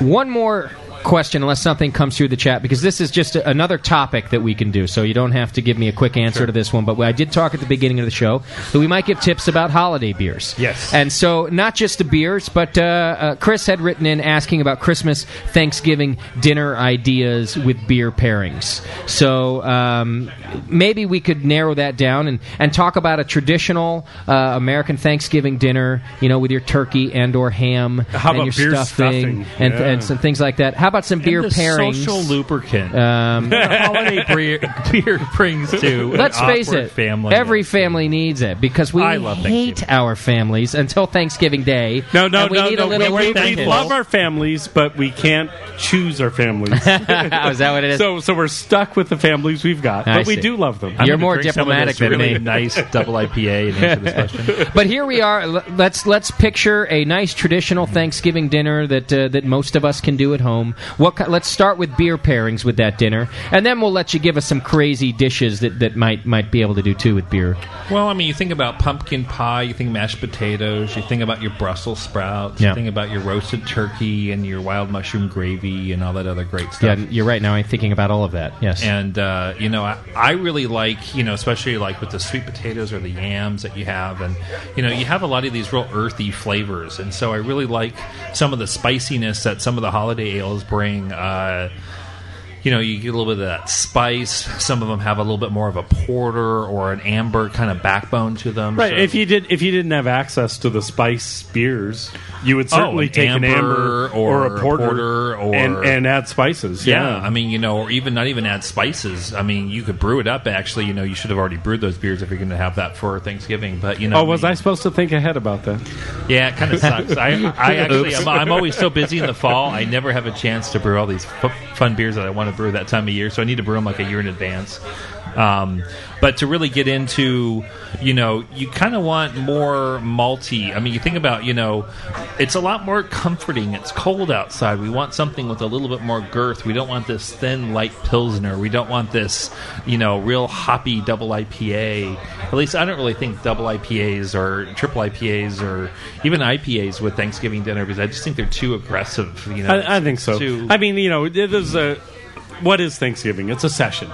Speaker 1: one more question, unless something comes through the chat, because this is just a, another topic that we can do. So you don't have to give me a quick answer to this one. But I did talk at the beginning of the show that we might give tips about holiday beers.
Speaker 8: Yes.
Speaker 1: and so not just the beers, but uh, uh, Chris had written in asking about Christmas, Thanksgiving dinner ideas with beer pairings. So um, maybe we could narrow that down and, and talk about a traditional uh, American Thanksgiving dinner, you know, with your turkey and or ham
Speaker 8: How
Speaker 1: and
Speaker 8: about
Speaker 1: your
Speaker 8: beer
Speaker 1: stuffing,
Speaker 8: stuffing?
Speaker 1: and
Speaker 8: Yeah.
Speaker 1: and some things like that. How about some beer
Speaker 8: the
Speaker 1: pairings?
Speaker 8: social lubricant.
Speaker 1: Um,
Speaker 8: holiday beer, beer brings to
Speaker 1: Let's
Speaker 8: an
Speaker 1: face
Speaker 8: awkward
Speaker 1: it.
Speaker 8: family.
Speaker 1: Every family needs it because we
Speaker 8: I love
Speaker 1: hate our families until Thanksgiving Day.
Speaker 6: No, no,
Speaker 1: and we
Speaker 6: no,
Speaker 1: need
Speaker 6: no.
Speaker 1: A little
Speaker 6: we, we, we
Speaker 1: lubricant.
Speaker 6: love our families, but we can't choose our families. is
Speaker 1: that what it is?
Speaker 6: So, so we're stuck with the families we've got,
Speaker 1: I
Speaker 6: but we
Speaker 1: see.
Speaker 6: do love them.
Speaker 1: You're I'm gonna more drink some of diplomatic this than really me.
Speaker 8: nice double IPA and answer this question.
Speaker 1: but here we are. L- Let's let's picture a nice traditional Thanksgiving dinner that uh, that most of us can do at home. What? ki- Let's start with beer pairings with that dinner, and then we'll let you give us some crazy dishes that, that might might be able to do too with beer.
Speaker 8: Well, I mean, you think about pumpkin pie, you think mashed potatoes, you think about your Brussels sprouts,
Speaker 1: Yeah.
Speaker 8: you think about your roasted turkey and your wild mushroom gravy and all that other great stuff.
Speaker 1: Yeah, you're right. Now I'm thinking about all of that. Yes.
Speaker 8: And uh, you know, I, I really like you know, especially like with the sweet potatoes or the yams that you have, and you know, you have a lot of these real earthy flavors, and so I really like some of the spiciness that some of the holiday ales bring. Uh, you know, you get a little bit of that spice. Some of them have a little bit more of a porter or an amber kind of backbone to them.
Speaker 6: Right.
Speaker 8: so-
Speaker 6: If you did, if you didn't have access to the spice beers, you would certainly
Speaker 8: Oh, an
Speaker 6: take an amber
Speaker 8: amber
Speaker 6: or,
Speaker 8: or
Speaker 6: a
Speaker 8: a
Speaker 6: porter,
Speaker 8: porter or-
Speaker 6: and, and add spices.
Speaker 8: Yeah.
Speaker 6: Yeah.
Speaker 8: I mean, you know, or even not even add spices. I mean, you could brew it up. Actually, you know, you should have already brewed those beers if you're going to have that for Thanksgiving. But you know,
Speaker 6: oh, was I supposed to think ahead about that?
Speaker 8: Yeah, it kind of sucks. I, I actually,
Speaker 6: Oops.
Speaker 8: I'm, I'm always so busy in the fall. I never have a chance to brew all these f- fun beers that I want to brew that time of year. So I need to brew them like a year in advance. Um, but to really get into, you know, you kind of want more malty. I mean, you think about, you know, it's a lot more comforting. It's cold outside. We want something with a little bit more girth. We don't want this thin, light pilsner. We don't want this, you know, real hoppy double IPA. At least I don't really think double IPAs or triple IPAs or even IPAs with Thanksgiving dinner because I just think they're too aggressive. You know,
Speaker 6: I, I think so.
Speaker 8: Too,
Speaker 6: I mean, you know, it is a what is Thanksgiving? It's a session.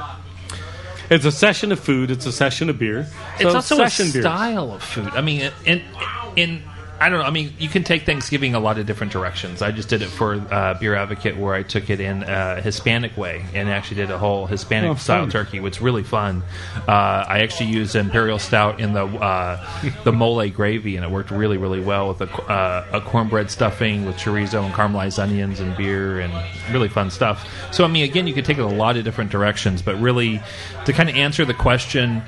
Speaker 6: It's a session of food. It's a session of beer.
Speaker 8: it's also a
Speaker 6: session beers.
Speaker 8: style of food. I mean, in in I don't know. I mean, you can take Thanksgiving a lot of different directions. I just did it for uh, Beer Advocate, where I took it in uh, Hispanic way and actually did a whole Hispanic
Speaker 6: Oh,
Speaker 8: style
Speaker 6: fun.
Speaker 8: turkey, which is really fun. Uh, I actually used imperial stout in the uh, the mole gravy, and it worked really, really well with a, qu- uh, a cornbread stuffing with chorizo and caramelized onions and beer, and really fun stuff. So, I mean, again, you could take it a lot of different directions, but really, to kind of answer the question,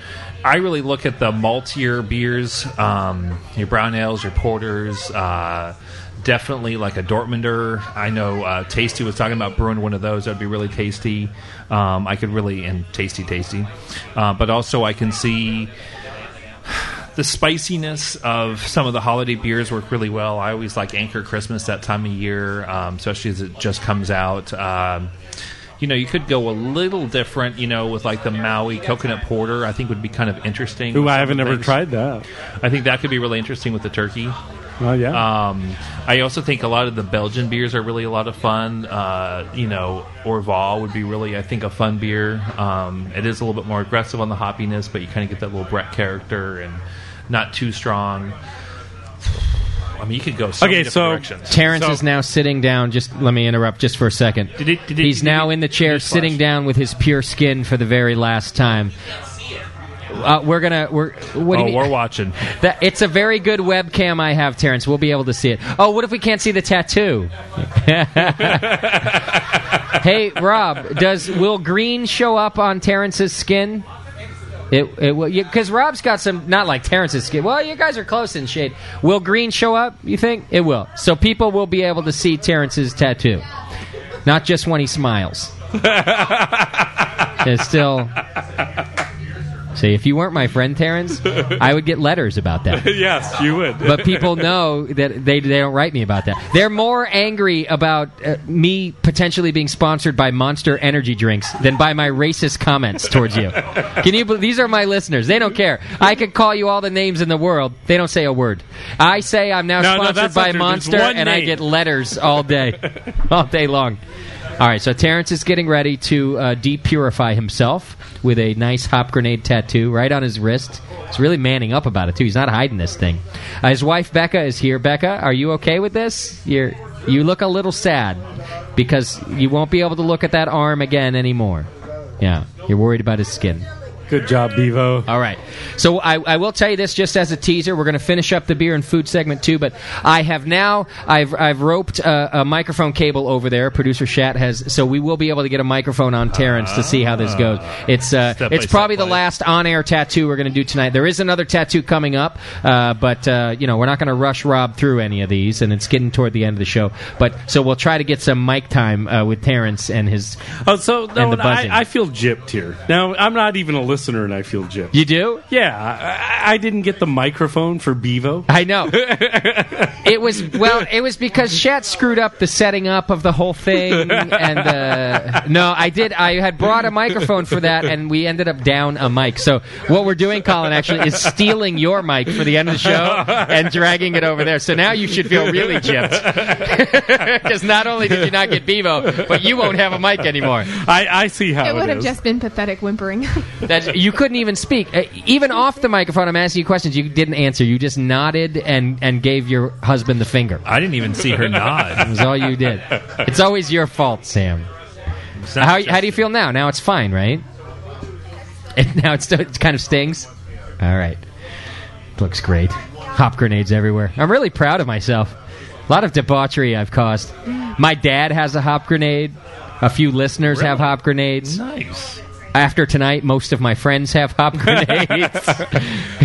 Speaker 8: I really look at the maltier beers, um, your brown ales, your porters. Uh, definitely like a Dortmunder. I know uh, Tasty was talking about brewing one of those. That'd be really tasty. Um, I could really and tasty, tasty. Uh, but also, I can see the spiciness of some of the holiday beers work really well. I always like Anchor Christmas that time of year, um, especially as it just comes out. Um, you know, you could go a little different, you know, with like the Maui coconut porter. I think would be kind of interesting.
Speaker 6: Ooh,
Speaker 8: with
Speaker 6: I
Speaker 8: some
Speaker 6: haven't
Speaker 8: of the
Speaker 6: ever
Speaker 8: things.
Speaker 6: tried that.
Speaker 8: I think that could be really interesting with the turkey.
Speaker 6: Oh yeah.
Speaker 8: Um, I also think a lot of the Belgian beers are really a lot of fun. Uh, you know, Orval would be really, I think, a fun beer. Um, it is a little bit more aggressive on the hoppiness, but you kind of get that little Brett character and not too strong. I mean, you could go so many different directions.
Speaker 1: Terrence
Speaker 8: So-
Speaker 1: is now sitting down. Just let me interrupt just for a second.
Speaker 8: Did it- did it-
Speaker 1: He's
Speaker 8: did
Speaker 1: now
Speaker 8: it-
Speaker 1: in the chair,
Speaker 8: newsflash.
Speaker 1: sitting down with his pure skin for the very last time. Uh, we're gonna. We're. What do
Speaker 8: Oh,
Speaker 1: you mean?
Speaker 8: we're watching.
Speaker 1: That, it's a very good webcam I have, Terrence. We'll be able to see it. Oh, what if we can't see the tattoo? hey, Rob, does will green show up on Terrence's skin? It it will because Rob's got some not like Terrence's skin. Well, you guys are close in shade. Will green show up? You think it will? So people will be able to see Terrence's tattoo, not just when he smiles. it's still. See, if you weren't my friend, Terrence, I would get letters about that
Speaker 6: yes, you would.
Speaker 1: but people know that they, they don't write me about that. They're more angry about uh, me potentially being sponsored by Monster Energy drinks than by my racist comments towards you. Can you? bel- These are my listeners. They don't care. I could call you all the names in the world. They don't say a word. I say I'm now
Speaker 2: No, no,
Speaker 1: sponsored
Speaker 2: that's not
Speaker 1: by
Speaker 2: true. There's
Speaker 1: Monster,
Speaker 2: one
Speaker 1: and I
Speaker 2: name.
Speaker 1: get letters all day, all day long. All right, so Terrence is getting ready to uh, depurify himself with a nice hop grenade tattoo right on his wrist. He's really manning up about it too. He's not hiding this thing. Uh, his wife Becca is here. Becca, are you okay with this? You're you look a little sad because you won't be able to look at that arm again anymore. Yeah, you're worried about his skin.
Speaker 6: Good job, Bevo.
Speaker 1: All right. So I, I will tell you this just as a teaser. We're going to finish up the beer and food segment too, but I have now I've I've roped uh, a, a microphone cable over there. Producer Shat has, so we will be able to get a microphone on Terrence to see how this goes. It's uh,
Speaker 8: Step by
Speaker 1: it's
Speaker 8: step
Speaker 1: probably the last on-air tattoo we're going to do tonight. There is another tattoo coming up, uh, but uh, you know we're not going to rush Rob through any of these, and it's getting toward the end of the show. But so we'll try to get some mic time uh, with Terrence and his
Speaker 6: Oh, so
Speaker 1: and
Speaker 6: no,
Speaker 1: the buzzing.
Speaker 6: I, I feel gypped here. Now I'm not even a listener, and I feel gypped.
Speaker 1: You do?
Speaker 6: Yeah, I, I didn't get the microphone for Bevo.
Speaker 1: I know. it was well. It was because Shat screwed up the setting up of the whole thing, and uh, no, I did. I had brought a microphone for that, and we ended up down a mic. So what we're doing, Colin, actually, is stealing your mic for the end of the show and dragging it over there. So now you should feel really gypped because not only did you not get Bevo, but you won't have a mic anymore.
Speaker 6: I, I see how
Speaker 4: it would have
Speaker 1: is.
Speaker 4: just been pathetic whimpering.
Speaker 1: That you couldn't even speak, Uh, even off the microphone. I'm asking you questions. You didn't answer. You just nodded and and gave your husband the finger.
Speaker 8: I didn't even see her nod.
Speaker 1: It was all you did. It's always your fault, Sam. How, how do you feel now? Now it's fine, right? And now it's, it kind of stings. All right, looks great. Hop grenades everywhere. I'm really proud of myself. A lot of debauchery I've caused. My dad has a hop grenade. A few listeners have hop grenades.
Speaker 8: Nice.
Speaker 1: After tonight, most of my friends have hop grenades.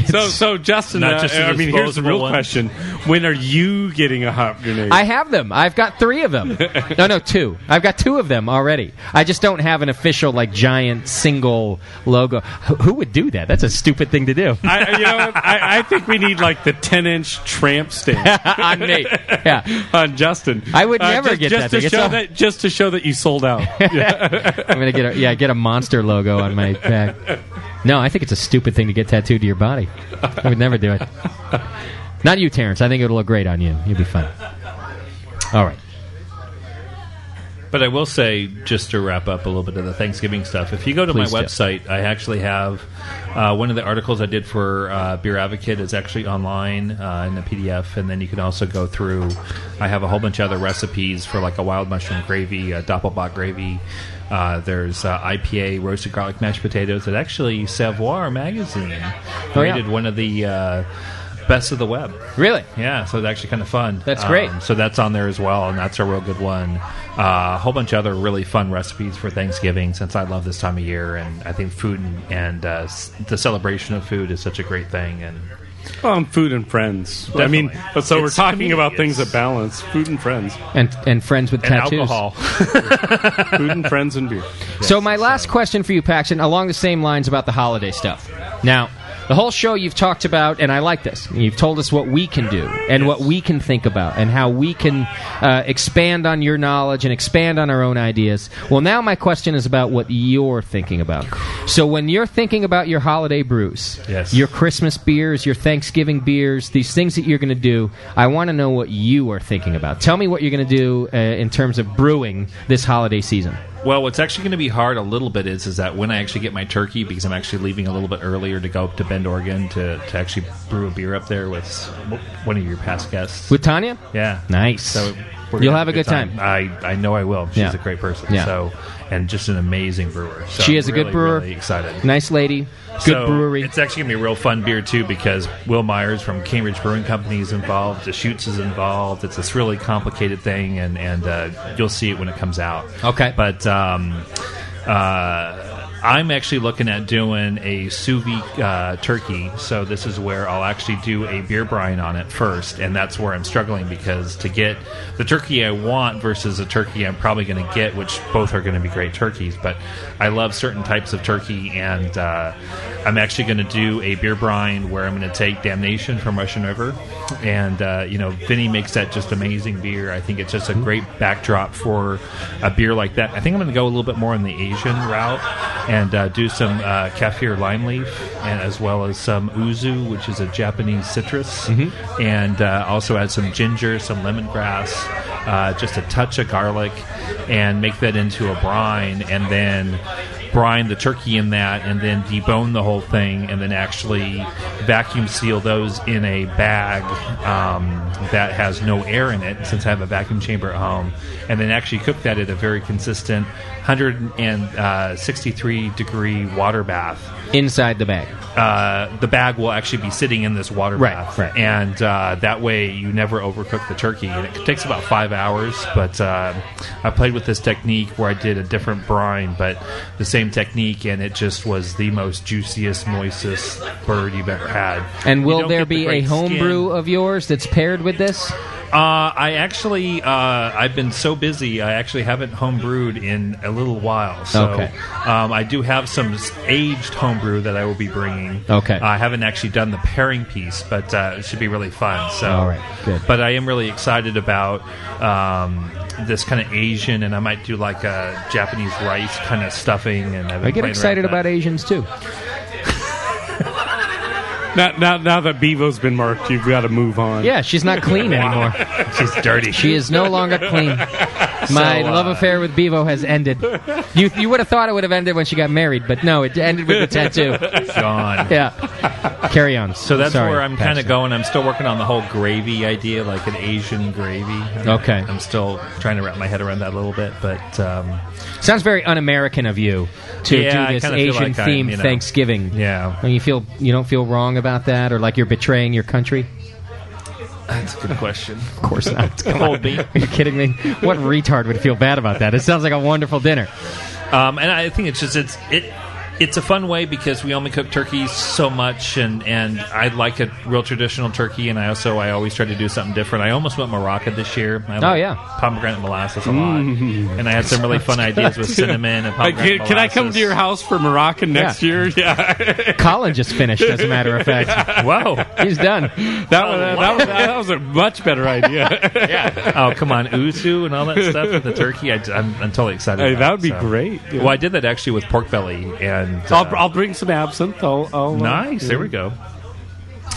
Speaker 6: so, so Justin,
Speaker 1: Not
Speaker 6: uh,
Speaker 1: just a
Speaker 6: I mean, here's the
Speaker 1: disposable
Speaker 6: real
Speaker 1: one.
Speaker 6: question: When are you getting a hop grenade?
Speaker 1: I have them. I've got three of them. No, no, two. I've got two of them already. I just don't have an official, like, giant single logo. Who who would do that? That's a stupid thing to do.
Speaker 6: I, you know, what? I, I think we need like the ten-inch tramp stamp
Speaker 1: on me, yeah,
Speaker 6: on Justin. Uh,
Speaker 1: I would never
Speaker 6: just,
Speaker 1: get
Speaker 6: just
Speaker 1: that
Speaker 6: to
Speaker 1: thing. It's
Speaker 6: show
Speaker 1: all-
Speaker 6: that just to show that you sold out.
Speaker 1: I'm gonna get a yeah, get a monster logo on my back. No, I think it's a stupid thing to get tattooed to your body. I would never do it. Not you, Terrence. I think it'll look great on you. You'll be fine. All right.
Speaker 8: But I will say, just to wrap up a little bit of the Thanksgiving stuff, if you go to
Speaker 1: Please do.
Speaker 8: my website, I actually have uh, one of the articles I did for uh, Beer Advocate is actually online uh, in the PDF, and then you can also go through. I have a whole bunch of other recipes for like a wild mushroom gravy, a doppelbock gravy. Uh, there's uh, IPA roasted garlic mashed potatoes that actually Savoir magazine
Speaker 1: Oh, yeah.
Speaker 8: rated one of the. Uh, Best of the web.
Speaker 1: Really?
Speaker 8: Yeah, so it's actually kind of fun.
Speaker 1: That's great.
Speaker 8: Um, so that's on there as well, and that's a real good one. Uh, a whole bunch of other really fun recipes for Thanksgiving, since I love this time of year, and I think food and, and uh, s- the celebration of food is such a great thing. And
Speaker 6: um, food and friends. I mean,
Speaker 8: Definitely.
Speaker 6: but so we're
Speaker 8: It's
Speaker 6: talking about
Speaker 8: community.
Speaker 6: things that balance food and friends,
Speaker 1: And and friends with
Speaker 6: And
Speaker 1: tattoos.
Speaker 6: alcohol. food and friends and beer.
Speaker 1: So my last question for you, Paxton, along the same lines about the holiday stuff. Now, the whole show you've talked about, and I like this. You've told us what we can do and what we can think about and how we can uh, expand on your knowledge and expand on our own ideas. Well, now my question is about what you're thinking about. So when you're thinking about your holiday brews,
Speaker 8: Yes.
Speaker 1: your Christmas beers, your Thanksgiving beers, these things that you're going to do, I want to know what you are thinking about. Tell me what you're going to do uh, in terms of brewing this holiday season.
Speaker 8: Well, what's actually going to be hard a little bit is is that when I actually get my turkey, because I'm actually leaving a little bit earlier to go up to Bend, Oregon, to, to actually brew a beer up there with s- one of your past guests.
Speaker 1: With Tanya?
Speaker 8: Yeah.
Speaker 1: Nice.
Speaker 8: So we're
Speaker 1: You'll
Speaker 8: gonna
Speaker 1: have a good time.
Speaker 8: I, I know I will. She's
Speaker 1: Yeah.
Speaker 8: a great person.
Speaker 1: Yeah.
Speaker 8: So and just an amazing brewer. So
Speaker 1: she is a
Speaker 8: really,
Speaker 1: good brewer.
Speaker 8: Really excited.
Speaker 1: Nice lady. Good
Speaker 8: So,
Speaker 1: brewery.
Speaker 8: It's actually gonna be a real fun beer too because Will Myers from Cambridge Brewing Company is involved. The Schutz is involved. It's this really complicated thing, and and uh, you'll see it when it comes out.
Speaker 1: Okay.
Speaker 8: But um, uh, I'm actually looking at doing a sous vide uh, turkey. So this is where I'll actually do a beer brine on it first, and that's where I'm struggling because to get the turkey I want versus a turkey I'm probably going to get, which both are going to be great turkeys. But I love certain types of turkey, and uh, I'm actually going to do a beer brine where I'm going to take Damnation from Russian River, and uh, you know Vinny makes that just amazing beer. I think it's just a great backdrop for a beer like that. I think I'm going to go a little bit more in the Asian route and uh, do some uh, kaffir lime leaf, and as well as some uzu, which is a Japanese citrus, and uh, also add some ginger, some lemongrass, uh, just a touch of garlic, and make that into a brine, and then brine the turkey in that, and then debone the whole thing, and then actually vacuum seal those in a bag um, that has no air in it, since I have a vacuum chamber at home, and then actually cook that at a very consistent 163 degree water bath.
Speaker 1: Inside the bag.
Speaker 8: Uh, the bag will actually be sitting in this water
Speaker 1: Right,
Speaker 8: bath,
Speaker 1: right.
Speaker 8: and uh, that way you never overcook the turkey. And it takes about five hours, but uh, I played with this technique where I did a different brine, but the same technique, and it just was the most juiciest, moistest bird you've ever had.
Speaker 1: And
Speaker 8: You
Speaker 1: will
Speaker 8: don't
Speaker 1: there
Speaker 8: get the
Speaker 1: be a
Speaker 8: great skin.
Speaker 1: homebrew of yours that's paired with this?
Speaker 8: Uh, I actually, uh, I've been so busy, I actually haven't homebrewed in a little while. So
Speaker 1: Okay.
Speaker 8: um, I do have some s- aged homebrew that I will be bringing.
Speaker 1: Okay.
Speaker 8: I haven't actually done the pairing piece, but uh, it should be really fun. So,
Speaker 1: All right, good.
Speaker 8: But I am really excited about um, this kind of Asian, and I might do like a Japanese rice kind of stuffing. And I've been
Speaker 1: I get
Speaker 8: playing
Speaker 1: excited
Speaker 8: around with
Speaker 1: about Asians too.
Speaker 6: Now, now, now that Bevo's been marked, you've got to move on.
Speaker 1: Yeah, she's not clean anymore.
Speaker 8: She's dirty.
Speaker 1: She is no longer clean. My
Speaker 6: So, uh,
Speaker 1: love affair with Bevo has ended. You you would have thought it would have ended when she got married, but no, it ended with the tattoo.
Speaker 8: Gone.
Speaker 1: Yeah. Carry on.
Speaker 8: So that's
Speaker 1: Sorry,
Speaker 8: where I'm kind
Speaker 1: Paxton.
Speaker 8: of going. I'm still working on the whole gravy idea, like an Asian gravy.
Speaker 1: Okay.
Speaker 8: I'm still trying to wrap my head around that a little bit, but um,
Speaker 1: Sounds very un-American of you to
Speaker 8: Yeah, I
Speaker 1: do this
Speaker 8: kinda feel
Speaker 1: Asian
Speaker 8: like I'm,
Speaker 1: themed
Speaker 8: you know.
Speaker 1: Thanksgiving.
Speaker 8: Yeah,
Speaker 1: and you feel you don't feel wrong about that, or like you're betraying your country.
Speaker 8: that's a good question.
Speaker 1: Of course not. Come
Speaker 8: Cold
Speaker 1: on.
Speaker 8: beef.
Speaker 1: Are you kidding me? What retard would feel bad about that? It sounds like a wonderful dinner.
Speaker 8: Um, and I think it's just it's it. It's a fun way because we only cook turkeys so much, and, and I like a real traditional turkey, and I also I always try to do something different. I almost went Moroccan this year. I
Speaker 1: Oh,
Speaker 8: like
Speaker 1: yeah.
Speaker 8: pomegranate molasses a lot, and I had some really fun ideas with cinnamon and
Speaker 6: Mm. Like,
Speaker 8: pomegranate
Speaker 6: can, can I come
Speaker 8: molasses.
Speaker 6: to your house for Moroccan next
Speaker 1: Yeah.
Speaker 6: year? Yeah.
Speaker 1: Colin just finished, as a matter of fact.
Speaker 8: Whoa,
Speaker 1: he's done.
Speaker 6: That
Speaker 8: Oh,
Speaker 6: was, that, was, that was a much better idea.
Speaker 8: yeah. Oh, come on, uzu and all that stuff with the turkey. I, am I'm totally excited.
Speaker 6: Hey,
Speaker 8: about
Speaker 6: that
Speaker 8: it,
Speaker 6: would be
Speaker 8: so.
Speaker 6: great, yeah.
Speaker 8: Well, I did that actually with pork belly, and uh,
Speaker 6: I'll, I'll bring some absinthe. I'll, I'll, uh,
Speaker 8: nice. There we go.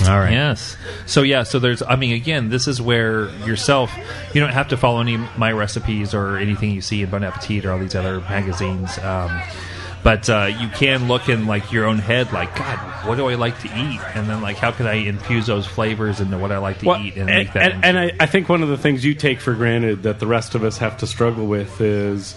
Speaker 8: All right. Yes. So yeah. So there's. I mean, again, this is where yourself. You don't have to follow any of my recipes or anything you see in Bon Appetit or all these other magazines. Um, but uh, you can look in like your own head, like God, what do I like to eat? And then like, how can I infuse those flavors into what I like to
Speaker 6: Well,
Speaker 8: eat and,
Speaker 6: and,
Speaker 8: make that?
Speaker 6: and- and I, I think one of the things you take for granted that the rest of us have to struggle with is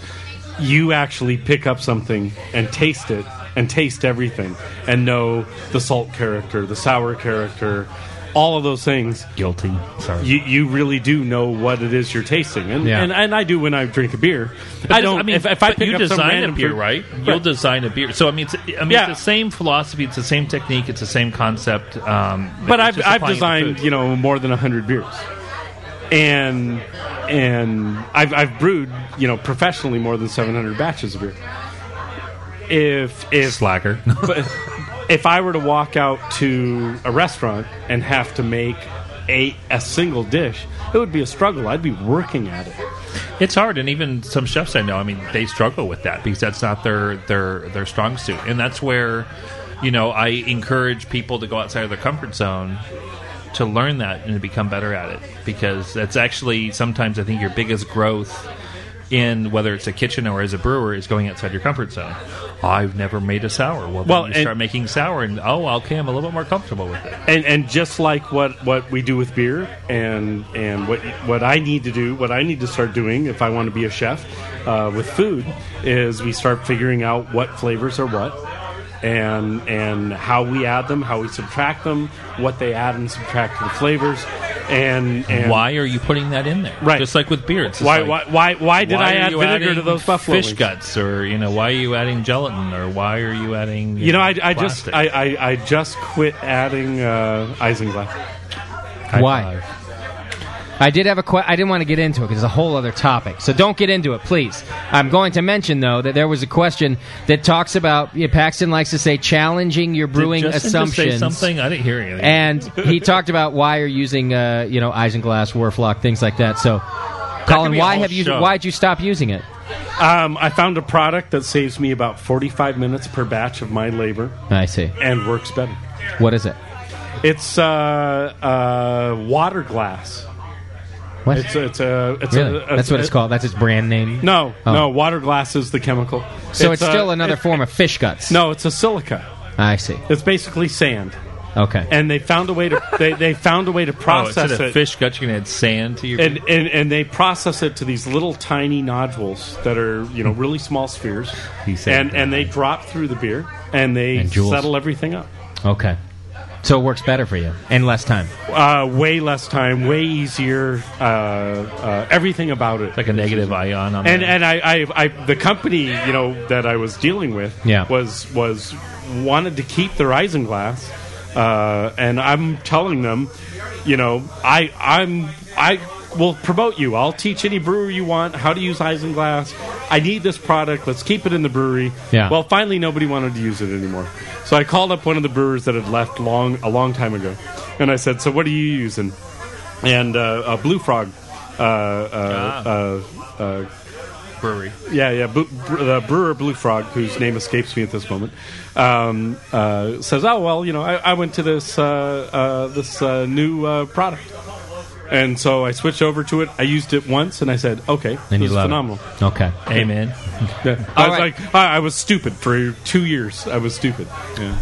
Speaker 6: you actually pick up something and taste it and taste everything and know the salt character, the sour character, all of those things.
Speaker 8: Guilty. Sorry.
Speaker 6: You, you really do know what it is you're tasting, and
Speaker 8: Yeah.
Speaker 6: and, and I do when I drink a beer. I don't.
Speaker 8: mean,
Speaker 6: if, if I
Speaker 8: but
Speaker 6: pick
Speaker 8: you
Speaker 6: up some
Speaker 8: design a
Speaker 6: random
Speaker 8: beer,
Speaker 6: fruit-
Speaker 8: right? You'll design a beer. So I mean, it's, I mean,
Speaker 6: Yeah.
Speaker 8: it's the same philosophy. It's the same technique. It's the same concept. Um,
Speaker 6: but
Speaker 8: it's
Speaker 6: I've,
Speaker 8: just
Speaker 6: I've
Speaker 8: applying it to food.
Speaker 6: designed you know more than hundred beers, and and I've, I've brewed you know professionally more than seven hundred batches of beer. If if
Speaker 8: slacker,
Speaker 6: but if I were to walk out to a restaurant and have to make a a single dish, it would be a struggle. I'd be working at it.
Speaker 8: It's hard, and even some chefs I know, I mean, they struggle with that because that's not their their their strong suit, and that's where, you know, I encourage people to go outside of their comfort zone to learn that and to become better at it because that's actually sometimes I think your biggest growth in whether it's a kitchen or as a brewer is going outside your comfort zone. I've never made a sour. Well, then
Speaker 6: Well,
Speaker 8: you
Speaker 6: and-
Speaker 8: start making sour, and oh, okay, I'm a little bit more comfortable with it.
Speaker 6: and and just like what what we do with beer and and what what I need to do what I need to start doing if I want to be a chef uh, with food is we start figuring out what flavors are what and and how we add them how we subtract them what they add and subtract to the flavors and, and
Speaker 8: why are you putting that in there?
Speaker 6: Right.
Speaker 8: Just like with beer. It's just
Speaker 6: Why-
Speaker 8: like,
Speaker 6: why- why- why did I
Speaker 8: are
Speaker 6: add
Speaker 8: you
Speaker 6: vinegar
Speaker 8: adding
Speaker 6: to those buffalo
Speaker 8: fish
Speaker 6: wings?
Speaker 8: guts? Or, you know, why are you adding gelatin? Or why are you adding.
Speaker 6: you know I, I just
Speaker 8: plastic?
Speaker 6: I, I, I just quit adding uh, isinglass
Speaker 1: Why? I did have a que- I didn't want to get into it because it's a whole other topic. So don't get into it, please. I'm going to mention though that there was a question that talks about yeah, Paxton likes to say challenging your brewing
Speaker 8: Did Justin just say
Speaker 1: assumptions.
Speaker 8: something? I didn't hear anything.
Speaker 1: And he talked about why you're using uh, you know Isinglass, Werflock, things like that. So,
Speaker 6: could
Speaker 1: Colin,
Speaker 6: be a
Speaker 1: why
Speaker 6: whole
Speaker 1: have you
Speaker 6: show.
Speaker 1: why'd you stop using it?
Speaker 6: um, I found a product that saves me about 45 minutes per batch of my labor
Speaker 1: I see.
Speaker 6: and works better
Speaker 1: What is it?
Speaker 6: It's uh, uh, water glass.
Speaker 1: What?
Speaker 6: It's a, it's a it's
Speaker 1: really?
Speaker 6: a, a-
Speaker 1: That's what it's
Speaker 6: a-
Speaker 1: called. That's its brand name.
Speaker 6: No,
Speaker 1: Oh.
Speaker 6: no, water glass is the chemical.
Speaker 1: So it's,
Speaker 6: a-
Speaker 1: still another
Speaker 6: it-
Speaker 1: form of fish guts.
Speaker 6: No, it's a silica.
Speaker 1: I see.
Speaker 6: It's basically sand,
Speaker 1: Okay.
Speaker 6: and they found a way to they, they found a way to
Speaker 8: Oh,
Speaker 6: process
Speaker 8: instead of
Speaker 6: it.
Speaker 8: fish guts, you can add sand to your.
Speaker 6: and, and and they process it to these little tiny nodules that are you know really small spheres,
Speaker 8: He said
Speaker 6: and and they drop through the beer and they
Speaker 1: And joules.
Speaker 6: settle everything up.
Speaker 1: Okay. So it works better for you and less time.
Speaker 6: Uh, way less time, way easier. Uh, uh, everything about it,
Speaker 8: like a negative ion on
Speaker 6: and
Speaker 8: there.
Speaker 6: and I, I, I, the company you know that I was dealing with,
Speaker 8: Yeah.
Speaker 6: was was wanted to keep their Isinglass, uh, and I'm telling them, you know, I I'm I we'll promote you. I'll teach any brewer you want how to use Isinglass. I need this product. Let's keep it in the brewery.
Speaker 1: Yeah.
Speaker 6: Well, finally, nobody wanted to use it anymore. So I called up one of the brewers that had left long a long time ago, and I said, "So what are you using?" And uh, a Blue Frog. Uh, uh, uh, uh, Brewery, yeah, yeah. Bu- br- the brewer Blue Frog, whose name escapes me at this moment, um, uh, says, "Oh well, you know, I, I went to this uh, uh, this uh, new uh, product, and so I switched over to it. I used it once, and I said, "Okay,
Speaker 1: And
Speaker 6: this
Speaker 1: you
Speaker 6: is
Speaker 1: love it.
Speaker 6: phenomenal."
Speaker 1: Okay.
Speaker 6: Amen. I
Speaker 1: All
Speaker 6: was
Speaker 1: right.
Speaker 6: like, I, I was stupid for two years. I was stupid. Yeah.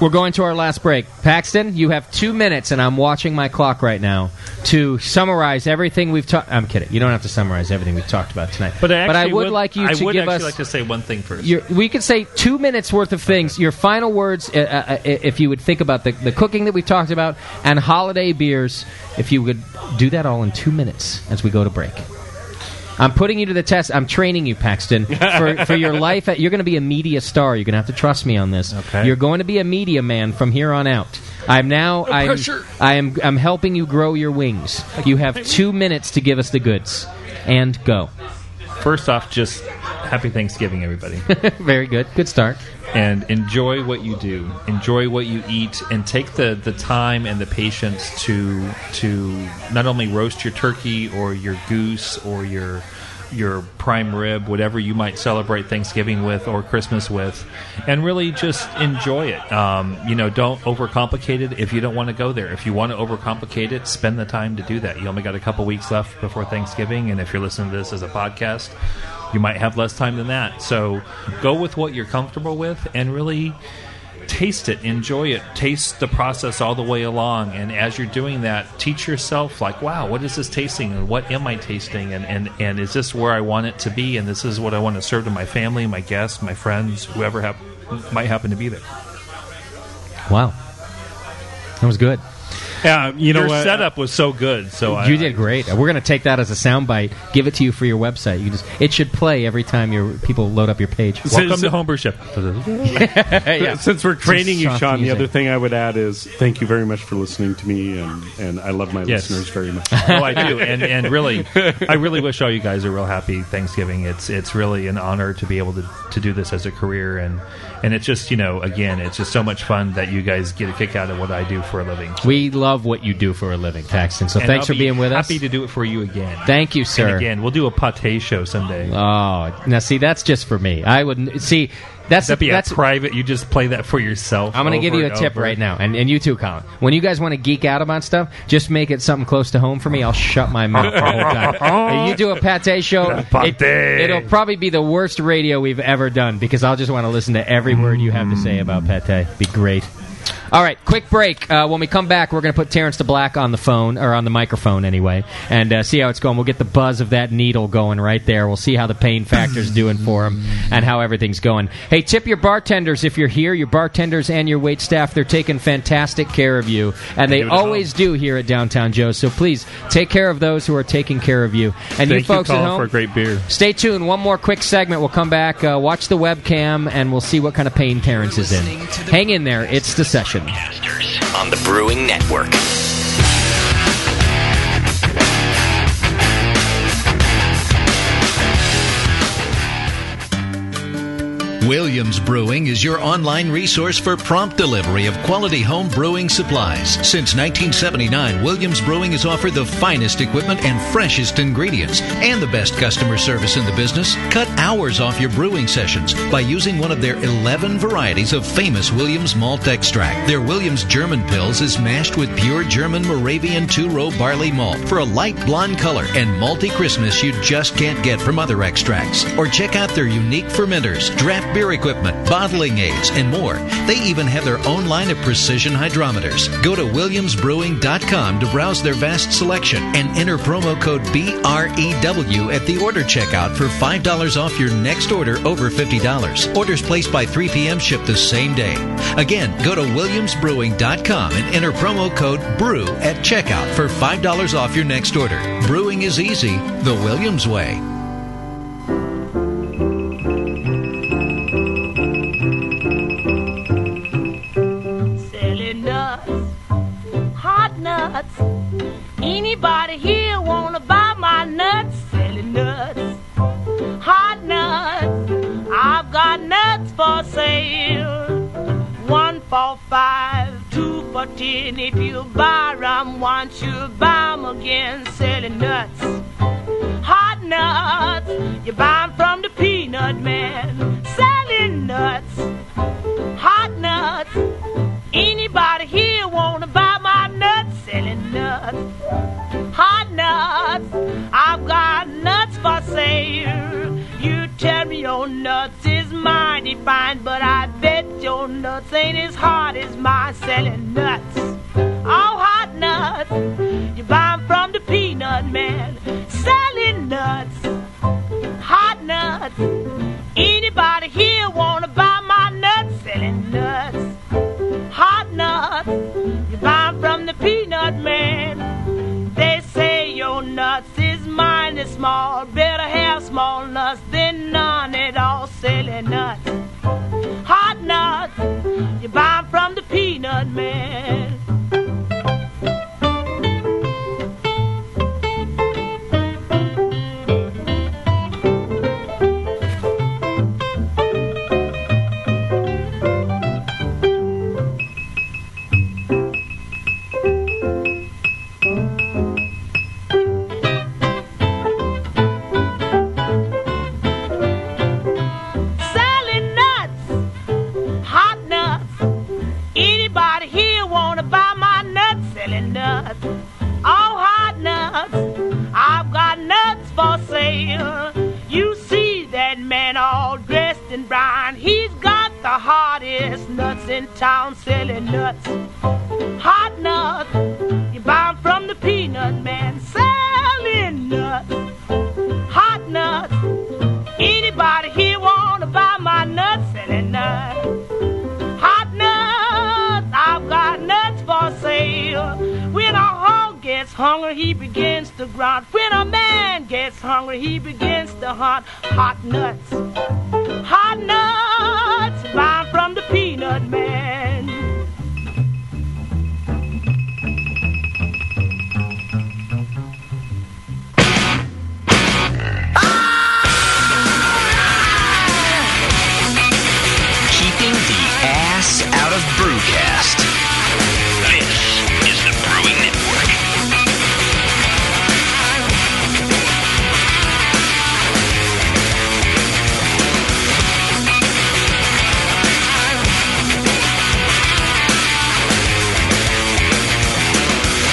Speaker 1: We're going to our last break. Paxton, you have two minutes, and I'm watching my clock right now to summarize everything we've talked. I'm kidding. You don't have to summarize everything we've talked about tonight.
Speaker 8: But I, actually
Speaker 1: would, like you
Speaker 8: I
Speaker 1: to
Speaker 8: would
Speaker 1: give
Speaker 8: actually
Speaker 1: us.
Speaker 8: like to say one thing first.
Speaker 1: your, we could say two minutes worth of things. Your final words, uh, uh, uh, if you would think about the, the cooking that we talked about and holiday beers, if you would do that all in two minutes as we go to break. I'm putting you to the test. I'm training you, Paxton, for, for your life. You're going to be a media star. You're going to have to trust me on this. Okay. You're going to be a media man from here on out. I'm now. I'm,
Speaker 8: pressure.
Speaker 1: I am. I'm helping you grow your wings. You have two minutes to give us the goods, and go.
Speaker 8: First off, just happy Thanksgiving, everybody.
Speaker 1: Very good. Good start.
Speaker 8: And enjoy what you do. Enjoy what you eat, and take the, the time and the patience to to not only roast your turkey or your goose or your your prime rib, whatever you might celebrate Thanksgiving with or Christmas with, and really just enjoy it. Um, you know, don't overcomplicate it if you don't want to go there. If you want to overcomplicate it, spend the time to do that. You only got a couple weeks left before Thanksgiving, and if you're listening to this as a podcast, you might have less time than that. So go with what you're comfortable with and really taste it enjoy it taste the process all the way along and as you're doing that teach yourself like wow what is this tasting and what am i tasting and and, and is this where i want it to be and this is what i want to serve to my family my guests my friends whoever hap- might happen to be there
Speaker 1: Wow, that was good.
Speaker 6: Yeah, you
Speaker 1: know
Speaker 8: Your
Speaker 1: what?
Speaker 8: setup was so good so I,
Speaker 1: you did great. We're going to take that as a soundbite, give it to you for your website. You just it should play every time your people load up your page.
Speaker 8: welcome to homebrew ship
Speaker 1: Yeah.
Speaker 6: Since we're training you,
Speaker 1: Soft
Speaker 6: Sean,
Speaker 1: music.
Speaker 6: the other thing I would add is thank you very much for listening to me, and, and I love my
Speaker 8: Yes.
Speaker 6: listeners very much.
Speaker 8: oh, I do, and and really, I really wish all you guys a real happy Thanksgiving. It's it's really an honor to be able to, to do this as a career, and and it's just you know again, it's just so much fun that you guys get a kick out of what I do for a living.
Speaker 1: We love what you do for a living, Paxton. So
Speaker 8: And
Speaker 1: thanks
Speaker 8: I'll
Speaker 1: for
Speaker 8: be
Speaker 1: being with us.
Speaker 8: Happy to do it for you again.
Speaker 1: Thank you, sir.
Speaker 8: And again, we'll do a pate show someday.
Speaker 1: Oh, now see, that's just for me. I would see. That's
Speaker 8: That'd be
Speaker 1: that's
Speaker 8: a private. You just play that for yourself.
Speaker 1: I'm going to give you a tip right now, and, and you too, Colin. When you guys want to geek out about stuff, just make it something close to home for me. I'll shut my mouth the whole time. Uh, you do a pate show,
Speaker 8: Pate.
Speaker 1: It, will probably be the worst radio we've ever done because I'll just want to listen to every word you have to say about
Speaker 8: Mm.
Speaker 1: pate. Be great. All right, quick break. Uh, when we come back, we're going to put Terrence the Black on the phone, or on the microphone anyway, and uh, see how it's going. We'll get the buzz of that needle going right there. We'll see how the pain factor's doing for him and how everything's going. Hey, tip your bartenders if you're here. Your bartenders and your wait staff, they're taking fantastic care of you, and
Speaker 8: They
Speaker 1: they
Speaker 8: do it all.
Speaker 1: always do here at Downtown Joe's. So please take care of those who are taking care of you. And
Speaker 8: Thank
Speaker 1: you folks
Speaker 8: Colin,
Speaker 1: at home,
Speaker 8: for a great beer.
Speaker 1: Stay tuned. One more quick segment. We'll come back, uh, watch the webcam, and we'll see what kind of pain Terrence is in. Hang in there. It's the session.
Speaker 17: on the Brewing Network.
Speaker 9: Williams Brewing is your online resource for prompt delivery of quality home brewing supplies. Since 1979, Williams Brewing has offered the finest equipment and freshest ingredients and the best customer service in the business. Cut hours off your brewing sessions by using one of their 11 varieties of famous Williams malt extract. Their Williams German Pills is mashed with pure German Moravian two-row barley malt for a light blonde color and malty crispness you just can't get from other extracts. Or check out their unique fermenters, draft beer equipment, bottling aids, and more. They even have their own line of precision hydrometers. Go to williamsbrewing.com to browse their vast selection and enter promo code BREW at the order checkout for $5 off your next order over $50. Orders placed by 3 p.m. ship the same day. Again, go to williamsbrewing.com and enter promo code BREW at checkout for $5 off your next order. Brewing is easy, the Williams way.
Speaker 21: Selling nuts, hot nuts. Anybody here want gonna buy my nuts, selling nuts, hot nuts. I've got nuts for sale. One for five, two for ten. If you buy 'em once, you buy 'em again, selling nuts. Hot nuts, you buy 'em from the peanut man, selling nuts. Hot nuts, anybody here wanna buy my nuts, selling nuts hot nuts. I've got nuts for sale. You tell me your nuts is mighty fine, but I bet your nuts ain't as hard as mine selling nuts. All hot nuts. You buy 'em from the peanut man. Selling nuts. Hot nuts. Anybody here wanna buy my nuts? Selling nuts. Hot nuts. You buy 'em from the peanut man. They say your nuts is mine is small. Better have small nuts than none at all. Silly nuts, hot nuts, you buy 'em from the peanut man. selling nuts, hot nuts. Anybody here wanna buy my nuts? Selling nuts, all hot nuts. I've got nuts for sale. You see that man all dressed in brown? He's got the hottest nuts in town. Selling nuts, hot nuts. You buy 'em from the peanut man. Selling nuts, hot nuts. Anybody here wanna buy my nuts? Selling nuts, hot nuts. I've got nuts for sale. When a hog gets hungry, he begins to grunt. When a man gets hungry, he begins to hunt. Hot nuts, hot nuts. Buy 'em from the peanut man.
Speaker 17: Keeping the ass out of Brewcast. This is the Brewing Network.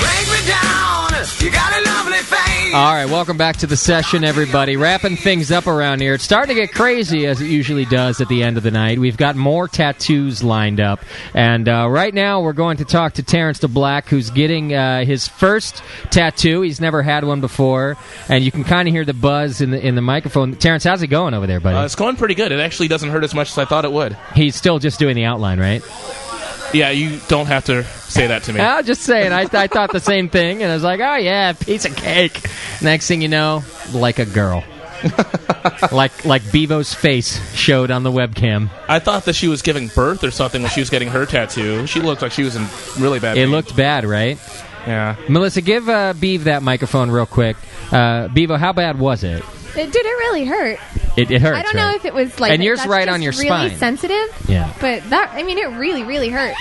Speaker 2: Break me down. You got a lovely face.
Speaker 1: All right, welcome back to the session, everybody. Wrapping things up around here. It's starting to get crazy as it usually does at the end of the night. We've got more tattoos lined up, and uh, right now we're going to talk to Terrence the Black, who's getting uh, his first tattoo. He's never had one before, and you can kind of hear the buzz in the in the microphone. Terrence, how's it going over there, buddy?
Speaker 19: Uh, it's going pretty good. It actually doesn't hurt as much as I thought it would.
Speaker 1: He's still just doing the outline, right? Ah.
Speaker 19: Yeah, you don't have to say that to me.
Speaker 1: I was just saying. I, I thought the same thing, and I was like, "Oh yeah, piece of cake." Next thing you know, like a girl, like like Bevo's face showed on the webcam.
Speaker 19: I thought that she was giving birth or something when she was getting her tattoo. She looked like she was in really bad.
Speaker 1: It looked bad, right?
Speaker 19: Yeah.
Speaker 1: Melissa, give uh, Beav that microphone real quick. Uh, Bevo, how bad was it?
Speaker 22: It did it really hurt.
Speaker 1: It, it hurts.
Speaker 22: I don't know
Speaker 1: right?
Speaker 22: if it was like
Speaker 1: And yours
Speaker 22: that's
Speaker 1: right
Speaker 22: just
Speaker 1: on your
Speaker 22: really
Speaker 1: spine.
Speaker 22: sensitive.
Speaker 1: Yeah.
Speaker 22: But that I mean it really really hurt.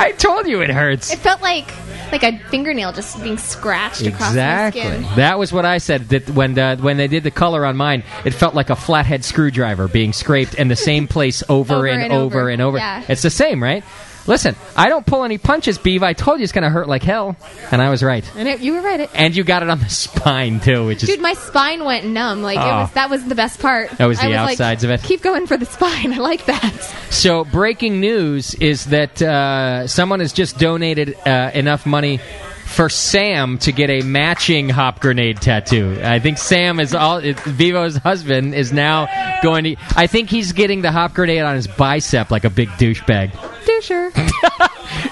Speaker 1: I told you it hurts.
Speaker 22: it felt like like a fingernail just being scratched across my
Speaker 1: Exactly.
Speaker 22: skin.
Speaker 1: That was what I said. That when uh, when they did the color on mine, it felt like a flathead screwdriver being scraped in the same place over,
Speaker 22: Over
Speaker 1: and,
Speaker 22: and
Speaker 1: over,
Speaker 22: over.
Speaker 1: and over.
Speaker 22: Yeah.
Speaker 1: It's the same, right? Listen, I don't pull any punches, Beav. I told you it's going to hurt like hell, and I was right.
Speaker 22: And it, you were right. It,
Speaker 1: And you got it on the spine too, which is
Speaker 22: dude, my spine went numb. Like it
Speaker 1: Oh.
Speaker 22: was that was the best part.
Speaker 1: That was
Speaker 22: I
Speaker 1: the
Speaker 22: like,
Speaker 1: outsides of it.
Speaker 22: Keep going for the spine. I like that.
Speaker 1: So, breaking news is that uh, someone has just donated uh, enough money for Sam to get a matching hop grenade tattoo. I think Sam is all it, Vivo's husband is now going to. I think he's getting the hop grenade on his bicep like a big douchebag.
Speaker 22: Doucher.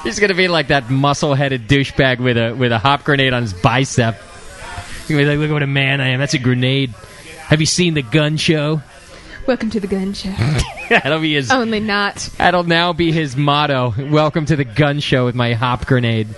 Speaker 1: He's going to be like that muscle-headed douchebag with a with a hop grenade on his bicep. He's going to be like, "Look what a man I am! That's a grenade." Have you seen the gun show?
Speaker 22: Welcome to the gun show.
Speaker 1: That'll be his
Speaker 22: Only not.
Speaker 1: That'll now be his motto. Welcome to the gun show with my hop grenade.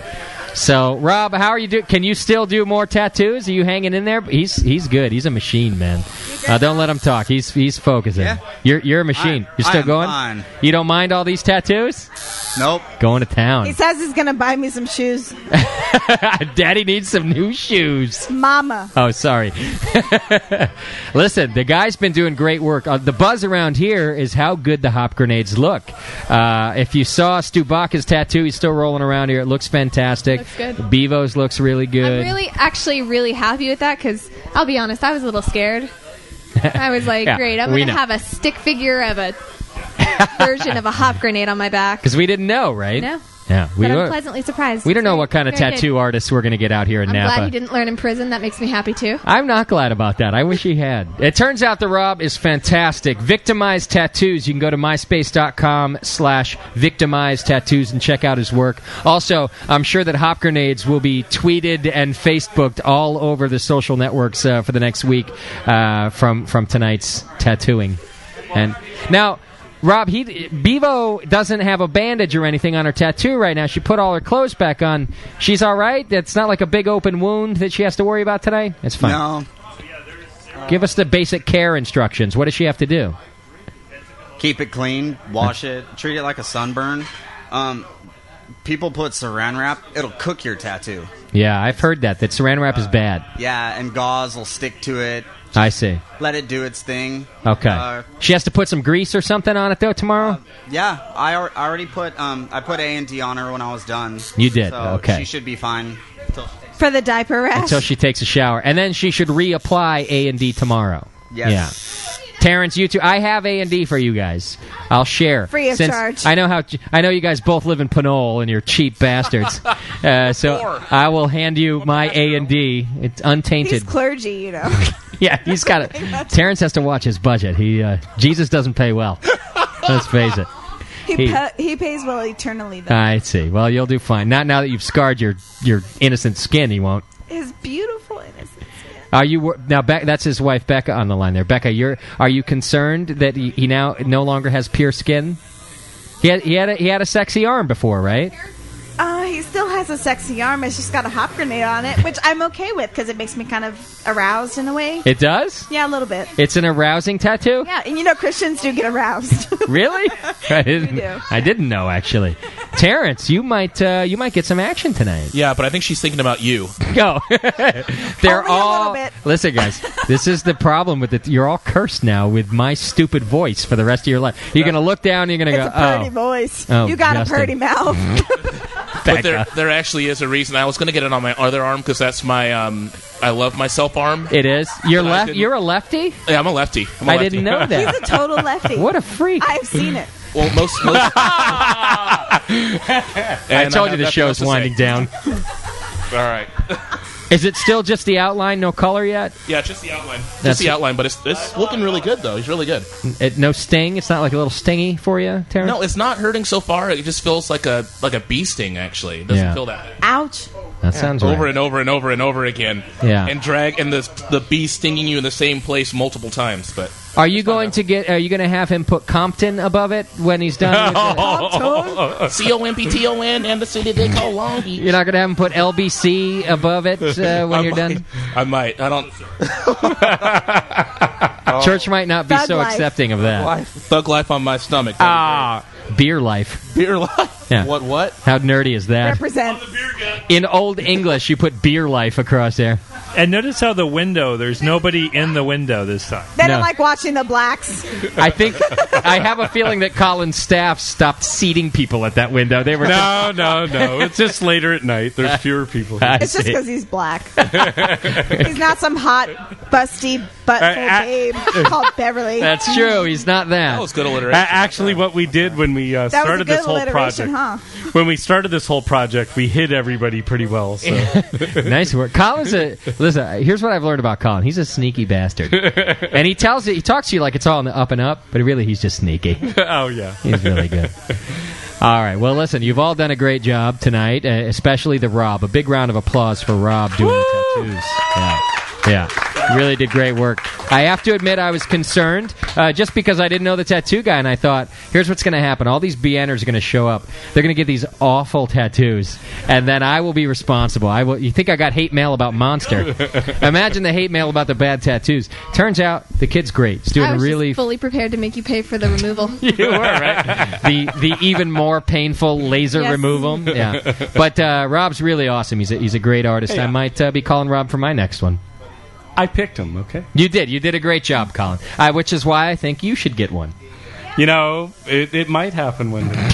Speaker 1: So, Rob, how are you do? Can you still do more tattoos? Are you hanging in there? He's he's good. He's a machine, man. Uh, don't let him talk. He's he's focusing. You're you're a machine.
Speaker 23: I-
Speaker 1: you're still
Speaker 23: I am
Speaker 1: going.
Speaker 23: fine.
Speaker 1: You don't mind all these tattoos?
Speaker 23: Nope.
Speaker 1: Going to
Speaker 3: He
Speaker 1: town.
Speaker 3: says he's going to buy me some shoes.
Speaker 1: Daddy needs some new shoes.
Speaker 3: Mama.
Speaker 1: Oh, sorry. Listen, the guy's been doing great work. Uh, the buzz around here is how good the hop grenades look. Uh, if you saw Stubaka's tattoo, he's still rolling around here. It looks fantastic.
Speaker 22: Looks good.
Speaker 1: Bevo's looks really good.
Speaker 22: Really, actually, really happy with that because I'll be honest, I was a little scared. I was like,
Speaker 1: Yeah,
Speaker 22: great, I'm
Speaker 1: we
Speaker 22: going to
Speaker 1: know.
Speaker 22: have a stick figure of a version of a hop grenade on my back.
Speaker 1: Because we didn't know, right?
Speaker 22: No.
Speaker 1: Yeah, we
Speaker 22: but
Speaker 1: were.
Speaker 22: I'm pleasantly surprised.
Speaker 1: we don't know what kind of
Speaker 22: Very good.
Speaker 1: tattoo artists we're going to get out here in
Speaker 22: I'm
Speaker 1: Napa.
Speaker 22: glad he didn't learn in prison. That makes me happy too.
Speaker 1: I'm not glad about that. I wish he had. It turns out the Rob is fantastic. Victimized Tattoos. You can go to myspace.com slash victimized tattoos and check out his work. Also, I'm sure that Hop Grenades will be tweeted and Facebooked all over the social networks uh, for the next week uh, from, from tonight's tattooing. And now... Rob, he Bevo doesn't have a bandage or anything on her tattoo right now. She put all her clothes back on. She's all right. That's not like a big open wound that she has to worry about today. It's fine.
Speaker 23: No.
Speaker 1: Give us the basic care instructions. What does she have to do?
Speaker 23: Keep it clean, wash it, treat it like a sunburn. Um, people put saran wrap, it'll cook your tattoo.
Speaker 1: Yeah, I've heard that that saran wrap is bad.
Speaker 23: Yeah, and gauze will stick to it.
Speaker 1: I see.
Speaker 23: Let it do its thing.
Speaker 1: Okay.
Speaker 23: Uh,
Speaker 1: she has to put some grease or something on it though tomorrow.
Speaker 23: yeah, I, al- I already put um I put A and D on her when I was done.
Speaker 1: You did,
Speaker 23: So
Speaker 1: okay.
Speaker 23: She should be fine. till-
Speaker 3: For the diaper rash.
Speaker 1: until she takes a shower, and then she should reapply A and D tomorrow.
Speaker 23: Yes.
Speaker 1: Yeah. Terrence, you too. I have A and D for you guys. I'll share
Speaker 3: Free of
Speaker 1: Since
Speaker 3: charge.
Speaker 1: I know how. I know you guys both live in Pinole and you're cheap bastards. Uh, so I will hand you my A and D. It's
Speaker 3: He's
Speaker 1: untainted.
Speaker 3: clergy, you know.
Speaker 1: yeah, he's got it. Terrence has to watch his budget. He uh, Jesus doesn't pay well. Let's face it.
Speaker 3: He,
Speaker 1: He-
Speaker 3: pa- he pays well eternally, though.
Speaker 1: I see. Well, you'll do fine. Not now that you've scarred your your innocent skin. He won't.
Speaker 3: His beautiful innocence.
Speaker 1: Are you wor- now? Be- that's his wife, Becca, on the line there. Becca, you're are you concerned that he, he now no longer has pure skin? He had he had a, he had a sexy arm before, right?
Speaker 3: Uh, he still has a sexy arm. It's just got a hop grenade on it, which I'm okay with because it makes me kind of aroused in a way.
Speaker 1: It does.
Speaker 3: Yeah, a little bit.
Speaker 1: It's an arousing tattoo.
Speaker 3: Yeah, and you know Christians do get aroused.
Speaker 1: Really? I
Speaker 3: We
Speaker 1: didn't.
Speaker 3: do.
Speaker 1: I didn't know actually. Terrence, you might uh, you might get some action tonight.
Speaker 19: Yeah, but I think she's thinking about you.
Speaker 1: Go. They're all listen, guys. this is the problem with it. You're all cursed now with my stupid voice for the rest of your life. You're gonna look down. You're gonna
Speaker 3: it's
Speaker 1: go.
Speaker 3: a purty
Speaker 1: oh.
Speaker 3: voice.
Speaker 1: Oh,
Speaker 3: you got
Speaker 1: Justin. Mm-hmm.
Speaker 3: a purty mouth.
Speaker 19: But there, there actually is a reason. I was going to get it on my other arm because that's my um, I love myself arm.
Speaker 1: It is. You're
Speaker 19: But I
Speaker 1: left.
Speaker 19: didn't-
Speaker 1: You're a lefty.
Speaker 19: Yeah, I'm a lefty. I'm a
Speaker 1: I
Speaker 19: lefty.
Speaker 1: didn't know that.
Speaker 3: He's a total lefty.
Speaker 1: What a freak!
Speaker 3: I've seen it.
Speaker 19: well, most. most
Speaker 1: I
Speaker 19: And
Speaker 1: told
Speaker 19: I
Speaker 1: you
Speaker 19: have nothing
Speaker 1: the
Speaker 19: else
Speaker 1: show's
Speaker 19: to say.
Speaker 1: winding down.
Speaker 19: all right.
Speaker 1: Is it still just the outline, no color yet?
Speaker 19: Yeah, just the outline.
Speaker 1: That's-
Speaker 19: just the outline, but it's, it's looking really good though. He's really good.
Speaker 1: It, no sting. It's not like a little stingy for you, Terrence.
Speaker 19: No, it's not hurting so far. It just feels like a like a bee sting. Actually, it doesn't
Speaker 1: Yeah.
Speaker 19: feel that. Bad.
Speaker 3: Ouch.
Speaker 1: That sounds
Speaker 19: over
Speaker 1: right.
Speaker 19: and over and over and over again.
Speaker 1: Yeah.
Speaker 19: and drag and the the bee stinging you in the same place multiple times. But
Speaker 1: Are you going to get? Are you going to have him put Compton above it when he's done? With
Speaker 19: C
Speaker 1: it?
Speaker 19: O M P T O N and the city they call Long Beach.
Speaker 1: You're not going to have him put LBC above it uh, when
Speaker 19: I
Speaker 1: you're
Speaker 19: might-
Speaker 1: done.
Speaker 19: I might. I don't.
Speaker 1: Church might not be
Speaker 19: Thug
Speaker 1: so
Speaker 19: life.
Speaker 1: accepting of that.
Speaker 19: Life. Thug life on my stomach.
Speaker 1: Ah, beer life.
Speaker 19: Beer life.
Speaker 1: Yeah.
Speaker 19: What? What?
Speaker 1: How nerdy is that?
Speaker 3: Represent.
Speaker 1: In old English, you put beer life across there.
Speaker 7: And notice how the window, there's nobody in the window this time.
Speaker 3: They don't like watching the blacks.
Speaker 1: I think I have a feeling that Colin's staff stopped seating people at that window. They were
Speaker 6: No, no, no. It's just later at night. There's fewer people. Here.
Speaker 3: It's just because he's black. he's not some hot, busty,
Speaker 22: Uh,
Speaker 3: buttful babe called Beverly.
Speaker 1: That's true. He's not that. That
Speaker 19: was good
Speaker 6: A- Actually, what we did when we uh,
Speaker 3: That was a
Speaker 6: started
Speaker 3: good
Speaker 6: this whole
Speaker 3: alliteration,
Speaker 6: project,
Speaker 3: huh?
Speaker 6: when we started this whole project, we hid everybody pretty well. So.
Speaker 1: nice work. Colin's a listen. Here's what I've learned about Colin. He's a sneaky bastard, and he tells it. He talks to you like it's all in the up and up, but really he's just sneaky.
Speaker 6: oh yeah,
Speaker 1: He's really good. All right. Well, listen. You've all done a great job tonight, uh, especially the Rob. A big round of applause for Rob doing the tattoos. Yeah. Yeah, really did great work. I have to admit, I was concerned uh, just because I didn't know the tattoo guy, and I thought, here's what's going to happen: all these BNers are going to show up. They're going to get these awful tattoos, and then I will be responsible. I will. You think I got hate mail about Monster? Imagine the hate mail about the bad tattoos. Turns out the kid's great. He's doing
Speaker 22: I
Speaker 1: a
Speaker 22: was just
Speaker 1: really
Speaker 22: fully prepared to make you pay for the removal.
Speaker 1: you were right. the the even more painful laser
Speaker 22: Yes.
Speaker 1: removal. Yeah, but uh, Rob's really awesome. He's a, he's a great artist. I
Speaker 6: Yeah.
Speaker 1: might uh, be calling Rob for my next one.
Speaker 6: I picked him. Okay.
Speaker 1: You did. You did a great job, Colin. Uh, which is why I think you should get one.
Speaker 6: You know, it, it might happen one day.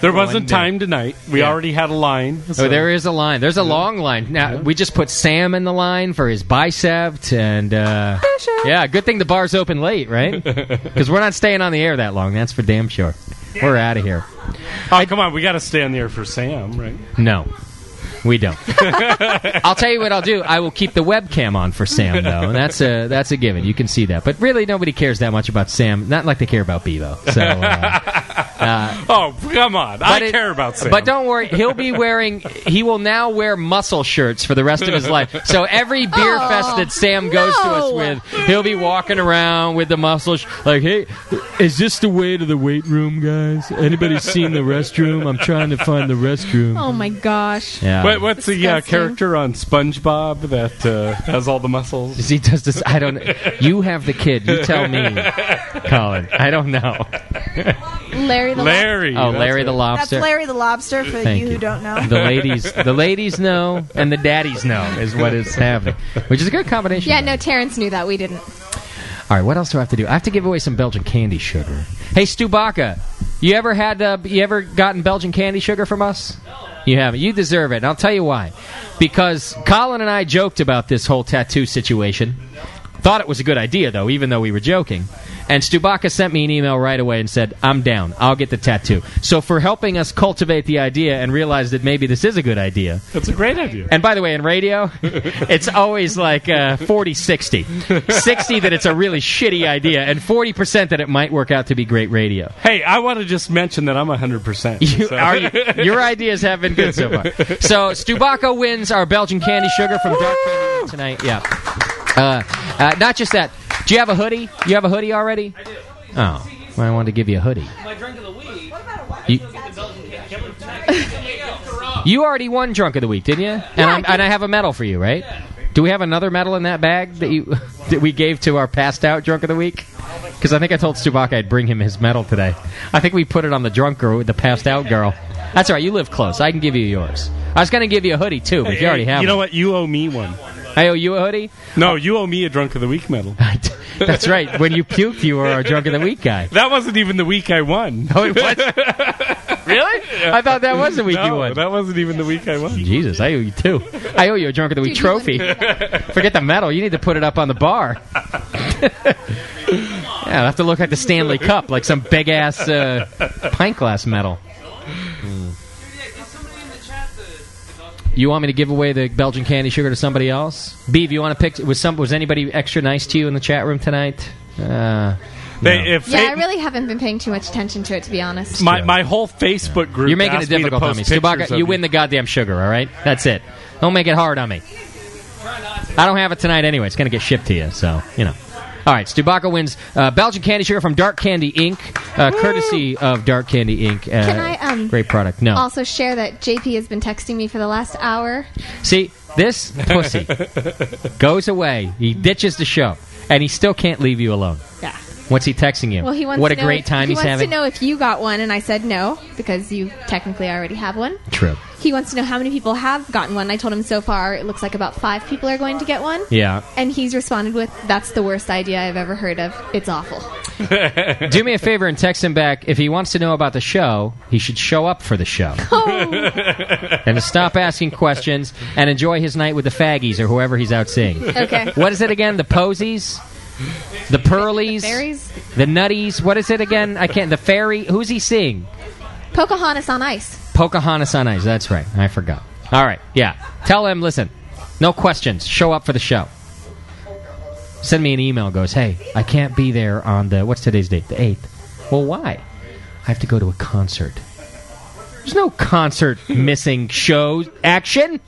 Speaker 6: There wasn't
Speaker 1: day.
Speaker 6: time tonight. We
Speaker 1: Yeah.
Speaker 6: already had a line.
Speaker 1: Oh,
Speaker 6: so-
Speaker 1: there is a line. There's a long line. Now we just put Sam in the line for his bicep, and uh, yeah, good thing the bar's open late, right? Because we're not staying on the air that long. That's for damn sure. We're out of here.
Speaker 6: Oh, come on. We got to stay on the air for Sam, right?
Speaker 1: No, we don't. I'll tell you what I'll do. I will keep the webcam on for Sam though. And that's a that's a given. You can see that. But really, nobody cares that much about Sam. Not like they care about Bevo. So. Uh, uh,
Speaker 6: Oh, come on. I
Speaker 1: But it-
Speaker 6: care about Sam.
Speaker 1: But don't worry, he'll be wearing. He will now wear muscle shirts for the rest of his life. So every beer
Speaker 22: Oh,
Speaker 1: fest that Sam goes to us
Speaker 22: no.
Speaker 1: with, he'll be walking around with the muscle. Sh- like, hey, is this the way to the weight room, guys? Anybody seen the restroom? I'm trying to find the restroom.
Speaker 22: Oh my gosh.
Speaker 6: What, what's the uh,
Speaker 22: Disgusting.
Speaker 6: character on SpongeBob that uh, has all the muscles?
Speaker 1: Is he does this? I don't. You have the kid. You tell me, Colin. I don't know.
Speaker 22: Larry the
Speaker 6: Larry.
Speaker 1: Oh,
Speaker 6: that's
Speaker 1: Larry the
Speaker 6: it.
Speaker 3: That's
Speaker 1: lobster.
Speaker 3: Larry the Lobster for
Speaker 1: Thank
Speaker 3: you who
Speaker 1: you.
Speaker 3: don't know.
Speaker 1: The ladies, the ladies know, and the daddies know is what is happening, which is a good combination.
Speaker 22: Yeah, no, Terrence knew that. We didn't.
Speaker 1: All right, what else do I have to do? I have to give away some Belgian candy sugar. Hey, Stubaka, you ever had uh, you ever gotten Belgian candy sugar from us? You haven't. You deserve it, and I'll tell you why. Because Colin and I joked about this whole tattoo situation. Thought it was a good idea though, even though we were joking. And Stubaka sent me an email right away and said, "I'm down. I'll get the tattoo." So for helping us cultivate the idea and realize that maybe this is a good idea.
Speaker 6: That's a great idea.
Speaker 1: And by the way, in radio, it's always like uh, 40 60. 60 that it's a really shitty idea, and 40% that it might work out to be great radio.
Speaker 6: Hey, I want to just mention that I'm 100%.
Speaker 1: You,
Speaker 6: so-
Speaker 1: are you, your ideas have been good so far. So Stubaka wins our Belgian candy sugar from Dark Candy tonight. Yeah. Uh, uh, not just that. Do you have a hoodie? You have a hoodie already? I do. Oh, well, I wanted to give you a hoodie.
Speaker 2: My drink of the week. What about a
Speaker 1: You-
Speaker 2: white
Speaker 1: You already won drunk of the week, didn't you? And, I'm, and I have a medal for you, right? Do we have another medal in that bag that you that we gave to our passed out drunk of the week? Because I think I told Subaka I'd bring him his medal today. I think we put it on the drunk girl, the passed out girl. That's all right. You live close. I can give you yours. I was going to give you a hoodie too, but
Speaker 6: Hey,
Speaker 1: you already
Speaker 6: hey,
Speaker 1: have.
Speaker 6: You know
Speaker 1: one.
Speaker 6: what? You owe me one.
Speaker 1: I owe you a hoodie.
Speaker 6: No, you owe me a drunk of the week medal.
Speaker 1: That's right. When you puked, you were our drunk of the week guy.
Speaker 6: That wasn't even the week I won.
Speaker 1: Oh, it was. really? I thought that was the week
Speaker 6: no,
Speaker 1: you won.
Speaker 6: That wasn't even the week I won.
Speaker 1: Jesus, I owe you two. I owe you a drunk of the week
Speaker 22: Dude, you
Speaker 1: trophy.
Speaker 22: wouldn't
Speaker 1: Forget the medal. You need to put it up on the bar. yeah, it'll have to look like the Stanley Cup, like some big ass uh, pint glass medal. You want me to give away the Belgian candy sugar to somebody else? Beeve, you want to pick? Was some? Was anybody extra nice to you in the chat room tonight? Uh,
Speaker 6: They,
Speaker 1: no.
Speaker 6: if
Speaker 22: Yeah,
Speaker 6: they-
Speaker 22: I really haven't been paying too much attention to it, to be honest.
Speaker 6: my, my whole Facebook group.
Speaker 1: You're making it
Speaker 6: asked me to
Speaker 1: difficult on
Speaker 6: post
Speaker 1: me,
Speaker 6: pictures
Speaker 1: Stubaka.
Speaker 6: of
Speaker 1: You win the goddamn sugar, all right? That's it. Don't make it hard on me. I don't have it tonight anyway. It's going to get shipped to you, so you know. All right, Stubaka wins uh, Belgian candy sugar from Dark Candy Inc., uh, courtesy of Dark Candy Inc. Uh,
Speaker 22: Can I, um,
Speaker 1: great product. No,
Speaker 22: Also, share that JP has been texting me for the last hour.
Speaker 1: see this pussy goes away. He ditches the show, and he still can't leave you alone.
Speaker 22: Yeah.
Speaker 1: What's he texting you?
Speaker 22: Well, he wants
Speaker 1: what
Speaker 22: to
Speaker 1: a
Speaker 22: know
Speaker 1: great
Speaker 22: if-
Speaker 1: time
Speaker 22: he
Speaker 1: he's
Speaker 22: wants
Speaker 1: having.
Speaker 22: to know if you got one, and I said no because you technically already have one.
Speaker 1: True.
Speaker 22: He wants to know how many people have gotten one. I told him so far it looks like about five people are going to get one.
Speaker 1: Yeah.
Speaker 22: And he's responded with, "That's the worst idea I've ever heard of. It's awful."
Speaker 1: Do me a favor and text him back. If he wants to know about the show, he should show up for the show.
Speaker 22: Oh.
Speaker 1: and to stop asking questions and enjoy his night with the faggies or whoever he's out seeing.
Speaker 22: Okay.
Speaker 1: What is it again? The posies? The pearlies?
Speaker 22: The fairies?
Speaker 1: The nutties? What is it again? I can't. The fairy? Who's he seeing?
Speaker 22: Pocahontas on ice.
Speaker 1: Pocahontas on Ice. That's right. I forgot. All right. Yeah. Tell him, listen, no questions. Show up for the show. Send me an email. Goes, hey, I can't be there on the, what's today's date? The 8th. Well, why? I have to go to a concert. There's no concert missing show action.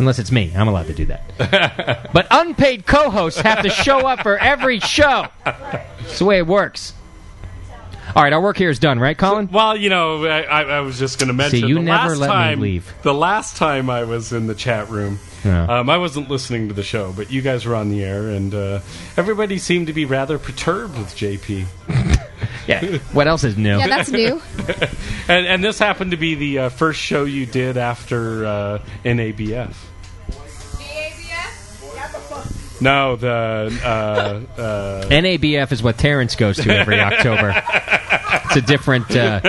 Speaker 1: Unless it's me, I'm allowed to do that. but unpaid co-hosts have to show up for every show. It's the way it works. All right, our work here is done, right, Colin?
Speaker 6: Well, you know, I, I, I was just going to mention.
Speaker 1: See, you
Speaker 6: the
Speaker 1: never
Speaker 6: last
Speaker 1: let me
Speaker 6: time,
Speaker 1: leave.
Speaker 6: The last time I was in the chat room,
Speaker 1: Yeah.
Speaker 6: um, I wasn't listening to the show, but you guys were on the air, and uh, everybody seemed to be rather perturbed with JP.
Speaker 1: yeah. What else is new?
Speaker 22: Yeah, that's new.
Speaker 6: and, and this happened to be the uh, first show you did after uh, NABF. No, the uh, uh,
Speaker 1: NABF is what Terrence goes to every October. it's a different. Uh,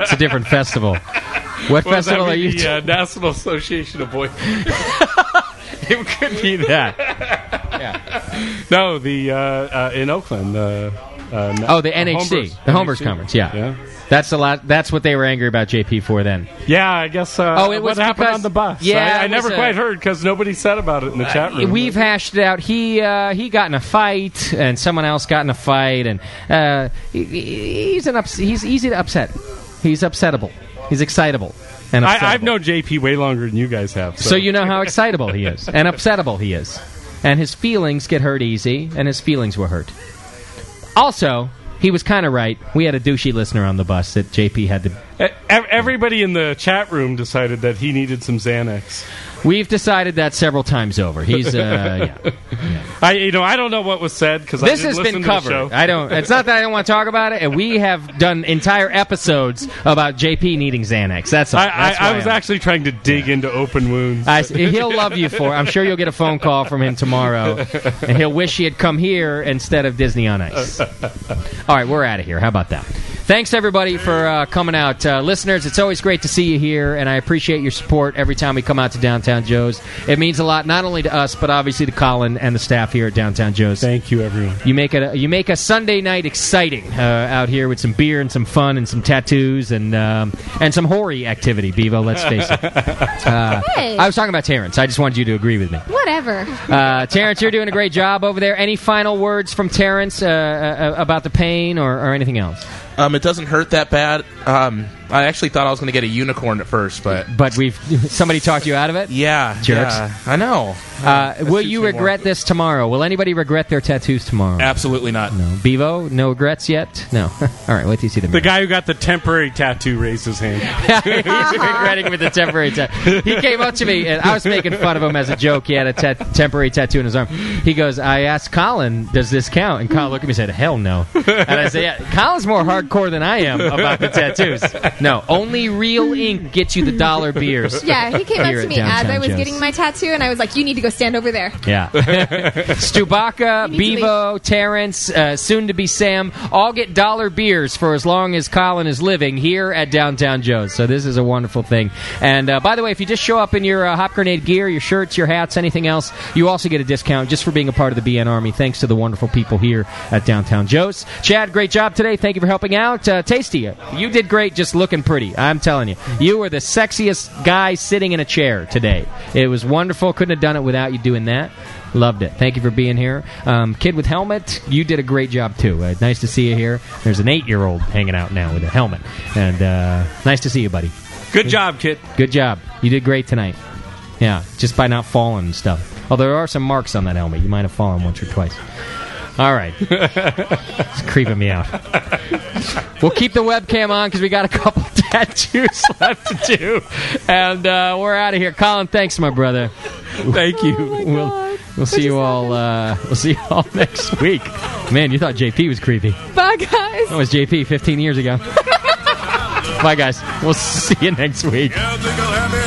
Speaker 1: it's a different festival.
Speaker 6: does that
Speaker 1: What, festival are
Speaker 6: mean?
Speaker 1: you?
Speaker 6: The
Speaker 1: to-
Speaker 6: uh, National Association of Boys. it could
Speaker 1: be that.
Speaker 6: No, the uh, uh, in Oakland. Uh, uh,
Speaker 1: Oh, the NHC, the Homers
Speaker 6: NHC.
Speaker 1: Conference. Yeah. that's a lot. That's what they were angry about JP for then.
Speaker 6: Yeah, I guess. Uh,
Speaker 1: Oh, it was
Speaker 6: what happened
Speaker 1: because-
Speaker 6: on the bus?
Speaker 1: yeah,
Speaker 6: I, I
Speaker 1: it
Speaker 6: never
Speaker 1: was a- Uh,
Speaker 6: quite heard because nobody said about it in the chat room.
Speaker 1: We've hashed it out. He uh, he got in a fight, and someone else got in a fight, and uh, he- he- he's an ups- he's easy to upset. He's upsettable. He's excitable. And upsettable.
Speaker 6: I, I've known JP way longer than you guys have. So,
Speaker 1: So you know how excitable he is and upsettable he is. And his feelings get hurt easy, and his feelings were hurt. Also, he was kind of right. We had a douchey listener on the bus that JP had to.
Speaker 6: E- ev- everybody in the chat room decided that he needed some Xanax.
Speaker 1: We've decided that several times over. He's, uh, yeah.
Speaker 6: I, you know, I don't know what was said because I
Speaker 1: This
Speaker 6: didn't
Speaker 1: has been
Speaker 6: listen to the show.
Speaker 1: covered. I don't. It's not that I don't want to talk about it. And we have done entire episodes about JP needing Xanax. That's all.
Speaker 6: I, I,
Speaker 1: That's why
Speaker 6: I was
Speaker 1: I'm-
Speaker 6: actually trying to dig into open wounds.
Speaker 1: I s- he'll love you for. it. I'm sure you'll get a phone call from him tomorrow, and he'll wish he had come here instead of Disney on Ice. All right, we're out of here. How about that? Thanks everybody for uh, coming out, uh, listeners. It's always great to see you here, and I appreciate your support every time we come out to Downtown Joe's. It means a lot, not only to us, but obviously to Colin and the staff here at Downtown Joe's.
Speaker 6: Thank you, everyone.
Speaker 1: You make it. A, you make a Sunday night exciting uh, out here with some beer and some fun and some tattoos and um, and some hoary activity. Bevo, let's face it. Uh,
Speaker 22: Hey.
Speaker 1: I was talking about Terrence. I just wanted you to agree with me.
Speaker 22: Whatever.
Speaker 1: Uh, Terrence, you're doing a great job over there. Any final words from Terrence uh, uh, about the pain or, or anything else?
Speaker 19: Um, it doesn't hurt that bad. Um, I actually thought I was going to get a unicorn at first, but
Speaker 1: But we've somebody talked you out of it.
Speaker 19: yeah,
Speaker 1: Jerks.
Speaker 19: yeah, I know.
Speaker 1: Uh, will
Speaker 19: shoots
Speaker 1: you
Speaker 19: me
Speaker 1: regret this tomorrow? Will anybody regret their tattoos tomorrow?
Speaker 19: Absolutely not.
Speaker 1: No. Bevo, no regrets yet. No. All right. Wait till you see the.
Speaker 6: the guy who got the temporary tattoo raised his hand.
Speaker 1: He's regretting with the temporary tattoo. He came up to me, and I was making fun of him as a joke. He had a tat temporary tattoo in his arm. He goes, I asked Colin, does this count? And Colin looked at me and said, hell no. And I said, yeah, Colin's more hardcore than I am about the tattoos. No, only real ink gets you the dollar beers.
Speaker 22: Yeah, he came up
Speaker 1: here
Speaker 22: to
Speaker 1: at
Speaker 22: me as
Speaker 1: Downtown
Speaker 22: I was
Speaker 1: Joe's.
Speaker 22: getting my tattoo, and I was like, "You need to go stand over there."
Speaker 1: Yeah. Stubaka, Bevo, Terrence, uh, soon to be Sam, all get dollar beers for as long as Colin is living here at Downtown Joe's. So this is a wonderful thing. And uh, by the way, if you just show up in your uh, Hop Grenade gear, your shirts, your hats, anything else, you also get a discount just for being a part of the BN Army. Thanks to the wonderful people here at Downtown Joe's. Chad, great job today. Thank you for helping out. Uh, Tasty, you did great just looking pretty. I'm telling you. You were the sexiest guy sitting in a chair today. It was wonderful. Couldn't have done it without you doing that. Loved it. Thank you for being here. Um, Kid with helmet, you did a great job too. Uh, nice to see you here. There's an eight year old hanging out now with a helmet. And uh, nice to see you, buddy.
Speaker 6: Good job, kid.
Speaker 1: Good job. You did great tonight. Yeah, just by not falling and stuff. Although there are some marks on that helmet. You might have fallen once or twice. All right. it's creeping me out. We'll keep the webcam on because we got a couple tattoos left to do. And uh, we're out of here. Colin, thanks, my brother.
Speaker 6: Thank you.
Speaker 1: we'll, we'll see you all. Uh, we'll see you all next week. Man, you thought JP was creepy.
Speaker 22: Bye, guys.
Speaker 1: That was JP 15 years ago. Bye, guys. We'll see you next week.
Speaker 5: Happy